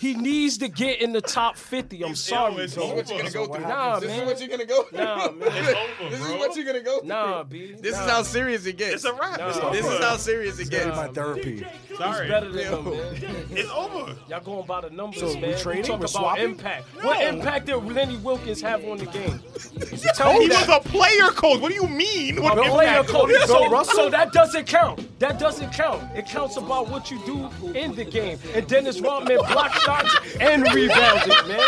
Speaker 4: He needs to get in the top 50. I'm
Speaker 1: It's over,
Speaker 4: sorry,
Speaker 1: it's
Speaker 4: bro.
Speaker 1: over.
Speaker 2: What you gonna go through?
Speaker 4: Nah,
Speaker 2: this
Speaker 4: man.
Speaker 2: is what you're gonna go through.
Speaker 4: Nah, man.
Speaker 1: It's over,
Speaker 2: this is
Speaker 1: bro.
Speaker 2: what you're gonna go through.
Speaker 4: Nah, B.
Speaker 2: This
Speaker 4: nah.
Speaker 2: is how serious it gets.
Speaker 1: It's a wrap. It's
Speaker 4: Nah.
Speaker 1: over.
Speaker 2: This is how serious it
Speaker 7: Did
Speaker 2: gets.
Speaker 7: my therapy.
Speaker 1: Sorry.
Speaker 4: better than them, man.
Speaker 1: It's over.
Speaker 4: Y'all going by the numbers,
Speaker 7: So we
Speaker 4: man.
Speaker 7: trading?
Speaker 4: talk
Speaker 7: We're
Speaker 4: about
Speaker 7: swapping?
Speaker 4: impact. What impact did Lenny Wilkins have on the game?
Speaker 1: He was a player coach. What do you mean? What
Speaker 4: A player
Speaker 1: impact?
Speaker 4: coach.
Speaker 1: Yes,
Speaker 4: So,
Speaker 7: Bill Russell?
Speaker 4: so that doesn't count. That doesn't count. It counts about what you do in the game. And Dennis Rodman blocked shots and rebounded, man.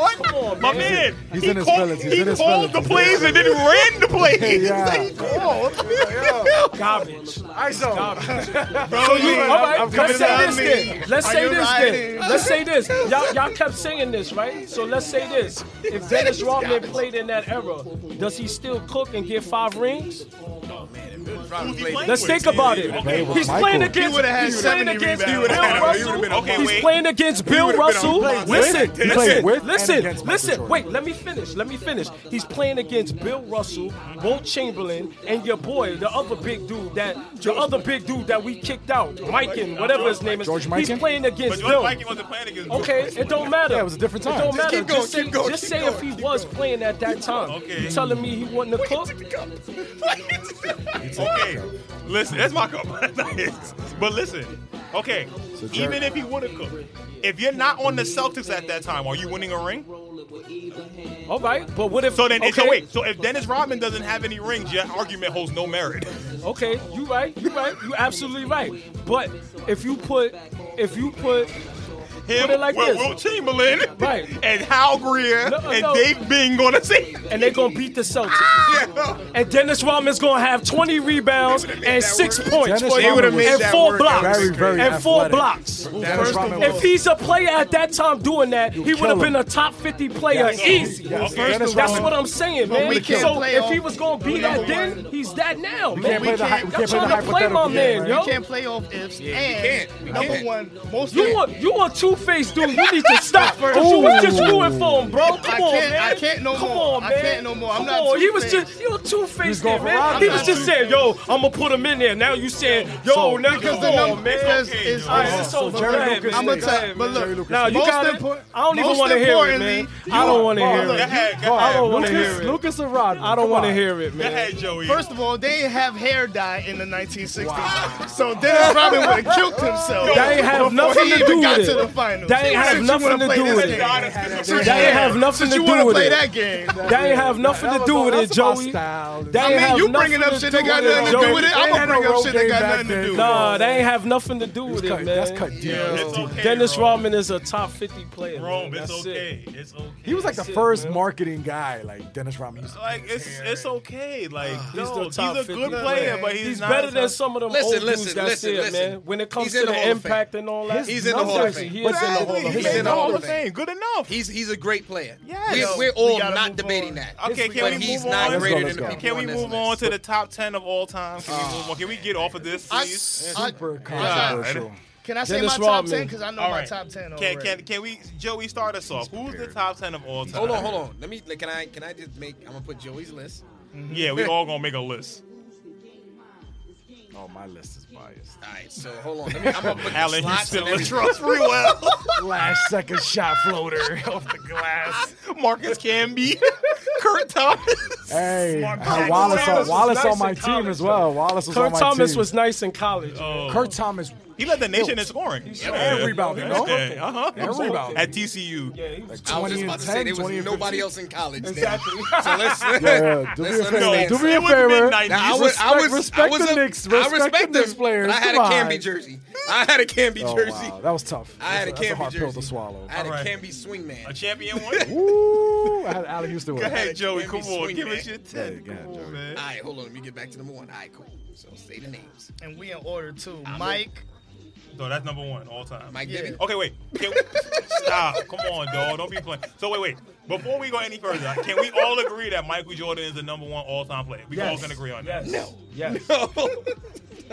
Speaker 4: What? Come on, man.
Speaker 1: My man,
Speaker 7: He's
Speaker 1: he
Speaker 7: in his
Speaker 1: called,
Speaker 7: feelings. He's
Speaker 1: he
Speaker 7: in his
Speaker 1: called the
Speaker 7: feelings.
Speaker 1: plays and then ran the plays.
Speaker 7: Yeah.
Speaker 1: he called.
Speaker 4: Garbage.
Speaker 6: ISO.
Speaker 4: So you, all right,
Speaker 6: I'm coming
Speaker 4: let's say
Speaker 6: down
Speaker 4: this
Speaker 6: me.
Speaker 4: then. Let's
Speaker 3: Are
Speaker 4: say
Speaker 3: you
Speaker 4: this
Speaker 3: riding?
Speaker 4: then. Let's say this. Y'all, y'all kept saying this, right? So let's say this. If Dennis Rodman played in that era, does he still cook and get five rings?
Speaker 1: Who's he playing
Speaker 4: Let's
Speaker 1: with?
Speaker 4: think about it.
Speaker 1: Okay, well,
Speaker 4: He's playing
Speaker 7: Michael.
Speaker 4: against.
Speaker 3: would've had
Speaker 4: He's playing
Speaker 3: 70
Speaker 4: against Bill
Speaker 3: rebounds. He would've
Speaker 1: been on-
Speaker 4: Russell.
Speaker 1: okay,
Speaker 4: He's
Speaker 1: wait.
Speaker 4: playing against Bill
Speaker 1: would've been
Speaker 4: Russell.
Speaker 1: on- He played with.
Speaker 4: Listen,
Speaker 1: He played
Speaker 4: listen,
Speaker 7: with and against
Speaker 4: listen,
Speaker 7: Michael
Speaker 4: listen.
Speaker 7: Jordan.
Speaker 4: Wait, let me finish. Let me finish. He's playing against Bill Russell, Will Chamberlain, and your boy, the other big dude that the other big dude that we kicked out, Mikan, whatever his name is.
Speaker 7: George
Speaker 4: He's
Speaker 7: Mikan?
Speaker 4: playing
Speaker 1: But
Speaker 4: against
Speaker 1: George
Speaker 4: them.
Speaker 1: Mikey wasn't playing against
Speaker 4: Okay, it don't matter.
Speaker 7: Yeah, it was a different time.
Speaker 4: It don't
Speaker 7: Just
Speaker 4: matter.
Speaker 2: keep going,
Speaker 4: just say,
Speaker 2: keep going,
Speaker 4: just
Speaker 2: keep
Speaker 4: say
Speaker 2: going,
Speaker 4: if he
Speaker 2: keep
Speaker 4: was playing at that time.
Speaker 1: Okay.
Speaker 4: You telling me he wasn't a cook?
Speaker 1: Okay, listen, that's my cup. That's not his. but listen, okay,
Speaker 7: Jerry-
Speaker 1: even if he would have cooked, if you're not on the Celtics at that time, are you winning a ring?
Speaker 4: All right, but what if?
Speaker 1: So then,
Speaker 4: okay,
Speaker 1: so wait, so if Dennis Rodman doesn't have any rings, your argument holds no merit.
Speaker 4: Okay, you right, you right, you absolutely right. But if you put, if you put,
Speaker 1: Him
Speaker 4: it like
Speaker 1: with
Speaker 4: this.
Speaker 1: Will Chamberlain
Speaker 4: Right.
Speaker 1: and Hal Greer
Speaker 4: No,
Speaker 1: and
Speaker 4: no.
Speaker 1: Dave Bing on the team.
Speaker 4: and they gonna beat the Celtics, and Dennis Rodman's gonna have 20 rebounds and six points
Speaker 7: Dennis
Speaker 4: for you,
Speaker 7: Rodman was
Speaker 4: and four blocks,
Speaker 7: very, very
Speaker 4: and four
Speaker 7: athletic.
Speaker 4: blocks.
Speaker 7: Dennis Rodman
Speaker 4: If
Speaker 7: was-
Speaker 4: he's a player at that time doing that, he
Speaker 7: kill
Speaker 4: would have been
Speaker 7: him.
Speaker 4: a top 50 player
Speaker 7: Yes.
Speaker 4: easy.
Speaker 7: Yes.
Speaker 1: Okay. That's
Speaker 7: Dennis
Speaker 4: That's
Speaker 7: Rodman-
Speaker 4: what I'm saying,
Speaker 3: But
Speaker 4: man.
Speaker 3: we can't
Speaker 4: so
Speaker 3: play
Speaker 4: if
Speaker 3: off-
Speaker 4: he was gonna be that then, he's that now,
Speaker 7: We can't
Speaker 4: man.
Speaker 7: play the
Speaker 3: can't-
Speaker 7: hy- we
Speaker 4: Y'all
Speaker 7: can't play the
Speaker 4: trying to play my
Speaker 7: hypothetical game,
Speaker 4: man,
Speaker 7: right?
Speaker 3: You
Speaker 4: yo.
Speaker 3: can't play off ifs. and
Speaker 2: can't. We
Speaker 3: number
Speaker 2: can't.
Speaker 3: one, most
Speaker 4: You
Speaker 3: of-
Speaker 4: want you want two faced dude? You need to stop. Cause you was just rooting for him, bro. Come
Speaker 3: I
Speaker 4: on,
Speaker 3: can't-
Speaker 4: man.
Speaker 3: I can't no
Speaker 4: Come
Speaker 3: more.
Speaker 4: On,
Speaker 3: I
Speaker 4: man.
Speaker 3: can't no more. I'm
Speaker 4: Come
Speaker 3: not
Speaker 4: on. He was
Speaker 3: two-faced.
Speaker 4: just you two faced
Speaker 7: going
Speaker 4: there,
Speaker 7: for
Speaker 4: man.
Speaker 7: Rodman.
Speaker 4: He
Speaker 3: I'm
Speaker 4: was
Speaker 3: not
Speaker 4: just saying, yo, I'm gonna put him in there. Now you saying, yo,
Speaker 7: So-
Speaker 4: now
Speaker 3: Because
Speaker 4: come
Speaker 3: the
Speaker 4: on,
Speaker 3: number
Speaker 4: man.
Speaker 3: is,
Speaker 1: Okay,
Speaker 3: is,
Speaker 1: all right,
Speaker 3: is-
Speaker 4: Alright, so
Speaker 7: so
Speaker 4: go
Speaker 7: Jerry
Speaker 4: ahead,
Speaker 7: Lucas
Speaker 4: man.
Speaker 3: I'm gonna
Speaker 4: Go
Speaker 3: tell
Speaker 4: ahead,
Speaker 3: but
Speaker 4: man.
Speaker 7: Jerry
Speaker 3: look,
Speaker 7: Lucas
Speaker 4: Now you
Speaker 3: most
Speaker 4: got it.
Speaker 3: impor-
Speaker 4: I don't even
Speaker 3: most
Speaker 4: want to hear it, man.
Speaker 3: importantly,
Speaker 4: I don't want to
Speaker 7: Paul,
Speaker 4: hear
Speaker 7: look,
Speaker 1: Go
Speaker 4: it.
Speaker 1: ahead, go
Speaker 7: Paul,
Speaker 1: ahead. Go
Speaker 4: wanna
Speaker 7: Lucas,
Speaker 4: hear it.
Speaker 7: Lucas and Rodman.
Speaker 4: I don't want to
Speaker 7: Come on.
Speaker 4: hear it, man.
Speaker 1: ahead, Joey.
Speaker 3: First of all, they didn't have hair dye in the 1960s, so Dennis Rodman would have killed himself.
Speaker 4: They ain't have
Speaker 3: before
Speaker 4: nothing
Speaker 3: he
Speaker 4: to
Speaker 3: even
Speaker 4: do
Speaker 3: got
Speaker 4: with
Speaker 3: to
Speaker 4: it.
Speaker 3: the finals.
Speaker 4: They ain't have
Speaker 3: Since you
Speaker 4: nothing
Speaker 3: wanna
Speaker 4: to
Speaker 3: play
Speaker 4: do
Speaker 3: this
Speaker 4: with it.
Speaker 3: game.
Speaker 4: They ain't have nothing
Speaker 3: Since
Speaker 4: to
Speaker 3: you
Speaker 4: do
Speaker 3: want to
Speaker 4: with
Speaker 3: play
Speaker 4: it.
Speaker 3: that game.
Speaker 4: They ain't have nothing to
Speaker 7: That
Speaker 4: do
Speaker 7: was-
Speaker 4: with it,
Speaker 7: that's my
Speaker 4: Joey.
Speaker 7: style.
Speaker 4: They
Speaker 7: I
Speaker 3: I
Speaker 4: ain't have
Speaker 3: mean, you
Speaker 4: nothing
Speaker 3: bringing up shit that
Speaker 4: do
Speaker 3: got
Speaker 4: with
Speaker 3: nothing to do
Speaker 4: Joey.
Speaker 3: with it.
Speaker 7: They
Speaker 3: I'm
Speaker 7: had
Speaker 3: gonna bring
Speaker 7: no
Speaker 3: up shit that
Speaker 7: road
Speaker 3: got
Speaker 7: game
Speaker 3: nothing to
Speaker 7: back
Speaker 3: do.
Speaker 7: then.
Speaker 3: with it.
Speaker 4: Nah, they ain't have nothing to do with
Speaker 7: That's
Speaker 4: it, man.
Speaker 7: cut- That's cut deep.
Speaker 1: it's okay,
Speaker 4: Dennis
Speaker 1: Rome.
Speaker 4: Rodman is a top 50 player.
Speaker 1: Rome,
Speaker 4: man.
Speaker 1: it's
Speaker 4: That's
Speaker 1: okay.
Speaker 4: It.
Speaker 1: It's okay.
Speaker 7: He was like the
Speaker 4: That's it,
Speaker 7: first
Speaker 4: man.
Speaker 7: marketing guy, like Dennis Rodman. used to-
Speaker 1: Like it's it's okay. Like
Speaker 4: He's
Speaker 1: no,
Speaker 4: the
Speaker 1: he's,
Speaker 4: top
Speaker 1: a
Speaker 4: 50
Speaker 1: good player,
Speaker 4: player.
Speaker 1: but he's,
Speaker 4: He's
Speaker 1: not
Speaker 4: better
Speaker 1: a
Speaker 4: than
Speaker 1: top-
Speaker 4: some of them
Speaker 2: Listen,
Speaker 4: old dudes
Speaker 2: listen,
Speaker 4: that's
Speaker 2: listen,
Speaker 4: there,
Speaker 2: listen.
Speaker 4: man. When it comes
Speaker 2: He's
Speaker 4: to
Speaker 2: in
Speaker 4: the,
Speaker 2: the Hall of Fame.
Speaker 4: impact and all that,
Speaker 2: He's in the Hall of
Speaker 4: numbers,
Speaker 2: Fame.
Speaker 4: He is in the Hall of
Speaker 1: He's
Speaker 2: Fame.
Speaker 1: in the Hall of
Speaker 2: Fame.
Speaker 1: Fame. Good enough.
Speaker 2: He's he's a great player.
Speaker 1: Yes.
Speaker 2: We're, we're
Speaker 1: We
Speaker 2: all
Speaker 3: gotta
Speaker 2: not
Speaker 3: move
Speaker 2: debating
Speaker 3: on.
Speaker 2: that.
Speaker 1: Okay, can
Speaker 2: but
Speaker 1: we
Speaker 2: he's
Speaker 1: move
Speaker 2: not
Speaker 1: on?
Speaker 7: Let's go,
Speaker 2: greater
Speaker 7: let's
Speaker 2: than
Speaker 7: go.
Speaker 2: the people
Speaker 1: Can we
Speaker 2: this
Speaker 1: move
Speaker 2: list.
Speaker 1: on to the top ten of all time? Can we move on? Can we get off of this,
Speaker 3: I-
Speaker 1: please?
Speaker 3: I-
Speaker 7: Super
Speaker 3: I-
Speaker 7: controversial.
Speaker 3: Can I say
Speaker 4: Dennis
Speaker 3: my top
Speaker 4: Rodman.
Speaker 3: ten? Because I know
Speaker 1: All
Speaker 3: my
Speaker 1: right.
Speaker 3: top ten already.
Speaker 1: Can, can can we Joey start us off? Who's the top ten of all time?
Speaker 2: Hold on, hold on. Let me. like, Can I? Can I just make? I'm gonna put Joey's list.
Speaker 1: Yeah, we all gonna make a list.
Speaker 8: Oh, my list is biased.
Speaker 2: All right. So hold on. Let me, I'm gonna put the
Speaker 1: Alan
Speaker 2: slots
Speaker 1: Houston,
Speaker 2: and
Speaker 1: let's
Speaker 2: everything.
Speaker 1: trust real well.
Speaker 7: Last second shot floater off the glass.
Speaker 1: Marcus Camby, Kurt Thomas.
Speaker 7: Hey,
Speaker 1: Mark
Speaker 7: uh,
Speaker 1: Jackson.
Speaker 7: Wallace,
Speaker 4: Thomas was
Speaker 7: on, Wallace
Speaker 4: nice
Speaker 7: on my
Speaker 4: in
Speaker 7: team
Speaker 4: college,
Speaker 7: as well. Wallace was
Speaker 4: Kurt
Speaker 7: on my
Speaker 4: Thomas
Speaker 1: Oh.
Speaker 7: team.
Speaker 4: was nice in college. man.
Speaker 7: Kurt Thomas
Speaker 1: He led the nation in scoring.
Speaker 7: And rebounding, no?
Speaker 1: Uh huh.
Speaker 7: And rebounding.
Speaker 1: At TCU.
Speaker 4: Yeah, he was
Speaker 2: I was
Speaker 7: 20
Speaker 2: just
Speaker 7: and
Speaker 2: about to
Speaker 7: 10,
Speaker 2: say there was
Speaker 7: 20 and
Speaker 2: nobody
Speaker 7: 15.
Speaker 2: else in college. then.
Speaker 4: exactly.
Speaker 2: So let's,
Speaker 7: Yeah, do me
Speaker 2: let's
Speaker 7: a favor.
Speaker 2: understand.
Speaker 7: Do me
Speaker 1: It
Speaker 7: a
Speaker 1: was the
Speaker 7: favor.
Speaker 1: mid-nineties.
Speaker 2: Now, I was,
Speaker 7: Respect-
Speaker 2: I was, I
Speaker 7: respect
Speaker 2: was
Speaker 7: the
Speaker 2: a-
Speaker 7: Knicks.
Speaker 2: I
Speaker 7: Respect the
Speaker 2: respect
Speaker 7: Knicks
Speaker 2: them,
Speaker 7: players.
Speaker 2: But I had
Speaker 7: Come
Speaker 2: a Canby
Speaker 7: on.
Speaker 2: jersey. I had a Canby
Speaker 7: Oh,
Speaker 2: jersey.
Speaker 7: wow. That was tough.
Speaker 2: I had
Speaker 7: That's
Speaker 2: a
Speaker 7: that's
Speaker 2: Canby
Speaker 7: hard pill
Speaker 2: jersey.
Speaker 7: to swallow.
Speaker 2: I had
Speaker 1: All
Speaker 2: a
Speaker 1: right.
Speaker 2: Canby swing man.
Speaker 1: A champion one.
Speaker 7: Ooh, I had Allen Houston. with
Speaker 1: Go
Speaker 7: it.
Speaker 1: ahead, Joey.
Speaker 2: Can't
Speaker 1: Come
Speaker 2: be
Speaker 1: on.
Speaker 2: swing
Speaker 1: Give
Speaker 2: back.
Speaker 1: us your 10.
Speaker 8: Yeah,
Speaker 1: Come
Speaker 8: Joey.
Speaker 1: on, man.
Speaker 2: All right, hold on. Let me get back to number one. All right, cool. So say the names.
Speaker 3: And we in order too. Mike,
Speaker 1: So that's number one all time.
Speaker 2: Mike
Speaker 3: Yeah. Oh,
Speaker 2: Bibby.
Speaker 1: Okay, wait. Can we, stop. Come on, dog. Don't be playing. So wait, wait. Before we go any further, can we all agree that Michael Jordan is the number one all time player? We all
Speaker 4: Yes.
Speaker 1: can agree on that.
Speaker 4: Yes. Yes.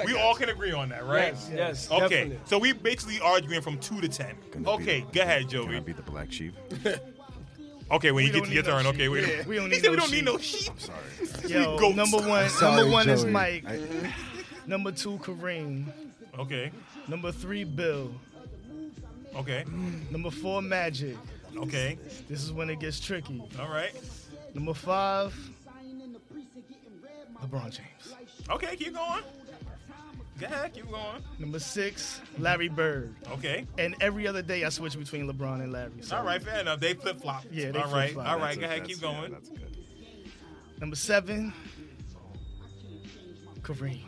Speaker 1: We all can agree on that, right?
Speaker 4: Yes. Yes.
Speaker 1: Okay.
Speaker 4: Definitely.
Speaker 1: So we basically arguing from two to ten.
Speaker 8: Can I be
Speaker 1: Okay,
Speaker 8: the-
Speaker 1: go ahead,
Speaker 8: Can I
Speaker 1: Joey.
Speaker 8: be the black sheep?
Speaker 1: Okay, when you get
Speaker 3: We
Speaker 1: to
Speaker 3: don't
Speaker 1: your
Speaker 3: need no
Speaker 1: turn,
Speaker 3: sheep.
Speaker 1: okay, wait.
Speaker 3: Yeah, we don't
Speaker 1: He
Speaker 3: need
Speaker 1: said we
Speaker 3: no
Speaker 1: don't need no
Speaker 3: sheep.
Speaker 1: sheep.
Speaker 8: Sorry.
Speaker 3: yo,
Speaker 1: goats.
Speaker 3: number one,
Speaker 7: sorry,
Speaker 3: number one is
Speaker 7: Joey.
Speaker 3: Mike.
Speaker 8: I-
Speaker 3: Number two, Kareem.
Speaker 1: Okay.
Speaker 3: Number three, Bill.
Speaker 1: Okay.
Speaker 3: Number four, Magic.
Speaker 1: Okay.
Speaker 3: This is when it gets tricky.
Speaker 1: All right.
Speaker 3: Number five, LeBron James.
Speaker 1: Okay, keep going. Go ahead, keep going.
Speaker 3: Number six, Larry Bird.
Speaker 1: Okay.
Speaker 3: And every other day, I switch between LeBron and Larry. So.
Speaker 1: All right, fair enough. They flip flop.
Speaker 3: Yeah, they
Speaker 1: all right,
Speaker 3: flip-flop.
Speaker 1: all right.
Speaker 8: That's a-
Speaker 1: Go ahead,
Speaker 8: that's-
Speaker 1: keep
Speaker 8: yeah,
Speaker 1: going.
Speaker 8: that's good.
Speaker 3: Number seven, Kareem.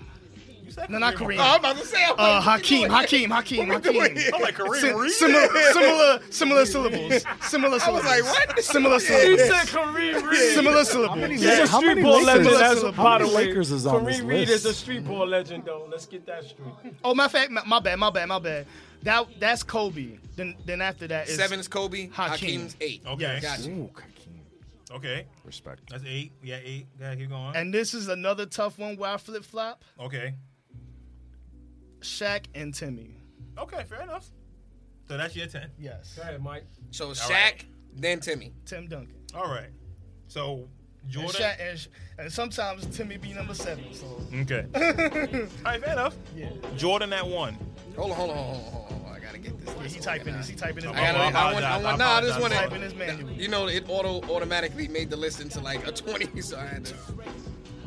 Speaker 1: You said
Speaker 3: No, not
Speaker 1: Kareem.
Speaker 3: Kareem.
Speaker 2: Oh, I'm about to say. I'm
Speaker 3: Uh,
Speaker 2: like, what you
Speaker 3: Hakeem,
Speaker 2: doing?
Speaker 3: Hakeem, Hakeem, Hakeem.
Speaker 1: I'm like Kareem
Speaker 3: Si-
Speaker 1: Reed.
Speaker 3: similar, similar, similar syllables. Similar syllables. I was
Speaker 2: like, what?
Speaker 3: Similar
Speaker 4: He
Speaker 3: syllables.
Speaker 4: said Kareem Reed.
Speaker 3: Similar syllables.
Speaker 4: He's a
Speaker 7: How
Speaker 4: street
Speaker 7: many
Speaker 4: ball
Speaker 7: Lakers-
Speaker 4: legend. That's
Speaker 3: how
Speaker 4: a
Speaker 3: many
Speaker 4: by the way.
Speaker 7: Lakers is on
Speaker 4: Kareem
Speaker 7: this
Speaker 4: Reed
Speaker 7: list?
Speaker 4: is a street ball legend, though. Let's get that straight.
Speaker 3: Oh, my fact, my, my bad, my bad, my bad. That that's Kobe. Then then after that is
Speaker 2: Seven is Kobe.
Speaker 3: Hakeem.
Speaker 2: Hakeem's eight.
Speaker 1: Okay.
Speaker 2: Gotcha.
Speaker 8: Ooh, Hakeem.
Speaker 1: Okay.
Speaker 8: Respect.
Speaker 1: That's eight. Yeah, eight. Go ahead, keep going.
Speaker 3: And this is another tough one where I flip flop.
Speaker 1: Okay.
Speaker 3: Shaq and Timmy.
Speaker 1: Okay, fair enough. So that's your ten.
Speaker 3: Yes.
Speaker 4: Go ahead, Mike.
Speaker 2: So Shaq,
Speaker 1: right.
Speaker 2: then Timmy.
Speaker 3: Tim Duncan.
Speaker 1: All right. So
Speaker 3: And,
Speaker 1: Jordan.
Speaker 3: Shaq, and, and sometimes Timmy be number seven. So
Speaker 1: Okay. all right, fair enough.
Speaker 3: yeah,
Speaker 1: Jordan at one.
Speaker 2: Hold on, hold on, hold on, hold on, hold on. I gotta get this.
Speaker 3: yeah
Speaker 2: this
Speaker 3: he typing this. He typing this.
Speaker 1: I
Speaker 2: I gotta.
Speaker 1: Oh,
Speaker 2: I want. I
Speaker 1: apologize,
Speaker 2: want.
Speaker 1: I
Speaker 2: Nah, I just want
Speaker 1: apologize.
Speaker 3: Typing his manual.
Speaker 2: to. You know, it auto automatically made the list into like a twenty, so I had to.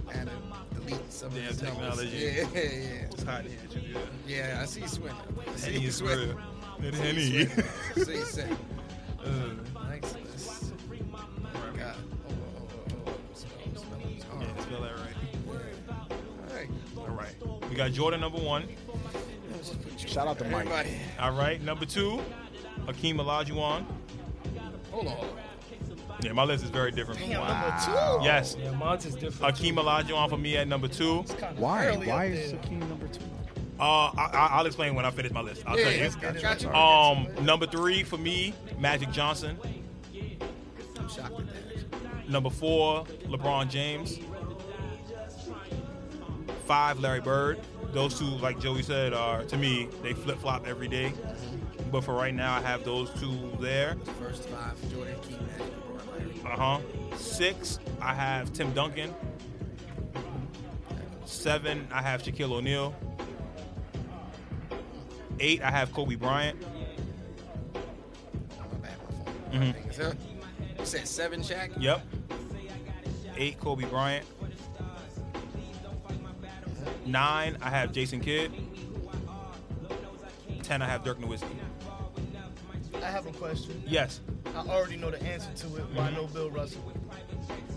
Speaker 2: I had to delete some
Speaker 1: Damn
Speaker 2: of these numbers.
Speaker 1: technology.
Speaker 2: Yeah, yeah,
Speaker 1: It's hot in here.
Speaker 2: yeah. Yeah, I see you sweating. I see
Speaker 1: Henny
Speaker 2: you
Speaker 1: is
Speaker 2: sweating.
Speaker 1: real. That Henny.
Speaker 2: I see you sweating.
Speaker 1: Uh,
Speaker 2: Nice list. God. Oh, oh, oh, oh, oh. Smell, smell, smell.
Speaker 1: yeah, spell that right.
Speaker 2: All right.
Speaker 1: All right. We got Jordan number one.
Speaker 7: Shout out to Mike.
Speaker 2: Everybody.
Speaker 1: All right. Number two, Hakeem Olajuwon.
Speaker 2: Hold on, hold on.
Speaker 1: Yeah, my list is very different from
Speaker 3: Damn,
Speaker 1: mine.
Speaker 3: number two.
Speaker 1: Yes.
Speaker 4: Yeah, Monte's different.
Speaker 1: Hakeem Olajuwon for me at number two.
Speaker 3: Kinda
Speaker 7: Why?
Speaker 3: early
Speaker 7: Why
Speaker 3: up
Speaker 7: is
Speaker 3: there.
Speaker 7: Hakeem number two?
Speaker 1: Uh, I, I- I'll explain when I finish my list. I'll
Speaker 2: Yeah,
Speaker 1: tell you.
Speaker 2: yeah, gotcha. gotcha.
Speaker 1: Um, number three for me, Magic Johnson. Um.
Speaker 2: I'm shocked at that.
Speaker 1: Number four, LeBron James. Five, Larry Bird. Those two, like Joey said, are to me they flip flop every day. But for right now, I have those two there.
Speaker 2: First five, Jordan, Key, Magic, LeBron, Larry.
Speaker 1: Uh huh. Six, I have Tim Duncan. Seven, I have Shaquille O'Neal. Eight, I have Kobe Bryant.
Speaker 2: Oh, my bad, my phone.
Speaker 1: Mm-hmm.
Speaker 2: My things, huh? You said seven, Shaq?
Speaker 1: Yep. Eight, Kobe Bryant. Nine, I have Jason Kidd. Ten, I have Dirk Nowitzki.
Speaker 3: I have a question.
Speaker 1: Yes.
Speaker 3: I already know the answer to it. Why no Bill Russell?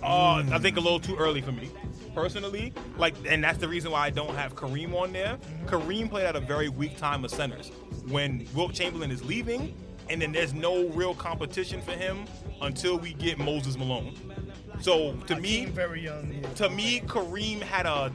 Speaker 1: Uh, I think a little too early for me, personally. Like, and that's the reason why I don't have Kareem on there. Kareem played at a very weak time of centers when Wilt Chamberlain is leaving, and then there's no real competition for him until we get Moses Malone. So to me,
Speaker 3: Hakeem very young. yeah.
Speaker 1: to me, Kareem had a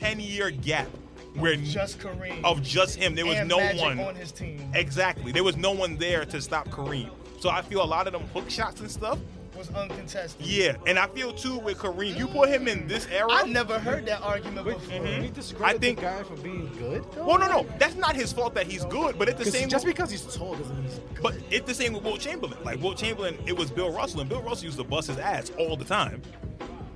Speaker 1: 10 year gap where
Speaker 3: Just Kareem.
Speaker 1: of just him. There was
Speaker 3: and
Speaker 1: no
Speaker 3: Magic
Speaker 1: one
Speaker 3: on his team.
Speaker 1: exactly. There was no one there to stop Kareem. So I feel a lot of them hook shots and stuff.
Speaker 3: was uncontested.
Speaker 1: Yeah, and I feel too with Kareem. You put him in this era.
Speaker 3: I never heard that argument before.
Speaker 1: Mhm. I
Speaker 6: discredit
Speaker 1: think.
Speaker 6: the guy for being good. though?
Speaker 1: Well, no, no, that's not his fault that he's good. But at the
Speaker 6: 'Cause
Speaker 1: same,
Speaker 6: just because he's tall doesn't mean he's good.
Speaker 1: but it's the same with Will Chamberlain. Like Will Chamberlain, it was Bill Russell, and Bill Russell used to bust his ass all the time.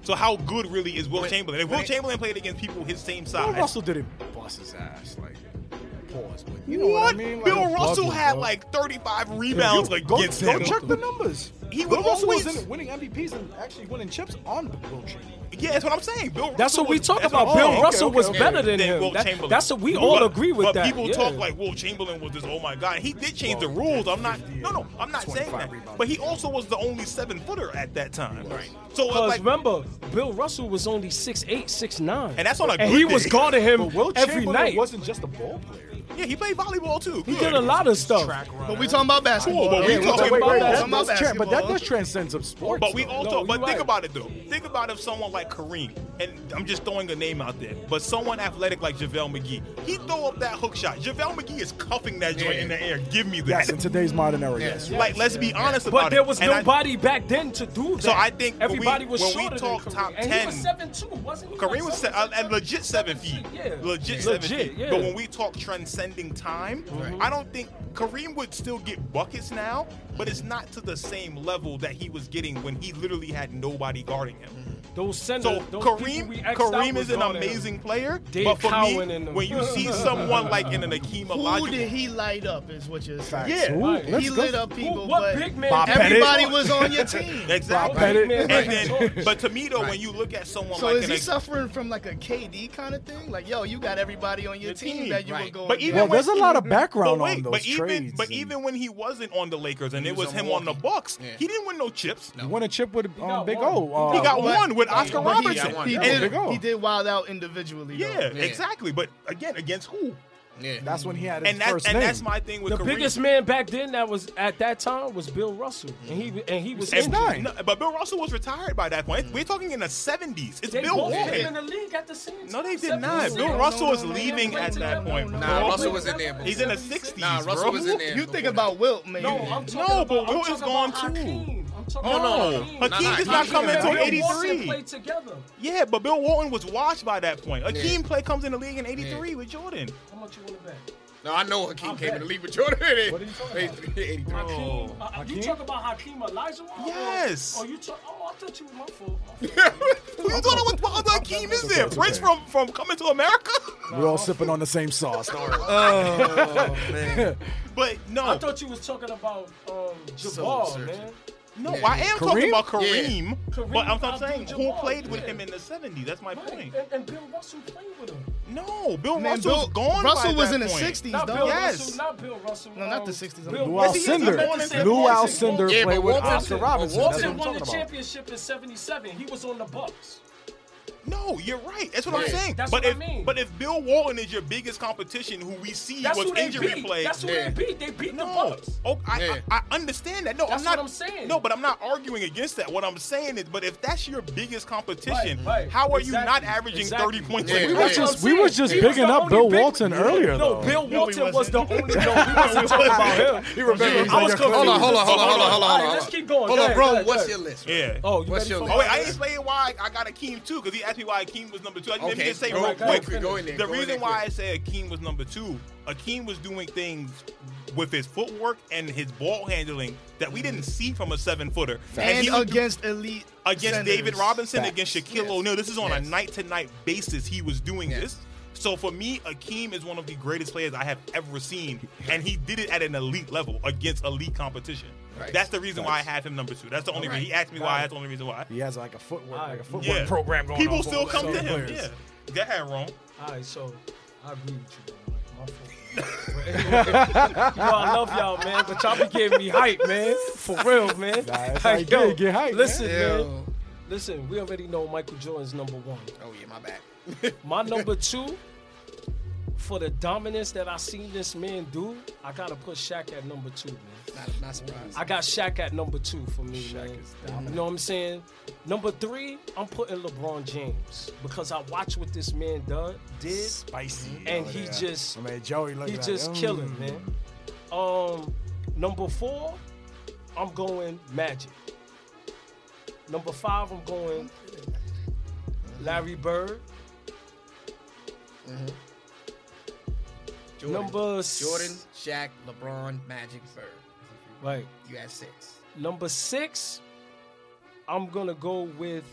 Speaker 1: So how good really is Will
Speaker 2: When-
Speaker 1: Chamberlain? If
Speaker 2: when
Speaker 1: Will
Speaker 2: it-
Speaker 1: Chamberlain played against people his same size,
Speaker 7: Bill Russell didn't
Speaker 8: Bust his ass. Like,
Speaker 7: pause, but you know what, I mean? Like,
Speaker 1: Bill
Speaker 7: it's
Speaker 1: Russell
Speaker 7: bugging,
Speaker 1: had
Speaker 7: bro.
Speaker 1: like 35
Speaker 7: Yeah, you-
Speaker 1: rebounds like
Speaker 7: go,
Speaker 1: against
Speaker 7: go
Speaker 1: him.
Speaker 7: check the numbers.
Speaker 1: he would
Speaker 6: Russell
Speaker 1: always.
Speaker 6: was in, winning MVPs and actually winning chips on the Will Chamberlain.
Speaker 1: yeah, that's what I'm saying. Bill
Speaker 4: That's
Speaker 1: Russell
Speaker 4: what we
Speaker 1: was-
Speaker 4: talk
Speaker 1: that's
Speaker 4: about.
Speaker 1: what-
Speaker 4: Bill
Speaker 1: oh, okay,
Speaker 4: Russell
Speaker 1: okay,
Speaker 4: was
Speaker 1: okay.
Speaker 4: better than
Speaker 1: Than
Speaker 4: him.
Speaker 1: Will
Speaker 4: That-
Speaker 1: Chamberlain.
Speaker 4: that's what we
Speaker 1: But-
Speaker 4: all agree with.
Speaker 1: But
Speaker 4: that.
Speaker 1: people
Speaker 4: yeah.
Speaker 1: talk like Will Chamberlain was this. Oh my God, he did change the rules. I'm not. No, no, I'm not saying that. But he also was the only seven footer at that time. Right. So it's
Speaker 4: Because
Speaker 1: like,
Speaker 4: remember, Bill Russell was only 6'8", 6'9".
Speaker 1: And that's on a
Speaker 4: And
Speaker 1: good
Speaker 4: he was
Speaker 1: day.
Speaker 4: guarding him
Speaker 6: But Will
Speaker 4: every
Speaker 6: Chamberlain
Speaker 4: night.
Speaker 6: wasn't just a ball player.
Speaker 1: yeah, he played volleyball too.
Speaker 4: He
Speaker 1: Good.
Speaker 4: did a lot of stuff.
Speaker 6: Track runner.
Speaker 3: But we talking about basketball.
Speaker 1: Cool, but we
Speaker 3: Yeah,
Speaker 1: talking
Speaker 7: wait,
Speaker 1: about
Speaker 7: wait,
Speaker 4: that.
Speaker 7: that does tra- but that
Speaker 3: basketball.
Speaker 7: does transcend some sports.
Speaker 1: But we
Speaker 7: though.
Speaker 1: also,
Speaker 4: No,
Speaker 1: but
Speaker 4: you're
Speaker 1: think
Speaker 4: right.
Speaker 1: about it though. Think about if someone like Kareem, and I'm just throwing a name out there, but someone athletic like JaVale McGee, he throw up that hook shot. JaVale McGee is cuffing that joint in the air. Give me that.
Speaker 7: yes, in today's modern era, yes.
Speaker 1: like, let's be honest about
Speaker 4: But there was
Speaker 1: it. And I-
Speaker 4: nobody back then to do that.
Speaker 1: So I think when we-
Speaker 4: everybody was
Speaker 1: when we
Speaker 4: shorter
Speaker 1: talk
Speaker 4: than Kareem.
Speaker 1: top
Speaker 4: and he was
Speaker 1: 10,
Speaker 4: seven two, wasn't he?
Speaker 1: Kareem
Speaker 4: Like
Speaker 1: was se-
Speaker 4: seven,
Speaker 1: uh,
Speaker 4: seven,
Speaker 1: and legit seven feet.
Speaker 4: Yeah.
Speaker 1: Legit seven
Speaker 4: Legit,
Speaker 1: feet.
Speaker 4: yeah. Mm-hmm.
Speaker 1: But when we talk transcending time, I don't think Kareem would still get buckets now, but it's not to the same level that he was getting when he literally had nobody guarding him.
Speaker 4: Those centers,
Speaker 1: So
Speaker 4: those people we
Speaker 1: Kareem,
Speaker 4: X'd
Speaker 1: Kareem
Speaker 4: out was
Speaker 1: is an
Speaker 4: guarding him.
Speaker 1: amazing player,
Speaker 4: Dave
Speaker 1: but for
Speaker 4: Cowan
Speaker 1: me,
Speaker 4: and them.
Speaker 1: when you see someone like in an Akeem
Speaker 3: Who did
Speaker 1: Olajuwon,
Speaker 3: he light up? Is what you're saying.
Speaker 7: Facts.
Speaker 1: Yeah.
Speaker 7: Ooh,
Speaker 4: Right.
Speaker 7: let's
Speaker 3: he
Speaker 7: go.
Speaker 3: lit up
Speaker 4: Who-
Speaker 3: people,
Speaker 4: what
Speaker 3: but
Speaker 4: big man?
Speaker 7: Bob
Speaker 4: did
Speaker 7: Pettit.
Speaker 3: everybody
Speaker 4: that?
Speaker 3: was on your team.
Speaker 1: exactly.
Speaker 7: Pettit.
Speaker 4: Big
Speaker 1: And
Speaker 4: man ran
Speaker 1: then,
Speaker 4: short.
Speaker 1: but to me though, when you look at someone
Speaker 3: So
Speaker 1: like
Speaker 3: is
Speaker 1: an
Speaker 3: he
Speaker 1: Akeem-
Speaker 3: suffering from like a KD kind of thing? Like, yo, you got everybody on your,
Speaker 1: Your
Speaker 3: team,
Speaker 1: team,
Speaker 3: that you
Speaker 2: right.
Speaker 3: were going.
Speaker 1: But even
Speaker 7: Well,
Speaker 1: when-
Speaker 7: there's a lot of background
Speaker 1: but wait,
Speaker 7: on those
Speaker 1: but even
Speaker 7: trades.
Speaker 1: but
Speaker 7: and
Speaker 1: even when he wasn't on the Lakers and it
Speaker 2: was
Speaker 1: was
Speaker 2: on
Speaker 1: him on the Bucks,
Speaker 2: Yeah.
Speaker 1: he didn't win no chips.
Speaker 7: you won a chip with um,
Speaker 4: got
Speaker 7: Big
Speaker 4: one.
Speaker 7: O. Uh,
Speaker 1: He got
Speaker 3: but-
Speaker 1: one with Oscar
Speaker 2: but he got
Speaker 1: Robertson.
Speaker 2: one.
Speaker 3: he,
Speaker 2: Yeah,
Speaker 7: there
Speaker 3: did,
Speaker 7: you go.
Speaker 3: he did wild out individually. though.
Speaker 1: Yeah,
Speaker 2: Yeah.
Speaker 1: exactly. But again, against who?
Speaker 2: Yeah.
Speaker 7: That's when he had his
Speaker 1: And that's
Speaker 7: first
Speaker 1: and
Speaker 7: name.
Speaker 1: that's my thing with
Speaker 4: The
Speaker 1: Kareem.
Speaker 4: biggest man back then that was at that time was Bill Russell, and he and he was
Speaker 1: And-
Speaker 4: injured.
Speaker 7: nine.
Speaker 1: no, but Bill Russell was retired by that point. We're talking in the seventies. It's
Speaker 4: They
Speaker 1: Bill
Speaker 4: both
Speaker 1: Walton.
Speaker 4: came in the league at the same time.
Speaker 1: No, they did
Speaker 4: seven
Speaker 1: not.
Speaker 4: two.
Speaker 1: Bill
Speaker 4: No,
Speaker 1: Russell
Speaker 4: no,
Speaker 1: is
Speaker 4: no, no,
Speaker 1: leaving
Speaker 4: they
Speaker 1: at
Speaker 4: played
Speaker 1: that
Speaker 4: together.
Speaker 1: point,
Speaker 4: No,
Speaker 1: bro.
Speaker 2: Nah,
Speaker 4: no,
Speaker 2: Russell
Speaker 4: they
Speaker 2: was in
Speaker 4: played
Speaker 2: there,
Speaker 4: together.
Speaker 2: bro.
Speaker 1: He's in the
Speaker 4: 76.
Speaker 1: sixties,
Speaker 2: Nah, Russell
Speaker 1: bro.
Speaker 2: was in there.
Speaker 3: You think
Speaker 2: before
Speaker 3: about Wilt, maybe?
Speaker 4: No, I'm talking
Speaker 1: No,
Speaker 4: about,
Speaker 1: but Will
Speaker 4: I'm
Speaker 1: is
Speaker 4: talking
Speaker 1: gone
Speaker 4: about
Speaker 1: too.
Speaker 4: Hakeem. I'm talking
Speaker 2: Oh,
Speaker 4: about
Speaker 2: no.
Speaker 4: Hakeem.
Speaker 2: Nah, nah,
Speaker 1: Hakeem does
Speaker 2: he
Speaker 1: not
Speaker 2: should
Speaker 1: come
Speaker 2: have
Speaker 1: until
Speaker 2: been.
Speaker 4: Bill Walton
Speaker 1: eighty three.
Speaker 4: played together.
Speaker 1: Yeah, but Bill Walton was washed by that point. Akeem play comes in the league in '83 with Jordan.
Speaker 4: How much you want to bet?
Speaker 2: that. No, I know Hakeem came in the league with Jordan. What
Speaker 4: did he talk about? Hakeem, uh, you talk about Hakeem Elijah?
Speaker 1: Oh, Yes.
Speaker 4: Or you talk? Oh, I thought you was my fault. My fault.
Speaker 1: Who you thought what, what other Akeem is there? Prince from from Coming to America?
Speaker 7: We're all sipping on the same sauce. Don't worry.
Speaker 1: But no,
Speaker 4: I thought you was talking about um, Jabbar, man.
Speaker 1: no, I am talking
Speaker 7: Kareem?
Speaker 1: about Kareem.
Speaker 4: Kareem
Speaker 1: But I'm, I'm saying who
Speaker 4: Abdul-Jabbar,
Speaker 1: played with
Speaker 4: yeah.
Speaker 1: him in the '70s. That's my
Speaker 4: Right.
Speaker 1: point.
Speaker 4: And, and Bill Russell played with him.
Speaker 1: No, Bill
Speaker 3: Man,
Speaker 1: Russell was
Speaker 3: Bill-
Speaker 1: gone.
Speaker 3: Russell
Speaker 1: by
Speaker 3: was
Speaker 1: that
Speaker 3: in the
Speaker 1: point.
Speaker 3: 60s,
Speaker 4: Not
Speaker 3: dog.
Speaker 4: Bill
Speaker 1: Yes.
Speaker 4: Russell. Not Bill Russell.
Speaker 3: No, not the
Speaker 4: um,
Speaker 3: 60s.
Speaker 4: Bill
Speaker 7: Lou
Speaker 4: Russell.
Speaker 1: Yes, he is.
Speaker 7: Alcindor.
Speaker 1: He's
Speaker 7: Lou
Speaker 1: born in
Speaker 7: Alcindor
Speaker 2: Yeah,
Speaker 7: played
Speaker 2: but
Speaker 7: with
Speaker 2: Walton-
Speaker 7: Oscar Robinson. That's what
Speaker 4: Walton
Speaker 7: I'm
Speaker 4: won the
Speaker 7: talking about.
Speaker 4: championship in '77. He was on the Bucks.
Speaker 1: No, you're right. That's what I'm
Speaker 2: Right.
Speaker 1: saying.
Speaker 4: That's
Speaker 1: but
Speaker 4: what I
Speaker 1: if,
Speaker 4: mean.
Speaker 1: But if Bill Walton is your biggest competition, who we see
Speaker 4: That's
Speaker 1: was
Speaker 4: who they
Speaker 1: injury
Speaker 4: beat.
Speaker 1: plague.
Speaker 4: That's who
Speaker 2: Yeah.
Speaker 4: they beat. They beat the
Speaker 1: no,
Speaker 4: Bucks.
Speaker 1: oh, I,
Speaker 2: Yeah.
Speaker 1: I, I understand that. No,
Speaker 4: That's
Speaker 1: I'm not.
Speaker 4: what I'm saying.
Speaker 1: No, but I'm not arguing against that. What I'm saying is, but if that's your biggest competition,
Speaker 4: Right, right.
Speaker 1: how are you
Speaker 4: Exactly.
Speaker 1: not averaging
Speaker 4: Exactly.
Speaker 1: 30 points?
Speaker 2: Yeah.
Speaker 1: a
Speaker 7: We
Speaker 1: game?
Speaker 7: were
Speaker 2: Yeah.
Speaker 7: just, we was just bigging up Bill Walton earlier,
Speaker 4: No,
Speaker 7: though.
Speaker 4: Bill
Speaker 3: No, he
Speaker 4: Walton was the
Speaker 3: wasn't.
Speaker 4: only. No, we wasn't talking about him.
Speaker 7: He remembers
Speaker 4: I was
Speaker 7: like,
Speaker 4: confused.
Speaker 2: Hold on, hold on, hold on, hold on, hold on.
Speaker 4: All right,
Speaker 2: hold on.
Speaker 4: let's keep going.
Speaker 2: Hold
Speaker 4: Go
Speaker 2: on,
Speaker 4: ahead,
Speaker 2: bro.
Speaker 4: go ahead,
Speaker 2: what's
Speaker 4: go
Speaker 2: your
Speaker 4: ahead.
Speaker 2: list?
Speaker 1: Yeah.
Speaker 4: Oh, you
Speaker 2: What's
Speaker 4: ready
Speaker 2: your
Speaker 4: for
Speaker 1: Oh, wait,
Speaker 4: my
Speaker 1: I
Speaker 4: list?
Speaker 1: ain't saying why I got Akeem too, because he asked me why Akeem was number two. I- Let me
Speaker 2: Okay,
Speaker 1: just say
Speaker 2: go-
Speaker 1: real
Speaker 4: go
Speaker 1: quick.
Speaker 4: quick,
Speaker 2: go in there,
Speaker 1: the
Speaker 2: go in
Speaker 1: reason
Speaker 2: there
Speaker 1: why
Speaker 2: quick.
Speaker 1: I say Akeem was number two, Akeem was doing things with his footwork and his ball handling that we didn't see from a seven footer.
Speaker 3: And
Speaker 1: he was do-
Speaker 3: against elite.
Speaker 1: against
Speaker 3: centers.
Speaker 1: David Robinson,
Speaker 7: Facts.
Speaker 1: against Shaquille
Speaker 3: Yes.
Speaker 1: O'Neal. This is on
Speaker 2: Yes.
Speaker 1: a night to night basis he was doing
Speaker 2: Yes.
Speaker 1: this. So for me, Akeem is one of the greatest players I have ever seen, and he did it at an elite level against elite competition.
Speaker 2: Right.
Speaker 1: That's the reason why I have him number two. That's the only
Speaker 2: Alright.
Speaker 1: reason. He asked me why. That's the only reason why.
Speaker 7: He has like a footwork, like a footwork
Speaker 1: Yeah.
Speaker 7: program going
Speaker 1: People
Speaker 7: on.
Speaker 1: still come to him.
Speaker 7: players.
Speaker 1: Yeah. Go ahead, Ron.
Speaker 4: All right, so I agree with you. man. Like, my fault. Yo, I love y'all, man, but y'all be giving me hype, man. For real, man.
Speaker 7: Nah, that's how
Speaker 4: Like,
Speaker 7: you
Speaker 4: yo,
Speaker 7: get- get hype, man.
Speaker 4: Listen, man.
Speaker 2: Yo.
Speaker 4: Listen, we already know Michael Jordan's number one.
Speaker 2: Oh yeah, my bad.
Speaker 4: My number two, for the dominance that I seen this man do, I gotta put Shaq at number two, man.
Speaker 2: Not, not surprised.
Speaker 4: I got Shaq at number two for me, man. You know what I'm saying? Number three, I'm putting LeBron James because I watched what this man done, did,
Speaker 7: Spicy.
Speaker 4: and
Speaker 7: over
Speaker 4: he
Speaker 7: there.
Speaker 4: just
Speaker 7: I mean, Joey looked
Speaker 4: he
Speaker 7: like,
Speaker 4: just
Speaker 7: mm.
Speaker 4: killing, man. Um, number four, I'm going Magic. Number five, I'm going Larry Bird.
Speaker 2: Jordan.
Speaker 4: Number s-
Speaker 2: Jordan, Shaq, LeBron, Magic, Bird.
Speaker 4: right.
Speaker 2: You had six.
Speaker 4: Number six, I'm gonna go with.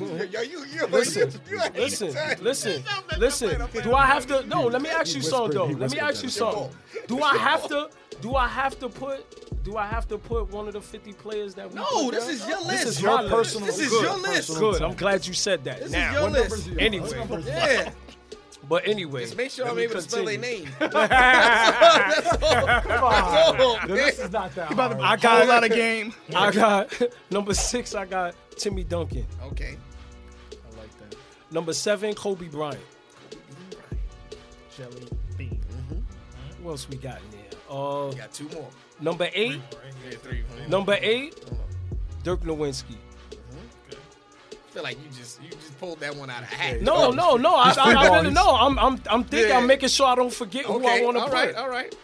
Speaker 2: Yo, you, you,
Speaker 4: Listen,
Speaker 2: you, you
Speaker 4: Listen, listen, listen. Do I have to? No, let me ask you something though.
Speaker 7: he
Speaker 4: Let me
Speaker 7: whispered
Speaker 4: ask
Speaker 7: that
Speaker 4: you
Speaker 7: it's
Speaker 4: something. Do I have to? Do I have to put? do I have to put one of the 50 players that we
Speaker 2: No,
Speaker 4: put
Speaker 2: this
Speaker 4: down?
Speaker 2: is your list.
Speaker 4: This is
Speaker 2: Your
Speaker 4: my list.
Speaker 2: This is
Speaker 4: Good.
Speaker 2: your list.
Speaker 4: Good. I'm glad you said that.
Speaker 2: This
Speaker 4: now,
Speaker 2: is your
Speaker 4: What number-
Speaker 2: list.
Speaker 4: anyway,
Speaker 2: Yeah.
Speaker 4: but anyway,
Speaker 2: Just make sure
Speaker 4: let
Speaker 2: I'm
Speaker 4: me
Speaker 2: able to spell their
Speaker 4: continue.
Speaker 2: name. That's all. That's all. That's all,
Speaker 6: Yo,
Speaker 2: man.
Speaker 6: this is not that. hard.
Speaker 3: Got
Speaker 4: I
Speaker 3: a
Speaker 4: got
Speaker 3: lot of game.
Speaker 4: I got number six. I got Timmy Duncan.
Speaker 2: Okay.
Speaker 4: Number seven, Kobe Bryant. Who else we got in there? Uh,
Speaker 2: Got two more.
Speaker 4: number eight. Number eight, Dirk Nowitzki.
Speaker 2: I feel like you just you just pulled that one out of hat.
Speaker 4: No, no, no. I, I, I really
Speaker 7: freeballing.
Speaker 4: know. I'm, I'm, I'm thinking.
Speaker 2: Yeah.
Speaker 4: I'm making sure I don't forget who I
Speaker 2: Okay.
Speaker 4: want to
Speaker 2: all
Speaker 4: play.
Speaker 2: right. All Uh-huh. right.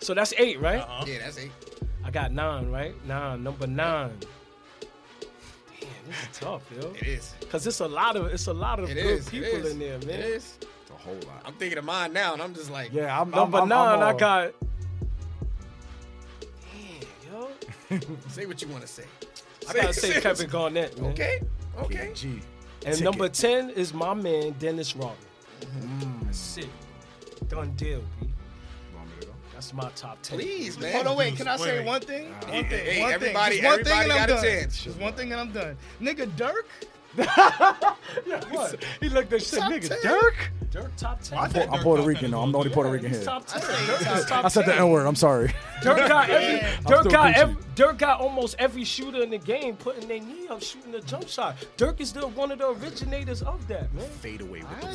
Speaker 4: So that's eight, right?
Speaker 2: Yeah, that's eight.
Speaker 4: I got nine, right? Nine. Number nine. Damn, this is tough, yo.
Speaker 2: It is.
Speaker 4: Cause it's a lot of it's a lot of
Speaker 2: It
Speaker 4: good
Speaker 2: is. it
Speaker 4: people
Speaker 2: is.
Speaker 4: in there, man.
Speaker 2: It is.
Speaker 8: It's a whole lot.
Speaker 2: I'm thinking of mine now, and I'm just like,
Speaker 7: Yeah, I'm
Speaker 4: Number
Speaker 7: I'm, I'm,
Speaker 4: 9
Speaker 7: I'm,
Speaker 4: i
Speaker 7: uh,
Speaker 4: got. Damn, yo.
Speaker 2: say what you want to say.
Speaker 4: I gotta say Kevin Garnett, man.
Speaker 2: Okay. Okay.
Speaker 7: G.
Speaker 4: And
Speaker 7: Ticket.
Speaker 4: number ten is my man Dennis Rodman. Sick, done deal, B.
Speaker 8: Want me to go?
Speaker 4: That's my top ten.
Speaker 2: Please, man.
Speaker 3: Hold on, wait. Can I say
Speaker 1: Wait.
Speaker 3: one thing? One thing.
Speaker 2: Hey,
Speaker 3: one
Speaker 2: everybody-
Speaker 3: thing. Just one
Speaker 2: everybody
Speaker 3: thing and I'm
Speaker 2: got a
Speaker 3: done.
Speaker 2: chance.
Speaker 3: Just one thing and I'm done. Nigga, Dirk.
Speaker 4: What? He looked at shit,
Speaker 3: Top
Speaker 4: nigga.
Speaker 3: 10.
Speaker 4: Dirk. Dirk top ten.
Speaker 1: I
Speaker 7: I'm Puerto Rican though. I'm the only Puerto Rican
Speaker 4: He's
Speaker 7: here.
Speaker 4: top ten.
Speaker 7: I said the N word. I'm sorry.
Speaker 4: Dirk got every, Dirk
Speaker 7: still
Speaker 4: got
Speaker 7: Gucci.
Speaker 4: ev- Dirk got almost every shooter in the game putting their knee up shooting a jump shot. Dirk is the one of the originators of that, man.
Speaker 8: Fade away with the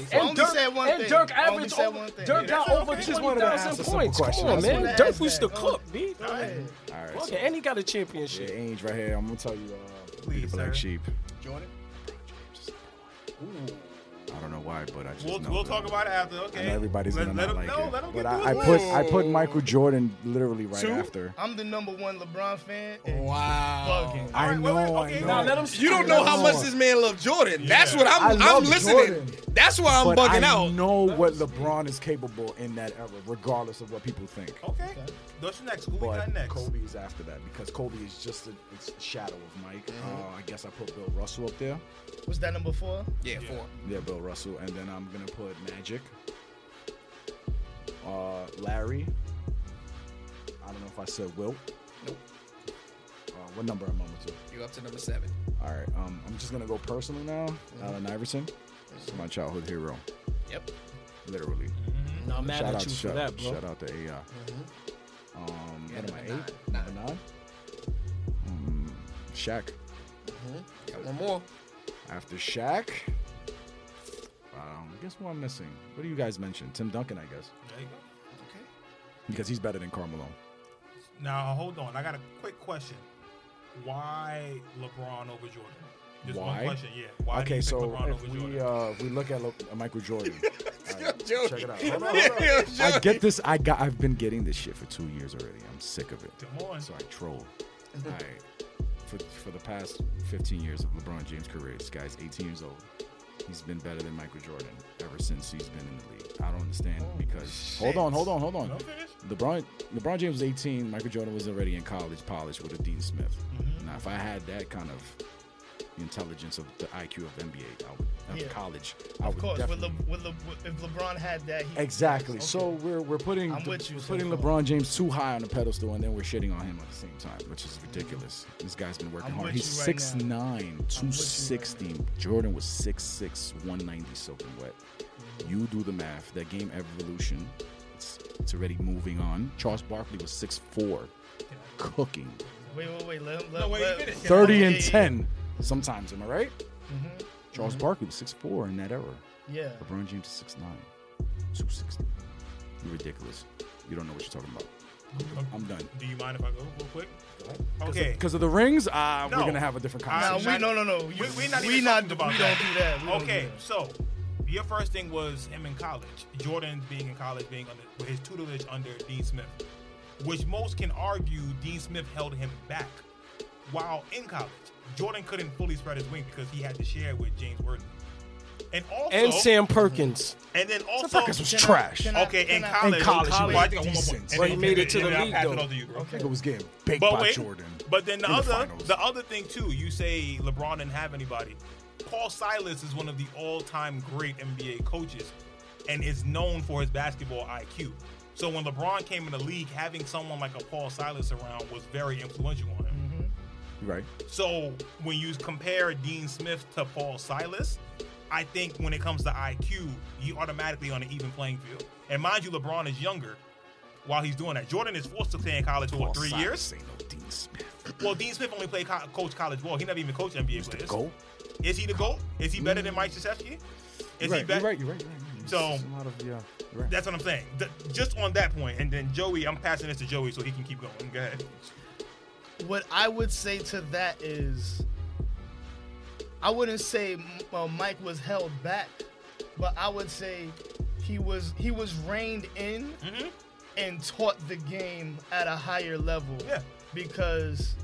Speaker 3: I
Speaker 4: And
Speaker 3: only
Speaker 4: Dirk,
Speaker 3: said one
Speaker 4: and
Speaker 3: thing.
Speaker 4: Dirk
Speaker 3: I only
Speaker 4: averaged
Speaker 3: said
Speaker 4: over,
Speaker 3: one thing.
Speaker 4: Dirk
Speaker 3: Yeah.
Speaker 4: got
Speaker 7: That's
Speaker 4: over
Speaker 7: okay. Just wanted to ask
Speaker 4: 20,000
Speaker 7: a simple
Speaker 4: points.
Speaker 7: question.
Speaker 4: Come on,
Speaker 7: That's
Speaker 4: man.
Speaker 7: what
Speaker 3: I
Speaker 4: Dirk
Speaker 3: asked
Speaker 4: used to
Speaker 3: that.
Speaker 4: cook, B.
Speaker 8: All right.
Speaker 4: Okay, and he got a championship.
Speaker 7: Yeah, Ainge right here. I'm gonna tell you. Uh,
Speaker 8: so, the
Speaker 1: Please,
Speaker 8: black
Speaker 1: sir.
Speaker 8: sheep.
Speaker 2: Jordan.
Speaker 8: I don't know why, but I just
Speaker 1: We'll,
Speaker 8: know
Speaker 1: we'll
Speaker 8: that.
Speaker 1: talk about it after.
Speaker 7: I
Speaker 1: Okay.
Speaker 7: know everybody's
Speaker 1: let,
Speaker 7: gonna
Speaker 1: let
Speaker 7: not
Speaker 1: him,
Speaker 7: like
Speaker 1: no,
Speaker 7: it,
Speaker 1: Let him
Speaker 7: but
Speaker 1: get
Speaker 7: I,
Speaker 1: through
Speaker 7: I
Speaker 1: his
Speaker 7: put
Speaker 1: list.
Speaker 7: I put Michael Jordan literally right
Speaker 1: Two?
Speaker 7: after.
Speaker 3: I'm the number one LeBron fan. and
Speaker 2: Wow.
Speaker 3: Bugging.
Speaker 7: I
Speaker 1: right, wait,
Speaker 7: know.
Speaker 1: wait,
Speaker 7: I
Speaker 1: okay,
Speaker 7: know.
Speaker 1: now
Speaker 4: Now let him
Speaker 2: You don't know how much this man loves Jordan. That's what I'm.
Speaker 7: I
Speaker 2: I'm
Speaker 7: love
Speaker 2: listening.
Speaker 7: Jordan.
Speaker 2: That's why I'm
Speaker 7: but
Speaker 2: bugging
Speaker 7: I
Speaker 2: out.
Speaker 7: know what LeBron is capable in that era, regardless of what people think.
Speaker 1: Okay. What's your next? Who Oh, we
Speaker 7: But
Speaker 1: got next?
Speaker 7: Kobe is after that because Kobe is just a, it's a shadow of Mike.
Speaker 1: Mm-hmm.
Speaker 7: Uh, I guess I put Bill Russell up there.
Speaker 3: Was that number four?
Speaker 2: Yeah, four.
Speaker 7: Yeah, Bill Russell, and then I'm gonna put Magic. Uh, Larry. I don't know if I said Wilt.
Speaker 2: Nope.
Speaker 7: Uh, what number am I with you?
Speaker 2: You up to number seven.
Speaker 7: All right, um, I'm just gonna go personal now.
Speaker 1: Mm-hmm.
Speaker 7: Allen Iverson, this is my childhood hero,
Speaker 2: Yep.
Speaker 7: literally.
Speaker 1: Mm-hmm.
Speaker 4: Nah, I'm mad
Speaker 7: shout
Speaker 4: at
Speaker 7: out,
Speaker 4: you for
Speaker 7: shout,
Speaker 4: that, bro.
Speaker 8: Shout out to AI.
Speaker 1: Mm-hmm.
Speaker 8: Um,
Speaker 2: Yeah,
Speaker 7: What am I
Speaker 2: number
Speaker 7: eight?
Speaker 2: nine.
Speaker 7: Number nine. Mm, Shaq.
Speaker 2: Got one more.
Speaker 7: After Shaq, um, guess what I'm missing? What do you guys mention? Tim Duncan, I guess,
Speaker 1: There you go.
Speaker 7: because he's better than Carmelo.
Speaker 1: Now hold on, I got a quick question. Why LeBron over Jordan? Just
Speaker 7: Why?
Speaker 1: one question, yeah. Why do
Speaker 7: okay,
Speaker 1: you pick
Speaker 7: so
Speaker 1: LeBron
Speaker 7: if
Speaker 1: over
Speaker 7: we
Speaker 1: Jordan?
Speaker 7: uh, if we look at Le- uh, Michael Jordan, all right,
Speaker 2: Yo,
Speaker 7: check it out.
Speaker 2: Jordan.
Speaker 7: Hold on,
Speaker 2: Yeah,
Speaker 7: hold on.
Speaker 2: yo,
Speaker 7: I
Speaker 2: Jordan.
Speaker 7: get this. I got. I've been getting this shit for two years already. I'm sick of it.
Speaker 1: Come on.
Speaker 7: So I troll. All right. For, for the past 15 years of LeBron James' career, this guy's 18 years old. He's been better than Michael Jordan ever since he's been in the league. I don't understand because hold on, hold on, hold on.
Speaker 1: finish.
Speaker 7: LeBron LeBron James was 18. Michael Jordan was already in college, polished with a Dean Smith. Now, if I had that kind of intelligence of the IQ of NBA, I would, of
Speaker 3: Yeah.
Speaker 7: college, I
Speaker 3: Of
Speaker 7: would
Speaker 3: course, with
Speaker 7: definitely.
Speaker 3: Le, with Le, if LeBron had that, he
Speaker 7: Exactly.
Speaker 3: Okay.
Speaker 7: So we're we're putting
Speaker 3: I'm with you
Speaker 7: we're
Speaker 3: so
Speaker 7: putting
Speaker 3: far.
Speaker 7: LeBron James too high on a pedestal, and then we're shitting on him at the same time, which is ridiculous. This guy's been working
Speaker 3: I'm
Speaker 7: hard.
Speaker 3: with
Speaker 7: He's
Speaker 3: you right
Speaker 7: six
Speaker 3: now.
Speaker 7: nine, two sixty. Jordan was six six, one ninety, soaking wet.
Speaker 3: Mm-hmm.
Speaker 7: You do the math. That game evolution, it's, it's already moving on. Charles Barkley was six four, cooking
Speaker 3: Wait, wait, wait. Let him. Let,
Speaker 1: No, wait,
Speaker 3: let,
Speaker 1: you finish.
Speaker 7: thirty
Speaker 3: yeah,
Speaker 7: and
Speaker 3: yeah, Mm-hmm. yeah.
Speaker 7: ten. Sometimes, am I right? Charles Barkley was six four in that era.
Speaker 3: Yeah.
Speaker 7: LeBron James is 6'9, 260. You're ridiculous. You don't know what you're talking about. I'm done.
Speaker 1: Do you mind if I go real quick? Okay.
Speaker 7: Because of the rings, uh,
Speaker 1: No.
Speaker 7: we're going to have a different
Speaker 3: Nah,
Speaker 1: Nah,
Speaker 7: conversation.
Speaker 3: we no no no. You,
Speaker 1: We- we not
Speaker 3: we
Speaker 1: even
Speaker 3: not
Speaker 1: talking about
Speaker 3: we
Speaker 1: that.
Speaker 3: don't do that. We don't
Speaker 1: Okay,
Speaker 3: do that.
Speaker 1: so your first thing was him in college. Jordan being in college, being under with his tutelage under Dean Smith, which most can argue Dean Smith held him back while in college. Jordan couldn't fully spread his wing because he had to share with James Worthy. And also,
Speaker 4: And Sam Perkins.
Speaker 1: and then also,
Speaker 7: Perkins was
Speaker 3: Can I-
Speaker 7: trash.
Speaker 3: can I-
Speaker 1: Okay, in
Speaker 3: can I-
Speaker 1: college,
Speaker 7: In college, he was
Speaker 1: Well, I think I want
Speaker 7: decent.
Speaker 1: one more. And
Speaker 7: But
Speaker 4: he
Speaker 1: then-
Speaker 4: made it to
Speaker 1: and
Speaker 4: the
Speaker 1: then I'll
Speaker 4: league,
Speaker 1: pass it
Speaker 4: though.
Speaker 1: on to you, bro.
Speaker 7: I think it was getting baked
Speaker 1: But
Speaker 7: by
Speaker 1: wait,
Speaker 7: Jordan.
Speaker 1: but then the
Speaker 7: in
Speaker 1: other
Speaker 7: finals.
Speaker 1: the, other thing too, you say LeBron didn't have anybody. Paul Silas is one of the all-time great NBA coaches and is known for his basketball IQ. So when LeBron came in the league, having someone like a Paul Silas around was very influential on him.
Speaker 7: Right.
Speaker 1: So when you compare Dean Smith to Paul Silas, I think when it comes to IQ, you automatically on an even playing field. And mind you, LeBron is younger while he's doing that. Jordan is forced to stay in college for what, three years.
Speaker 7: Ain't no Dean Smith.
Speaker 1: Well, Dean Smith only played co- coach college ball. He never even coached NBA
Speaker 7: The
Speaker 1: players.
Speaker 7: goat. Mm.
Speaker 1: Is he the GOAT? Is he better than Mike Krzyzewski? Is
Speaker 7: You're
Speaker 1: he
Speaker 7: right, you're
Speaker 1: better?
Speaker 7: right. You're right. You're right.
Speaker 1: So
Speaker 5: It's a lot of, yeah, you're right.
Speaker 1: that's what I'm saying. Th- just on that point, and then Joey, I'm passing this to Joey so he can keep going. Go ahead.
Speaker 3: what I would say to that is, I wouldn't say uh, Mike was held back, but I would say he was he was reined in
Speaker 1: Mm-hmm.
Speaker 3: and taught the game at a higher level.
Speaker 1: Yeah.
Speaker 3: Because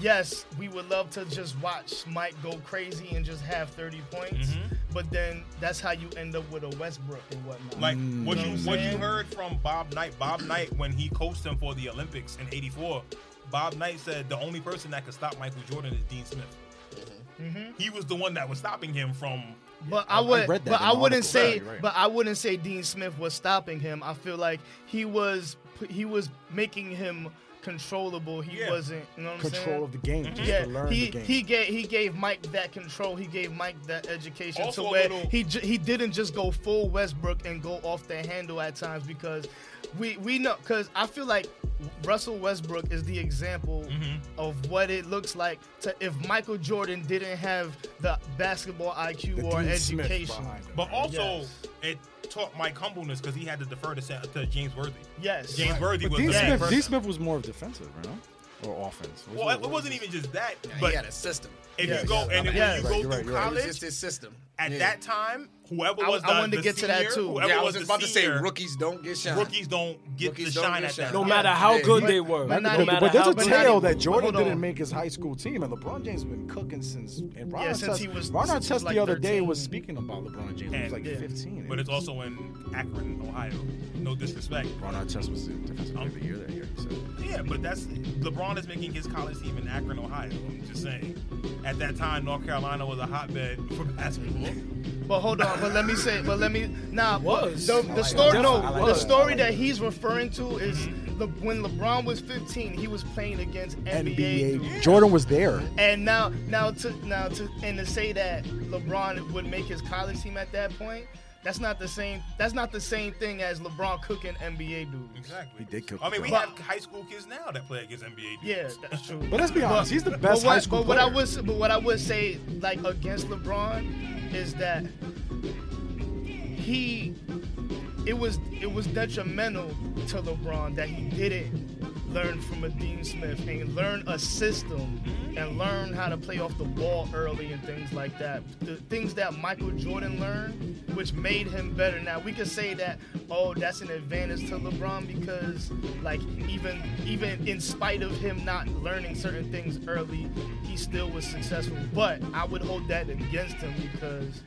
Speaker 3: yes, we would love to just watch Mike go crazy and just have 30 points,
Speaker 1: Mm-hmm.
Speaker 3: but then that's how you end up with a Westbrook and whatnot.
Speaker 1: Like what
Speaker 3: Know
Speaker 1: you
Speaker 3: what I'm
Speaker 1: what you
Speaker 3: saying?
Speaker 1: heard from Bob Knight. Bob Knight when he coached him for the Olympics in '84. Bob Knight said the only person that could stop Michael Jordan is Dean Smith. He was the one that was stopping him from.
Speaker 3: But I would,
Speaker 7: read that
Speaker 3: but
Speaker 7: in
Speaker 3: I
Speaker 7: the
Speaker 3: wouldn't
Speaker 7: article.
Speaker 3: say,
Speaker 7: Yeah, you're right.
Speaker 3: but I wouldn't say Dean Smith was stopping him. I feel like he was, he was making him controllable. He
Speaker 1: Yeah.
Speaker 3: wasn't, you know what I'm saying?
Speaker 6: Control of the game. Just to
Speaker 3: yeah,
Speaker 6: learn
Speaker 3: he
Speaker 6: the game.
Speaker 3: he gave he gave Mike that control. He gave Mike that education
Speaker 1: Also a
Speaker 3: to where
Speaker 1: little-
Speaker 3: he ju- he didn't just go full Westbrook and go off the handle at times because we we know because I feel like Russell Westbrook is the example
Speaker 1: Mm-hmm.
Speaker 3: of what it looks like to if Michael Jordan didn't have the basketball IQ
Speaker 6: The
Speaker 3: or
Speaker 6: Dean Smith
Speaker 3: education.
Speaker 6: behind him.
Speaker 1: But also,
Speaker 3: Yes.
Speaker 1: it taught Mike humbleness because he had to defer to, Sa- to James Worthy.
Speaker 3: Yes,
Speaker 1: James Worthy
Speaker 6: But
Speaker 1: was
Speaker 6: Dean
Speaker 1: the
Speaker 6: Smith,
Speaker 1: first.
Speaker 6: Dean Smith was more of defensive, you know, or offense.
Speaker 1: Well, it, it wasn't even just that,
Speaker 2: But
Speaker 1: but
Speaker 2: he had a system.
Speaker 1: if
Speaker 3: Yes.
Speaker 1: you go and
Speaker 3: Yeah,
Speaker 1: when you
Speaker 6: right, you're
Speaker 1: go
Speaker 3: you're
Speaker 1: through
Speaker 6: right, you're right.
Speaker 2: It was
Speaker 1: college
Speaker 2: just his system.
Speaker 1: at
Speaker 2: Yeah.
Speaker 1: that time, whoever
Speaker 3: I-
Speaker 1: was the,
Speaker 3: I wanted to
Speaker 1: the
Speaker 3: get to that,
Speaker 1: senior-
Speaker 3: too.
Speaker 1: Whoever
Speaker 2: Yeah, I was
Speaker 1: was,
Speaker 2: just
Speaker 1: the
Speaker 2: about to say
Speaker 1: senior,
Speaker 2: rookies don't get shot.
Speaker 1: rookies don't get
Speaker 2: Rookies
Speaker 1: the
Speaker 2: don't
Speaker 1: shine
Speaker 2: get
Speaker 1: at that.
Speaker 2: shine.
Speaker 4: No
Speaker 1: time.
Speaker 4: matter how
Speaker 2: Yeah.
Speaker 4: good
Speaker 3: But-
Speaker 4: they were.
Speaker 3: but not
Speaker 4: no
Speaker 3: even-
Speaker 4: matter
Speaker 6: but there's
Speaker 4: how
Speaker 6: a
Speaker 3: but
Speaker 4: good
Speaker 3: not
Speaker 6: tale
Speaker 3: even-
Speaker 6: that Jordan
Speaker 3: hold on.
Speaker 6: didn't make his high school team, and LeBron James has been cooking since. And Ron
Speaker 3: Yeah,
Speaker 6: Artest,
Speaker 3: since he was-
Speaker 6: Ron
Speaker 3: since
Speaker 6: Artest
Speaker 3: he was like
Speaker 6: the other day was
Speaker 3: 13.
Speaker 6: speaking about LeBron James. He
Speaker 1: And-
Speaker 6: was like
Speaker 1: Yeah.
Speaker 6: 15.
Speaker 1: But it's also in Akron, Ohio. No disrespect.
Speaker 7: Ron Artest was the defensive player of the year that year. He said.
Speaker 1: Yeah, but that's LeBron is making his college team in Akron, Ohio. I'm just saying. At that time, North Carolina was a hotbed for basketball.
Speaker 3: But hold on, but let me say, but let me nah.
Speaker 4: Was.
Speaker 3: the,
Speaker 6: I
Speaker 3: the
Speaker 6: like
Speaker 3: story?
Speaker 6: that.
Speaker 3: No,
Speaker 6: I like
Speaker 3: the
Speaker 6: that.
Speaker 3: story that he's referring to is Le- when LeBron was 15, he was playing against NBA, dudes.
Speaker 6: NBA. Jordan was there.
Speaker 3: and now now to now to and to say that LeBron would make his college team at that point, that's not the same. That's not the same thing as LeBron cooking NBA dudes.
Speaker 1: Exactly.
Speaker 7: He did kill
Speaker 1: I mean, we
Speaker 3: But-
Speaker 1: have high school kids now that play against NBA. Dudes.
Speaker 3: Yeah, that's true.
Speaker 6: But let's be honest, he's the best
Speaker 3: but what,
Speaker 6: high school
Speaker 3: But what I
Speaker 6: player.
Speaker 3: would, s- but what I would say, like against LeBron, is that he, it was it was detrimental to LeBron that he didn't learn from a Dean Smith and learn a system and learn how to play off the ball early and things like that. The things that Michael Jordan learned, which made him better. Now we could say that, oh, that's an advantage to LeBron because, like, even even in spite of him not learning certain things early, he still was successful. But I would hold that against him because,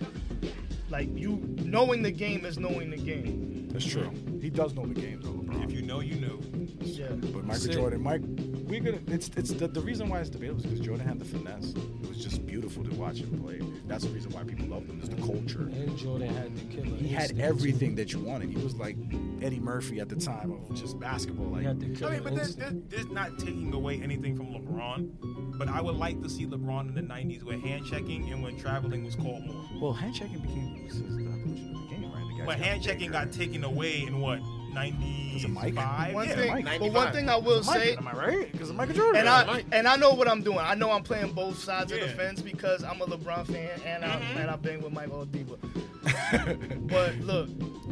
Speaker 3: like, you knowing the game is knowing the game.
Speaker 6: That's true. He does know the game, though, LeBron.
Speaker 1: If you know, you know.
Speaker 3: Yeah.
Speaker 6: But Michael
Speaker 7: Sick.
Speaker 6: Jordan, Mike, we're gonna. It's it's the, the reason why it's debatable is because Jordan had the finesse.
Speaker 7: It was just beautiful to watch him play. That's the reason why people loved him is the culture.
Speaker 4: And Jordan had the killer.
Speaker 7: He had
Speaker 4: instinct.
Speaker 7: everything that you wanted. He was like Eddie Murphy at the time of just basketball.
Speaker 4: He
Speaker 7: Like
Speaker 4: had the
Speaker 1: I
Speaker 4: killer.
Speaker 1: mean, but there's,
Speaker 4: instinct.
Speaker 1: there's, there's not taking away anything from LeBron. But I would like to see LeBron in the 90s where hand checking and when traveling was called more.
Speaker 7: well, hand checking became this is the evolution of the game, right? The guys
Speaker 1: But
Speaker 7: got
Speaker 1: hand checking
Speaker 7: bigger.
Speaker 1: got taken away in what,
Speaker 7: it Mike?
Speaker 1: 95?
Speaker 3: One
Speaker 1: yeah,
Speaker 3: thing,
Speaker 1: Mike.
Speaker 3: but
Speaker 7: 95.
Speaker 3: one thing I will say,
Speaker 6: Am I right? Because Michael Jordan.
Speaker 3: and I and I know what I'm doing. I know I'm playing both sides of
Speaker 1: Yeah.
Speaker 3: the fence because I'm a LeBron fan and I and I've been with Mike Oladipo. but look,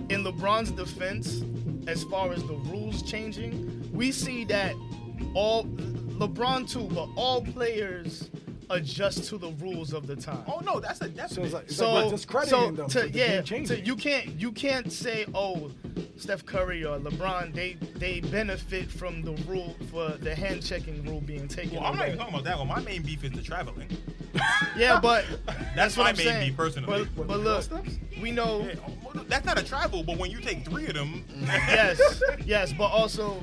Speaker 3: in LeBron's defense, as far as the rules changing, we see that all LeBron too, but all players adjust to the rules of the time.
Speaker 1: Oh, no, that's a definite.
Speaker 6: So it's like, it's
Speaker 3: So,
Speaker 6: like we're discrediting
Speaker 3: so
Speaker 6: them.
Speaker 3: to-
Speaker 6: for the
Speaker 3: yeah,
Speaker 6: game changing.
Speaker 3: to, you can't you can't say oh, Steph Curry or LeBron they they benefit from the rule for the hand checking rule being taken
Speaker 1: Well, I'm not
Speaker 3: away.
Speaker 1: even talking about that one. My main beef is the traveling.
Speaker 3: Yeah, but
Speaker 1: That's
Speaker 3: what
Speaker 1: my
Speaker 3: I'm
Speaker 1: main
Speaker 3: saying.
Speaker 1: beef personally.
Speaker 3: But, but look, we know
Speaker 1: Yeah, oh, well, That's not a travel, but when you take three of them,
Speaker 3: Mm-hmm. yes, yes, but also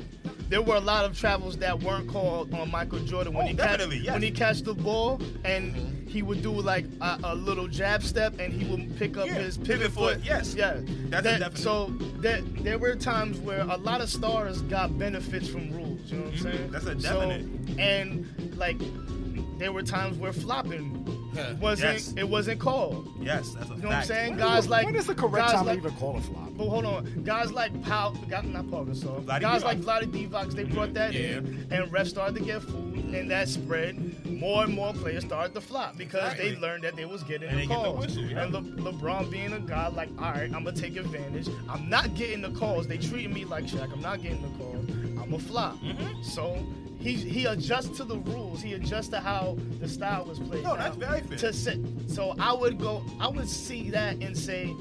Speaker 3: there were a lot of travels that weren't called on Michael Jordan when
Speaker 1: Oh,
Speaker 3: he
Speaker 1: definitely,
Speaker 3: catch,
Speaker 1: yes.
Speaker 3: when he catch the ball and he would do like a, a little jab step, and he would pick up
Speaker 1: Yeah,
Speaker 3: his pivot,
Speaker 1: pivot foot,
Speaker 3: foot.
Speaker 1: yes.
Speaker 3: yeah.
Speaker 1: That's a
Speaker 3: that,
Speaker 1: definite.
Speaker 3: so that there were times where a lot of stars got benefits from rules. You know what I'm saying?
Speaker 1: Mm-hmm. That's a
Speaker 3: So-
Speaker 1: definite.
Speaker 3: and like there were times where flopping wasn't
Speaker 1: Yes.
Speaker 3: it wasn't called.
Speaker 1: Yes, that's a
Speaker 3: You know what I'm
Speaker 1: fact.
Speaker 3: saying? Guys like
Speaker 6: when is the correct
Speaker 3: guys
Speaker 6: time
Speaker 3: like-
Speaker 6: to even call a flop?
Speaker 3: but hold on, guys like Pau, got not Paul Gasol,
Speaker 1: Vlade
Speaker 3: guys
Speaker 1: Divac.
Speaker 3: like Vlade Divac, they brought that in, and refs started to get fooled, and that spread. More and more players started to flop because they learned that they was getting
Speaker 1: And
Speaker 3: the
Speaker 1: they get the
Speaker 3: calls.
Speaker 1: whistle, yeah.
Speaker 3: And Le- LeBron being a guy like, all right, I'm gonna take advantage. I'm not getting the calls. They treating me like Shaq. I'm not getting the calls. I'm a flop.
Speaker 1: Mm-hmm.
Speaker 3: So. He, he adjusts to the rules. He adjusts to how the style was played.
Speaker 1: No, that's
Speaker 3: now.
Speaker 1: very fair.
Speaker 3: To sit. So I would go. I would see that and say,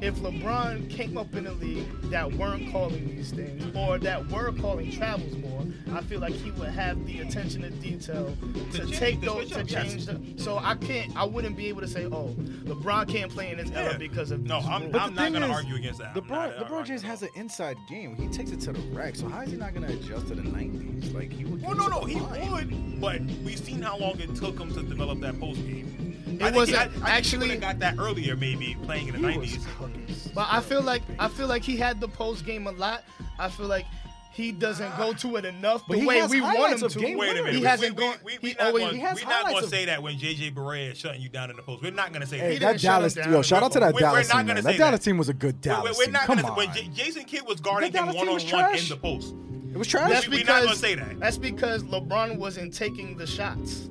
Speaker 3: if LeBron came up in a league that weren't calling these things or that were calling travels more, I feel like he would have the attention to detail to,
Speaker 1: change-
Speaker 3: take
Speaker 1: to switch
Speaker 3: those to
Speaker 1: up, yes.
Speaker 3: change. The, so I can't, I wouldn't be able to say, oh, LeBron can't play in this
Speaker 1: Yeah.
Speaker 3: era because of
Speaker 1: No,
Speaker 3: these
Speaker 1: I'm-
Speaker 3: rules.
Speaker 1: But
Speaker 3: But,
Speaker 1: I'm-
Speaker 6: the
Speaker 1: not
Speaker 6: thing
Speaker 1: gonna
Speaker 6: is,
Speaker 1: argue against that. I'm not
Speaker 6: LeBron,
Speaker 1: gonna
Speaker 6: LeBron
Speaker 1: argue
Speaker 6: James
Speaker 1: at
Speaker 6: has
Speaker 1: all.
Speaker 6: an inside game. He takes it to the rack. So how is he not going to adjust to the '90s? Like he would.
Speaker 1: Well,
Speaker 6: was
Speaker 1: no, no, he
Speaker 6: fine.
Speaker 1: would, but we've seen how long it took him to develop that post game.
Speaker 3: wasn't-
Speaker 1: he
Speaker 3: actually-
Speaker 1: would've got that earlier, maybe playing in the
Speaker 6: He was
Speaker 1: nineties.
Speaker 6: cooking.
Speaker 3: I feel like I feel like he had the post game a lot. I feel like. He doesn't go to it enough
Speaker 6: But
Speaker 3: the
Speaker 6: he
Speaker 3: way
Speaker 6: has
Speaker 3: we want
Speaker 6: highlights
Speaker 3: him
Speaker 6: of
Speaker 3: to.
Speaker 6: game
Speaker 1: Wait a
Speaker 6: winners.
Speaker 1: minute,
Speaker 3: He
Speaker 1: we-
Speaker 3: hasn't
Speaker 1: we,
Speaker 3: gone.
Speaker 1: We, we,
Speaker 3: he
Speaker 1: not
Speaker 3: always
Speaker 1: gonna,
Speaker 6: he has
Speaker 1: we're not going
Speaker 6: highlights
Speaker 1: to
Speaker 6: of-
Speaker 1: say that when JJ Barea is shutting you down in the post. We're not going to say
Speaker 6: Hey,
Speaker 1: that.
Speaker 3: He didn't
Speaker 6: that
Speaker 3: shut him
Speaker 6: Dallas,
Speaker 3: down.
Speaker 6: yo! Shout out to that
Speaker 1: We're- we're
Speaker 6: Dallas
Speaker 1: not
Speaker 6: team.
Speaker 1: gonna
Speaker 6: man. That
Speaker 1: say that.
Speaker 6: Dallas team was a good
Speaker 1: We're,
Speaker 6: Dallas
Speaker 1: we're not
Speaker 6: team.
Speaker 1: going
Speaker 6: Come
Speaker 1: to.
Speaker 6: on,
Speaker 1: When J- Jason Kidd was guarding
Speaker 6: That
Speaker 1: him
Speaker 6: Dallas
Speaker 1: one
Speaker 6: team
Speaker 1: on
Speaker 6: was
Speaker 1: one in
Speaker 6: trash.
Speaker 1: the post.
Speaker 6: it was trash.
Speaker 3: That's
Speaker 1: We- we not
Speaker 3: because
Speaker 1: gonna say that.
Speaker 3: that's because LeBron wasn't taking the shots.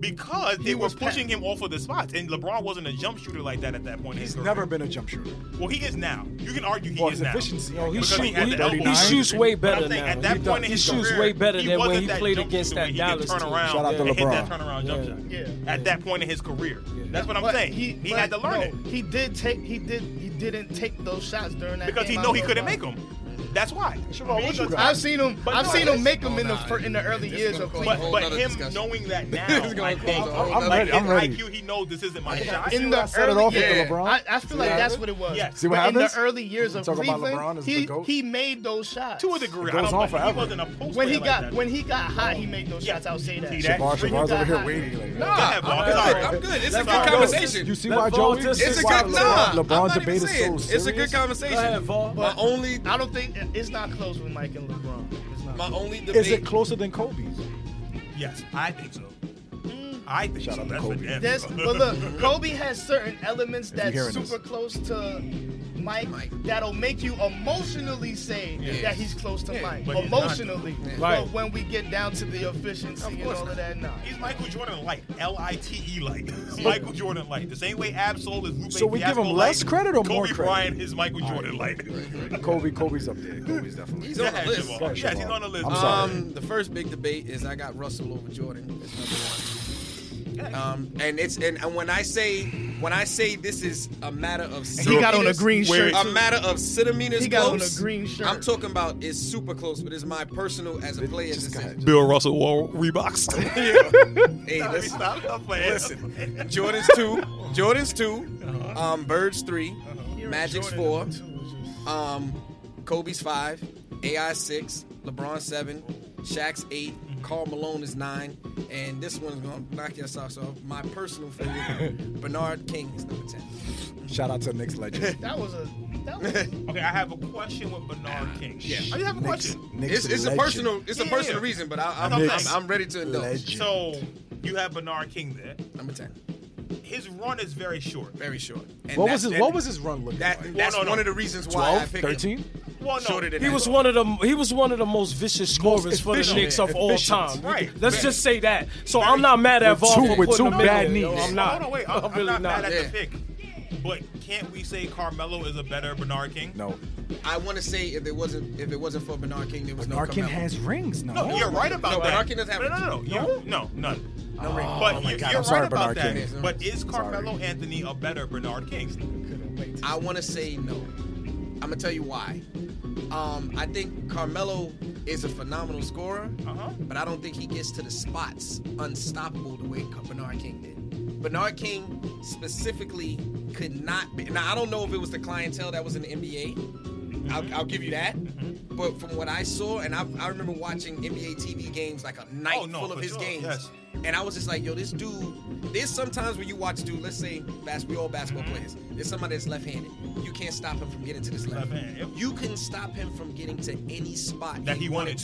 Speaker 1: Because they
Speaker 3: He
Speaker 1: were
Speaker 3: was
Speaker 1: pushing
Speaker 3: packed.
Speaker 1: him off of the spots, and LeBron wasn't a jump shooter like that at that point. in his
Speaker 6: He's
Speaker 1: career.
Speaker 6: never been a jump shooter.
Speaker 1: Well, he is now. You can argue he
Speaker 6: Well,
Speaker 1: is
Speaker 6: his
Speaker 1: now.
Speaker 6: efficiency.
Speaker 4: Yo, he,
Speaker 1: Because
Speaker 4: shoot,
Speaker 1: he had
Speaker 4: he,
Speaker 1: the
Speaker 4: he
Speaker 1: elbow.
Speaker 4: shoots way better
Speaker 1: I'm saying,
Speaker 4: now.
Speaker 1: at that
Speaker 4: he
Speaker 1: point in
Speaker 4: does.
Speaker 1: his
Speaker 4: he shoots
Speaker 1: career,
Speaker 4: way better
Speaker 1: he
Speaker 4: than when
Speaker 1: wasn't
Speaker 4: he
Speaker 1: that
Speaker 4: played
Speaker 1: jump
Speaker 4: against
Speaker 1: shooter
Speaker 4: that
Speaker 1: where he could
Speaker 4: Dallas
Speaker 1: turn
Speaker 4: team.
Speaker 1: around
Speaker 6: Shout out to
Speaker 1: and hit that
Speaker 6: LeBron.
Speaker 1: turnaround jump
Speaker 4: Yeah.
Speaker 1: shot.
Speaker 3: Yeah.
Speaker 1: At that point in his career, that's what I'm
Speaker 3: But
Speaker 1: saying. He,
Speaker 3: but
Speaker 1: had to learn
Speaker 3: no,
Speaker 1: it
Speaker 3: He did take. He did. He didn't take those shots during that
Speaker 1: because he
Speaker 3: game.
Speaker 1: know
Speaker 3: I
Speaker 1: he
Speaker 3: know
Speaker 1: couldn't
Speaker 3: why.
Speaker 1: make them. That's why. I mean,
Speaker 6: what you
Speaker 1: because-
Speaker 6: got?
Speaker 3: I've seen him.
Speaker 1: But
Speaker 3: I've
Speaker 1: no,
Speaker 3: seen
Speaker 1: this-
Speaker 3: him
Speaker 6: Oh,
Speaker 3: make them in the
Speaker 2: nah,
Speaker 3: fir- in the early
Speaker 2: this
Speaker 3: years
Speaker 2: gonna
Speaker 3: of
Speaker 2: cause a
Speaker 3: Cleveland.
Speaker 1: But,
Speaker 2: whole
Speaker 1: but
Speaker 2: nother
Speaker 1: him
Speaker 2: discussion.
Speaker 1: knowing that now,
Speaker 2: It's gonna
Speaker 1: I
Speaker 2: cause
Speaker 1: think,
Speaker 2: a whole
Speaker 1: like,
Speaker 2: nother-
Speaker 6: I'm ready, I'm
Speaker 1: his
Speaker 6: ready.
Speaker 1: IQ, he knows this isn't my
Speaker 2: Yeah.
Speaker 1: shot.
Speaker 6: See
Speaker 3: in
Speaker 6: what I
Speaker 3: the
Speaker 6: set it
Speaker 3: early
Speaker 6: off with the
Speaker 3: yeah,
Speaker 6: LeBron?
Speaker 3: I, I feel
Speaker 6: See
Speaker 3: like
Speaker 6: what
Speaker 3: that's
Speaker 6: happened?
Speaker 3: what it was.
Speaker 1: Yes.
Speaker 6: See what
Speaker 3: But in the
Speaker 6: happens?
Speaker 3: early years of
Speaker 6: Talk about
Speaker 3: Cleveland,
Speaker 6: LeBron as the
Speaker 3: he,
Speaker 6: GOAT.
Speaker 3: he made those shots
Speaker 1: To a degree,
Speaker 6: It
Speaker 1: I
Speaker 6: goes
Speaker 1: don't
Speaker 6: on
Speaker 1: think he
Speaker 6: forever.
Speaker 1: wasn't a post
Speaker 3: when he
Speaker 1: player
Speaker 3: got
Speaker 1: like that.
Speaker 3: when he got hot, he made those shots. I'll say that.
Speaker 1: See that?
Speaker 6: Shavar,
Speaker 1: When you
Speaker 6: Shavar's over
Speaker 3: got
Speaker 6: here
Speaker 3: hot.
Speaker 6: waiting. Like,
Speaker 1: Go ahead, Bob.
Speaker 2: I'm
Speaker 1: Sorry.
Speaker 2: good. I'm good. It's
Speaker 4: Let's
Speaker 2: a good
Speaker 4: go.
Speaker 2: conversation.
Speaker 6: You see
Speaker 4: That
Speaker 6: why
Speaker 4: ball
Speaker 6: Joey?
Speaker 4: just
Speaker 6: You
Speaker 2: It's
Speaker 6: see
Speaker 2: a
Speaker 6: why
Speaker 2: good nah.
Speaker 6: LeBron,
Speaker 2: I'm
Speaker 6: LeBron
Speaker 2: not even
Speaker 6: debate is
Speaker 2: saying.
Speaker 6: so
Speaker 2: It's a
Speaker 6: serious?
Speaker 2: good
Speaker 4: Go ahead,
Speaker 2: conversation.
Speaker 4: Vol.
Speaker 2: My only,
Speaker 3: I don't think it's not close with Mike and LeBron. It's not.
Speaker 2: my only debate.
Speaker 6: Is it closer than Kobe's?
Speaker 1: Yes, I think so. I think
Speaker 6: Shout
Speaker 1: so.
Speaker 6: out to
Speaker 1: That's for
Speaker 6: Kobe.
Speaker 1: damn
Speaker 3: That's,
Speaker 1: sure.
Speaker 3: but look, Kobe has certain elements that's
Speaker 6: hearing
Speaker 3: super
Speaker 6: this.
Speaker 3: close to Mike,
Speaker 2: Mike.
Speaker 3: that'll make you emotionally say that he's close to
Speaker 2: Yeah,
Speaker 3: Mike.
Speaker 1: but he's not.
Speaker 3: emotionally.
Speaker 4: Right.
Speaker 3: But when we get down to the efficiency and
Speaker 2: course
Speaker 3: all of that, nah.
Speaker 1: He's Michael Jordan light, L I T E light. Michael Jordan light. The same way Absol is Lupe
Speaker 6: So we give
Speaker 1: Fiasco
Speaker 6: him less
Speaker 1: light,
Speaker 6: credit or
Speaker 1: Kobe
Speaker 6: more credit?
Speaker 1: Bryant is Michael Jordan light.
Speaker 6: Kobe, Kobe's up there.
Speaker 8: Kobe's definitely.
Speaker 2: He's
Speaker 1: Go
Speaker 2: on the
Speaker 1: ahead,
Speaker 2: list.
Speaker 1: Javon. Yes, he's on the list.
Speaker 6: I'm sorry.
Speaker 2: Um, the first big debate is I got Russell over Jordan. That's number one. Um, and it's and, and when I say when I say this is a matter of
Speaker 3: He got on a
Speaker 2: centimeters,
Speaker 3: green shirt.
Speaker 2: a matter of centimeters
Speaker 3: He got on
Speaker 2: close,
Speaker 3: a green shirt.
Speaker 2: I'm talking about is super close, but it's my personal as a player.
Speaker 6: Just
Speaker 2: decision.
Speaker 6: got-
Speaker 1: Bill Russell wore Reeboks.
Speaker 2: Hey, listen,
Speaker 1: Stop, stop playing.
Speaker 2: listen. Jordan's two, Jordan's two,
Speaker 1: Uh-huh.
Speaker 2: um, Birds 3 Magic's four, um, Kobe's five, AI six, LeBron seven, Shaq's eight,
Speaker 1: Mm-hmm.
Speaker 2: Carl Malone is nine, and this one's gonna knock your socks off. My personal favorite, Bernard King is number ten.
Speaker 6: Shout out to the next legend.
Speaker 3: That was a. That was,
Speaker 1: Okay, I have a question with Bernard King. Yeah, I just have a
Speaker 6: Next,
Speaker 1: question.
Speaker 6: next
Speaker 2: It's, it's a
Speaker 6: legend.
Speaker 2: personal, it's a
Speaker 1: Yeah.
Speaker 2: personal reason, but I, I'm, I'm,
Speaker 1: Knicks
Speaker 2: I'm ready to indulge.
Speaker 6: legend.
Speaker 1: So you have Bernard King there.
Speaker 2: Number ten,
Speaker 1: His run is very short.
Speaker 2: very short. And
Speaker 6: What
Speaker 2: that's-
Speaker 6: was his
Speaker 2: that-
Speaker 6: What was his run looking
Speaker 2: That,
Speaker 6: like?
Speaker 2: that's
Speaker 1: no, no.
Speaker 2: one of the reasons why I
Speaker 6: 12,
Speaker 2: picked him.
Speaker 6: 13?
Speaker 1: Well, no,
Speaker 2: Shorter than
Speaker 1: he
Speaker 4: He
Speaker 2: that.
Speaker 4: was one of the he was one of the most vicious scorers for the
Speaker 6: efficient.
Speaker 4: Knicks of all time.
Speaker 6: Efficient.
Speaker 1: Right.
Speaker 4: Let's
Speaker 1: Very-
Speaker 4: just say that. So I'm not mad at
Speaker 6: With
Speaker 4: Vol
Speaker 6: two-
Speaker 4: for
Speaker 6: with two
Speaker 4: putting him in
Speaker 6: bad
Speaker 4: there, yo.
Speaker 6: knees.
Speaker 4: I'm not.
Speaker 1: No, no, wait.
Speaker 4: I'm,
Speaker 1: I'm, I'm
Speaker 4: really
Speaker 1: not,
Speaker 4: not.
Speaker 1: mad at
Speaker 2: Yeah.
Speaker 1: the pick. But can't we say Carmelo is a better Bernard King?
Speaker 6: No,
Speaker 2: I want to say if it wasn't if it wasn't for Bernard King, there was no
Speaker 6: Narkin
Speaker 2: Carmelo.
Speaker 6: has rings. No,
Speaker 1: No, you're right about
Speaker 2: No,
Speaker 1: that.
Speaker 2: Bernard King doesn't have
Speaker 1: no, no, no,
Speaker 2: rings.
Speaker 1: no, you- no, none.
Speaker 2: Oh
Speaker 1: No ring. But you-
Speaker 6: God,
Speaker 1: you're
Speaker 6: I'm sorry,
Speaker 1: right about
Speaker 6: Bernard
Speaker 1: that.
Speaker 6: King.
Speaker 1: But is Carmelo Anthony a better Bernard King?
Speaker 2: I want to say no. I'm gonna tell you why. Um, I think Carmelo is a phenomenal scorer,
Speaker 1: Uh-huh.
Speaker 2: but I don't think he gets to the spots unstoppable the way Bernard King did. Bernard King specifically could not. Be, now I don't know if it was the clientele that was in the NBA.
Speaker 1: Mm-hmm.
Speaker 2: I'll, I'll give you that. But from what I saw, and I, I remember watching NBA TV games like a night
Speaker 1: Oh, no,
Speaker 2: full of
Speaker 1: for
Speaker 2: his
Speaker 1: sure,
Speaker 2: games,
Speaker 1: yes.
Speaker 2: and I was just like, yo, this dude there's sometimes when you watch dude, let's say bas- we all basketball
Speaker 1: Mm-hmm.
Speaker 2: players. There's somebody that's left-handed. You can't stop him from getting to this left.
Speaker 1: Left hand, yep.
Speaker 2: You can stop him from getting to any spot
Speaker 1: That he wanted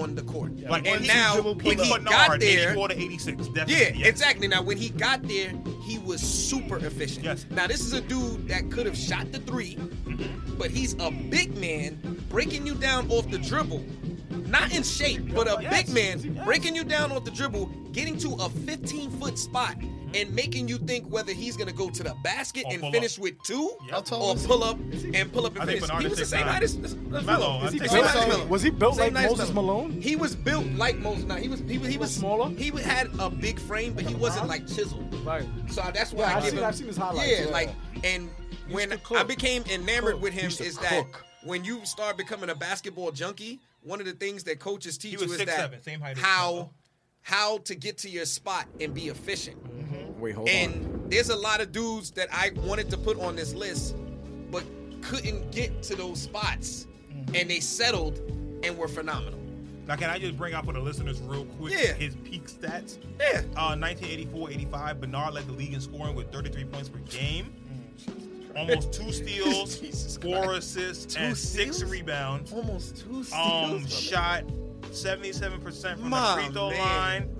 Speaker 2: on the court.
Speaker 1: Like
Speaker 2: and
Speaker 1: one, two,
Speaker 2: now
Speaker 3: dribble,
Speaker 2: when
Speaker 3: pull
Speaker 2: he
Speaker 3: up.
Speaker 2: got there,
Speaker 1: 84 to 86. Definitely.
Speaker 2: yeah,
Speaker 1: yes.
Speaker 2: exactly. Now, when he got there, he was super efficient.
Speaker 1: Yes.
Speaker 2: Now, this is a dude that could have shot the 3
Speaker 1: Mm-hmm.
Speaker 2: but he's a big man breaking you down off the dribble. Not in shape, but a big man breaking you down off the dribble, getting to a 15 foot spot, and making you think whether he's going to go to the basket
Speaker 1: Mm-hmm. Or
Speaker 2: and
Speaker 1: pull
Speaker 2: finish
Speaker 1: up.
Speaker 2: with two,
Speaker 1: How tall
Speaker 2: or
Speaker 3: is he?
Speaker 2: pull up and pull up and
Speaker 1: I think
Speaker 2: finish.
Speaker 1: Bernard
Speaker 2: He
Speaker 1: is
Speaker 2: was the same
Speaker 1: 6'9".
Speaker 2: height as, as, as
Speaker 1: Mello,
Speaker 2: Is
Speaker 1: I
Speaker 2: he
Speaker 1: think
Speaker 2: same
Speaker 1: so.
Speaker 2: height as Mello.
Speaker 4: Was he built
Speaker 2: Same
Speaker 4: like
Speaker 2: height as
Speaker 4: Moses
Speaker 2: Mello.
Speaker 4: Malone?
Speaker 2: He was built like Moses. Nah, he was he was he was
Speaker 4: smaller?
Speaker 2: He had a big frame, but he wasn't like chiseled.
Speaker 4: Right.
Speaker 2: So that's why
Speaker 5: Yeah,
Speaker 2: I
Speaker 5: I've
Speaker 2: give
Speaker 5: seen-
Speaker 2: him.
Speaker 5: I've seen his highlights,
Speaker 2: Yeah,
Speaker 5: yeah.
Speaker 2: like and when
Speaker 4: to cook.
Speaker 2: I became enamored with him
Speaker 6: Used to
Speaker 2: is that
Speaker 6: cook.
Speaker 2: when you start becoming a basketball junkie, one of the things that coaches teach
Speaker 1: He
Speaker 2: you
Speaker 1: was 6'7",
Speaker 2: is that
Speaker 1: same height as
Speaker 2: how
Speaker 1: Melo.
Speaker 2: how to get to your spot and be efficient.
Speaker 7: Wait, hold on.
Speaker 2: And there's a lot of dudes that I wanted to put on this list, but couldn't get to those spots, and they settled and were phenomenal.
Speaker 1: Now, can I just bring out for the listeners real quick
Speaker 2: Yeah.
Speaker 1: his peak stats?
Speaker 2: Yeah.
Speaker 1: Uh, 1984-85, Bernard led the league in scoring with 33 points per game,
Speaker 2: Mm,
Speaker 1: almost two steals, four assists, and six
Speaker 2: steals?
Speaker 1: rebounds.
Speaker 2: Almost two steals.
Speaker 1: Um, shot 77% from
Speaker 2: My
Speaker 1: the free throw
Speaker 2: man.
Speaker 1: line.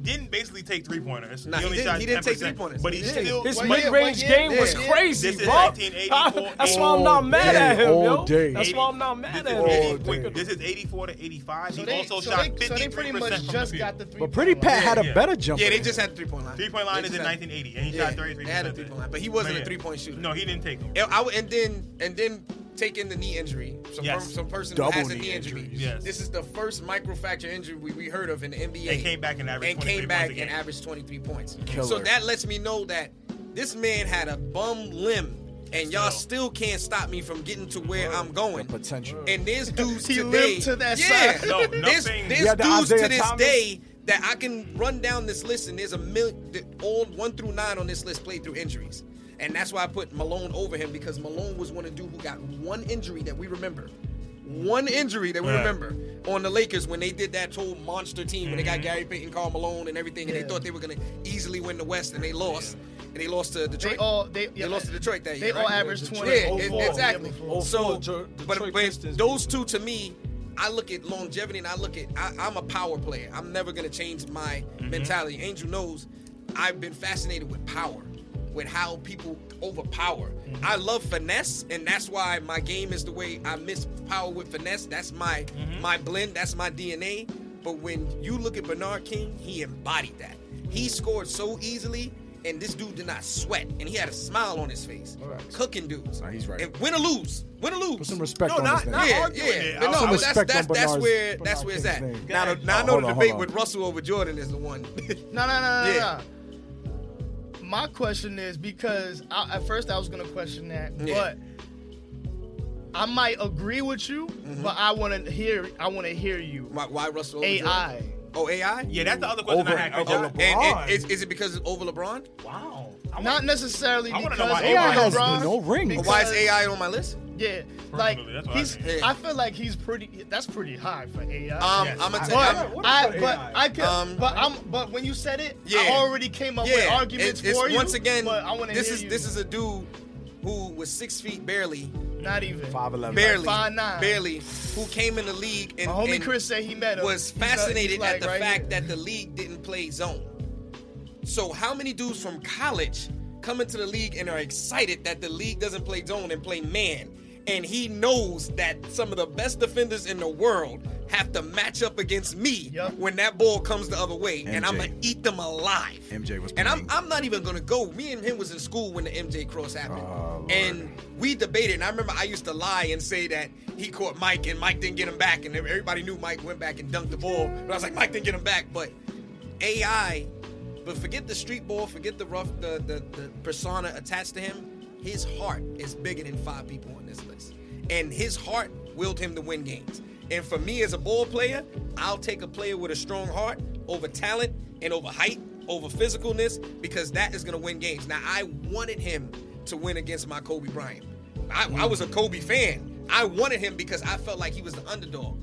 Speaker 1: Didn't basically take three pointers.
Speaker 2: Nah, he
Speaker 1: only
Speaker 2: didn't-
Speaker 1: shot
Speaker 2: he didn't take
Speaker 1: 10%,
Speaker 2: three-pointers.
Speaker 1: But he
Speaker 2: Yeah.
Speaker 1: still
Speaker 4: His
Speaker 3: What
Speaker 1: but
Speaker 3: year?
Speaker 4: mid
Speaker 3: What
Speaker 4: range
Speaker 3: year?
Speaker 4: game was
Speaker 2: Yeah.
Speaker 4: crazy,
Speaker 1: This is
Speaker 4: bro.
Speaker 1: 1984,
Speaker 4: that's why I'm not mad
Speaker 7: day,
Speaker 4: at him, yo.
Speaker 7: all day.
Speaker 4: That's why I'm not mad
Speaker 1: this
Speaker 4: at
Speaker 1: is
Speaker 4: him.
Speaker 1: 80 wait, This is 84 to 85. he also
Speaker 3: so
Speaker 1: shot
Speaker 3: they,
Speaker 1: 53%
Speaker 3: so they pretty much
Speaker 1: from
Speaker 3: just
Speaker 1: the
Speaker 3: got the
Speaker 1: field.
Speaker 3: three.
Speaker 9: But Pretty
Speaker 3: point
Speaker 9: Pat
Speaker 3: line.
Speaker 9: had a
Speaker 1: yeah.
Speaker 9: better jump.
Speaker 2: Yeah, they
Speaker 9: than
Speaker 2: just had the three point line.
Speaker 1: Three-point line is
Speaker 2: They
Speaker 1: in
Speaker 2: just had-
Speaker 1: 1980, and he
Speaker 2: yeah,
Speaker 1: shot 33.
Speaker 2: They had a three-point line, but he wasn't a three-point shooter.
Speaker 1: No, he didn't take them.
Speaker 2: And, I w and then and then take in the knee injury. Some,
Speaker 1: Yes.
Speaker 2: per- some person
Speaker 9: Double
Speaker 2: has a
Speaker 9: knee
Speaker 2: knee injury.
Speaker 1: injuries. Yes.
Speaker 2: This is the first microfracture injury we, we heard of in the NBA.
Speaker 1: And came back and averaged
Speaker 2: and came
Speaker 1: 23
Speaker 2: back
Speaker 1: points a
Speaker 2: and
Speaker 1: game.
Speaker 2: averaged 23 points.
Speaker 9: Killer.
Speaker 2: So that lets me know that this man had a bum limb, and y'all still can't stop me from getting to where I'm
Speaker 9: the
Speaker 2: going.
Speaker 9: potential.
Speaker 2: And there's dudes
Speaker 3: He
Speaker 2: today.
Speaker 3: lived to that
Speaker 2: yeah,
Speaker 3: side.
Speaker 1: No,
Speaker 2: there's,
Speaker 1: nothing-
Speaker 2: there's
Speaker 9: Yeah, the
Speaker 2: dudes to
Speaker 9: Isaiah
Speaker 2: this
Speaker 9: Thomas.
Speaker 2: day that I can run down this list, and there's a million. The, all one through nine on this list played through injuries, and that's why I put Malone over him because Malone was one of the dude who got one injury that we remember. One injury that we
Speaker 1: Yeah.
Speaker 2: remember on the Lakers when they did that whole monster team when they got Gary Payton, Carl Malone, and everything, and they thought they were gonna easily win the West, and they lost, and they lost to Detroit.
Speaker 3: They all they, yeah,
Speaker 2: lost to Detroit that year,
Speaker 3: They all
Speaker 2: right?
Speaker 3: averaged twenty.
Speaker 2: Yeah,
Speaker 4: Oh,
Speaker 2: it-
Speaker 4: four.
Speaker 2: exactly.
Speaker 4: Yeah, before.
Speaker 2: so,
Speaker 4: Four, Jer-
Speaker 2: but,
Speaker 4: Detroit
Speaker 2: but
Speaker 4: Pistons.
Speaker 2: those two to me, I look at longevity and I look at I, I'm a power player. I'm never gonna change my
Speaker 7: Mm-hmm.
Speaker 2: mentality. Angel knows I've been fascinated with power, with how people overpower.
Speaker 7: Mm-hmm.
Speaker 2: I love finesse, and that's why my game is the way I miss power with finesse. That's my
Speaker 7: Mm-hmm.
Speaker 2: my blend. That's my DNA. But when you look at Bernard King, he embodied that. He scored so easily. And this dude did not sweat, and he had a smile on his face. Cooking dudes.
Speaker 7: Nah, he's right.
Speaker 2: And win or lose, win or lose.
Speaker 9: Put some respect
Speaker 1: No,
Speaker 9: on
Speaker 1: not-
Speaker 9: his name.
Speaker 1: not-
Speaker 2: Yeah,
Speaker 1: arguing it.
Speaker 2: yeah. But
Speaker 1: Some
Speaker 2: no, but that's
Speaker 9: respect
Speaker 2: that's
Speaker 9: on
Speaker 2: that's
Speaker 9: Bernard's-
Speaker 2: where that's where it's at.
Speaker 9: Bernard King's
Speaker 2: Now, the-
Speaker 1: name.
Speaker 2: now I
Speaker 9: Oh,
Speaker 2: know
Speaker 9: hold
Speaker 2: the
Speaker 9: on,
Speaker 2: debate
Speaker 9: hold
Speaker 2: with
Speaker 9: on.
Speaker 2: Russell over Jordan is the one.
Speaker 3: No, no, no, no,
Speaker 2: Yeah.
Speaker 3: no. My question is because I, at first I was gonna question that,
Speaker 2: Yeah.
Speaker 3: but I might agree with you,
Speaker 2: Mm-hmm.
Speaker 3: but I want to hear. I want to hear you.
Speaker 2: why, why Russell? Over
Speaker 3: AI.
Speaker 2: Jordan? Oh, AI.
Speaker 1: Yeah, that's the other question
Speaker 9: Over-
Speaker 1: I had.
Speaker 9: over
Speaker 1: Oh,
Speaker 2: And, and
Speaker 9: LeBron.
Speaker 2: is, is it because it's over LeBron?
Speaker 1: wow.
Speaker 3: Not necessarily
Speaker 1: I wanna know
Speaker 3: because
Speaker 1: why
Speaker 3: of
Speaker 1: AI has
Speaker 3: LeBron,
Speaker 9: no rings.
Speaker 2: Or
Speaker 3: because-
Speaker 2: why is AI on my list?
Speaker 3: Yeah, like
Speaker 1: Personally, that's what I
Speaker 3: he's.
Speaker 1: think.
Speaker 3: I feel like he's pretty. That's pretty high for AI.
Speaker 2: Um,
Speaker 1: Yes.
Speaker 2: I'm gonna
Speaker 3: but
Speaker 2: tell
Speaker 3: I,
Speaker 2: you.
Speaker 3: but I could,
Speaker 2: Um,
Speaker 3: but I'm, but when you said it,
Speaker 2: Yeah.
Speaker 3: I already came up with
Speaker 2: Yeah,
Speaker 3: arguments
Speaker 2: it's, it's
Speaker 3: for you.
Speaker 2: once again.
Speaker 3: but I wanna
Speaker 2: this
Speaker 3: hear
Speaker 2: is
Speaker 3: you.
Speaker 2: this is a dude who was six feet barely,
Speaker 3: not even.
Speaker 9: Five eleven.
Speaker 2: barely,
Speaker 3: 5'9".
Speaker 2: barely, who came in the league and,
Speaker 3: My homie
Speaker 2: and
Speaker 3: Chris said he met him.
Speaker 2: was
Speaker 3: He's like-
Speaker 2: fascinated
Speaker 3: he's like
Speaker 2: at the
Speaker 3: right
Speaker 2: fact
Speaker 3: here.
Speaker 2: that the league didn't play zone. So how many dudes from college come into the league and are excited that the league doesn't play zone and play man? And he knows that some of the best defenders in the world have to match up against me
Speaker 3: Yup.
Speaker 2: when that ball comes the other way, and I'm
Speaker 7: MJ.
Speaker 2: gonna eat them alive.
Speaker 7: MJ was
Speaker 2: and I'm,
Speaker 7: playing.
Speaker 2: I'm not even gonna go. Me and him was in school when the MJ cross happened,
Speaker 7: Oh,
Speaker 2: and we debated. And I remember I used to lie and say that he caught Mike, and Mike didn't get him back, and everybody knew Mike went back and dunked the ball. But I was like, Mike didn't get him back, but AI, but forget the street ball, forget the rough, the, the, the persona attached to him. His heart is bigger than five people on this list. And his heart willed him to win games. And for me as a ball player, I'll take a player with a strong heart over talent and over height, over physicalness, because that is going to win games. Now, I wanted him to win against my Kobe Bryant. I, I was a Kobe fan. I wanted him because I felt like he was the underdog.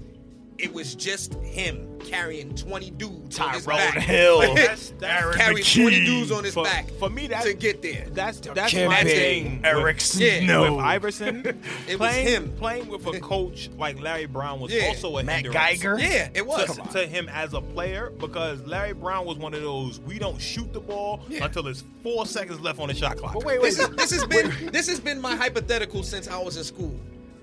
Speaker 2: it was just him carrying 20 dudes. on his
Speaker 9: Tyrone
Speaker 2: back.
Speaker 9: Hill,
Speaker 1: That's- that's-
Speaker 9: Aaron
Speaker 2: carried 20 dudes
Speaker 9: McKee,
Speaker 2: on his
Speaker 1: For-
Speaker 2: back
Speaker 1: for me, that's-
Speaker 2: to get there.
Speaker 1: That's that's my
Speaker 9: Kempe,
Speaker 1: thing. with-
Speaker 9: Eric
Speaker 2: yeah,
Speaker 9: Snow,
Speaker 1: with Iverson.
Speaker 2: It was
Speaker 1: playing,
Speaker 2: him.
Speaker 1: Playing with a coach like Larry Brown was
Speaker 2: Yeah.
Speaker 1: also a
Speaker 9: Matt
Speaker 1: hindrance
Speaker 9: Geiger.
Speaker 2: yeah, it
Speaker 1: To,
Speaker 2: was.
Speaker 1: to him as a player because Larry Brown was one of those we don't shoot the ball until it's four seconds left on the shot clock.
Speaker 4: But wait, wait.
Speaker 2: This, is, this has been this has been my hypothetical since I was in school.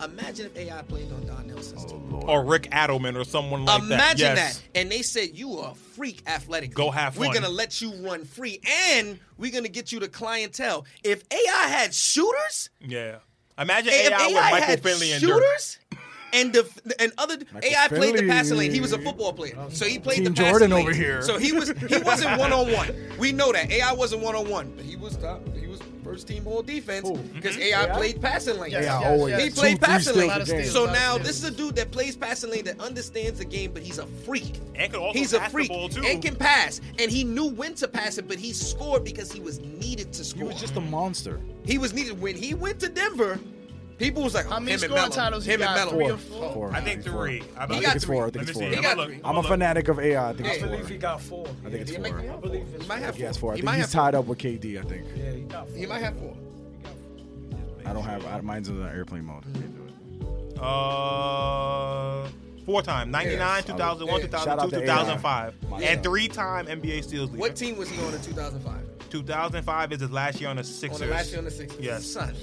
Speaker 2: Imagine if AI played on Donnell's system.
Speaker 1: Or Rick Adelman or someone Oh, like that.
Speaker 2: Imagine that.
Speaker 1: Yes.
Speaker 2: And they said, You are a freak athletic.
Speaker 1: Go have
Speaker 2: We're
Speaker 1: fun.
Speaker 2: going to let you run free and we're going to get you the clientele. If AI had shooters,
Speaker 1: Yeah. Imagine
Speaker 2: if
Speaker 1: AI,
Speaker 2: AI,
Speaker 1: with Michael
Speaker 2: had
Speaker 1: Finley and Dirk.
Speaker 2: shooters, and the and other AI played the passing lane. He was a football player, so he played the
Speaker 9: Team
Speaker 2: passing
Speaker 9: Jordan
Speaker 2: lane.
Speaker 9: over here.
Speaker 2: So he was he wasn't one on one. We know that AI wasn't one on one, but he was top. He was first team all defense because AI played passing lane.
Speaker 3: Yes, yes,
Speaker 6: always
Speaker 3: yes.
Speaker 2: He
Speaker 6: Two,
Speaker 2: played
Speaker 6: three
Speaker 2: passing
Speaker 6: steals
Speaker 2: lane.
Speaker 6: a game.
Speaker 2: So now this is a dude that plays passing lane that understands the game, but he's a freak.
Speaker 1: And could also
Speaker 2: he's a
Speaker 1: pass the
Speaker 2: freak
Speaker 1: ball, too.
Speaker 2: and can pass. And he knew when to pass it, but he scored because he was needed to
Speaker 7: He
Speaker 2: score.
Speaker 7: was just a monster.
Speaker 2: He was needed when he went to Denver. People was like, oh,
Speaker 3: How many
Speaker 2: him and
Speaker 3: scoring
Speaker 2: Melo,
Speaker 3: titles he
Speaker 2: him
Speaker 3: got?
Speaker 2: and Melo.
Speaker 3: Three
Speaker 6: Four.
Speaker 3: or four?
Speaker 6: Four.
Speaker 1: I think
Speaker 6: Four.
Speaker 1: three. I
Speaker 2: He
Speaker 1: believe
Speaker 2: got
Speaker 1: it's
Speaker 2: three.
Speaker 1: four.
Speaker 6: I think it's
Speaker 1: Let
Speaker 6: four.
Speaker 1: me see.
Speaker 2: He got
Speaker 1: I'm a
Speaker 2: three.
Speaker 1: look.
Speaker 6: I'm a fanatic of AI. I think
Speaker 2: Yeah.
Speaker 6: it's
Speaker 4: I
Speaker 6: four.
Speaker 4: believe he got four.
Speaker 6: I think it's
Speaker 2: He
Speaker 6: four.
Speaker 2: might have
Speaker 6: I
Speaker 2: four.
Speaker 4: believe
Speaker 2: He
Speaker 4: it's
Speaker 2: might have
Speaker 6: think he has
Speaker 2: four.
Speaker 6: four. I
Speaker 2: He
Speaker 6: think
Speaker 2: might
Speaker 6: he's
Speaker 2: have four.
Speaker 6: tied up with KD. I think.
Speaker 4: Yeah, he got four.
Speaker 2: He might have four.
Speaker 6: I don't have. I, mine's in the airplane mode.
Speaker 1: Uh, four time 99,
Speaker 6: Yes.
Speaker 1: 2001,
Speaker 2: Yeah.
Speaker 6: Shout out
Speaker 1: 2002,
Speaker 6: to
Speaker 1: 2005.
Speaker 6: AI.
Speaker 2: Yeah.
Speaker 1: And three time NBA Steals leader.
Speaker 2: What team was he on in 2005?
Speaker 1: 2005 is his last year on the
Speaker 2: On
Speaker 1: Sixers.
Speaker 2: the last year on the Sixers.
Speaker 1: Yes.
Speaker 2: Son.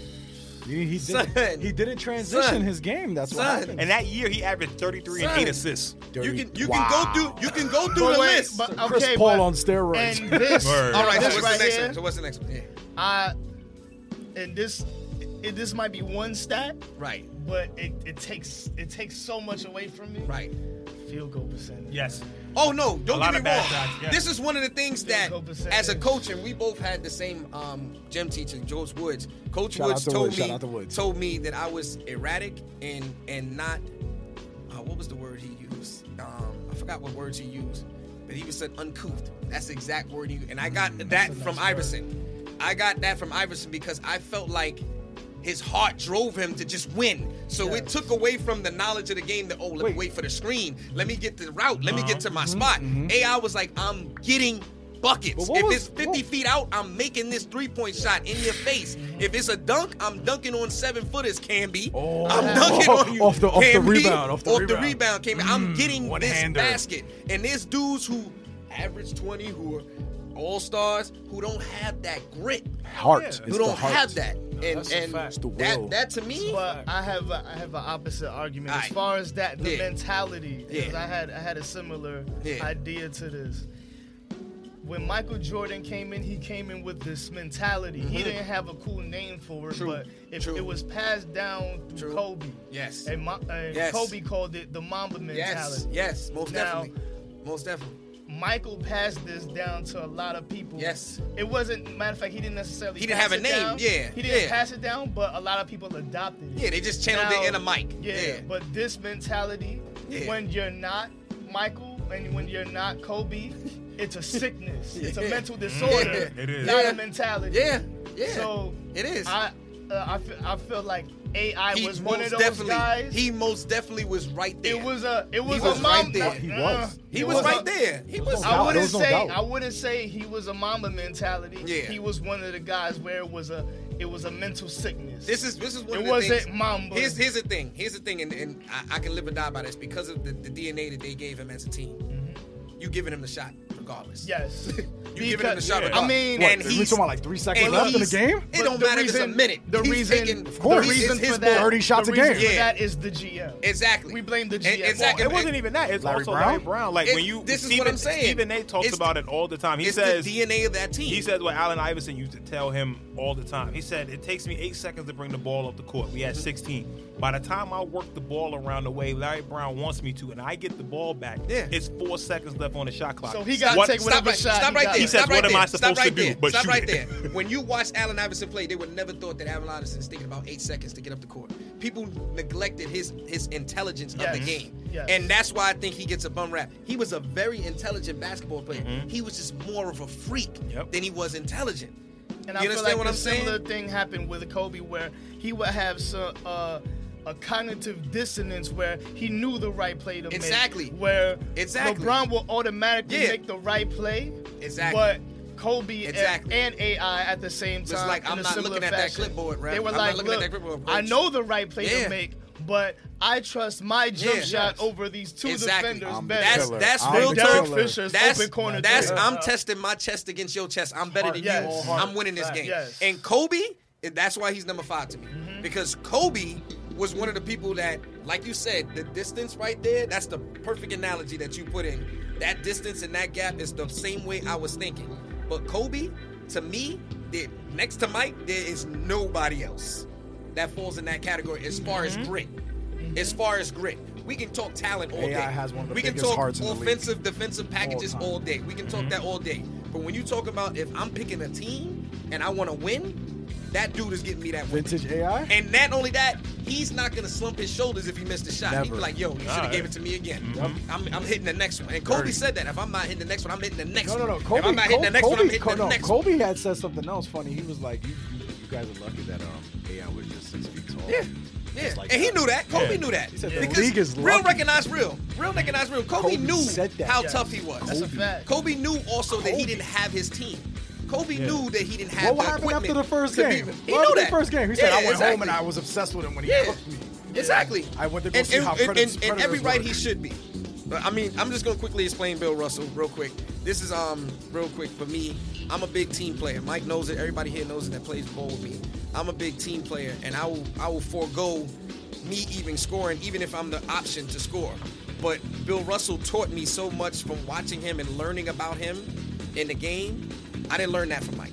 Speaker 6: He, he
Speaker 2: Son.
Speaker 6: didn't. He didn't transition
Speaker 2: Son.
Speaker 6: his game. That's what
Speaker 2: Son.
Speaker 6: happened.
Speaker 1: and that year, he averaged 33 and
Speaker 2: Son.
Speaker 1: 8 assists.
Speaker 2: You can you
Speaker 6: Wow.
Speaker 2: can go through you can go through
Speaker 3: But
Speaker 2: the
Speaker 3: wait,
Speaker 2: list.
Speaker 3: but- okay,
Speaker 6: Chris Paul
Speaker 3: but-
Speaker 6: on steroids.
Speaker 3: And this,
Speaker 1: Word.
Speaker 2: All right, so
Speaker 3: this
Speaker 2: what's
Speaker 3: right
Speaker 2: the next
Speaker 3: here,
Speaker 2: one? So what's the next one? Yeah.
Speaker 3: I, and this, and this might be one stat,
Speaker 2: Right,
Speaker 3: but it, it takes it takes so much away from me.
Speaker 2: right.
Speaker 3: Field goal percentage.
Speaker 1: Yes.
Speaker 2: Oh no, don't
Speaker 1: lot
Speaker 2: get
Speaker 1: of
Speaker 2: me
Speaker 1: bad
Speaker 2: wrong.
Speaker 1: shots, yeah.
Speaker 2: This is one of the things that
Speaker 3: Field goal percentage.
Speaker 2: as a coach and we both had the same um, gym teacher, George Woods. Coach
Speaker 6: Shout out
Speaker 2: Woods
Speaker 6: to
Speaker 2: told
Speaker 6: Woods, shout out to
Speaker 2: me
Speaker 6: Woods.
Speaker 2: told me that I was erratic and and not uh, what was the word he used? Um, I forgot what words he used, but he was said uncouth. That's the exact word he used. And I
Speaker 6: Mm,
Speaker 2: got that from Iverson. I got that from Iverson because I felt like his heart drove him to just win. So it took away from the knowledge of the game that, oh, let me
Speaker 6: Wait. Uh-huh,
Speaker 2: wait for the screen. Let me get the route. Let me get to my spot. AI was like, I'm getting buckets.
Speaker 6: mm-hmm. But what
Speaker 2: If
Speaker 6: was-
Speaker 2: it's 50
Speaker 6: what- Mm-hmm.
Speaker 2: feet out, I'm making this three point shot in your face. If it's a dunk, I'm dunking on seven footers, Camby. Oh. I'm dunking on you.
Speaker 6: Off the- off the
Speaker 2: Camby.
Speaker 6: rebound, off the rebound. Mm,
Speaker 2: rebound, Camby. I'm getting this
Speaker 9: one-hander.
Speaker 2: basket. And there's dudes who average 20 who are all stars who don't have that grit.
Speaker 6: heart. It's
Speaker 2: who
Speaker 6: the
Speaker 2: don't
Speaker 6: heart.
Speaker 2: have that. and
Speaker 4: that's a
Speaker 2: and
Speaker 4: fact. It's
Speaker 6: the will.
Speaker 2: that that to me
Speaker 3: But I have a, I have an opposite argument as
Speaker 2: Aight.
Speaker 3: far as that the
Speaker 2: Yeah.
Speaker 3: mentality. Because
Speaker 2: Yeah.
Speaker 3: I had I had a similar
Speaker 2: Yeah.
Speaker 3: idea to this. When Michael Jordan came in, he came in with this mentality. He didn't have a cool name for it,
Speaker 2: Mm-hmm. True.
Speaker 3: but if
Speaker 2: True.
Speaker 3: it was passed down through
Speaker 2: True.
Speaker 3: Kobe.
Speaker 2: Yes.
Speaker 3: And, Ma- and
Speaker 2: Yes.
Speaker 3: Kobe called it the Mamba
Speaker 2: Yes,
Speaker 3: mentality.
Speaker 2: yes, most
Speaker 3: Now-
Speaker 2: definitely. Most definitely.
Speaker 3: Michael passed this down to a lot of people.
Speaker 2: Yes.
Speaker 3: It wasn't matter of fact, he didn't necessarily
Speaker 2: He didn't
Speaker 3: pass
Speaker 2: have a
Speaker 3: it
Speaker 2: name,
Speaker 3: down.
Speaker 2: yeah,
Speaker 3: He didn't
Speaker 2: yeah.
Speaker 3: pass it down, but a lot of people adopted it.
Speaker 2: Yeah, they just channeled it in a mic.
Speaker 3: Yeah,
Speaker 2: Yeah.
Speaker 3: but this mentality,
Speaker 2: Yeah.
Speaker 3: when you're not Michael and when you're not Kobe, it's a sickness. It's a
Speaker 2: Yeah. Mm.
Speaker 3: mental disorder.
Speaker 1: It is.
Speaker 3: Not
Speaker 2: Yeah.
Speaker 3: a mentality.
Speaker 2: Yeah, yeah.
Speaker 3: So
Speaker 2: it is.
Speaker 3: I, uh, I, feel, I feel like AI was one of those
Speaker 2: definitely
Speaker 3: guys.
Speaker 2: he most definitely was right there.
Speaker 3: it was a it was,
Speaker 2: was
Speaker 3: a
Speaker 2: right
Speaker 3: mom.
Speaker 2: there.
Speaker 6: He was.
Speaker 2: he
Speaker 3: it
Speaker 2: was,
Speaker 3: a-
Speaker 2: right there. He was
Speaker 3: I
Speaker 6: doubt.
Speaker 3: wouldn't
Speaker 6: There's no
Speaker 3: say
Speaker 6: doubt.
Speaker 3: I wouldn't say he was a mama mentality.
Speaker 2: Yeah.
Speaker 3: He was one of the guys where it was a it was a mental sickness.
Speaker 2: This is this is one
Speaker 3: It
Speaker 2: of the
Speaker 3: wasn't
Speaker 2: things.
Speaker 3: Mamba.
Speaker 2: Here's here's the thing. Here's the thing, and, and I, I can live or die by this because of the, the DNA that they gave him as a team.
Speaker 3: Mm-hmm.
Speaker 2: You giving him the shot regardless.
Speaker 3: yes.
Speaker 2: You giving him the shot.
Speaker 3: I
Speaker 2: regardless.
Speaker 3: mean,
Speaker 6: What,
Speaker 2: and
Speaker 6: we
Speaker 2: he's
Speaker 6: talking about like three seconds
Speaker 2: and
Speaker 6: left in the
Speaker 2: he's-
Speaker 6: game?
Speaker 2: It
Speaker 3: But
Speaker 2: don't
Speaker 3: the
Speaker 2: matter. It's a
Speaker 3: reason-
Speaker 2: minute.
Speaker 3: the
Speaker 2: He's
Speaker 3: reason-
Speaker 2: taking-
Speaker 3: Of
Speaker 6: course.
Speaker 2: the reason,
Speaker 3: reason
Speaker 2: his
Speaker 3: for that-
Speaker 2: ball.
Speaker 6: 30 shots
Speaker 3: the
Speaker 6: a
Speaker 3: reason
Speaker 6: game.
Speaker 3: for
Speaker 2: Yeah.
Speaker 3: that is the GM.
Speaker 2: Exactly.
Speaker 3: We blame the
Speaker 2: And-
Speaker 3: GM.
Speaker 2: Exactly.
Speaker 1: It wasn't even that. It's
Speaker 6: Larry
Speaker 1: also
Speaker 6: Brown?
Speaker 1: Larry Brown. Like
Speaker 2: It-
Speaker 1: when you
Speaker 2: this is what
Speaker 1: Stephen-
Speaker 2: I'm saying.
Speaker 1: Stephen A talks
Speaker 2: It's-
Speaker 1: about it all the time. He
Speaker 2: It's
Speaker 1: says
Speaker 2: the DNA of that team.
Speaker 1: He says what Allen Iverson used to tell him all the time. He said, It takes me eight seconds to bring the ball up the court. We had 16. By the time I work the ball around the way Larry Brown wants me to and I get the ball back,
Speaker 2: Yeah.
Speaker 1: it's four seconds left on the shot clock.
Speaker 3: So he got
Speaker 1: What-
Speaker 3: to take
Speaker 2: Stop
Speaker 3: whatever
Speaker 2: right,
Speaker 3: shot.
Speaker 2: stop
Speaker 3: he
Speaker 2: right
Speaker 3: got.
Speaker 2: there.
Speaker 1: He says,
Speaker 2: stop right
Speaker 1: "What am
Speaker 2: there.
Speaker 1: I supposed
Speaker 2: stop right
Speaker 1: to do
Speaker 2: There.
Speaker 1: but
Speaker 2: stop
Speaker 1: shoot
Speaker 2: right
Speaker 1: it?"
Speaker 2: there. When you watch Allen Iverson play, they would never thought that Allen Iverson's thinking about eight seconds to get up the court. People neglected his his intelligence
Speaker 3: Yes.
Speaker 2: of the game,
Speaker 3: Yes.
Speaker 2: and that's why I think he gets a bum rap. He was a very intelligent basketball player.
Speaker 3: Mm-hmm.
Speaker 2: He was just more of a freak
Speaker 1: Yep.
Speaker 2: than he was intelligent.
Speaker 3: And
Speaker 2: You
Speaker 3: I feel
Speaker 2: understand
Speaker 3: like
Speaker 2: what
Speaker 3: a
Speaker 2: I'm saying?
Speaker 3: similar thing happened with Kobe, where he would have some uh, a cognitive dissonance where he knew the right play to make.
Speaker 2: Exactly.
Speaker 3: Where
Speaker 2: Exactly.
Speaker 3: LeBron will automatically
Speaker 2: Yeah.
Speaker 3: make the right play.
Speaker 2: Exactly.
Speaker 3: But Kobe and-
Speaker 2: Exactly.
Speaker 3: and, AI at the same
Speaker 2: It's
Speaker 3: time.
Speaker 2: like,
Speaker 3: in
Speaker 2: I'm
Speaker 3: a
Speaker 2: not
Speaker 3: similar
Speaker 2: looking at that
Speaker 3: fashion.
Speaker 2: clipboard, Rev.
Speaker 3: They were
Speaker 2: I'm not
Speaker 3: like,
Speaker 2: looking
Speaker 3: look,
Speaker 2: at that clipboard
Speaker 3: I
Speaker 2: approach."
Speaker 3: know the right play
Speaker 2: Yeah.
Speaker 3: to make, but I trust my jump
Speaker 2: Yeah.
Speaker 3: shot over these two
Speaker 2: Exactly.
Speaker 3: defenders
Speaker 8: I'm the
Speaker 3: better.
Speaker 2: That's
Speaker 8: killer.
Speaker 2: that's
Speaker 8: I'm
Speaker 2: real
Speaker 8: the
Speaker 3: Derek
Speaker 8: killer.
Speaker 2: talk.
Speaker 3: Fisher's
Speaker 2: That's
Speaker 3: open corner.
Speaker 2: that's
Speaker 3: three.
Speaker 2: I'm testing my chest against your chest. I'm better than
Speaker 3: Yes.
Speaker 2: you.
Speaker 3: Wholehearted.
Speaker 2: I'm winning this game.
Speaker 3: Yes.
Speaker 2: And Kobe, that's why he's number five to me
Speaker 5: Mm-hmm.
Speaker 2: because Kobe was one of the people that, like you said, the distance right there. That's the perfect analogy that you put in. That distance and that gap is the same way I was thinking. But Kobe, to me, there- next to Mike, there is nobody else that falls in that category as far as
Speaker 5: Mm-hmm.
Speaker 2: grit. As far as grit, we can talk talent all
Speaker 5: AI
Speaker 2: day.
Speaker 5: has one of the
Speaker 2: we can
Speaker 5: biggest
Speaker 2: talk
Speaker 5: hearts in the league.
Speaker 2: offensive defensive packages
Speaker 5: time. Mm-hmm.
Speaker 2: all, day. We can talk that all day. But when you talk about if I'm picking a team and I want to win, that dude is getting me that win.
Speaker 5: Vintage AI?
Speaker 2: And not only that, he's not gonna slump his shoulders if he missed a shot. He'd be
Speaker 5: Never. Mm-hmm.
Speaker 2: like, "Yo, you should have gave it to me again. I'm, I'm hitting the next one." And Kobe said that if I'm not hitting the next one, I'm hitting the next
Speaker 5: No, no,
Speaker 2: one.
Speaker 5: no. Kobe,
Speaker 2: if I'm not hitting
Speaker 5: Kobe,
Speaker 2: the next one, I'm
Speaker 5: Kobe,
Speaker 2: hitting
Speaker 5: Ko-
Speaker 2: the
Speaker 5: no,
Speaker 2: next one.
Speaker 5: Kobe had said something else funny. He was like, you,
Speaker 6: You, you guys are lucky that um, AI was just six feet tall.
Speaker 2: Yeah. Yeah, and he knew that. Kobe knew that
Speaker 5: said the
Speaker 2: because
Speaker 5: league is
Speaker 2: real
Speaker 5: lucky.
Speaker 2: recognized real, real recognized real. Kobe,
Speaker 5: Kobe
Speaker 2: knew
Speaker 5: said that.
Speaker 2: how
Speaker 5: Yes.
Speaker 2: tough he was.
Speaker 3: That's a fact.
Speaker 2: Kobe knew also that he didn't have his team. Kobe knew that he didn't have
Speaker 5: what
Speaker 2: the
Speaker 5: happened
Speaker 2: equipment
Speaker 5: after the first
Speaker 2: to
Speaker 5: game?
Speaker 2: be- He
Speaker 5: What
Speaker 2: knew
Speaker 5: happened
Speaker 2: that.
Speaker 5: the first game? He said,
Speaker 2: Yeah,
Speaker 5: I went
Speaker 2: exactly.
Speaker 5: home and I was obsessed with him when he
Speaker 2: Yeah.
Speaker 5: cooked me.
Speaker 2: Exactly.
Speaker 5: I went to go see how
Speaker 2: and,
Speaker 5: Predators-
Speaker 2: and, and
Speaker 5: Predators
Speaker 2: every right
Speaker 5: work.
Speaker 2: he should be. But I mean, I'm just gonna quickly explain Bill Russell real quick. This is um real quick for me. I'm a big team player. Mike knows it. Everybody here knows it that plays ball with me. I'm a big team player, and I will I will forego me even scoring, even if I'm the option to score. But Bill Russell taught me so much from watching him and learning about him in the game. I didn't learn that from Mike.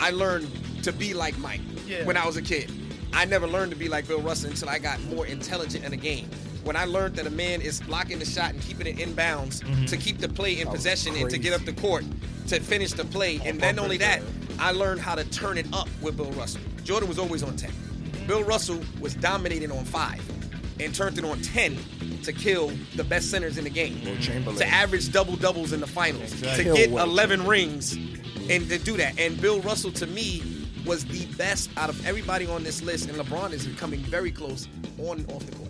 Speaker 2: I learned to be like Mike
Speaker 3: Yeah.
Speaker 2: when I was a kid. I never learned to be like Bill Russell until I got more intelligent in the game. When I learned that a man is blocking the shot and keeping it in bounds to keep the play in possession and to get up the court to finish the play, and then only that, I learned how to turn it up with Bill Russell. Jordan was always on 10. Bill Russell was dominating on 5 and turned it on 10 to kill the best centers in the game. To average double doubles in the finals. To get 11 rings and to do that. And Bill Russell, to me, was the best out of everybody on this list. And LeBron is coming very close on and off the court.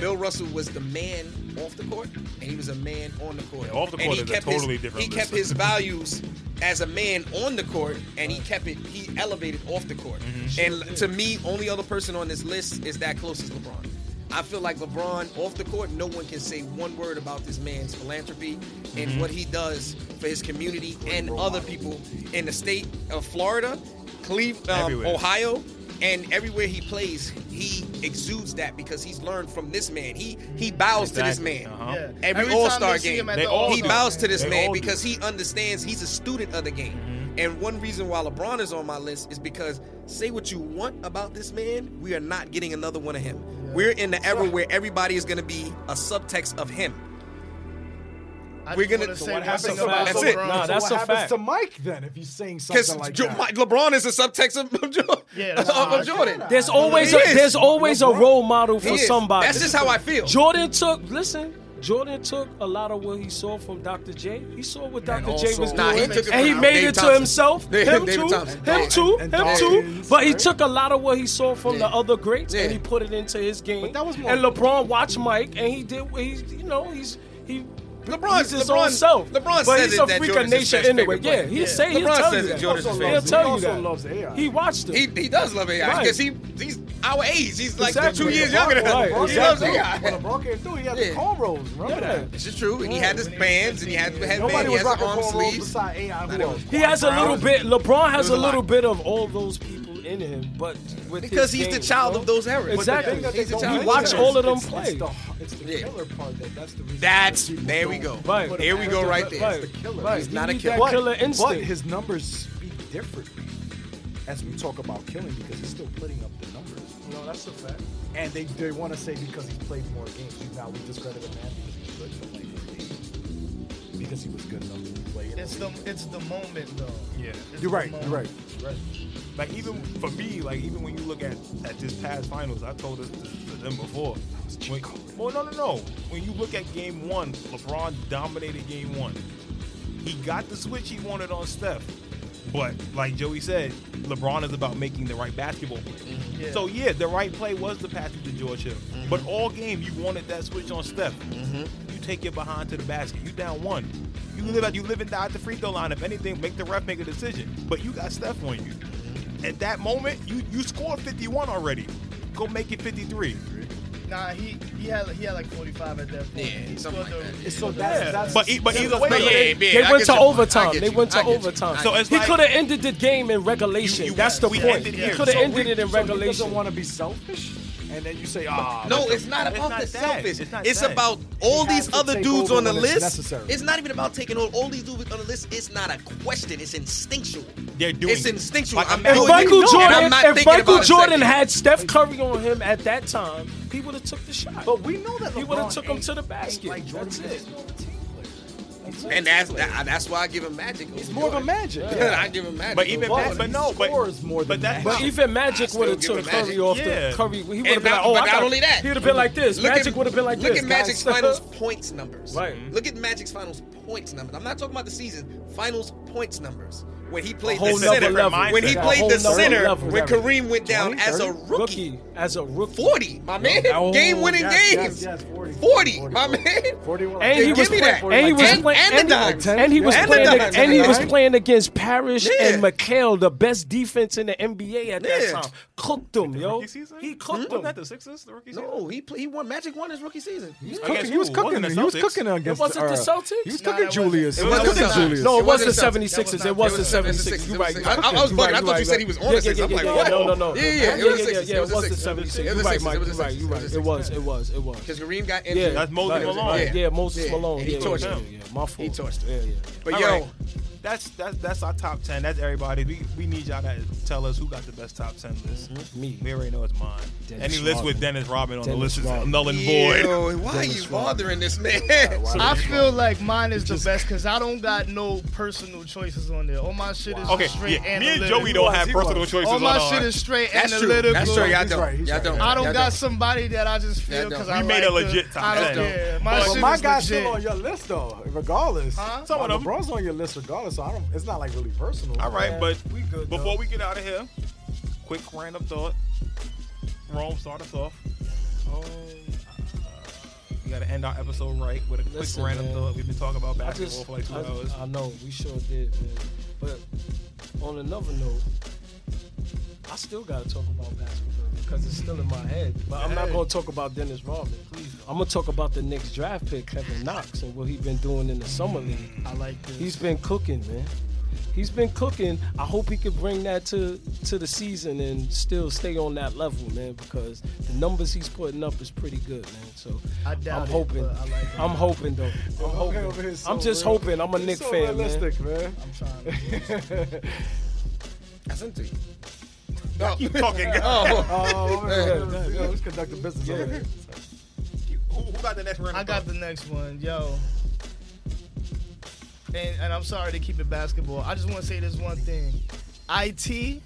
Speaker 2: Bill Russell was the man off the court, and he was a man on the court.
Speaker 1: off the
Speaker 2: And
Speaker 1: court is
Speaker 2: he
Speaker 1: a
Speaker 2: kept his-
Speaker 1: totally different
Speaker 2: He kept
Speaker 1: list.
Speaker 2: his values as a man on the court, and he kept it. He elevated off the court. And to me, only other person on this list is that close as LeBron. I feel like LeBron off the court, no one can say one word about this man's philanthropy and what he does for his community and other people in the state of Florida, Cleveland, um,
Speaker 1: Everywhere.
Speaker 2: Ohio, and everywhere he plays, he exudes that because he's learned from this man. He he bows to
Speaker 1: Exactly.
Speaker 2: this man.
Speaker 1: Uh-huh.
Speaker 3: Yeah.
Speaker 2: Every
Speaker 3: time
Speaker 2: All-Star
Speaker 3: they see
Speaker 2: game,
Speaker 3: him at
Speaker 1: they
Speaker 3: the
Speaker 1: all
Speaker 2: He
Speaker 1: do.
Speaker 3: All-Star
Speaker 2: bows to this
Speaker 1: They
Speaker 2: man
Speaker 1: all do.
Speaker 2: because he understands he's a student of the game.
Speaker 4: Mm-hmm.
Speaker 2: And one reason why LeBron is on my list is because say what you want about this man, we are not getting another one of him. We're in the era where everybody is going to be a subtext of him.
Speaker 3: I
Speaker 2: We're
Speaker 3: just
Speaker 2: gonna-
Speaker 3: wanna
Speaker 2: So
Speaker 3: say
Speaker 4: what
Speaker 3: one
Speaker 4: happens
Speaker 3: thing
Speaker 4: to
Speaker 3: about
Speaker 2: That's it.
Speaker 3: LeBron.
Speaker 4: Nah,
Speaker 5: so
Speaker 4: that's
Speaker 5: what
Speaker 4: a
Speaker 5: happens
Speaker 4: fact.
Speaker 5: to Mike then if he's saying
Speaker 2: Because
Speaker 5: something like that?
Speaker 2: LeBron is a subtext of, of Jordan.
Speaker 3: Yeah,
Speaker 2: of-
Speaker 3: nah,
Speaker 2: of Jordan.
Speaker 4: There's always
Speaker 2: He
Speaker 4: a,
Speaker 2: is.
Speaker 4: there's always a role model
Speaker 2: He
Speaker 4: for
Speaker 2: is.
Speaker 4: somebody.
Speaker 2: That's just how I feel.
Speaker 4: Jordan took listen. Jordan took a lot of what he saw from Dr. J. He saw what Dr. J was doing,
Speaker 2: Nah, he took it
Speaker 4: and he
Speaker 2: from
Speaker 4: made
Speaker 2: Dave
Speaker 4: it to
Speaker 2: Thompson.
Speaker 4: himself.
Speaker 2: Yeah,
Speaker 4: him,
Speaker 2: David
Speaker 4: too,
Speaker 2: Thompson.
Speaker 4: him
Speaker 2: And-
Speaker 4: too,
Speaker 5: and
Speaker 4: him
Speaker 5: Dawkins,
Speaker 4: too. But he
Speaker 5: right?
Speaker 4: took a lot of what he saw from the
Speaker 2: Yeah.
Speaker 4: other greats,
Speaker 2: Yeah.
Speaker 4: and he put it into his game.
Speaker 5: But that was more-
Speaker 4: and LeBron watched Mike, and he did. what He's you know he's he.
Speaker 2: LeBron's-
Speaker 4: he's his
Speaker 2: LeBron-
Speaker 4: own self.
Speaker 2: Lebron
Speaker 4: but
Speaker 2: says
Speaker 4: he's
Speaker 2: it
Speaker 4: a
Speaker 2: that
Speaker 4: freak of
Speaker 2: Jordan's his
Speaker 4: nature
Speaker 2: best
Speaker 4: anyway.
Speaker 2: favorite
Speaker 4: Yeah,
Speaker 2: player.
Speaker 4: he say he'll
Speaker 2: LeBron
Speaker 4: tell
Speaker 2: says
Speaker 4: you
Speaker 2: that
Speaker 4: that.
Speaker 2: Jordan's his
Speaker 4: He'll
Speaker 2: favorite
Speaker 4: tell
Speaker 5: player.
Speaker 4: you
Speaker 5: He also
Speaker 4: that.
Speaker 5: loves AI.
Speaker 4: He watched
Speaker 2: He,
Speaker 4: it.
Speaker 2: he does love AI
Speaker 4: Right.
Speaker 2: because he he's our age. He's like
Speaker 4: Exactly.
Speaker 2: two years
Speaker 4: LeBron-
Speaker 2: younger than us.
Speaker 4: Right,
Speaker 5: When
Speaker 2: He loves
Speaker 4: exactly.
Speaker 5: When
Speaker 2: AI.
Speaker 5: LeBron came through, he had
Speaker 2: Yeah.
Speaker 5: the cornrows. Remember
Speaker 4: Yeah.
Speaker 5: that?
Speaker 2: This is true. And he had his bands and he had the headband.
Speaker 5: Nobody
Speaker 2: he
Speaker 5: was
Speaker 2: has the
Speaker 5: rocking
Speaker 2: arm
Speaker 5: cornrows
Speaker 2: sleeves.
Speaker 5: beside AI. Who else?
Speaker 4: He has a little bit. LeBron has
Speaker 2: There's
Speaker 4: a
Speaker 2: a lot.
Speaker 4: little bit of all those people in him, but with
Speaker 2: Because
Speaker 4: his
Speaker 2: he's the
Speaker 4: game,
Speaker 2: child
Speaker 4: bro.
Speaker 2: of those eras.
Speaker 4: Exactly.
Speaker 2: But the thing that they
Speaker 5: He's
Speaker 2: don't
Speaker 5: a
Speaker 4: You
Speaker 5: child.
Speaker 4: watch
Speaker 5: It's-
Speaker 4: all of them
Speaker 5: it's-
Speaker 4: play.
Speaker 5: It's the, it's the
Speaker 2: Yeah.
Speaker 5: killer part that that's the reason.
Speaker 2: That's-
Speaker 5: that people
Speaker 2: there we
Speaker 5: don't
Speaker 2: go.
Speaker 5: put him
Speaker 4: Right.
Speaker 2: There we
Speaker 5: out
Speaker 2: go
Speaker 5: there.
Speaker 2: right there.
Speaker 5: It's the killer.
Speaker 4: Right.
Speaker 2: He's not a
Speaker 4: You need
Speaker 2: killer.
Speaker 4: that killer instinct.
Speaker 5: But his numbers speak differently as we talk about killing because he's still putting up the numbers.
Speaker 4: no, that's a fact.
Speaker 5: And they, they want to say because he played more games, you now we discredit a man because he's good for playing more games. Because he was good enough to play in
Speaker 3: It's the it's the moment though.
Speaker 1: Yeah.
Speaker 3: It's
Speaker 5: You're
Speaker 3: the
Speaker 5: right,
Speaker 3: moment.
Speaker 5: you're right.
Speaker 1: Like even for me, like even when you look at at this past finals, I told this to, to them before. When, well, no, no, no. When you look at Game One, LeBron dominated Game One. He got the switch he wanted on Steph, but like Joey said, LeBron is about making the right basketball play.
Speaker 3: Yeah.
Speaker 1: So yeah, the right play was the pass to George Hill. But all game you wanted that switch on Steph. You take it behind to the basket. You down one. You live out. You live and die at the free throw line. If anything, make the ref make a decision. But you got Steph on you. At that moment, you you scored 51 already. Go make it 53.
Speaker 3: Nah, he he had he had like 45 at that point.
Speaker 2: Yeah,
Speaker 3: He
Speaker 2: something
Speaker 3: scored
Speaker 2: like
Speaker 3: the-
Speaker 2: that.
Speaker 5: It's so that's, that's
Speaker 1: But e- but either way,
Speaker 4: But
Speaker 2: yeah,
Speaker 4: they-
Speaker 2: yeah,
Speaker 4: they
Speaker 2: I
Speaker 4: went
Speaker 2: get your
Speaker 4: to
Speaker 2: point. I
Speaker 4: overtime.
Speaker 2: get
Speaker 4: They
Speaker 2: you.
Speaker 4: went
Speaker 2: I
Speaker 4: to
Speaker 2: get you.
Speaker 4: overtime.
Speaker 2: I
Speaker 1: So
Speaker 2: get
Speaker 1: it's
Speaker 4: he
Speaker 1: like-
Speaker 4: could have ended the game in regulation.
Speaker 1: You- you-
Speaker 4: That's the
Speaker 1: we
Speaker 4: point.
Speaker 1: ended
Speaker 4: He
Speaker 1: here.
Speaker 4: could have
Speaker 1: So
Speaker 4: ended it
Speaker 5: So
Speaker 4: in
Speaker 5: he
Speaker 4: regulation.
Speaker 5: doesn't want to be selfish, and then you say, ah,
Speaker 2: No, it's not
Speaker 1: It's
Speaker 2: about
Speaker 1: not
Speaker 2: the
Speaker 1: that.
Speaker 2: selfish.
Speaker 1: It's
Speaker 2: It's,
Speaker 1: not that.
Speaker 2: about all
Speaker 5: He has
Speaker 2: these
Speaker 5: to
Speaker 2: other
Speaker 5: take
Speaker 2: dudes
Speaker 5: over
Speaker 2: on the
Speaker 5: when it's
Speaker 2: list.
Speaker 5: necessary.
Speaker 2: It's not even about taking on all these dudes on the list. It's not a question. It's instinctual.
Speaker 1: They're doing
Speaker 2: It's
Speaker 1: it.
Speaker 2: instinctual.
Speaker 1: Like,
Speaker 2: I'm
Speaker 1: if
Speaker 2: doing
Speaker 1: Well,
Speaker 4: If
Speaker 2: it,
Speaker 4: Michael
Speaker 2: and I'm
Speaker 4: Jordan,
Speaker 2: not
Speaker 4: if
Speaker 2: thinking
Speaker 4: Michael
Speaker 2: about it
Speaker 4: Jordan
Speaker 2: second.
Speaker 4: had Steph Curry on him at that time, he would have took the shot.
Speaker 5: But we know that
Speaker 4: He would've
Speaker 5: LeBron
Speaker 4: took him
Speaker 5: ain't-
Speaker 4: to the
Speaker 5: ain't
Speaker 4: basket.
Speaker 5: Like Jordan
Speaker 4: That's
Speaker 5: because
Speaker 4: it.
Speaker 5: he's more of a team player. He's more
Speaker 2: and
Speaker 5: of a
Speaker 2: that's
Speaker 5: team player.
Speaker 2: that, that's why I give him magic.
Speaker 5: He's
Speaker 2: over
Speaker 5: more of a
Speaker 2: Jordan.
Speaker 5: magic.
Speaker 2: Yeah, I give him magic.
Speaker 1: But even
Speaker 2: over
Speaker 1: but,
Speaker 2: Jordan.
Speaker 1: but no, but
Speaker 5: Scores more than
Speaker 1: but that's
Speaker 5: that.
Speaker 4: But even Magic
Speaker 2: still
Speaker 4: would have
Speaker 2: give
Speaker 4: took
Speaker 2: him
Speaker 4: Curry
Speaker 2: Magic.
Speaker 4: off
Speaker 1: Yeah.
Speaker 4: the Curry. He would
Speaker 2: not-
Speaker 4: have been like, oh,
Speaker 2: but
Speaker 4: I
Speaker 2: not
Speaker 4: got,
Speaker 2: only that.
Speaker 4: He would have been like this.
Speaker 2: Look at-
Speaker 4: Magic would have been like
Speaker 2: look
Speaker 4: this.
Speaker 2: at Magic's
Speaker 4: Guys,
Speaker 2: finals points numbers.
Speaker 4: Right.
Speaker 2: Look at Magic's finals points numbers. I'm not talking about the season. Finals points numbers. When he played the
Speaker 4: whole nother
Speaker 2: center,
Speaker 4: level.
Speaker 2: when he
Speaker 1: Mindset.
Speaker 4: A
Speaker 2: played
Speaker 4: whole
Speaker 2: the
Speaker 4: nother
Speaker 2: center,
Speaker 4: level.
Speaker 2: when Kareem went down
Speaker 5: 20,
Speaker 2: as a
Speaker 5: 30?
Speaker 2: rookie,
Speaker 4: as a rookie.
Speaker 2: 40, my man,
Speaker 4: Oh,
Speaker 2: game winning
Speaker 5: Yes,
Speaker 2: games.
Speaker 5: yes, yes, 40,
Speaker 2: 40, my man.
Speaker 5: 41.
Speaker 4: And he
Speaker 2: Give
Speaker 4: was
Speaker 2: me
Speaker 4: play-
Speaker 2: that.
Speaker 4: and he was
Speaker 2: And-
Speaker 4: playing
Speaker 2: and the
Speaker 4: and, he-
Speaker 2: Dimes.
Speaker 4: and he was
Speaker 2: Yeah. And the
Speaker 4: playing
Speaker 2: Dimes.
Speaker 4: and he was
Speaker 2: Right.
Speaker 4: playing against Parrish
Speaker 2: Yeah.
Speaker 4: and McHale, the best defense in the NBA at that
Speaker 2: Yeah. Hmm?
Speaker 4: time. Cooked them, yo. He cooked them.
Speaker 1: the Sixers, the rookie
Speaker 2: No, he play, he won. Magic won his rookie season.
Speaker 1: Against
Speaker 5: he was
Speaker 1: who?
Speaker 5: cooking.
Speaker 1: Wasn't the
Speaker 5: He was
Speaker 1: Celtics?
Speaker 5: cooking against.
Speaker 4: wasn't the
Speaker 5: uh,
Speaker 4: Celtics?
Speaker 5: He was
Speaker 3: Nah,
Speaker 5: cooking
Speaker 3: that wasn't.
Speaker 5: Julius.
Speaker 3: It
Speaker 5: He was
Speaker 2: wasn't
Speaker 5: cooking
Speaker 2: the Celtics.
Speaker 5: Julius.
Speaker 4: No, it
Speaker 2: It wasn't
Speaker 4: wasn't the
Speaker 2: Celtics.
Speaker 4: 76ers. It
Speaker 3: That was
Speaker 4: was the
Speaker 3: not- it
Speaker 4: 76ers. You're right. You're
Speaker 2: I,
Speaker 4: right.
Speaker 2: I was
Speaker 4: You're
Speaker 2: bugging. I
Speaker 4: right.
Speaker 2: thought
Speaker 4: You're
Speaker 2: you said he was on
Speaker 4: yeah,
Speaker 2: the
Speaker 4: yeah,
Speaker 2: Sixers.
Speaker 4: yeah,
Speaker 2: I'm
Speaker 4: yeah,
Speaker 2: like,
Speaker 4: yeah,
Speaker 2: what?
Speaker 4: No, no, no.
Speaker 2: Yeah, yeah,
Speaker 4: yeah,
Speaker 2: it was the
Speaker 4: yeah,
Speaker 2: Sixers.
Speaker 4: yeah. It was the
Speaker 2: Sixers.
Speaker 4: 76ers.
Speaker 2: It
Speaker 4: You're
Speaker 2: was the
Speaker 4: right,
Speaker 2: Sixers.
Speaker 4: Mike.
Speaker 2: It
Speaker 4: You're
Speaker 2: was the
Speaker 4: right. You're
Speaker 2: Sixers.
Speaker 4: right. It was. It was. It was.
Speaker 2: Because Kareem got
Speaker 4: Yeah,
Speaker 2: injured.
Speaker 1: That's Moses
Speaker 4: Right.
Speaker 1: Malone.
Speaker 4: Yeah, Moses
Speaker 2: Yeah.
Speaker 4: Malone.
Speaker 2: He
Speaker 4: yeah,
Speaker 2: torched
Speaker 4: yeah,
Speaker 2: him.
Speaker 4: yeah, yeah. My fault.
Speaker 2: He torched him.
Speaker 4: Yeah, yeah.
Speaker 2: But
Speaker 1: All
Speaker 2: yo,
Speaker 1: right. That's that's that's our top ten. That's everybody. We we need y'all to tell us who got the best top ten list.
Speaker 4: Me.
Speaker 1: We already know it's mine.
Speaker 4: Mm-hmm. Dennis
Speaker 1: Any list with
Speaker 4: Rodman.
Speaker 1: Dennis Rodman on the
Speaker 4: Dennis
Speaker 1: list is
Speaker 4: Rodman.
Speaker 1: null and void.
Speaker 2: yo, why are you bothering this man?
Speaker 3: I feel like mine is the best because I don't got no personal choices on there. All my shit is
Speaker 1: Okay,
Speaker 3: straight
Speaker 1: yeah. me and
Speaker 3: analytical.
Speaker 1: Joey don't have
Speaker 5: He
Speaker 1: personal
Speaker 5: was.
Speaker 1: choices
Speaker 3: All my
Speaker 1: on ours.
Speaker 3: shit is straight
Speaker 2: That's true.
Speaker 3: analytical.
Speaker 2: That's true. Y'all
Speaker 5: He's
Speaker 2: don't.
Speaker 5: right, he's
Speaker 2: Y'all
Speaker 5: right.
Speaker 2: don't.
Speaker 3: I
Speaker 2: Y'all
Speaker 3: don't got somebody that I just feel
Speaker 2: Yeah, I
Speaker 3: because
Speaker 2: don't.
Speaker 3: I
Speaker 1: We made a
Speaker 3: like the-
Speaker 1: legit top
Speaker 3: I don't
Speaker 1: ten.
Speaker 3: care. My
Speaker 5: But
Speaker 3: shit
Speaker 5: my
Speaker 3: is
Speaker 5: guy's still on
Speaker 3: legit.
Speaker 5: your list though, regardless. Huh?
Speaker 1: Some of them.
Speaker 5: LeBron's on your list regardless, so I don't. It's not like really personal.
Speaker 1: All right, but
Speaker 5: we good.
Speaker 1: before
Speaker 5: though.
Speaker 1: we get out of here, quick random thought. Rome, start us off.
Speaker 2: Oh,
Speaker 1: We gotta end our episode right with a quick
Speaker 4: Listen,
Speaker 1: random
Speaker 4: man.
Speaker 1: thought. We've been talking about
Speaker 4: I
Speaker 1: basketball
Speaker 4: just,
Speaker 1: for like two
Speaker 4: I,
Speaker 1: hours.
Speaker 4: I know we sure did, man. But on another note, I still gotta talk about basketball because it's still in my head. But I'm not gonna talk about Dennis Rodman. I'm gonna talk about the next draft pick, Kevin Knox, and what he's been doing in the summer league.
Speaker 3: I like this.
Speaker 4: He's been cooking, man. He's been cooking. I hope he could bring that to to the season and still stay on that level, man. Because the numbers he's putting up is pretty good, man. So
Speaker 3: I doubt
Speaker 4: I'm
Speaker 3: it,
Speaker 4: hoping.
Speaker 3: but I like it.
Speaker 4: I'm hoping though. I'm
Speaker 5: Okay,
Speaker 4: hoping.
Speaker 5: over here is so
Speaker 4: I'm just
Speaker 5: real.
Speaker 4: hoping. I'm a
Speaker 5: He's
Speaker 4: Nick
Speaker 5: so
Speaker 4: fan, man.
Speaker 5: realistic, man.
Speaker 3: I'm trying to.
Speaker 2: I sent to you. No.
Speaker 1: Talking.
Speaker 2: Oh.
Speaker 5: Oh, man,
Speaker 4: Yeah.
Speaker 5: yeah, let's conduct the business. over here.
Speaker 1: Who, who got the next random
Speaker 3: I got
Speaker 1: thought?
Speaker 3: the next one, yo. And, and I'm sorry to keep it basketball. I just want to say this one thing. IT,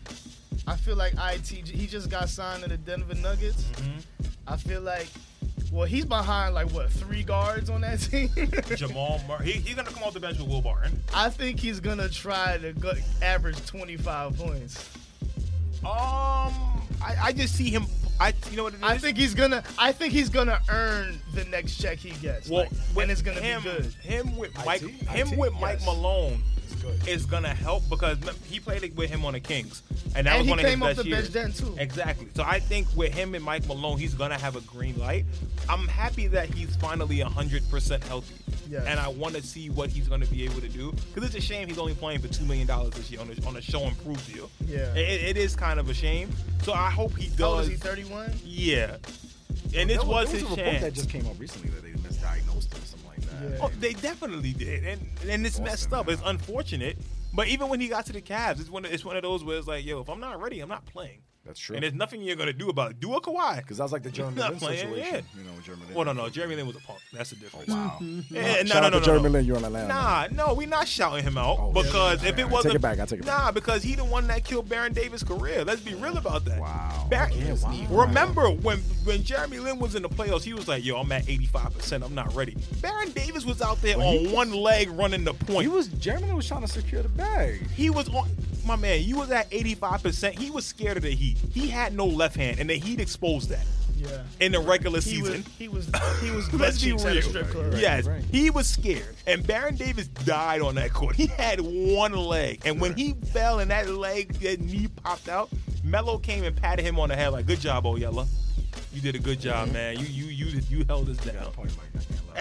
Speaker 3: I feel like IT, he just got signed to the Denver Nuggets.
Speaker 1: Mm-hmm.
Speaker 3: I feel like, well, he's behind like what, three guards on that team?
Speaker 1: Jamal Murray. He, he's gonna come off the bench with Will Barton.
Speaker 3: I think he's going to try to go, average 25 points.
Speaker 1: Um, I, I just see him. I you know what it is.
Speaker 3: I think he's gonna. I think he's gonna earn the next check he gets.
Speaker 1: well,
Speaker 3: like,
Speaker 1: with
Speaker 3: and it's gonna
Speaker 1: him,
Speaker 3: be good.
Speaker 1: Him with Mike. Him
Speaker 5: IT?
Speaker 1: with Mike
Speaker 5: Yes.
Speaker 1: Malone
Speaker 5: good.
Speaker 1: is gonna help because mem- he played it with him on the Kings, and that
Speaker 3: And
Speaker 1: was
Speaker 3: he
Speaker 1: one of his
Speaker 3: came off
Speaker 1: best
Speaker 3: the bench
Speaker 1: years.
Speaker 3: then too.
Speaker 1: Exactly. So I think with him and Mike Malone, he's gonna have a green light. I'm happy that he's finally 100% healthy.
Speaker 3: Yes.
Speaker 1: And I want to see what he's going to be able to do because it's a shame he's only playing for two million dollars this year on a, on a show and prove deal.
Speaker 3: Yeah.
Speaker 1: it, it is kind of a shame. So I hope he
Speaker 3: How old
Speaker 1: does.
Speaker 3: is he? 31.
Speaker 1: Yeah, and
Speaker 6: There
Speaker 1: this was,
Speaker 6: there
Speaker 1: his
Speaker 6: a report
Speaker 1: chance.
Speaker 6: that just came out recently that they misdiagnosed him or something like that.
Speaker 3: Yeah.
Speaker 1: Oh, they definitely did, and and it's
Speaker 6: Boston,
Speaker 1: messed up.
Speaker 6: man.
Speaker 1: It's unfortunate, but even when he got to the Cavs, it's one of, it's one of those where it's like, yo, if I'm not ready, I'm not playing.
Speaker 6: That's true.
Speaker 1: And there's nothing you're gonna do about it. Do a Kawhi.
Speaker 6: Because that was like the German
Speaker 1: Not
Speaker 6: Lin
Speaker 1: playing,
Speaker 6: situation.
Speaker 1: yeah.
Speaker 6: You know, German Lin.
Speaker 1: Well, no, no, Jeremy Lin was a punk. That's the
Speaker 6: Oh,
Speaker 1: difference.
Speaker 6: wow.
Speaker 1: Yeah, no,
Speaker 6: Shout
Speaker 1: no,
Speaker 6: out
Speaker 1: no,
Speaker 6: to
Speaker 1: no,
Speaker 6: Jeremy
Speaker 1: no.
Speaker 6: Lin, you're in Atlanta.
Speaker 1: Nah, no, we not shouting him out
Speaker 6: Oh,
Speaker 1: because if
Speaker 6: yeah.
Speaker 1: it wasn't,
Speaker 6: Take it back, I take it back.
Speaker 1: Nah, because he the one that killed Baron Davis' career. Let's be real about that.
Speaker 6: Wow.
Speaker 1: Baron,
Speaker 6: Yeah, wow.
Speaker 1: Remember when when Jeremy Lin was in the playoffs, he was like, "Yo, I'm at 85. percent I'm not ready." Baron Davis was out there
Speaker 6: Well,
Speaker 1: on
Speaker 6: he-
Speaker 1: one leg running the point.
Speaker 6: He was German Lin was trying to secure the bag.
Speaker 1: He was on. my man, you was at 85%. He was scared of the Heat. He had no left hand, and the Heat exposed that
Speaker 3: Yeah.
Speaker 1: in the regular
Speaker 3: He was
Speaker 1: season.
Speaker 3: he was he was butt
Speaker 1: Let's be
Speaker 3: cheeks at
Speaker 1: real.
Speaker 3: a strip club.
Speaker 1: yes,
Speaker 5: right.
Speaker 1: he was scared, and Baron Davis died on that court. He had one leg, and when he fell and that leg, that knee popped out, Melo came and patted him on the head like, "Good job, Oyella. You did a good job, man. You you you you held us down."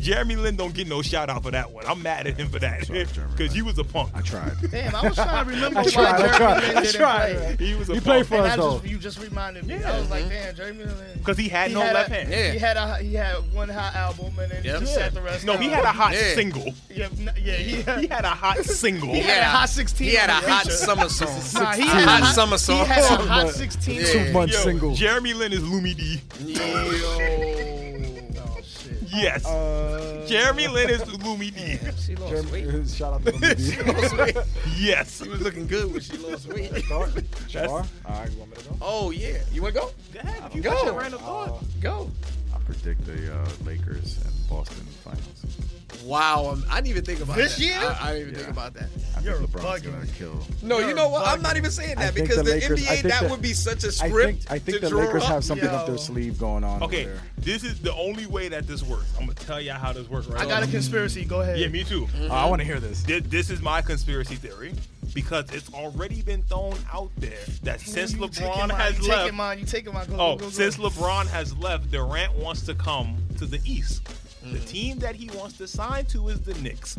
Speaker 1: Jeremy Lin don't get no shout out for that one. I'm mad at him for that
Speaker 8: Sorry, Jeremy
Speaker 1: because you was a punk.
Speaker 8: I tried.
Speaker 3: Damn, I was trying to remember why
Speaker 5: tried, I tried,
Speaker 3: Jeremy Lin
Speaker 5: I
Speaker 3: didn't
Speaker 5: tried.
Speaker 3: play.
Speaker 1: He was a
Speaker 5: He played
Speaker 1: punk
Speaker 5: for
Speaker 3: And
Speaker 5: us
Speaker 3: I
Speaker 5: though.
Speaker 3: just, you just reminded me. I was like, damn, Jeremy Lin.
Speaker 1: because he had
Speaker 3: He
Speaker 1: no
Speaker 3: had
Speaker 1: left
Speaker 3: a-
Speaker 1: hand.
Speaker 2: Yeah.
Speaker 3: He had a he had one hot album and then he
Speaker 2: Yep.
Speaker 3: just sat the rest.
Speaker 1: No,
Speaker 3: down.
Speaker 1: he had a hot
Speaker 2: Yeah.
Speaker 1: single.
Speaker 3: Yeah, n- yeah, he had,
Speaker 1: He had a hot single.
Speaker 3: He had a hot 16.
Speaker 2: He had a
Speaker 3: on the
Speaker 2: hot
Speaker 3: picture.
Speaker 2: summer song.
Speaker 3: Nah, he had a
Speaker 2: hot summer
Speaker 3: He
Speaker 2: song.
Speaker 3: had a hot
Speaker 5: But-
Speaker 3: 16.
Speaker 2: Yeah.
Speaker 5: Two month
Speaker 1: Yo,
Speaker 5: single.
Speaker 1: Jeremy Lin is Lumi D.
Speaker 2: Yo.
Speaker 3: Oh shit.
Speaker 1: Yes.
Speaker 5: Uh,
Speaker 1: Jeremy Lin is Lumi D.
Speaker 2: Damn, she
Speaker 5: Oh,
Speaker 2: lost weight.
Speaker 5: Jeremy, shout out to the movie.
Speaker 2: Lost weight.
Speaker 1: Yes.
Speaker 2: She was looking good when she lost weight.
Speaker 5: Start. Jabbar. All right, you want me to go? Uh,
Speaker 2: Oh yeah, you want to go?
Speaker 1: You
Speaker 2: got your
Speaker 1: random
Speaker 5: Oh,
Speaker 1: thought.
Speaker 2: Go.
Speaker 8: I predict the uh, Lakers and Boston finals.
Speaker 2: Wow, I'm, I didn't even think about
Speaker 3: This
Speaker 2: that.
Speaker 3: year?
Speaker 2: I, I didn't even
Speaker 8: Yeah.
Speaker 2: think about that.
Speaker 8: I
Speaker 3: You're
Speaker 8: think LeBron's
Speaker 3: bugging.
Speaker 8: gonna kill.
Speaker 2: No, you
Speaker 3: You're
Speaker 2: know what? I'm not
Speaker 3: bugging.
Speaker 2: even saying
Speaker 6: I
Speaker 2: that
Speaker 6: think
Speaker 2: because
Speaker 6: the
Speaker 2: the,
Speaker 6: Lakers- I
Speaker 2: NBA
Speaker 6: think
Speaker 2: that
Speaker 6: the-
Speaker 2: would be such a
Speaker 6: I
Speaker 2: script.
Speaker 6: think I think
Speaker 2: to
Speaker 6: the
Speaker 2: draw
Speaker 6: Lakers
Speaker 2: up.
Speaker 6: have something up their
Speaker 3: Yo.
Speaker 6: sleeve going on.
Speaker 1: Okay,
Speaker 6: Over there.
Speaker 1: this is the only way that this works. I'm gonna tell you how this works. Right?
Speaker 3: I Mm-hmm. got a conspiracy. Go ahead.
Speaker 1: Yeah, me too.
Speaker 6: Oh, I want to hear this.
Speaker 1: Thi- This is my conspiracy theory because it's already been thrown out there that since
Speaker 3: You taking
Speaker 1: LeBron
Speaker 3: mine,
Speaker 1: has
Speaker 3: you
Speaker 1: left,
Speaker 3: Taking mine, you taking mine. Go, go,
Speaker 1: oh,
Speaker 3: go, go.
Speaker 1: since LeBron has left, Durant wants to come to the East. The
Speaker 3: Mm-hmm.
Speaker 1: team that he wants to sign to is the Knicks.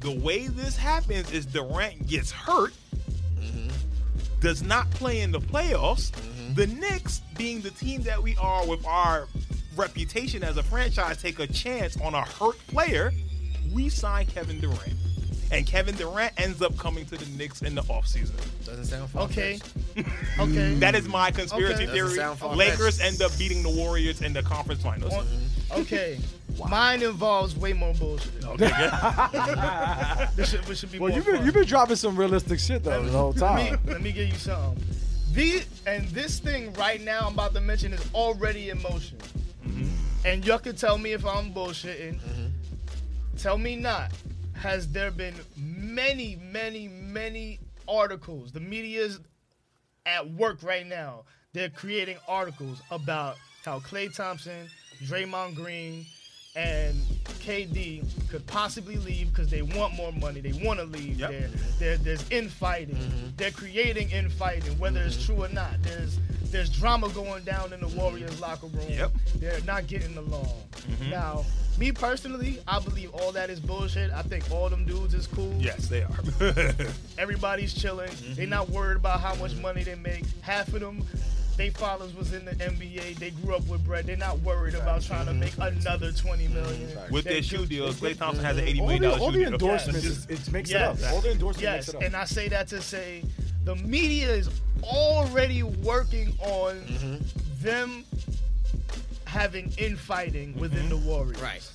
Speaker 1: The way this happens is Durant gets hurt,
Speaker 3: Mm-hmm.
Speaker 1: does not play in the playoffs. The Knicks, being the team that we are with our reputation as a franchise, take a chance on a hurt player. We sign Kevin Durant. And Kevin Durant ends up coming to the Knicks in the offseason.
Speaker 2: Doesn't sound far.
Speaker 3: Okay. okay.
Speaker 1: That is my conspiracy
Speaker 3: Okay. Doesn't
Speaker 1: theory.
Speaker 2: sound far-fetched.
Speaker 1: Lakers end up beating the Warriors in the conference finals.
Speaker 3: On- okay. Mine involves way more bullshit.
Speaker 1: Okay, good.
Speaker 3: This should, this should be
Speaker 5: Well,
Speaker 3: more
Speaker 5: you've been
Speaker 3: fun.
Speaker 5: you've been dropping some realistic shit though the whole time.
Speaker 3: Let me, let me give you something. The and this thing right now I'm about to mention is already in motion. And y'all can tell me if I'm bullshitting. Tell me not. Has there been many, many, many articles? The media's at work right now. They're creating articles about how Klay Thompson, Draymond Green, and KD could possibly leave because they want more money. They want to leave.
Speaker 1: Yep. Mm-hmm.
Speaker 3: There, there, there's infighting. They're creating infighting, whether it's true or not. There's there's drama going down in the Warriors locker room.
Speaker 1: Yep.
Speaker 3: They're not getting along.
Speaker 1: Mm-hmm.
Speaker 3: Now, me personally, I believe all that is bullshit. I think all them dudes is cool.
Speaker 1: Yes, they are.
Speaker 3: Everybody's chilling.
Speaker 1: Mm-hmm.
Speaker 3: They're not worried about how much money they make. Half of them, they fathers was in the NBA. They grew up with bread. They're not worried about trying to
Speaker 5: Mm-hmm.
Speaker 3: make another twenty million.
Speaker 1: With
Speaker 3: They
Speaker 1: their shoe
Speaker 3: do-
Speaker 1: deals,
Speaker 3: they
Speaker 1: Clay
Speaker 3: do-
Speaker 1: Thompson has an eighty
Speaker 5: All
Speaker 1: million
Speaker 5: the,
Speaker 1: dollar
Speaker 5: all
Speaker 1: shoe
Speaker 5: the
Speaker 1: deal.
Speaker 5: endorsements,
Speaker 1: Yes.
Speaker 5: it makes
Speaker 3: Yes.
Speaker 5: it up. All the endorsements
Speaker 3: Yes,
Speaker 5: makes it up.
Speaker 3: and I say that to say the media is already working on
Speaker 5: Mm-hmm.
Speaker 3: them having infighting
Speaker 1: Mm-hmm.
Speaker 3: within the Warriors.
Speaker 2: Right.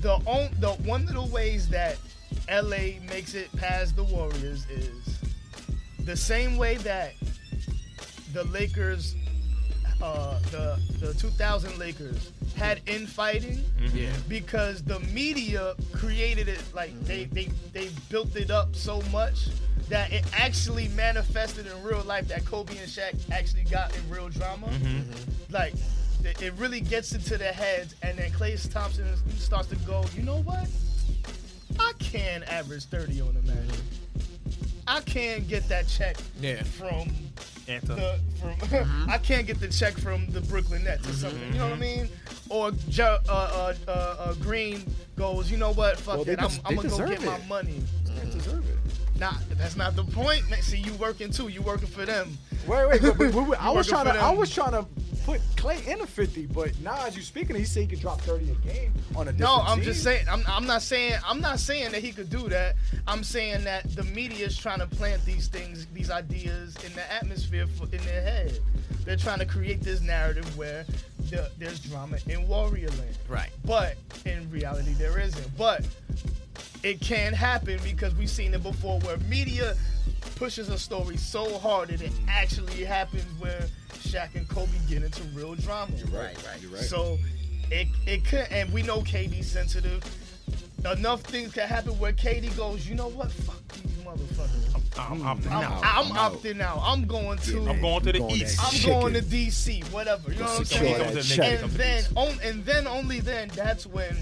Speaker 3: The on, the one of the ways that LA makes it past the Warriors is the same way that the Lakers, uh, the the 2000 Lakers had infighting
Speaker 2: Yeah.
Speaker 3: because the media created it like they, they they built it up so much that it actually manifested in real life that Kobe and Shaq actually got in real drama. Like it- it really gets into their heads, and then Clay Thompson starts to go, you know what? I can average 30 on the match. I can get that check
Speaker 2: Yeah.
Speaker 3: from
Speaker 1: Anthem.
Speaker 3: the,
Speaker 5: Mm-hmm.
Speaker 3: from I can't get the check from the Brooklyn Nets or something. You know what I mean? Or Jo- uh, uh, uh, uh, Green goes, you know what? Fuck
Speaker 5: Well, they
Speaker 3: it. I'm,
Speaker 5: des-
Speaker 3: I'm
Speaker 5: they
Speaker 3: gonna go
Speaker 5: deserve
Speaker 3: get my
Speaker 5: it.
Speaker 3: money.
Speaker 5: They
Speaker 3: Mm-hmm.
Speaker 5: deserve it.
Speaker 3: Nah, that's not the point. man. See, you working too. You working for them.
Speaker 5: Wait, wait, but, but, but, I was trying
Speaker 3: Working
Speaker 5: to,
Speaker 3: for
Speaker 5: I
Speaker 3: them.
Speaker 5: was trying to put Clay in a fifty, but now as you speaking, he's saying he could drop thirty a game on a.
Speaker 3: No,
Speaker 5: different
Speaker 3: I'm
Speaker 5: team.
Speaker 3: just saying. I'm, I'm not saying. I'm not saying that he could do that. I'm saying that the media is trying to plant these things, these ideas in the atmosphere for, in their head. They're trying to create this narrative where the, there's drama in Warrior Land.
Speaker 2: Right.
Speaker 3: But in reality, there isn't. But it can happen because we've seen it before where media pushes a story so hard that it
Speaker 7: Mm.
Speaker 3: actually happens where Shaq and Kobe get into real drama.
Speaker 6: Right, right. You're right.
Speaker 3: So it it could, and we know KD's sensitive. enough things can happen where Katie goes, you know what? Fuck these motherfuckers.
Speaker 1: I'm, I'm,
Speaker 7: I'm
Speaker 1: out.
Speaker 7: out.
Speaker 3: I'm
Speaker 7: I'm out.
Speaker 3: opting out. I'm going to.
Speaker 1: I'm going to the
Speaker 7: Going
Speaker 1: east.
Speaker 7: next.
Speaker 3: I'm
Speaker 7: Chicken.
Speaker 3: going to DC. Whatever. You know what I'm
Speaker 1: Secure
Speaker 3: saying?
Speaker 1: that
Speaker 3: And
Speaker 1: check.
Speaker 3: then, on, and then only then, that's when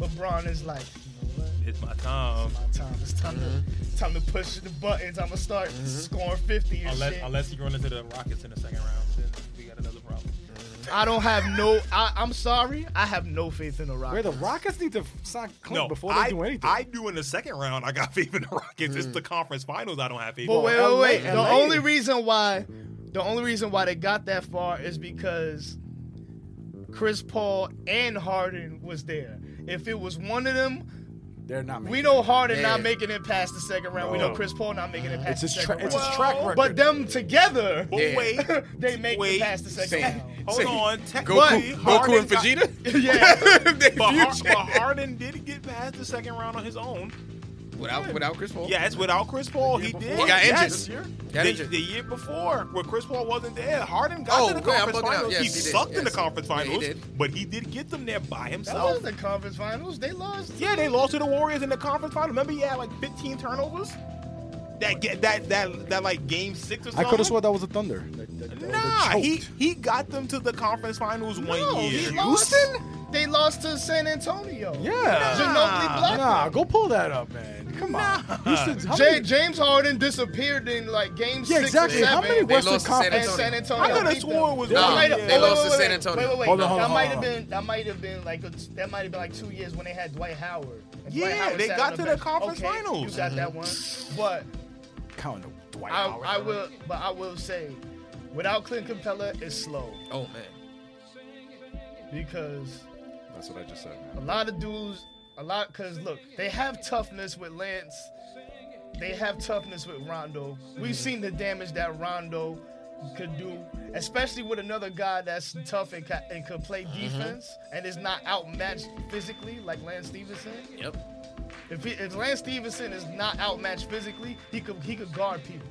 Speaker 3: LeBron is like, you know what?
Speaker 1: It's my time.
Speaker 3: My time. It's time to time to push the buttons. I'm gonna start scoring 50 and
Speaker 1: Unless
Speaker 3: shit.
Speaker 1: unless you run into the Rockets in the second round, then we got another problem.
Speaker 3: I don't have no. I, I'm sorry. I have no faith in the Rockets.
Speaker 5: Where the Rockets need to sign Clint
Speaker 1: No,
Speaker 5: before they
Speaker 1: I,
Speaker 5: do anything.
Speaker 1: I do in the second round. I got faith in the Rockets. It's the conference finals. I don't have faith.
Speaker 3: But
Speaker 1: in.
Speaker 3: wait, wait, wait.
Speaker 5: LA.
Speaker 3: The only reason why, the only reason why they got that far is because Chris Paul and Harden was there. If it was one of them,
Speaker 6: They're not.
Speaker 3: we
Speaker 6: making
Speaker 3: know Harden
Speaker 2: Yeah.
Speaker 3: not making it past the second round. We know Chris Paul not making it
Speaker 6: It's
Speaker 3: past
Speaker 6: his,
Speaker 3: the
Speaker 6: tra-
Speaker 3: second
Speaker 6: it's
Speaker 3: round.
Speaker 6: his track record.
Speaker 3: But them together,
Speaker 1: But
Speaker 2: Yeah.
Speaker 1: wait,
Speaker 3: they make
Speaker 1: wait.
Speaker 3: it past the second
Speaker 2: Say-
Speaker 3: round.
Speaker 1: hold
Speaker 2: Say,
Speaker 1: on.
Speaker 2: Goku,
Speaker 1: Technically,
Speaker 2: Goku
Speaker 1: Harden
Speaker 2: and
Speaker 1: got-
Speaker 2: Vegeta.
Speaker 3: yeah,
Speaker 2: They
Speaker 1: But, Har-
Speaker 2: future.
Speaker 1: but Harden did get past the second round on his own.
Speaker 2: without without Chris Paul.
Speaker 1: Yes, without Chris Paul, he did.
Speaker 2: He got
Speaker 1: Yes.
Speaker 2: injured. Got
Speaker 1: The,
Speaker 2: injured.
Speaker 1: the year before, where Chris Paul wasn't there, Harden got
Speaker 2: Oh,
Speaker 1: to the
Speaker 2: yeah, I'm
Speaker 1: conference
Speaker 2: bugging out.
Speaker 1: finals.
Speaker 2: Yes,
Speaker 1: he,
Speaker 2: he did.
Speaker 1: sucked in the
Speaker 2: Yes.
Speaker 1: conference
Speaker 2: Yeah, he
Speaker 1: finals,
Speaker 2: did.
Speaker 1: but he did get them there by
Speaker 3: that was
Speaker 1: himself.
Speaker 3: the conference finals. They lost.
Speaker 1: Yeah, they lost to the Warriors in the conference final. Remember, he had like 15 turnovers. That get that that that like game six or
Speaker 7: I
Speaker 1: something.
Speaker 7: could have swore that was a Thunder. That- that- that was a
Speaker 1: Nah, he
Speaker 7: choked.
Speaker 1: he got them to the conference finals
Speaker 3: No,
Speaker 1: one
Speaker 3: he
Speaker 1: year.
Speaker 3: lost- They lost to San Antonio.
Speaker 7: Yeah.
Speaker 3: Ginobili blocked
Speaker 7: Nah, go pull that up, man. Come on. Houston, how
Speaker 3: Ja-
Speaker 7: many,
Speaker 3: James Harden disappeared in like game
Speaker 7: yeah,
Speaker 3: six
Speaker 7: exactly.
Speaker 3: or seven.
Speaker 7: How many
Speaker 2: They
Speaker 7: Western
Speaker 2: lost to San
Speaker 7: Conference?
Speaker 3: and San Antonio.
Speaker 1: I could have
Speaker 3: beat them.
Speaker 1: sworn it was
Speaker 3: That
Speaker 2: Nah,
Speaker 1: one
Speaker 3: might have-
Speaker 1: year.
Speaker 2: they
Speaker 3: oh, wait,
Speaker 2: lost
Speaker 3: wait,
Speaker 2: to
Speaker 3: wait,
Speaker 2: San Antonio.
Speaker 3: Wait, wait, wait.
Speaker 7: Hold on, hold
Speaker 3: that
Speaker 7: on,
Speaker 3: might have
Speaker 7: hold on.
Speaker 3: been that might have been like a, that might have been like two years when they had Dwight Howard. And
Speaker 1: Yeah,
Speaker 3: Dwight Howard
Speaker 1: they
Speaker 3: sat
Speaker 1: got
Speaker 3: on
Speaker 1: to the
Speaker 3: bench.
Speaker 1: conference
Speaker 3: Okay,
Speaker 1: finals.
Speaker 3: You got
Speaker 7: Mhm.
Speaker 3: that one, but
Speaker 7: Count them. Dwight
Speaker 3: I,
Speaker 7: Howard.
Speaker 3: I will, but I will say, without Clint Capella, it's slow
Speaker 2: Oh man.
Speaker 3: because
Speaker 6: That's what I just said.
Speaker 3: a
Speaker 6: Man.
Speaker 3: lot of dudes, a lot, because look, they have toughness with Lance. They have toughness with Rondo.
Speaker 6: Mm-hmm.
Speaker 3: We've seen the damage that Rondo could do, especially with another guy that's tough and, ca- and could play
Speaker 6: Mm-hmm.
Speaker 3: defense and is not outmatched physically like Lance Stevenson.
Speaker 2: Yep.
Speaker 3: If, he, if Lance Stevenson is not outmatched physically, he could he could guard people.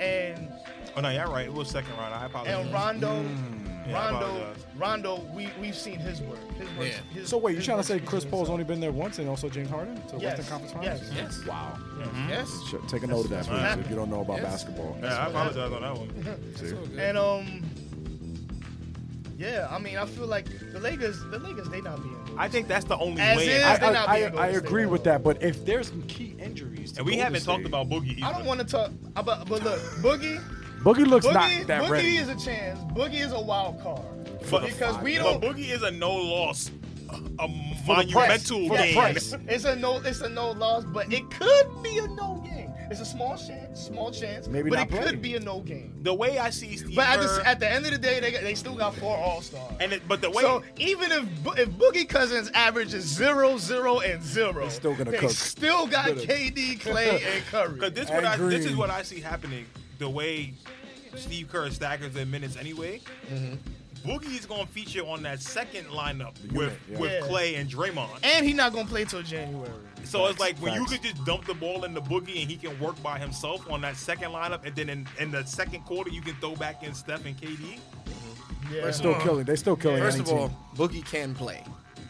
Speaker 3: And
Speaker 1: Oh no, yeah, right. It was second round. I apologize.
Speaker 6: Mm-hmm.
Speaker 3: and Rondo,
Speaker 1: Yeah, I
Speaker 3: Rondo,
Speaker 1: apologize.
Speaker 3: Rondo, we we've seen his work. His work.
Speaker 2: Yeah.
Speaker 3: His,
Speaker 7: So wait, you
Speaker 3: his
Speaker 7: trying to
Speaker 3: work
Speaker 7: say
Speaker 3: speaks
Speaker 7: Chris
Speaker 3: for
Speaker 7: Paul's
Speaker 3: itself.
Speaker 7: only been there once, and also James Harden to the
Speaker 3: Yes.
Speaker 7: Western Conference
Speaker 3: Yes.
Speaker 7: Finals?
Speaker 2: Yes.
Speaker 7: Wow.
Speaker 3: Yes.
Speaker 7: Should take a note of that,
Speaker 1: Wow.
Speaker 7: please, if you don't know about
Speaker 2: Yes.
Speaker 7: basketball.
Speaker 1: Yeah, I apologize on that one.
Speaker 7: See?
Speaker 1: Mm-hmm.
Speaker 3: And um, yeah, I mean, I feel like the Lakers, the Lakers, they not being good.
Speaker 1: I think that's the only
Speaker 3: As
Speaker 1: way.
Speaker 3: is,
Speaker 1: I-
Speaker 7: I,
Speaker 3: they not
Speaker 7: I, I,
Speaker 3: being
Speaker 7: I
Speaker 3: Golden State
Speaker 7: agree
Speaker 3: at
Speaker 7: with
Speaker 3: all.
Speaker 7: that, but if there's some key injuries, to
Speaker 1: and we
Speaker 7: Golden
Speaker 1: haven't talked
Speaker 7: State-
Speaker 1: about Boogie. Either.
Speaker 3: I don't want to talk about, but look, Boogie,
Speaker 7: Boogie looks
Speaker 3: Boogie,
Speaker 7: not that
Speaker 3: Boogie
Speaker 7: ready.
Speaker 3: is a chance. Boogie is a wild card
Speaker 1: But-
Speaker 3: because we
Speaker 1: But
Speaker 3: don't.
Speaker 1: Boogie is a no loss, a
Speaker 3: Yes,
Speaker 1: monumental
Speaker 3: yes,
Speaker 1: game.
Speaker 3: yes. It's a no, it's a no loss, but it could be a no game. It's a small chance, small chance,
Speaker 7: Maybe
Speaker 3: but
Speaker 7: not
Speaker 3: it could
Speaker 7: playing.
Speaker 3: be a no game.
Speaker 1: The way I see Steve
Speaker 3: But at
Speaker 1: Kerr-
Speaker 3: the, at the end of the day, they, got- they still got four All Stars.
Speaker 1: and it, but the way
Speaker 3: So even if Bo- if Boogie Cousins averages zero, zero, and zero, they
Speaker 7: still gonna cook.
Speaker 3: Still got KD, Clay, and Curry.
Speaker 1: Because this what I, this is
Speaker 7: Agreed.
Speaker 1: what I see happening. The way Steve Kerr staggers their minutes anyway.
Speaker 7: Mm-hmm.
Speaker 1: Boogie is going to feature on that second lineup with
Speaker 7: yeah.
Speaker 1: with
Speaker 3: Yeah.
Speaker 1: Clay and Draymond.
Speaker 3: And he not gonna play till January.
Speaker 1: so it's like when you
Speaker 7: facts.
Speaker 1: could just dump the ball in the Boogie and he can work by himself on that second lineup, and then in, in the second quarter you can throw back in Steph and KD.
Speaker 3: Yeah.
Speaker 7: They're still killing. They're still killing.
Speaker 2: First of
Speaker 7: any
Speaker 2: all,
Speaker 7: team.
Speaker 2: Boogie can play.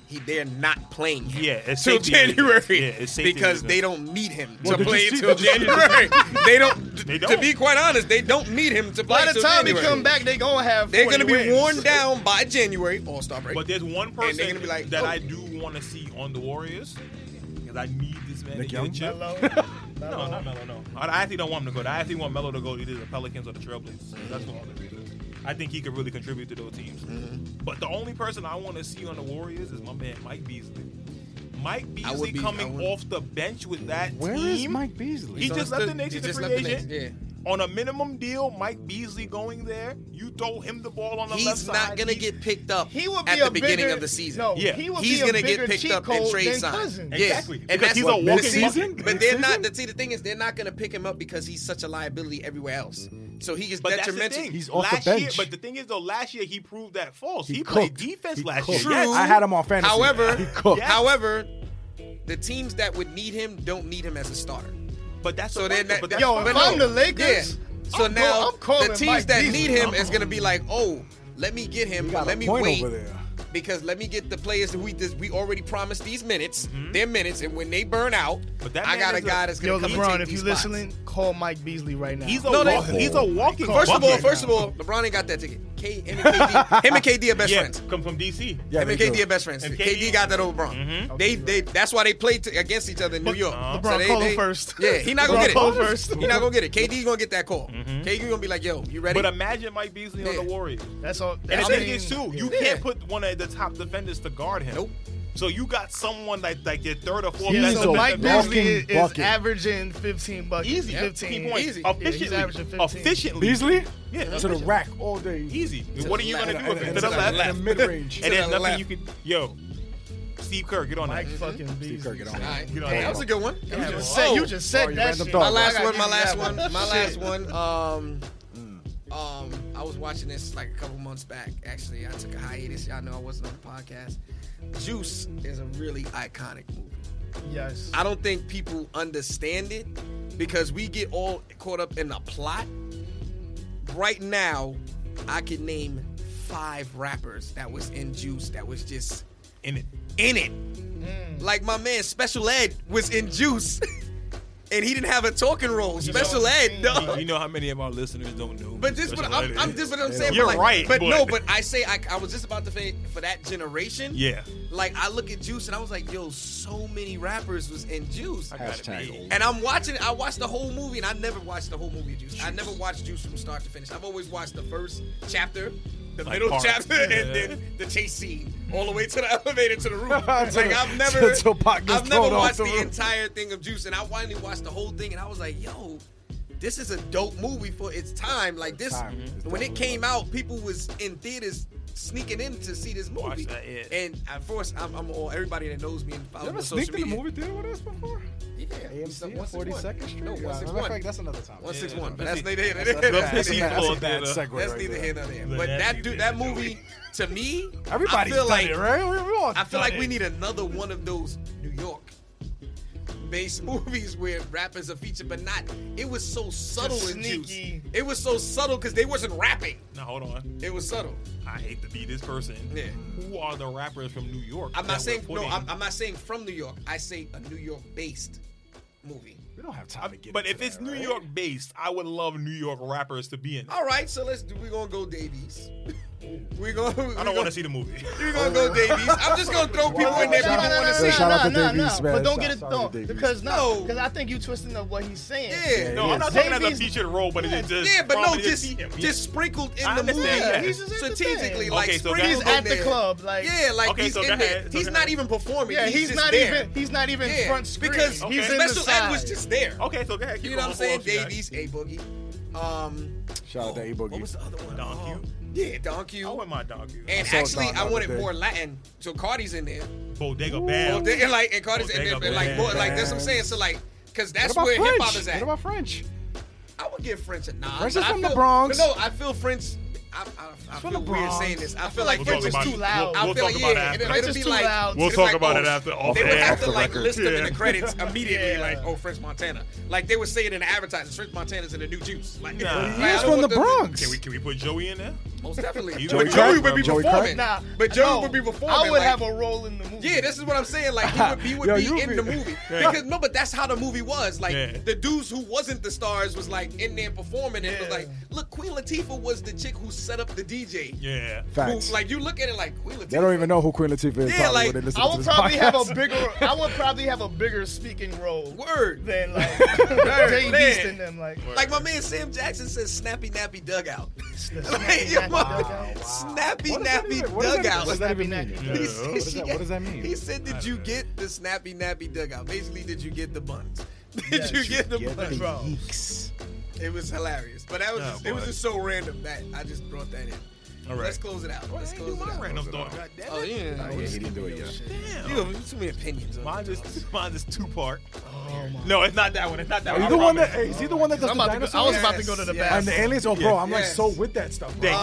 Speaker 2: He they're not playing him.
Speaker 1: Yeah, it's
Speaker 2: till
Speaker 1: safety
Speaker 2: January
Speaker 1: reasons. Yeah, it's safety
Speaker 2: because
Speaker 1: reasons.
Speaker 2: they don't need him
Speaker 7: Well, did
Speaker 2: to
Speaker 7: you
Speaker 2: play
Speaker 7: see-
Speaker 2: till
Speaker 7: did you see-
Speaker 2: January. they don't.
Speaker 1: They
Speaker 2: To
Speaker 1: don't.
Speaker 2: be quite honest, they don't need him to play.
Speaker 3: By the
Speaker 2: till
Speaker 3: time he
Speaker 2: January.
Speaker 3: come back, they gonna have.
Speaker 2: they're gonna
Speaker 3: 40
Speaker 2: be
Speaker 3: wins.
Speaker 2: worn down by January All Star break.
Speaker 1: But there's one
Speaker 2: they're
Speaker 1: person
Speaker 2: gonna be like,
Speaker 1: that
Speaker 2: oh.
Speaker 1: I do want to see on the Warriors because I need this man
Speaker 7: Nick
Speaker 1: to get a
Speaker 7: Young?
Speaker 1: chip.
Speaker 3: Hello?
Speaker 1: No, not Melo. No, I I actually don't want him to go. there. I actually want Melo to go to either the Pelicans or the Trailblazers. That's one of the reasons. I think he could really contribute to those teams.
Speaker 2: Mm-hmm.
Speaker 1: But the only person I want to see on the Warriors is my man Mike Beasley. Mike
Speaker 2: I
Speaker 1: Beasley
Speaker 2: would be- I
Speaker 1: coming
Speaker 2: would-
Speaker 1: off the bench with that
Speaker 7: where
Speaker 1: team.
Speaker 7: is Mike Beasley?
Speaker 1: He just left the Knicks.
Speaker 2: He
Speaker 1: He's a
Speaker 2: just
Speaker 1: free
Speaker 2: left the
Speaker 1: agent
Speaker 2: Knicks,
Speaker 1: on a minimum deal. Mike Beasley going there. You throw him the ball on the left
Speaker 2: He's
Speaker 1: side.
Speaker 2: not gonna
Speaker 1: He-
Speaker 2: get picked up
Speaker 3: He would be
Speaker 2: at
Speaker 3: a
Speaker 2: the beginning
Speaker 3: bigger-
Speaker 2: of the season.
Speaker 3: No,
Speaker 1: Yeah.
Speaker 3: he would be
Speaker 2: He's gonna
Speaker 3: a bigger
Speaker 2: get picked
Speaker 3: cheat
Speaker 2: up and
Speaker 3: code
Speaker 2: trade
Speaker 3: than
Speaker 2: signed.
Speaker 3: Cousins.
Speaker 1: Yeah. Exactly,
Speaker 2: And
Speaker 1: because
Speaker 2: that's
Speaker 1: he's
Speaker 2: what-
Speaker 1: a walking
Speaker 7: mid-season?
Speaker 1: bucket.
Speaker 2: But they're not.
Speaker 7: Mid-season?
Speaker 2: The, see, the thing is, they're not gonna pick him up because he's such a liability everywhere else. So he is
Speaker 1: But that's the
Speaker 2: detrimental.
Speaker 1: thing.
Speaker 7: He's off the
Speaker 1: last Year,
Speaker 7: bench.
Speaker 1: but the thing is, though, last year he proved that false. He,
Speaker 7: He
Speaker 1: played
Speaker 7: cooked.
Speaker 1: defense
Speaker 7: He
Speaker 1: last
Speaker 7: cooked.
Speaker 1: year. Yes.
Speaker 2: True.
Speaker 7: I had him on fantasy.
Speaker 2: However-
Speaker 7: he cooked.
Speaker 1: Yes.
Speaker 2: However, the teams that would need him don't need him as a starter.
Speaker 1: but that's
Speaker 2: So
Speaker 1: a
Speaker 2: they're
Speaker 1: wonder,
Speaker 2: not.
Speaker 1: but that's
Speaker 2: that-
Speaker 3: Yo,
Speaker 1: fine.
Speaker 3: if
Speaker 2: but
Speaker 3: I'm
Speaker 2: no,
Speaker 3: the Lakers,
Speaker 2: yeah. so
Speaker 3: I'm go-
Speaker 2: now
Speaker 3: I'm calling
Speaker 2: the teams
Speaker 3: Mike
Speaker 2: that
Speaker 3: Beasley.
Speaker 2: need him is going to be like, oh, let me get him,
Speaker 7: He got
Speaker 2: but
Speaker 7: a
Speaker 2: let me
Speaker 7: point
Speaker 2: wait.
Speaker 7: over there.
Speaker 2: because let me get the players who we this, we already promised these minutes, their minutes, and when they burn out,
Speaker 1: Mm-hmm. But that
Speaker 2: I
Speaker 1: man
Speaker 2: got a
Speaker 1: is a-
Speaker 2: guy that's gonna
Speaker 3: Yo,
Speaker 2: come
Speaker 3: LeBron,
Speaker 2: and take
Speaker 3: if
Speaker 2: these
Speaker 3: you
Speaker 2: spots.
Speaker 3: listening, call Mike Beasley right now.
Speaker 1: He's a
Speaker 2: No, they-
Speaker 1: walk, he's a walking.
Speaker 2: First of all,
Speaker 1: bucket.
Speaker 2: first of all, LeBron ain't got that ticket. K him and KD, him and KD are best
Speaker 1: yeah,
Speaker 2: friends.
Speaker 1: come from DC.
Speaker 5: Yeah,
Speaker 2: him
Speaker 5: they
Speaker 2: and KD
Speaker 5: do.
Speaker 2: are best friends.
Speaker 1: And Mm-hmm.
Speaker 2: KD,
Speaker 1: KD
Speaker 2: got that over LeBron. They, they, that's why they played t- against each other in New York.
Speaker 1: LeBron
Speaker 2: they,
Speaker 3: called him
Speaker 2: they-
Speaker 3: first.
Speaker 2: Yeah, he not gonna
Speaker 3: LeBron
Speaker 2: get
Speaker 3: called
Speaker 2: it.
Speaker 3: first.
Speaker 2: He not gonna get it. KD gonna get that call. KD gonna be like, "Yo, you ready?"
Speaker 1: Mm-hmm. But um, imagine Mike Beasley
Speaker 2: Yeah.
Speaker 1: on the Warriors.
Speaker 3: That's all.
Speaker 1: And
Speaker 3: I
Speaker 1: the
Speaker 3: mean,
Speaker 1: thing is too, you
Speaker 2: yeah.
Speaker 1: can't put one of the top defenders to guard him.
Speaker 2: Nope.
Speaker 1: So you got someone like like your third or fourth
Speaker 5: He's
Speaker 1: best
Speaker 5: a
Speaker 3: So
Speaker 1: defender.
Speaker 3: Mike
Speaker 5: Walking
Speaker 3: Beasley is, is
Speaker 5: bucket.
Speaker 3: averaging 15 buckets.
Speaker 1: easy,
Speaker 3: 15
Speaker 1: Key points.
Speaker 2: Easy. Yeah,
Speaker 3: he's
Speaker 1: efficiently,
Speaker 3: averaging 15.
Speaker 1: efficiently,
Speaker 5: Beasley
Speaker 1: yeah,
Speaker 5: to the
Speaker 1: efficiently.
Speaker 5: rack all day.
Speaker 1: easy. What are you
Speaker 2: left.
Speaker 1: gonna do with it?
Speaker 5: and
Speaker 1: To the left,
Speaker 5: mid range.
Speaker 1: and
Speaker 2: To
Speaker 1: there's
Speaker 2: the
Speaker 1: nothing
Speaker 2: left.
Speaker 1: you can. Yo, Steve Kerr, get on
Speaker 3: Mike
Speaker 1: that.
Speaker 3: fucking
Speaker 7: Steve
Speaker 3: Beasley.
Speaker 7: Kerr, get
Speaker 3: son.
Speaker 7: on.
Speaker 2: All right.
Speaker 1: You know,
Speaker 2: Hey, that was a good one.
Speaker 3: You just said, you just said
Speaker 5: Oh, you
Speaker 3: that
Speaker 5: random
Speaker 3: shit.
Speaker 5: thought.
Speaker 2: My last
Speaker 3: I
Speaker 2: one. My
Speaker 3: gotta give
Speaker 2: last
Speaker 3: you
Speaker 2: one.
Speaker 3: that
Speaker 2: My last
Speaker 3: Shit. Mm.
Speaker 2: one. Um, um, I was watching this like a couple months back. Actually, I took a hiatus. Y'all know I wasn't on the podcast. Juice is a really iconic movie.
Speaker 3: Yes.
Speaker 2: I don't think people understand it because we get all caught up in the plot. Right now, I could name five rappers that was in Juice that was just
Speaker 1: in it.
Speaker 2: in it.
Speaker 3: Mm.
Speaker 2: Like my man Special Ed was in Juice, and he didn't have a talking role. Special Ed,
Speaker 1: You-
Speaker 2: dog.
Speaker 1: You know how many of our listeners don't know.
Speaker 2: But this, but
Speaker 1: Special
Speaker 2: I'm,
Speaker 1: Ed
Speaker 2: I'm
Speaker 1: is.
Speaker 2: just what I'm saying.
Speaker 1: You're
Speaker 2: but like,
Speaker 1: right,
Speaker 2: But
Speaker 1: but-
Speaker 2: no, but I say I, I was just about to say for that generation.
Speaker 1: Yeah,
Speaker 2: Like I look at Juice and I was like, yo, so many rappers was in Juice.
Speaker 1: I got
Speaker 6: Hashtag
Speaker 1: it.
Speaker 6: old.
Speaker 2: And I'm watching. I watched the whole movie, and I never watched the whole movie of Juice. I never watched Juice from start to finish. I've always watched the first chapter, the
Speaker 1: Like
Speaker 2: middle
Speaker 1: part.
Speaker 2: chapter, and
Speaker 1: Yeah.
Speaker 2: then the chase scene, all the way to the elevator to the roof. like
Speaker 5: the-
Speaker 2: I've never,
Speaker 5: till Pac gets
Speaker 2: I've never
Speaker 5: thrown off
Speaker 2: watched the,
Speaker 5: the roof.
Speaker 2: entire thing of Juice, and I finally watched the whole thing, and I was like, yo. This is a dope movie for its time. Like this,
Speaker 5: Time.
Speaker 1: Mm-hmm.
Speaker 5: It's
Speaker 2: when it
Speaker 5: definitely
Speaker 2: came out, people was in theaters sneaking in to see this
Speaker 1: Watch
Speaker 2: movie.
Speaker 1: that, yeah.
Speaker 2: And of course, I'm, I'm all everybody that knows me and
Speaker 5: You
Speaker 2: follows me
Speaker 5: ever
Speaker 2: on social
Speaker 5: sneaked in
Speaker 2: media.
Speaker 5: a movie theater with us before?
Speaker 2: Yeah,
Speaker 5: AMC
Speaker 2: One
Speaker 5: on
Speaker 2: six one.
Speaker 5: 42nd Street?
Speaker 2: No,
Speaker 5: Yeah,
Speaker 2: one six
Speaker 5: matter of
Speaker 2: one.
Speaker 5: fact, that's another time.
Speaker 2: One six
Speaker 1: Yeah,
Speaker 2: one. But
Speaker 1: that's
Speaker 2: that's neither here nor
Speaker 5: That's-
Speaker 2: there.
Speaker 1: that's-
Speaker 2: That's
Speaker 1: that's-
Speaker 2: neither-
Speaker 1: that's-
Speaker 5: a bad
Speaker 1: That's
Speaker 5: segue
Speaker 2: that's
Speaker 5: right
Speaker 2: neither
Speaker 5: there.
Speaker 2: here nor there.
Speaker 1: But
Speaker 2: But
Speaker 1: that's
Speaker 2: that
Speaker 1: neither
Speaker 2: dude, that
Speaker 1: here nor
Speaker 2: movie, to me,
Speaker 5: Everybody's
Speaker 2: I feel
Speaker 5: done
Speaker 2: like
Speaker 5: it, right? We, we all
Speaker 2: I
Speaker 5: done
Speaker 2: feel like
Speaker 5: it.
Speaker 2: we need another one of those New York. Based movies where rappers are featured, but not. It was so subtle in Juice.
Speaker 3: sneaky.
Speaker 2: It was so subtle because they wasn't rapping.
Speaker 1: Now hold on.
Speaker 2: It was subtle.
Speaker 1: I hate to be this person.
Speaker 2: Yeah.
Speaker 1: Who are the rappers from New York?
Speaker 2: I'm
Speaker 1: that
Speaker 2: not
Speaker 1: we're
Speaker 2: saying no.
Speaker 1: putting-
Speaker 2: I'm, I'm not saying from New York. I say a New York based movie.
Speaker 5: We don't have time to get
Speaker 1: But
Speaker 5: into
Speaker 1: if it's
Speaker 5: that,
Speaker 1: New
Speaker 5: right?
Speaker 1: York based, I would love New York rappers to be in. it.
Speaker 2: All right, so let's do. We're gonna go Davies. We're gonna. We're
Speaker 1: I don't want to see the movie.
Speaker 2: We're gonna go Davies. I'm just gonna throw people in there.
Speaker 5: Shout
Speaker 2: People
Speaker 5: out-
Speaker 2: want to
Speaker 5: Yeah,
Speaker 2: see.
Speaker 5: shout out to
Speaker 3: Nah, nah, nah,
Speaker 5: Davies,
Speaker 3: nah.
Speaker 5: man.
Speaker 3: But don't get
Speaker 5: Shout-
Speaker 3: it
Speaker 5: shout out
Speaker 3: don't
Speaker 5: to Davies.
Speaker 3: because no,
Speaker 2: No.
Speaker 3: because I think you twisting up what he's saying.
Speaker 2: Yeah.
Speaker 1: No, I'm not
Speaker 3: Yes.
Speaker 1: talking about a
Speaker 3: Davies-
Speaker 1: featured role, but it's just
Speaker 2: Yeah, but no,
Speaker 1: probably
Speaker 2: just
Speaker 1: see him. He-
Speaker 2: just sprinkled in
Speaker 1: I
Speaker 2: the movie
Speaker 1: understand, yeah.
Speaker 3: He's just at the
Speaker 2: strategically,
Speaker 3: thing.
Speaker 2: like
Speaker 1: Okay, so that-
Speaker 2: sprinkled
Speaker 3: He's
Speaker 2: in
Speaker 3: at the
Speaker 2: there.
Speaker 3: club, like
Speaker 2: yeah, like
Speaker 1: Okay,
Speaker 2: he's
Speaker 1: so
Speaker 2: in
Speaker 1: that-
Speaker 2: there.
Speaker 1: so
Speaker 2: he's
Speaker 1: that-
Speaker 2: not even performing.
Speaker 3: yeah.
Speaker 2: he's,
Speaker 3: He's,
Speaker 2: just
Speaker 3: not
Speaker 2: there.
Speaker 3: even he's not even
Speaker 2: yeah.
Speaker 3: front screen
Speaker 2: because
Speaker 1: Okay.
Speaker 3: He's in
Speaker 2: Special
Speaker 3: the
Speaker 2: Ed was
Speaker 3: side.
Speaker 2: just there.
Speaker 1: okay, so go ahead. keep
Speaker 2: You know what I'm
Speaker 1: going. Who
Speaker 2: saying?
Speaker 1: else you got?
Speaker 2: Davies, A Boogie. Um,
Speaker 6: Shout out to A
Speaker 2: what
Speaker 6: Boogie.
Speaker 2: was the other one?
Speaker 1: Don Q.
Speaker 2: Um, Yeah, Don Q.
Speaker 1: I went my dog. you.
Speaker 2: and
Speaker 6: saw
Speaker 2: actually,
Speaker 6: Don
Speaker 2: I
Speaker 6: the
Speaker 2: wanted
Speaker 6: other day.
Speaker 2: more Latin. So Cardi's in there.
Speaker 1: Bodega Bad.
Speaker 2: Well, they- and like and Cardi's
Speaker 1: Oh,
Speaker 2: and,
Speaker 1: they
Speaker 2: then-
Speaker 1: got
Speaker 2: and, like
Speaker 1: bad
Speaker 2: more like that's what
Speaker 5: bands.
Speaker 2: I'm saying. So like, cause
Speaker 6: What
Speaker 2: that's
Speaker 6: about
Speaker 2: where hip hop
Speaker 6: French?
Speaker 2: is at.
Speaker 6: What about French?
Speaker 2: I would give French a nod.
Speaker 6: French
Speaker 2: but
Speaker 6: is
Speaker 2: I
Speaker 6: from the
Speaker 2: feel-
Speaker 6: Bronx.
Speaker 2: But no, I feel French. I, I, I feel
Speaker 6: the
Speaker 2: weird
Speaker 6: Bronx.
Speaker 2: saying this. I feel like
Speaker 1: We'll
Speaker 2: French
Speaker 1: talk
Speaker 2: is
Speaker 1: about
Speaker 2: too
Speaker 1: it.
Speaker 2: loud.
Speaker 1: We'll-
Speaker 2: I
Speaker 1: we'll
Speaker 2: feel
Speaker 1: talk
Speaker 2: like
Speaker 1: about it
Speaker 2: yeah,
Speaker 1: after.
Speaker 2: it'll,
Speaker 3: French
Speaker 2: it'll
Speaker 3: is
Speaker 2: be
Speaker 3: too
Speaker 2: like
Speaker 3: loud.
Speaker 2: it'll
Speaker 3: We'll
Speaker 2: be
Speaker 1: talk
Speaker 2: like,
Speaker 1: about
Speaker 2: oh,
Speaker 1: it after- off
Speaker 2: They
Speaker 1: the
Speaker 2: would
Speaker 1: air,
Speaker 2: have
Speaker 1: off
Speaker 2: to
Speaker 1: the
Speaker 2: like
Speaker 1: record.
Speaker 2: list them in
Speaker 1: Yeah.
Speaker 2: the credits immediately,
Speaker 3: Yeah.
Speaker 2: like oh French Montana. Like they would say it in the advertising. French Montana's in the new juice. Like
Speaker 1: Nah.
Speaker 2: like,
Speaker 1: He
Speaker 2: I
Speaker 6: He's from the
Speaker 2: don't want them to-
Speaker 6: Bronx.
Speaker 1: Can we can we put Joey in there?
Speaker 2: Most definitely.
Speaker 1: Joey
Speaker 2: but Joey
Speaker 1: Crack,
Speaker 2: would be
Speaker 1: bro.
Speaker 6: Joey
Speaker 2: performing.
Speaker 3: Nah,
Speaker 2: but Joey
Speaker 3: no.
Speaker 2: would be performing.
Speaker 3: I would
Speaker 2: like-
Speaker 3: have a role in the movie.
Speaker 2: yeah, this is what I'm saying. Like he would, he would
Speaker 5: Yo,
Speaker 2: be
Speaker 5: you
Speaker 2: in
Speaker 5: be-
Speaker 2: the movie
Speaker 1: Yeah.
Speaker 2: because no, but that's how the movie was. Like
Speaker 1: Yeah.
Speaker 2: the dudes who wasn't the stars was like in there performing. And it was
Speaker 3: Yeah.
Speaker 2: like, look, Queen Latifah was the chick who set up the DJ.
Speaker 1: Yeah.
Speaker 2: Who,
Speaker 5: Facts.
Speaker 2: like you look at it like Queen Latifah.
Speaker 5: They don't even know who Queen Latifah is
Speaker 2: Yeah,
Speaker 5: probably when
Speaker 2: like,
Speaker 5: they listen
Speaker 3: I
Speaker 5: to
Speaker 3: would
Speaker 5: this
Speaker 3: probably have
Speaker 5: podcast.
Speaker 3: a bigger. I would probably have a bigger speaking role
Speaker 2: Word.
Speaker 3: than like
Speaker 2: Man.
Speaker 3: Dave East and them. Like
Speaker 2: Like my man Sam Jackson says, "Snappy Nappy Dugout."
Speaker 3: Snappy
Speaker 2: Like, yo,
Speaker 3: Nappy
Speaker 2: my-
Speaker 3: Dugout.
Speaker 2: Snappy
Speaker 5: What does that
Speaker 2: Nappy
Speaker 5: even- what does that even-
Speaker 2: Dugout.
Speaker 5: What does that even
Speaker 3: Snappy
Speaker 5: mean?
Speaker 3: Nappy.
Speaker 1: Yeah.
Speaker 2: He
Speaker 1: What
Speaker 2: said
Speaker 5: does
Speaker 2: she
Speaker 5: that-
Speaker 2: got-
Speaker 5: what does that mean?
Speaker 2: He said,
Speaker 1: I
Speaker 2: "Did you
Speaker 1: don't know.
Speaker 2: get the snappy nappy dugout? Basically, did you get the buns? Did
Speaker 3: Yes,
Speaker 2: you get the buns?
Speaker 3: bro.
Speaker 2: It was hilarious, but that was
Speaker 1: Oh,
Speaker 2: just, it was
Speaker 1: boy.
Speaker 2: just so random that I just brought that in.
Speaker 1: All right.
Speaker 2: Let's close it out.
Speaker 1: Well,
Speaker 2: Let's
Speaker 1: I ain't do
Speaker 2: close it
Speaker 1: my
Speaker 2: out.
Speaker 1: random
Speaker 6: Close it
Speaker 1: thought.
Speaker 6: out.
Speaker 1: God damn
Speaker 2: Oh
Speaker 1: it.
Speaker 2: yeah,
Speaker 6: Yeah, he didn't do it yet.
Speaker 2: you
Speaker 1: Damn.
Speaker 2: have too many opinions. On
Speaker 1: Mine
Speaker 2: this
Speaker 1: is mine is two part. No, it's not that one. It's not that
Speaker 5: Oh, Are
Speaker 1: one.
Speaker 5: you
Speaker 1: I
Speaker 5: the one that?
Speaker 1: promise.
Speaker 5: Hey, is he the one that does
Speaker 3: I'm
Speaker 5: the
Speaker 3: about to go, I
Speaker 5: dinosaurs?
Speaker 3: was about to go to the
Speaker 2: Yes, yes.
Speaker 3: bathroom. Um,
Speaker 5: And the aliens? Oh, bro, I'm like
Speaker 2: Yes.
Speaker 5: so with that stuff. bro.
Speaker 1: Thank
Speaker 2: Uh,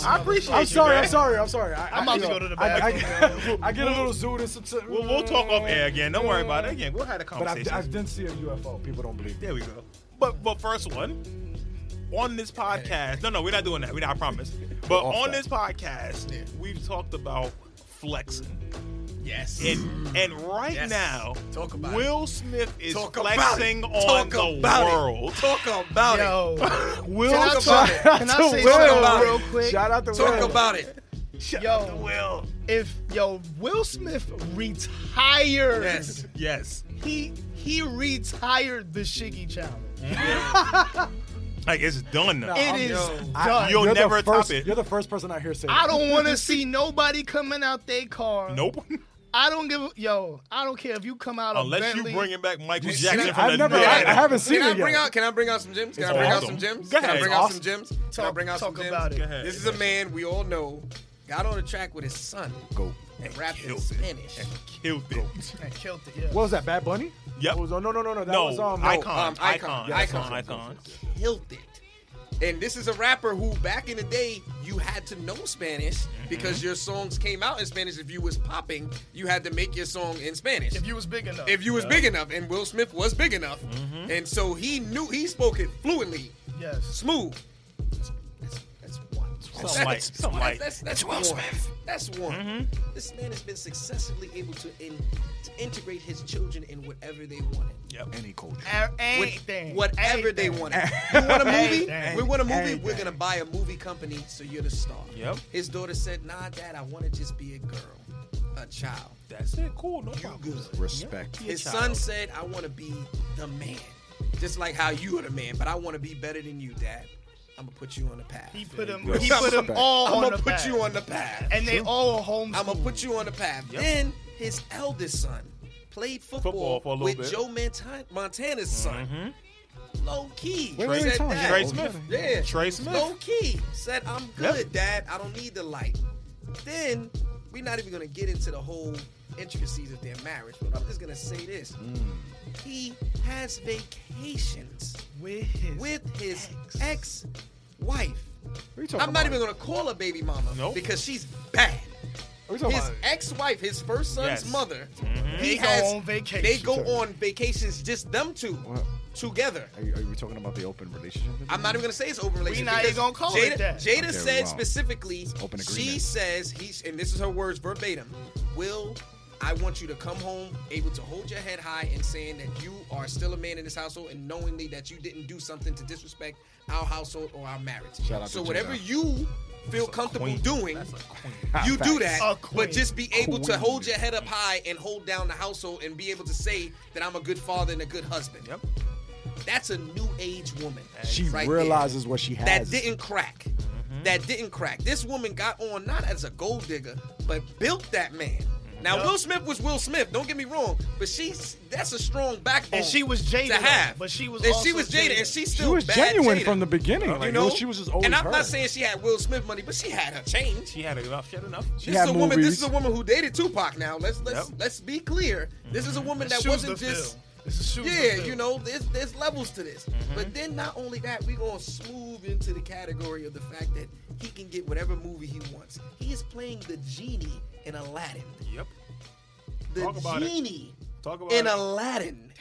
Speaker 1: you. I appreciate
Speaker 5: I'm
Speaker 1: you,
Speaker 5: sorry.
Speaker 1: man.
Speaker 5: I'm sorry. I'm sorry. I,
Speaker 3: I'm
Speaker 5: I-
Speaker 3: about to
Speaker 5: yo,
Speaker 3: go to the
Speaker 5: I- I-
Speaker 3: bathroom.
Speaker 5: I, get a little zooted and some. some-
Speaker 1: We'll, we'll talk off air again. Don't worry about it. Again, we'll have a
Speaker 5: But I,
Speaker 1: conversation.
Speaker 5: I didn't see a UFO. People don't believe.
Speaker 1: There we go. But but first one on this podcast. No, no, we're not doing that. We I promise. But
Speaker 6: Off
Speaker 1: on
Speaker 6: that.
Speaker 1: this podcast,
Speaker 2: Yeah.
Speaker 1: we've talked about flexing.
Speaker 2: Yes.
Speaker 1: And and right
Speaker 2: Yes.
Speaker 1: now,
Speaker 2: Talk about
Speaker 1: Will Smith is
Speaker 2: Talk about
Speaker 1: flexing
Speaker 2: it.
Speaker 1: on
Speaker 2: Talk
Speaker 1: the
Speaker 2: about it.
Speaker 1: world.
Speaker 2: Talk about
Speaker 3: Yo,
Speaker 1: Will
Speaker 3: can I,
Speaker 2: Talk
Speaker 3: talk,
Speaker 2: about it.
Speaker 3: can I
Speaker 5: Talk
Speaker 3: say
Speaker 5: about
Speaker 3: something
Speaker 2: it.
Speaker 3: real quick?
Speaker 5: Shout out to
Speaker 2: it. Talk
Speaker 5: Will.
Speaker 2: about it.
Speaker 3: Yo.
Speaker 1: Will.
Speaker 3: If yo Will Smith retired,
Speaker 2: Yes. Yes.
Speaker 3: he he retired the Shiggy challenge.
Speaker 1: Like it's done.
Speaker 5: Nah,
Speaker 3: It
Speaker 5: I'm-
Speaker 3: is
Speaker 5: yo, I-
Speaker 3: done.
Speaker 1: You'll
Speaker 5: you're the
Speaker 1: never top
Speaker 5: first-
Speaker 1: it.
Speaker 5: You're the first person I hear say.
Speaker 3: I
Speaker 5: that.
Speaker 3: don't want to see nobody coming out their car.
Speaker 1: nope.
Speaker 3: I don't give. a- Yo, I don't care if you come out of
Speaker 1: Unless you
Speaker 3: Bentley.
Speaker 1: bringing back Michael
Speaker 2: I've
Speaker 1: Jackson from the
Speaker 5: I've never. I, I
Speaker 1: dead.
Speaker 5: haven't seen
Speaker 2: Can I
Speaker 5: it
Speaker 2: bring
Speaker 5: yet.
Speaker 2: out? Can I bring out some gems? Can
Speaker 1: It's
Speaker 2: I bring out
Speaker 1: awesome.
Speaker 2: some gems?
Speaker 1: Go
Speaker 2: Can I
Speaker 1: ahead.
Speaker 2: bring
Speaker 1: It's
Speaker 2: out
Speaker 1: awesome.
Speaker 2: some gems? Can I
Speaker 3: Talk-
Speaker 2: bring out some
Speaker 3: talk
Speaker 2: gems?
Speaker 3: about it. Go
Speaker 1: ahead.
Speaker 2: This is a man we all know got on the track with his son
Speaker 7: Go.
Speaker 2: and rapped in
Speaker 1: killed it.
Speaker 2: Spanish.
Speaker 1: killed it.
Speaker 3: And killed it. Yeah.
Speaker 5: What was that? Bad Bunny?
Speaker 1: Yep.
Speaker 5: That was- oh, no, no, no, no. That
Speaker 1: No,
Speaker 5: was um.
Speaker 1: Icon.
Speaker 2: um,
Speaker 1: Icon.
Speaker 2: Icon.
Speaker 1: Icon.
Speaker 2: Icon.
Speaker 1: Icon.
Speaker 2: killed it. And this is a rapper who, back in the day, you had to know Spanish because your songs came out in Spanish. If you was popping, you had to make your song in Spanish.
Speaker 3: If you was big enough.
Speaker 2: If you was big enough, and Will Smith was big enough, and so he knew he spoke it fluently,
Speaker 3: yes.
Speaker 2: smooth. That's, that's, that's one. That's,
Speaker 1: light. Some light.
Speaker 2: That's, that's, Will Smith. That's one. This man has been successfully able to, in, to integrate his children in whatever they wanted
Speaker 1: Yep.
Speaker 7: Any culture.
Speaker 3: A-
Speaker 2: with
Speaker 3: Anything.
Speaker 2: whatever they
Speaker 3: Anything.
Speaker 2: want. You want a movie?
Speaker 3: Anything.
Speaker 2: We want a movie. We're
Speaker 5: Anything.
Speaker 2: gonna buy a movie company, so you're the star.
Speaker 1: Yep.
Speaker 2: His daughter said, "Nah, Dad, I want to just be a girl, a child."
Speaker 1: That's it. Cool. No
Speaker 2: You
Speaker 1: problem.
Speaker 2: good.
Speaker 7: Respect.
Speaker 1: Be a
Speaker 2: His son
Speaker 1: child.
Speaker 2: said, "I want to be the man, just like how you are the man, but I want to be better than you, Dad. I'm gonna put you on the path.
Speaker 3: He put them.
Speaker 7: Yes.
Speaker 3: He put them all
Speaker 2: I'm
Speaker 3: on
Speaker 2: gonna
Speaker 3: the
Speaker 2: put
Speaker 3: back.
Speaker 2: you on the path.
Speaker 3: And they all home.
Speaker 2: I'm gonna put you on the path.
Speaker 1: Yep.
Speaker 2: Then his eldest son played football,
Speaker 1: Football for a little
Speaker 2: with
Speaker 1: bit. Mm-hmm.
Speaker 2: Joe Montan- Montana's son. Low key,
Speaker 5: Wait, wait,
Speaker 2: said
Speaker 5: wait, Tom,
Speaker 2: that.
Speaker 1: Trey Smith.
Speaker 2: Yeah,
Speaker 1: Trey Smith.
Speaker 2: Low key said, "I'm good, Dad. I don't need the light." Then we're not even gonna get into the whole intricacies of their marriage, but I'm just gonna say this:
Speaker 1: Mm.
Speaker 2: he has vacations
Speaker 3: with his.
Speaker 2: with his ex-wife.
Speaker 5: What are you talking
Speaker 2: I'm not
Speaker 5: about?
Speaker 2: even gonna call her baby mama
Speaker 1: Nope.
Speaker 2: because she's bad.
Speaker 5: What are you talking
Speaker 2: His
Speaker 5: about? Mm-hmm.
Speaker 2: ex-wife, his first son's
Speaker 1: Yes.
Speaker 2: mother,
Speaker 3: They
Speaker 2: he
Speaker 3: go
Speaker 2: has.
Speaker 3: on vacation.
Speaker 2: They go on vacations, just them two together.
Speaker 6: Are, you, are we talking about the open relationship?
Speaker 2: I'm not even gonna say it's open relationship.
Speaker 3: not
Speaker 2: because
Speaker 3: even gonna call
Speaker 2: Jada,
Speaker 3: it that.
Speaker 2: Jada
Speaker 7: Okay,
Speaker 2: said
Speaker 7: wow.
Speaker 2: specifically,
Speaker 7: open
Speaker 2: she
Speaker 7: agreement.
Speaker 2: says he's, and this is her words verbatim. Will, I want you to come home able to hold your head high and saying that you are still a man in this household and knowingly that you didn't do something to disrespect our household or our marriage.
Speaker 7: Shout out
Speaker 2: so
Speaker 7: to
Speaker 2: whatever
Speaker 7: Jada.
Speaker 2: you feel comfortable
Speaker 1: queen.
Speaker 2: doing, you do
Speaker 3: A
Speaker 2: that,
Speaker 3: queen.
Speaker 2: but just be able to
Speaker 7: Queen.
Speaker 2: hold your head up high and hold down the household and be able to say that I'm a good father and a good husband.
Speaker 1: Yep.
Speaker 2: That's a new age woman.
Speaker 7: She
Speaker 2: right there
Speaker 7: realizes what she has.
Speaker 2: that didn't crack.
Speaker 3: Mm-hmm.
Speaker 2: That didn't crack. This woman got on not as a gold digger, but built that man. Now Will Smith was Will Smith. Don't get me wrong, but she's that's a strong backbone.
Speaker 3: And she was Jada,
Speaker 2: to have.
Speaker 3: but she was
Speaker 2: and she
Speaker 3: also
Speaker 2: was Jada,
Speaker 3: Jada.
Speaker 2: and she's
Speaker 5: She
Speaker 2: still
Speaker 5: was
Speaker 2: bad
Speaker 5: genuine
Speaker 2: Jada.
Speaker 5: from the beginning.
Speaker 2: You
Speaker 5: Like,
Speaker 2: know,
Speaker 5: she was just always
Speaker 2: And I'm
Speaker 5: her.
Speaker 2: not saying she had Will Smith money, but she had her change.
Speaker 1: She had enough. She had enough.
Speaker 5: She
Speaker 2: This
Speaker 5: had
Speaker 2: is a woman. This
Speaker 5: movies.
Speaker 2: is a woman who dated Tupac. Now let's let's
Speaker 1: Yep.
Speaker 2: let's be clear. This is a woman that
Speaker 3: Shoes
Speaker 2: wasn't
Speaker 3: to
Speaker 2: just
Speaker 3: fill. This is shoes Mm-hmm. to
Speaker 2: yeah,
Speaker 3: fill.
Speaker 2: you know, there's there's levels to this. But then not only that, we're gonna smooth into the category of the fact that he can get whatever movie he wants. He is playing the genie in Aladdin.
Speaker 1: Yep.
Speaker 2: The
Speaker 1: Talk about it.
Speaker 2: genie
Speaker 1: Talk about
Speaker 2: in
Speaker 1: it.
Speaker 2: Aladdin.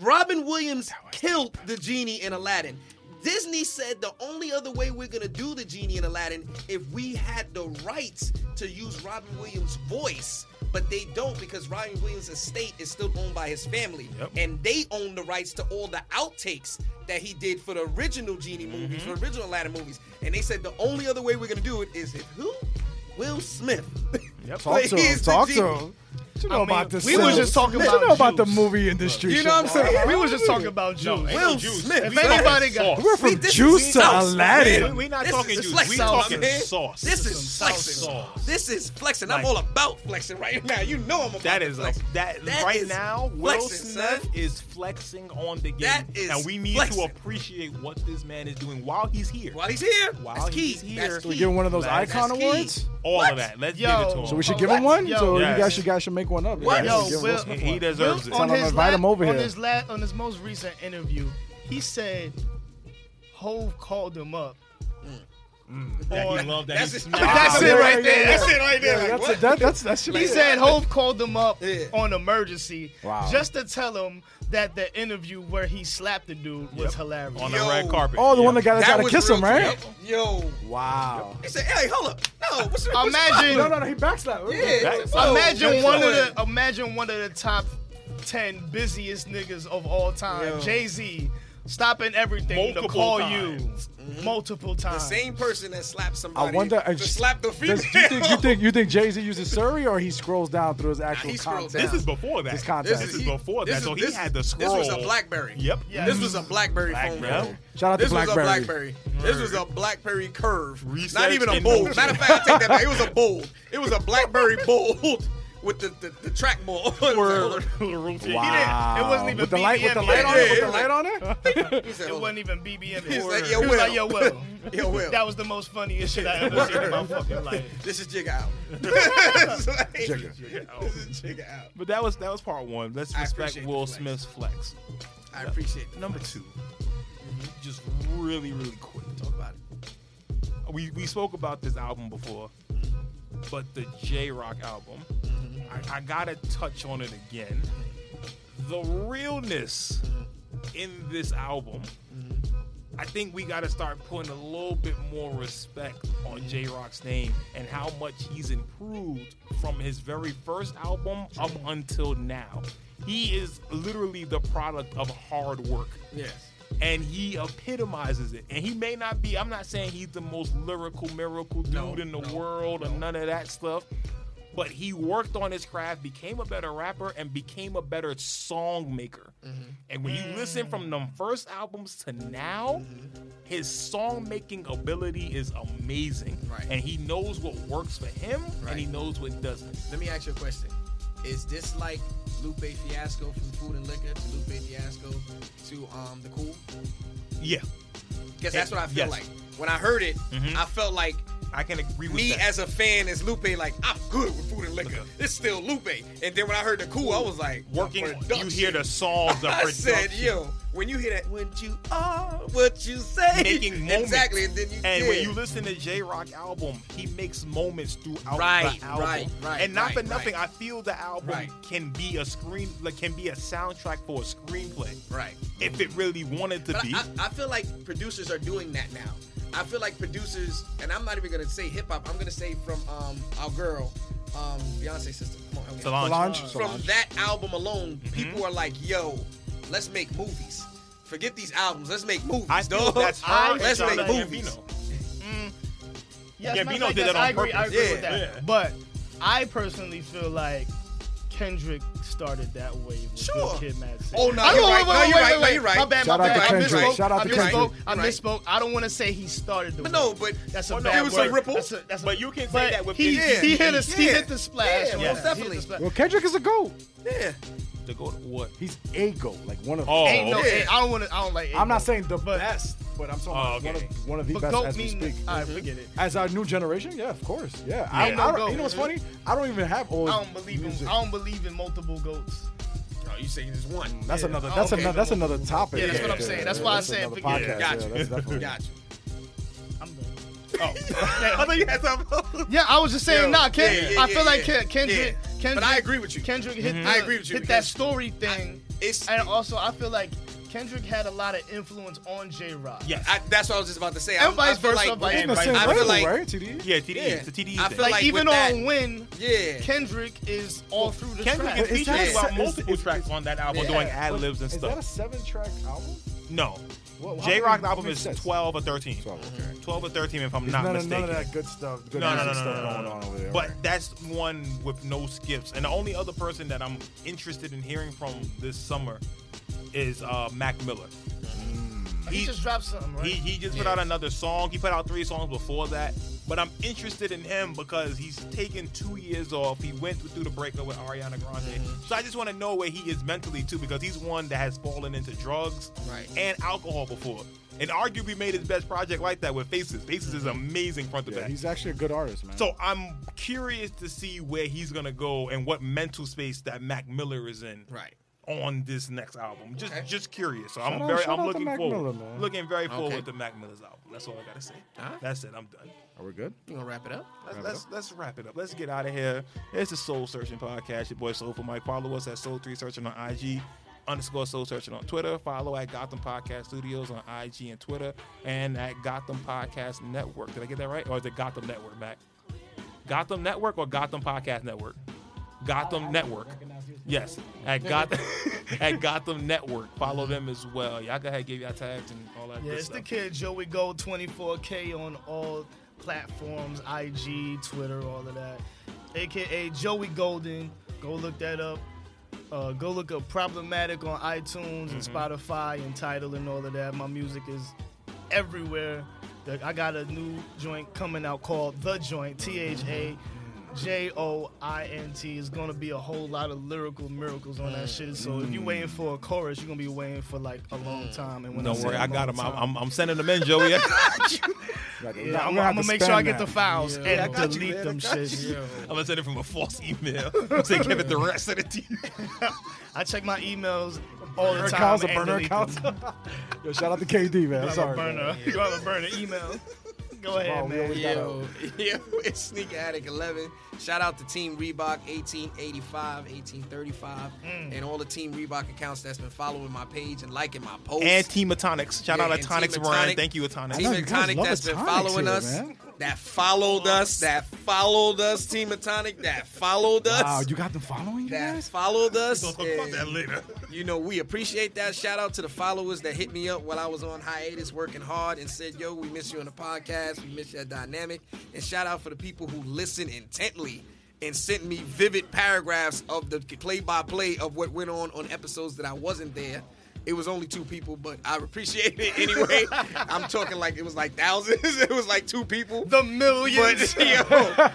Speaker 2: Robin Williams killed the genie in Aladdin. Disney said the only other way we're gonna do the genie in Aladdin if we had the rights to use Robin Williams' voice, but they don't because Robin Williams' estate is still owned by his family,
Speaker 1: Yep.
Speaker 2: and they own the rights to all the outtakes that he did for the original genie movies,
Speaker 1: Mm-hmm.
Speaker 2: the original Aladdin movies, and they said the only other way we're gonna do it is if who? Will Smith.
Speaker 1: Yep.
Speaker 5: Talk
Speaker 2: Like,
Speaker 5: to
Speaker 2: he's
Speaker 5: him.
Speaker 2: the
Speaker 5: Talk to
Speaker 2: genie.
Speaker 5: him. What You know
Speaker 3: I mean,
Speaker 5: about this.
Speaker 3: we was
Speaker 5: Sue?
Speaker 3: just talking
Speaker 5: What you
Speaker 3: about
Speaker 5: know about the
Speaker 3: Jews.
Speaker 5: movie industry.
Speaker 2: You know what I'm
Speaker 5: Sean?
Speaker 2: saying?
Speaker 3: We was just talking about Jews.
Speaker 1: ain't
Speaker 2: Will
Speaker 1: no Jews.
Speaker 2: Smith.
Speaker 1: We
Speaker 3: If anybody
Speaker 1: talking
Speaker 3: got-
Speaker 1: sauce.
Speaker 5: We're from
Speaker 2: this
Speaker 5: Jews
Speaker 2: is
Speaker 5: to
Speaker 2: sauce.
Speaker 5: Aladdin.
Speaker 1: We, are not
Speaker 2: This
Speaker 1: talking
Speaker 2: is
Speaker 1: juice.
Speaker 2: flexing,
Speaker 1: We
Speaker 2: my
Speaker 1: talking
Speaker 2: man.
Speaker 1: sauce.
Speaker 2: This is
Speaker 1: Some
Speaker 2: flexing.
Speaker 1: sauce.
Speaker 2: This is flexing.
Speaker 1: Like-
Speaker 2: I'm all about flexing right now. You know I'm about
Speaker 1: That
Speaker 2: to
Speaker 1: is a,
Speaker 2: flex.
Speaker 1: that,
Speaker 2: That
Speaker 1: right
Speaker 2: is
Speaker 1: now. Will
Speaker 2: flexing,
Speaker 1: Smith
Speaker 2: son.
Speaker 1: is flexing on the game,
Speaker 2: That is
Speaker 1: and we need
Speaker 2: flexing.
Speaker 1: to appreciate what this man is doing while he's here.
Speaker 2: While he's here,
Speaker 1: While
Speaker 2: that's key.
Speaker 1: he's here.
Speaker 2: That's
Speaker 1: So
Speaker 5: So we
Speaker 2: key.
Speaker 5: give him one of those
Speaker 1: That's
Speaker 5: icon
Speaker 2: key.
Speaker 5: awards.
Speaker 1: All
Speaker 2: What?
Speaker 1: of that. Let's
Speaker 3: Yo.
Speaker 1: give it to him.
Speaker 5: So we should
Speaker 3: Oh,
Speaker 5: give him
Speaker 3: what?
Speaker 5: one.
Speaker 3: Yo.
Speaker 5: So
Speaker 1: Yes.
Speaker 5: you guys, you guys should make one up. You
Speaker 3: What?
Speaker 5: guys
Speaker 3: Yo,
Speaker 5: should give
Speaker 3: Will-
Speaker 5: Smith
Speaker 1: he, he
Speaker 5: one.
Speaker 1: deserves
Speaker 3: Will,
Speaker 1: it.
Speaker 5: Tell
Speaker 3: on
Speaker 5: him
Speaker 3: his
Speaker 5: invite
Speaker 3: la-
Speaker 5: him over
Speaker 3: on
Speaker 5: here.
Speaker 3: his la- on his most recent interview, he said Hove called him up
Speaker 1: That he loved that
Speaker 2: That's
Speaker 1: he
Speaker 2: it.
Speaker 1: smacked.
Speaker 3: That's it right there.
Speaker 2: That's it right there. Like,
Speaker 5: That's
Speaker 2: what?
Speaker 5: a, that, that's that should be
Speaker 3: He said Hove called them up
Speaker 2: Yeah.
Speaker 3: on emergency
Speaker 7: Wow.
Speaker 3: just to tell him that the interview where he slapped the dude was hilarious.
Speaker 1: on
Speaker 2: Yo.
Speaker 1: the red carpet.
Speaker 5: Oh, the one that
Speaker 1: Yep.
Speaker 5: got that tried to
Speaker 2: was
Speaker 5: kiss
Speaker 2: real
Speaker 5: him,
Speaker 2: to
Speaker 5: right?
Speaker 2: me. Yo,
Speaker 5: Wow.
Speaker 2: he said, "Hey, hold up, no, Oh, what's the
Speaker 3: Imagine,
Speaker 5: No, no, no. He backslapped.
Speaker 2: Yeah,
Speaker 1: That-
Speaker 2: whoa,
Speaker 3: imagine
Speaker 2: that's
Speaker 3: one
Speaker 2: what-
Speaker 3: of the imagine one of the top ten busiest niggas of all time,
Speaker 2: Yo.
Speaker 3: Jay Z, stopping everything
Speaker 1: Multiple
Speaker 3: to call
Speaker 1: times.
Speaker 3: you multiple
Speaker 2: the
Speaker 3: times.
Speaker 2: same person that slapped somebody.
Speaker 5: wonder-
Speaker 2: to slap the female.
Speaker 5: Does, do you think you think you think Jay Z uses Surrey or he scrolls down through his actual
Speaker 2: he scrolled
Speaker 5: content?
Speaker 2: down.
Speaker 1: This is before that.
Speaker 5: This contact.
Speaker 1: This is
Speaker 2: he-
Speaker 1: before
Speaker 2: this
Speaker 1: that.
Speaker 2: is-
Speaker 1: So he
Speaker 2: this-
Speaker 1: had the
Speaker 2: this
Speaker 1: scroll.
Speaker 2: was a BlackBerry.
Speaker 1: Yep.
Speaker 3: Yeah.
Speaker 2: This was a BlackBerry phone.
Speaker 1: Blackberry.
Speaker 2: call.
Speaker 5: Shout out
Speaker 2: This
Speaker 5: to
Speaker 2: was a
Speaker 5: BlackBerry.
Speaker 2: Blackberry. This was a Blackberry curve. Not
Speaker 1: Research
Speaker 2: even a
Speaker 1: and
Speaker 2: bold.
Speaker 1: motion.
Speaker 2: Matter of fact, I take that back. It was a bold. It was a Blackberry bold with the the, the trackball.
Speaker 1: Word.
Speaker 3: He
Speaker 1: Wow.
Speaker 3: didn't. It wasn't even
Speaker 5: With the light, with the
Speaker 3: BBM
Speaker 5: light on
Speaker 3: yet.
Speaker 5: it, with the
Speaker 2: Yeah, yeah.
Speaker 5: light on it.
Speaker 2: He said,
Speaker 3: It
Speaker 2: "Hold
Speaker 3: wasn't
Speaker 2: on."
Speaker 3: even BBM.
Speaker 2: He's
Speaker 3: He's
Speaker 2: like,
Speaker 3: like,
Speaker 2: "Yo,
Speaker 3: yo, Will. Yo,
Speaker 2: Will."
Speaker 3: Will.
Speaker 2: Yo, Will.
Speaker 3: That was the most funniest shit I ever seen in my fucking life.
Speaker 2: This is Jigga out. It's like- This is Jigga out.
Speaker 1: But that was that was part one. Let's
Speaker 2: I
Speaker 1: respect
Speaker 2: appreciate
Speaker 1: Will
Speaker 2: the flex.
Speaker 1: Smith's flex.
Speaker 2: I appreciate it.
Speaker 1: Number two, just really, really quick.
Speaker 2: Talk about it.
Speaker 1: We we spoke about this album before, but the J Rock album,
Speaker 2: Mm-hmm.
Speaker 1: I, I gotta touch on it again. The realness in this album, I think we gotta start putting a little bit more respect on J Rock's name and how much he's improved from his very first album up until now. He is literally the product of hard work
Speaker 2: Yes.
Speaker 1: and he epitomizes it. And he may not be, I'm not saying he's the most lyrical, miracle dude
Speaker 2: No,
Speaker 1: in the
Speaker 2: no,
Speaker 1: world or none of that stuff, but he worked on his craft, became a better rapper, and became a better song maker.
Speaker 2: Mm-hmm.
Speaker 1: And when you listen from them first albums to now,
Speaker 2: Mm-hmm.
Speaker 1: his song making ability is amazing.
Speaker 2: Right.
Speaker 1: And he knows what works for him and he
Speaker 2: Right.
Speaker 1: knows what doesn't.
Speaker 2: Let me ask you a question. Is this like Lupe Fiasco from Food and Liquor to Lupe Fiasco to um the Cool?
Speaker 1: Yeah,
Speaker 2: Because that's what I feel
Speaker 1: Yes.
Speaker 2: like. When I heard it, I felt like
Speaker 1: I can agree with
Speaker 2: me
Speaker 1: that.
Speaker 2: as a fan is Lupe. Like I'm good with Food and Liquor.
Speaker 1: Liquor.
Speaker 2: It's still Lupe. And then when I heard the Cool, I was like,
Speaker 1: working, you
Speaker 2: production.
Speaker 1: hear the songs, the
Speaker 2: I
Speaker 1: production.
Speaker 2: said, yo, when you hear that, when you are what you say,
Speaker 1: making moments.
Speaker 2: exactly, and then you
Speaker 1: And
Speaker 2: yeah.
Speaker 1: when you listen to J Rock album, he makes moments throughout
Speaker 2: Right,
Speaker 1: the album.
Speaker 2: right, right,
Speaker 1: And not
Speaker 2: right,
Speaker 1: for nothing,
Speaker 2: right.
Speaker 1: I feel the album
Speaker 2: Right.
Speaker 1: can be a screen like can be a soundtrack for a screenplay.
Speaker 2: right.
Speaker 1: If it really wanted to
Speaker 2: But
Speaker 1: be.
Speaker 2: I, I I feel like producers are doing that now. I feel like producers, and I'm not even gonna say hip hop. I'm gonna say from um, our girl, um, Beyonce's sister. Come on, help me out.
Speaker 1: Solange.
Speaker 5: Solange.
Speaker 2: From
Speaker 5: Solange.
Speaker 2: that album alone,
Speaker 3: Mm-hmm.
Speaker 2: people are like, "Yo, let's make movies. Forget these albums. Let's make movies,
Speaker 1: I feel
Speaker 2: dog.
Speaker 1: that's her
Speaker 3: I-
Speaker 1: and
Speaker 2: let's make
Speaker 1: Childish
Speaker 2: movies."
Speaker 1: Gambino.
Speaker 3: Yes,
Speaker 1: Gambino
Speaker 3: matter of fact,
Speaker 1: did that
Speaker 3: yes,
Speaker 1: on
Speaker 3: I agree, I
Speaker 1: purpose.
Speaker 3: agree with
Speaker 2: Yeah.
Speaker 3: that.
Speaker 1: Yeah.
Speaker 3: But I personally feel like Kendrick started that wave with
Speaker 2: Sure.
Speaker 3: Good Kid, Mad City.
Speaker 2: Oh no,
Speaker 3: I
Speaker 2: you're
Speaker 3: don't-
Speaker 2: right.
Speaker 3: wait,
Speaker 2: No,
Speaker 3: wait,
Speaker 2: you're
Speaker 3: wait,
Speaker 2: right. No,
Speaker 3: wait.
Speaker 2: you're right.
Speaker 3: My bad,
Speaker 5: Shout
Speaker 3: my
Speaker 5: out to
Speaker 3: bad. I
Speaker 5: Kendrick.
Speaker 3: misspoke.
Speaker 5: Shout out
Speaker 3: I
Speaker 5: to
Speaker 3: misspoke.
Speaker 5: Kendrick.
Speaker 3: I
Speaker 2: Right.
Speaker 3: misspoke. I don't want to say he started the
Speaker 2: But
Speaker 3: wave.
Speaker 2: no, but
Speaker 3: that's a
Speaker 1: Well, no,
Speaker 3: bad
Speaker 1: it was a
Speaker 3: word.
Speaker 2: ripple.
Speaker 3: That's a, that's a,
Speaker 1: But you can say
Speaker 3: but
Speaker 1: that with
Speaker 3: he,
Speaker 1: Kendrick.
Speaker 3: he hit us. He
Speaker 2: Yeah.
Speaker 3: hit the splash.
Speaker 2: Yeah, most
Speaker 3: He hit the
Speaker 2: definitely.
Speaker 3: splash.
Speaker 5: Well, Kendrick is a goat.
Speaker 2: yeah.
Speaker 1: To go to what?
Speaker 5: He's a goat, like one of.
Speaker 1: Oh,
Speaker 3: Ain't no.
Speaker 1: okay.
Speaker 3: ain't- I don't want to. I don't like. ain't
Speaker 5: I'm not
Speaker 3: no.
Speaker 5: saying the
Speaker 3: But-
Speaker 5: best, but I'm talking
Speaker 1: Oh,
Speaker 5: about one
Speaker 1: okay.
Speaker 5: of one of the
Speaker 3: But
Speaker 5: best
Speaker 3: goat
Speaker 5: as we
Speaker 3: mean.
Speaker 5: speak.
Speaker 3: All right, forget it.
Speaker 5: As our new generation, yeah, of course, yeah.
Speaker 1: Yeah.
Speaker 5: I,
Speaker 1: Ain't
Speaker 5: I,
Speaker 1: no
Speaker 5: don't-
Speaker 3: goat.
Speaker 5: you know what's funny? I don't even have old.
Speaker 3: I don't believe in.
Speaker 5: music.
Speaker 3: I don't believe in multiple goats.
Speaker 2: No, you saying there's one.
Speaker 5: That's
Speaker 3: yeah.
Speaker 5: another.
Speaker 3: Oh,
Speaker 5: That's
Speaker 3: okay,
Speaker 5: another. That's
Speaker 3: but-
Speaker 5: another topic.
Speaker 3: Yeah, that's
Speaker 5: right
Speaker 3: what I'm
Speaker 5: there.
Speaker 3: saying. That's why I said
Speaker 5: another
Speaker 3: forget
Speaker 5: podcast.
Speaker 3: it.
Speaker 5: Yeah,
Speaker 2: Gotcha.
Speaker 5: that's definitely-
Speaker 2: Gotcha.
Speaker 3: I'm done.
Speaker 2: I thought you had something.
Speaker 3: Yeah, I was just saying,
Speaker 2: Oh. Yo,
Speaker 3: nah, Ken,
Speaker 2: yeah, yeah,
Speaker 3: I feel
Speaker 2: yeah,
Speaker 3: like
Speaker 2: yeah.
Speaker 3: Ken, Kendrick,
Speaker 2: Yeah.
Speaker 3: Kendrick.
Speaker 2: But I agree with you.
Speaker 3: Kendrick hit.
Speaker 2: I
Speaker 3: the-
Speaker 2: agree with you
Speaker 3: Hit that
Speaker 2: because
Speaker 3: story thing,
Speaker 2: It's
Speaker 3: and also I feel like Kendrick had a lot of influence on J. Rock.
Speaker 1: Yes.
Speaker 2: I, that's what I was just about to say.
Speaker 3: And
Speaker 2: I, I
Speaker 3: vice
Speaker 2: feel
Speaker 3: versa,
Speaker 2: like,
Speaker 3: vice
Speaker 5: It's the
Speaker 1: versa.
Speaker 5: same
Speaker 2: I feel
Speaker 5: label,
Speaker 2: like-
Speaker 5: right? TD.
Speaker 1: yeah, TD.
Speaker 2: Yeah.
Speaker 1: It's a TD.
Speaker 2: I
Speaker 1: thing.
Speaker 2: feel
Speaker 3: Like,
Speaker 2: like
Speaker 3: even on
Speaker 2: with that-
Speaker 3: Win,
Speaker 2: yeah,
Speaker 3: Kendrick is all through the
Speaker 1: Kendrick
Speaker 3: track.
Speaker 1: is
Speaker 5: But is
Speaker 1: featured
Speaker 5: that-
Speaker 1: throughout
Speaker 5: is-
Speaker 1: multiple
Speaker 5: is- is-
Speaker 1: tracks on that album,
Speaker 2: Yeah.
Speaker 1: doing ad libs and
Speaker 5: Is that a
Speaker 1: stuff.
Speaker 5: seven-track album?
Speaker 1: No,
Speaker 5: What- how
Speaker 1: J Rock
Speaker 5: many-
Speaker 1: album
Speaker 5: how many
Speaker 1: is
Speaker 5: sets?
Speaker 1: 12 or 13.
Speaker 7: 12, okay.
Speaker 3: Mm-hmm.
Speaker 1: 12 or 13, if I'm
Speaker 5: There's
Speaker 1: not
Speaker 5: none, of-
Speaker 1: mistaken.
Speaker 5: none of that good stuff. Good
Speaker 1: no, no, no,
Speaker 5: music
Speaker 1: no,
Speaker 5: stuff
Speaker 1: no, no,
Speaker 5: going
Speaker 1: no.
Speaker 5: on over there.
Speaker 1: But that's one with no skips. And the only other person that I'm interested in hearing from this summer is uh, Mac Miller.
Speaker 3: He,
Speaker 1: He-
Speaker 3: just dropped something, right?
Speaker 1: He, he just put
Speaker 2: Yeah.
Speaker 1: out another song. He put out three songs before that. But I'm interested in him because he's taken two years off. He went through the breakup with Ariana Grande.
Speaker 5: Mm-hmm.
Speaker 1: So I just want to know where he is mentally too because he's one that has fallen into drugs
Speaker 2: Right.
Speaker 1: and alcohol before. And arguably made his best project like that with Faces. Faces is amazing front to
Speaker 5: Mm-hmm. yeah,
Speaker 1: back.
Speaker 5: he's actually a good artist, man.
Speaker 1: So I'm curious to see where he's gonna go and what mental space that Mac Miller is in
Speaker 2: right.
Speaker 1: on this next album? Just
Speaker 2: Okay.
Speaker 1: just curious. So
Speaker 9: Shout
Speaker 1: I'm
Speaker 9: out-
Speaker 1: very
Speaker 9: shout
Speaker 1: I'm
Speaker 9: out to
Speaker 1: looking
Speaker 9: Mac
Speaker 1: forward.
Speaker 9: Miller, man.
Speaker 1: Looking very forward
Speaker 2: Okay.
Speaker 1: to Mac Miller's album. That's all I gotta say.
Speaker 2: Alright.
Speaker 1: That's it. I'm done.
Speaker 7: Are we good?
Speaker 2: You gonna wrap it up?
Speaker 1: Let's, let's, let's wrap it up. Let's get out of here. It's the Soul Searching Podcast. Your boy Soulful Mike. Follow us at Soul Three Searching on IG, underscore Soul Searching on Twitter. Follow at Gotham Podcast Studios on IG and Twitter, and at Gotham Podcast Network. Did I get that right? Or is it Gotham Network, Mac? Gotham Network or Gotham Podcast Network? Gotham Network. Yes, at Gotham at Gotham Network. Follow them as well. Y'all go ahead, give y'all tags and all that.
Speaker 3: Yeah,
Speaker 1: good
Speaker 3: it's
Speaker 1: stuff.
Speaker 3: the kid Joey Gold 24K on all platforms, IG, Twitter, all of that. AKA Joey Golden. Go look that up. Uh, go look up Problematic on iTunes and
Speaker 1: Mm-hmm.
Speaker 3: Spotify and Tidal and all of that. My music is everywhere. The- I got a new joint coming out called The Joint, T H A J O I N T. It's gonna be a whole lot of lyrical miracles on that shit. So if
Speaker 1: Mm.
Speaker 3: you're waiting for a chorus, you're gonna be waiting for like a long time. And when
Speaker 1: Don't
Speaker 3: say
Speaker 1: worry,
Speaker 3: a
Speaker 1: I got
Speaker 3: long
Speaker 1: them.
Speaker 3: time-
Speaker 1: I'm, I'm, I'm sending them in, Joey.
Speaker 3: yeah,
Speaker 9: gonna
Speaker 3: I'm,
Speaker 9: have
Speaker 3: I'm
Speaker 9: to
Speaker 3: gonna make sure I
Speaker 9: spend
Speaker 3: get the
Speaker 9: that.
Speaker 3: files
Speaker 1: Yeah, I
Speaker 3: and
Speaker 1: got you,
Speaker 3: delete
Speaker 1: man, I
Speaker 3: them
Speaker 1: got
Speaker 3: shit.
Speaker 1: you. I'm gonna send it from a false email. I'm saying give it the rest of the team.
Speaker 3: I check my emails all the
Speaker 9: Burner
Speaker 3: time.
Speaker 9: accounts, a
Speaker 3: and
Speaker 9: burner
Speaker 3: delete them.
Speaker 9: accounts.
Speaker 5: Yo, shout out to KD, man.
Speaker 3: You
Speaker 5: I'm
Speaker 3: have a
Speaker 5: sorry. man.
Speaker 3: burner. You have a burner email. Go ahead,
Speaker 5: Jamal, we
Speaker 3: man.
Speaker 5: always gotta-
Speaker 2: Yo, yo, it's Sneak Attic 11. Shout out to Team Reebok 1885, 1835, and all the Team Reebok accounts that's been following my page and liking my posts.
Speaker 1: And Team Atonics. Shout
Speaker 2: Yeah,
Speaker 1: out
Speaker 2: and
Speaker 1: Atonics
Speaker 2: Team
Speaker 1: Ryan.
Speaker 2: Atonic.
Speaker 1: Thank you,
Speaker 2: Team
Speaker 1: Atonics.
Speaker 5: know you guys
Speaker 2: Atonic
Speaker 5: love
Speaker 2: that's been
Speaker 5: Atonics
Speaker 2: following
Speaker 5: here,
Speaker 2: us,
Speaker 5: man.
Speaker 2: that followed us, that followed us, Team Atonic, that followed us,
Speaker 5: Wow, you got them following you
Speaker 2: that
Speaker 5: guys?
Speaker 2: followed us.
Speaker 1: We'll talk about
Speaker 2: and-
Speaker 1: that later.
Speaker 2: you know, we appreciate that. Shout out to the followers that hit me up while I was on hiatus working hard and said, Yo, we miss you on the podcast. We miss your dynamic. And shout out for the people who listen intently and sent me vivid paragraphs of the play by play of what went on on episodes that I wasn't there. It was only two people, but I appreciate it anyway. I'm talking like it was like thousands. It was like two people.
Speaker 3: The millions.
Speaker 2: But yo,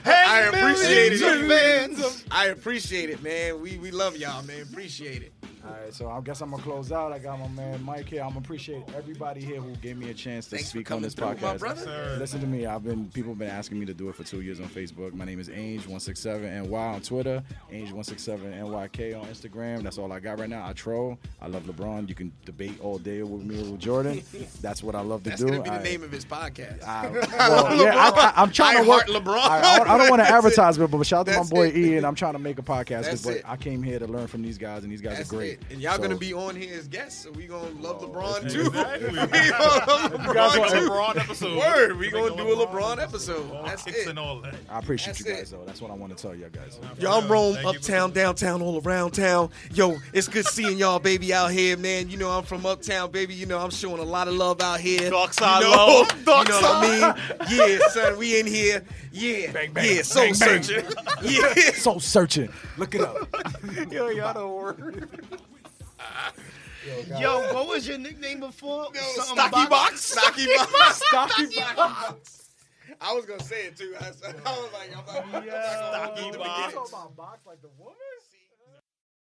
Speaker 2: I appreciate
Speaker 3: millions of
Speaker 2: it.
Speaker 3: fans of-
Speaker 2: I appreciate it, man. We we love y'all, man. Appreciate it.
Speaker 5: All right, so I guess I'm gonna close out. I got my man Mike here. I'm gonna appreciate everybody here who
Speaker 7: Gave me a chance to
Speaker 2: Thanks for
Speaker 7: speak on
Speaker 2: coming
Speaker 7: this
Speaker 2: through, my
Speaker 7: podcast.
Speaker 2: brother.
Speaker 7: Listen to me. I've been people have been asking me to do it for two years on Facebook. My name is Ange167NY on Twitter, Ange167NYK on Instagram. That's all I got right now. I troll. I love LeBron. You can debate all day with me or with Jordan. That's what I love to
Speaker 2: That's
Speaker 7: do.
Speaker 2: gonna be the
Speaker 7: I- Ah,
Speaker 2: name of his podcast.
Speaker 7: I, well, yeah, I, I, am trying
Speaker 2: I
Speaker 7: to work.
Speaker 2: heart LeBron.
Speaker 7: I, I don't- I don't want to
Speaker 2: That's
Speaker 7: advertise, it. but shout out to
Speaker 2: That's
Speaker 7: my boy
Speaker 2: it.
Speaker 7: E, and I'm trying to make a podcast. 'cause,
Speaker 2: That's
Speaker 7: but
Speaker 2: it.
Speaker 7: I came here to learn from these guys, and these guys
Speaker 2: That's
Speaker 7: are great.
Speaker 2: it. And y'all gonna
Speaker 7: So-
Speaker 2: be on here as guests, so we gonna love
Speaker 1: Oh,
Speaker 2: LeBron too.
Speaker 1: exactly.
Speaker 2: we gonna love
Speaker 1: guys
Speaker 2: LeBron
Speaker 1: want
Speaker 2: too.
Speaker 1: LeBron episode?
Speaker 2: Word, we
Speaker 1: Make
Speaker 2: gonna
Speaker 1: a
Speaker 2: do
Speaker 1: LeBron
Speaker 2: a LeBron episode.
Speaker 1: All
Speaker 2: That's
Speaker 1: kicks
Speaker 2: it.
Speaker 1: and all that.
Speaker 7: I appreciate
Speaker 2: That's
Speaker 7: you
Speaker 2: it.
Speaker 7: guys, though. That's what I want to tell you guys.
Speaker 2: Yo, I'm Rome,
Speaker 1: Thank you for
Speaker 2: uptown, downtown, all around town. Yo, it's good seeing y'all, baby, out here, man. You know I'm from uptown, baby. You know I'm showing a lot of love out here.
Speaker 1: Dark side
Speaker 2: you know,
Speaker 1: love. Dark
Speaker 2: you know what I mean? Yeah, son, we in here. Yeah,
Speaker 1: Bang, bang.
Speaker 2: yeah, soul
Speaker 1: Bang, bang.
Speaker 2: searching. Yeah.
Speaker 5: soul searching. Look it up.
Speaker 1: Yo, y'all don't worry.
Speaker 3: Yo, what was your nickname before? Something
Speaker 2: Stocky
Speaker 3: box-
Speaker 2: box. Stocky box. Stocky box. I was gonna say it too. I, I was like, I'm not, I'm not gonna
Speaker 1: Stocky
Speaker 2: get it.
Speaker 1: box.
Speaker 5: about box like the woman.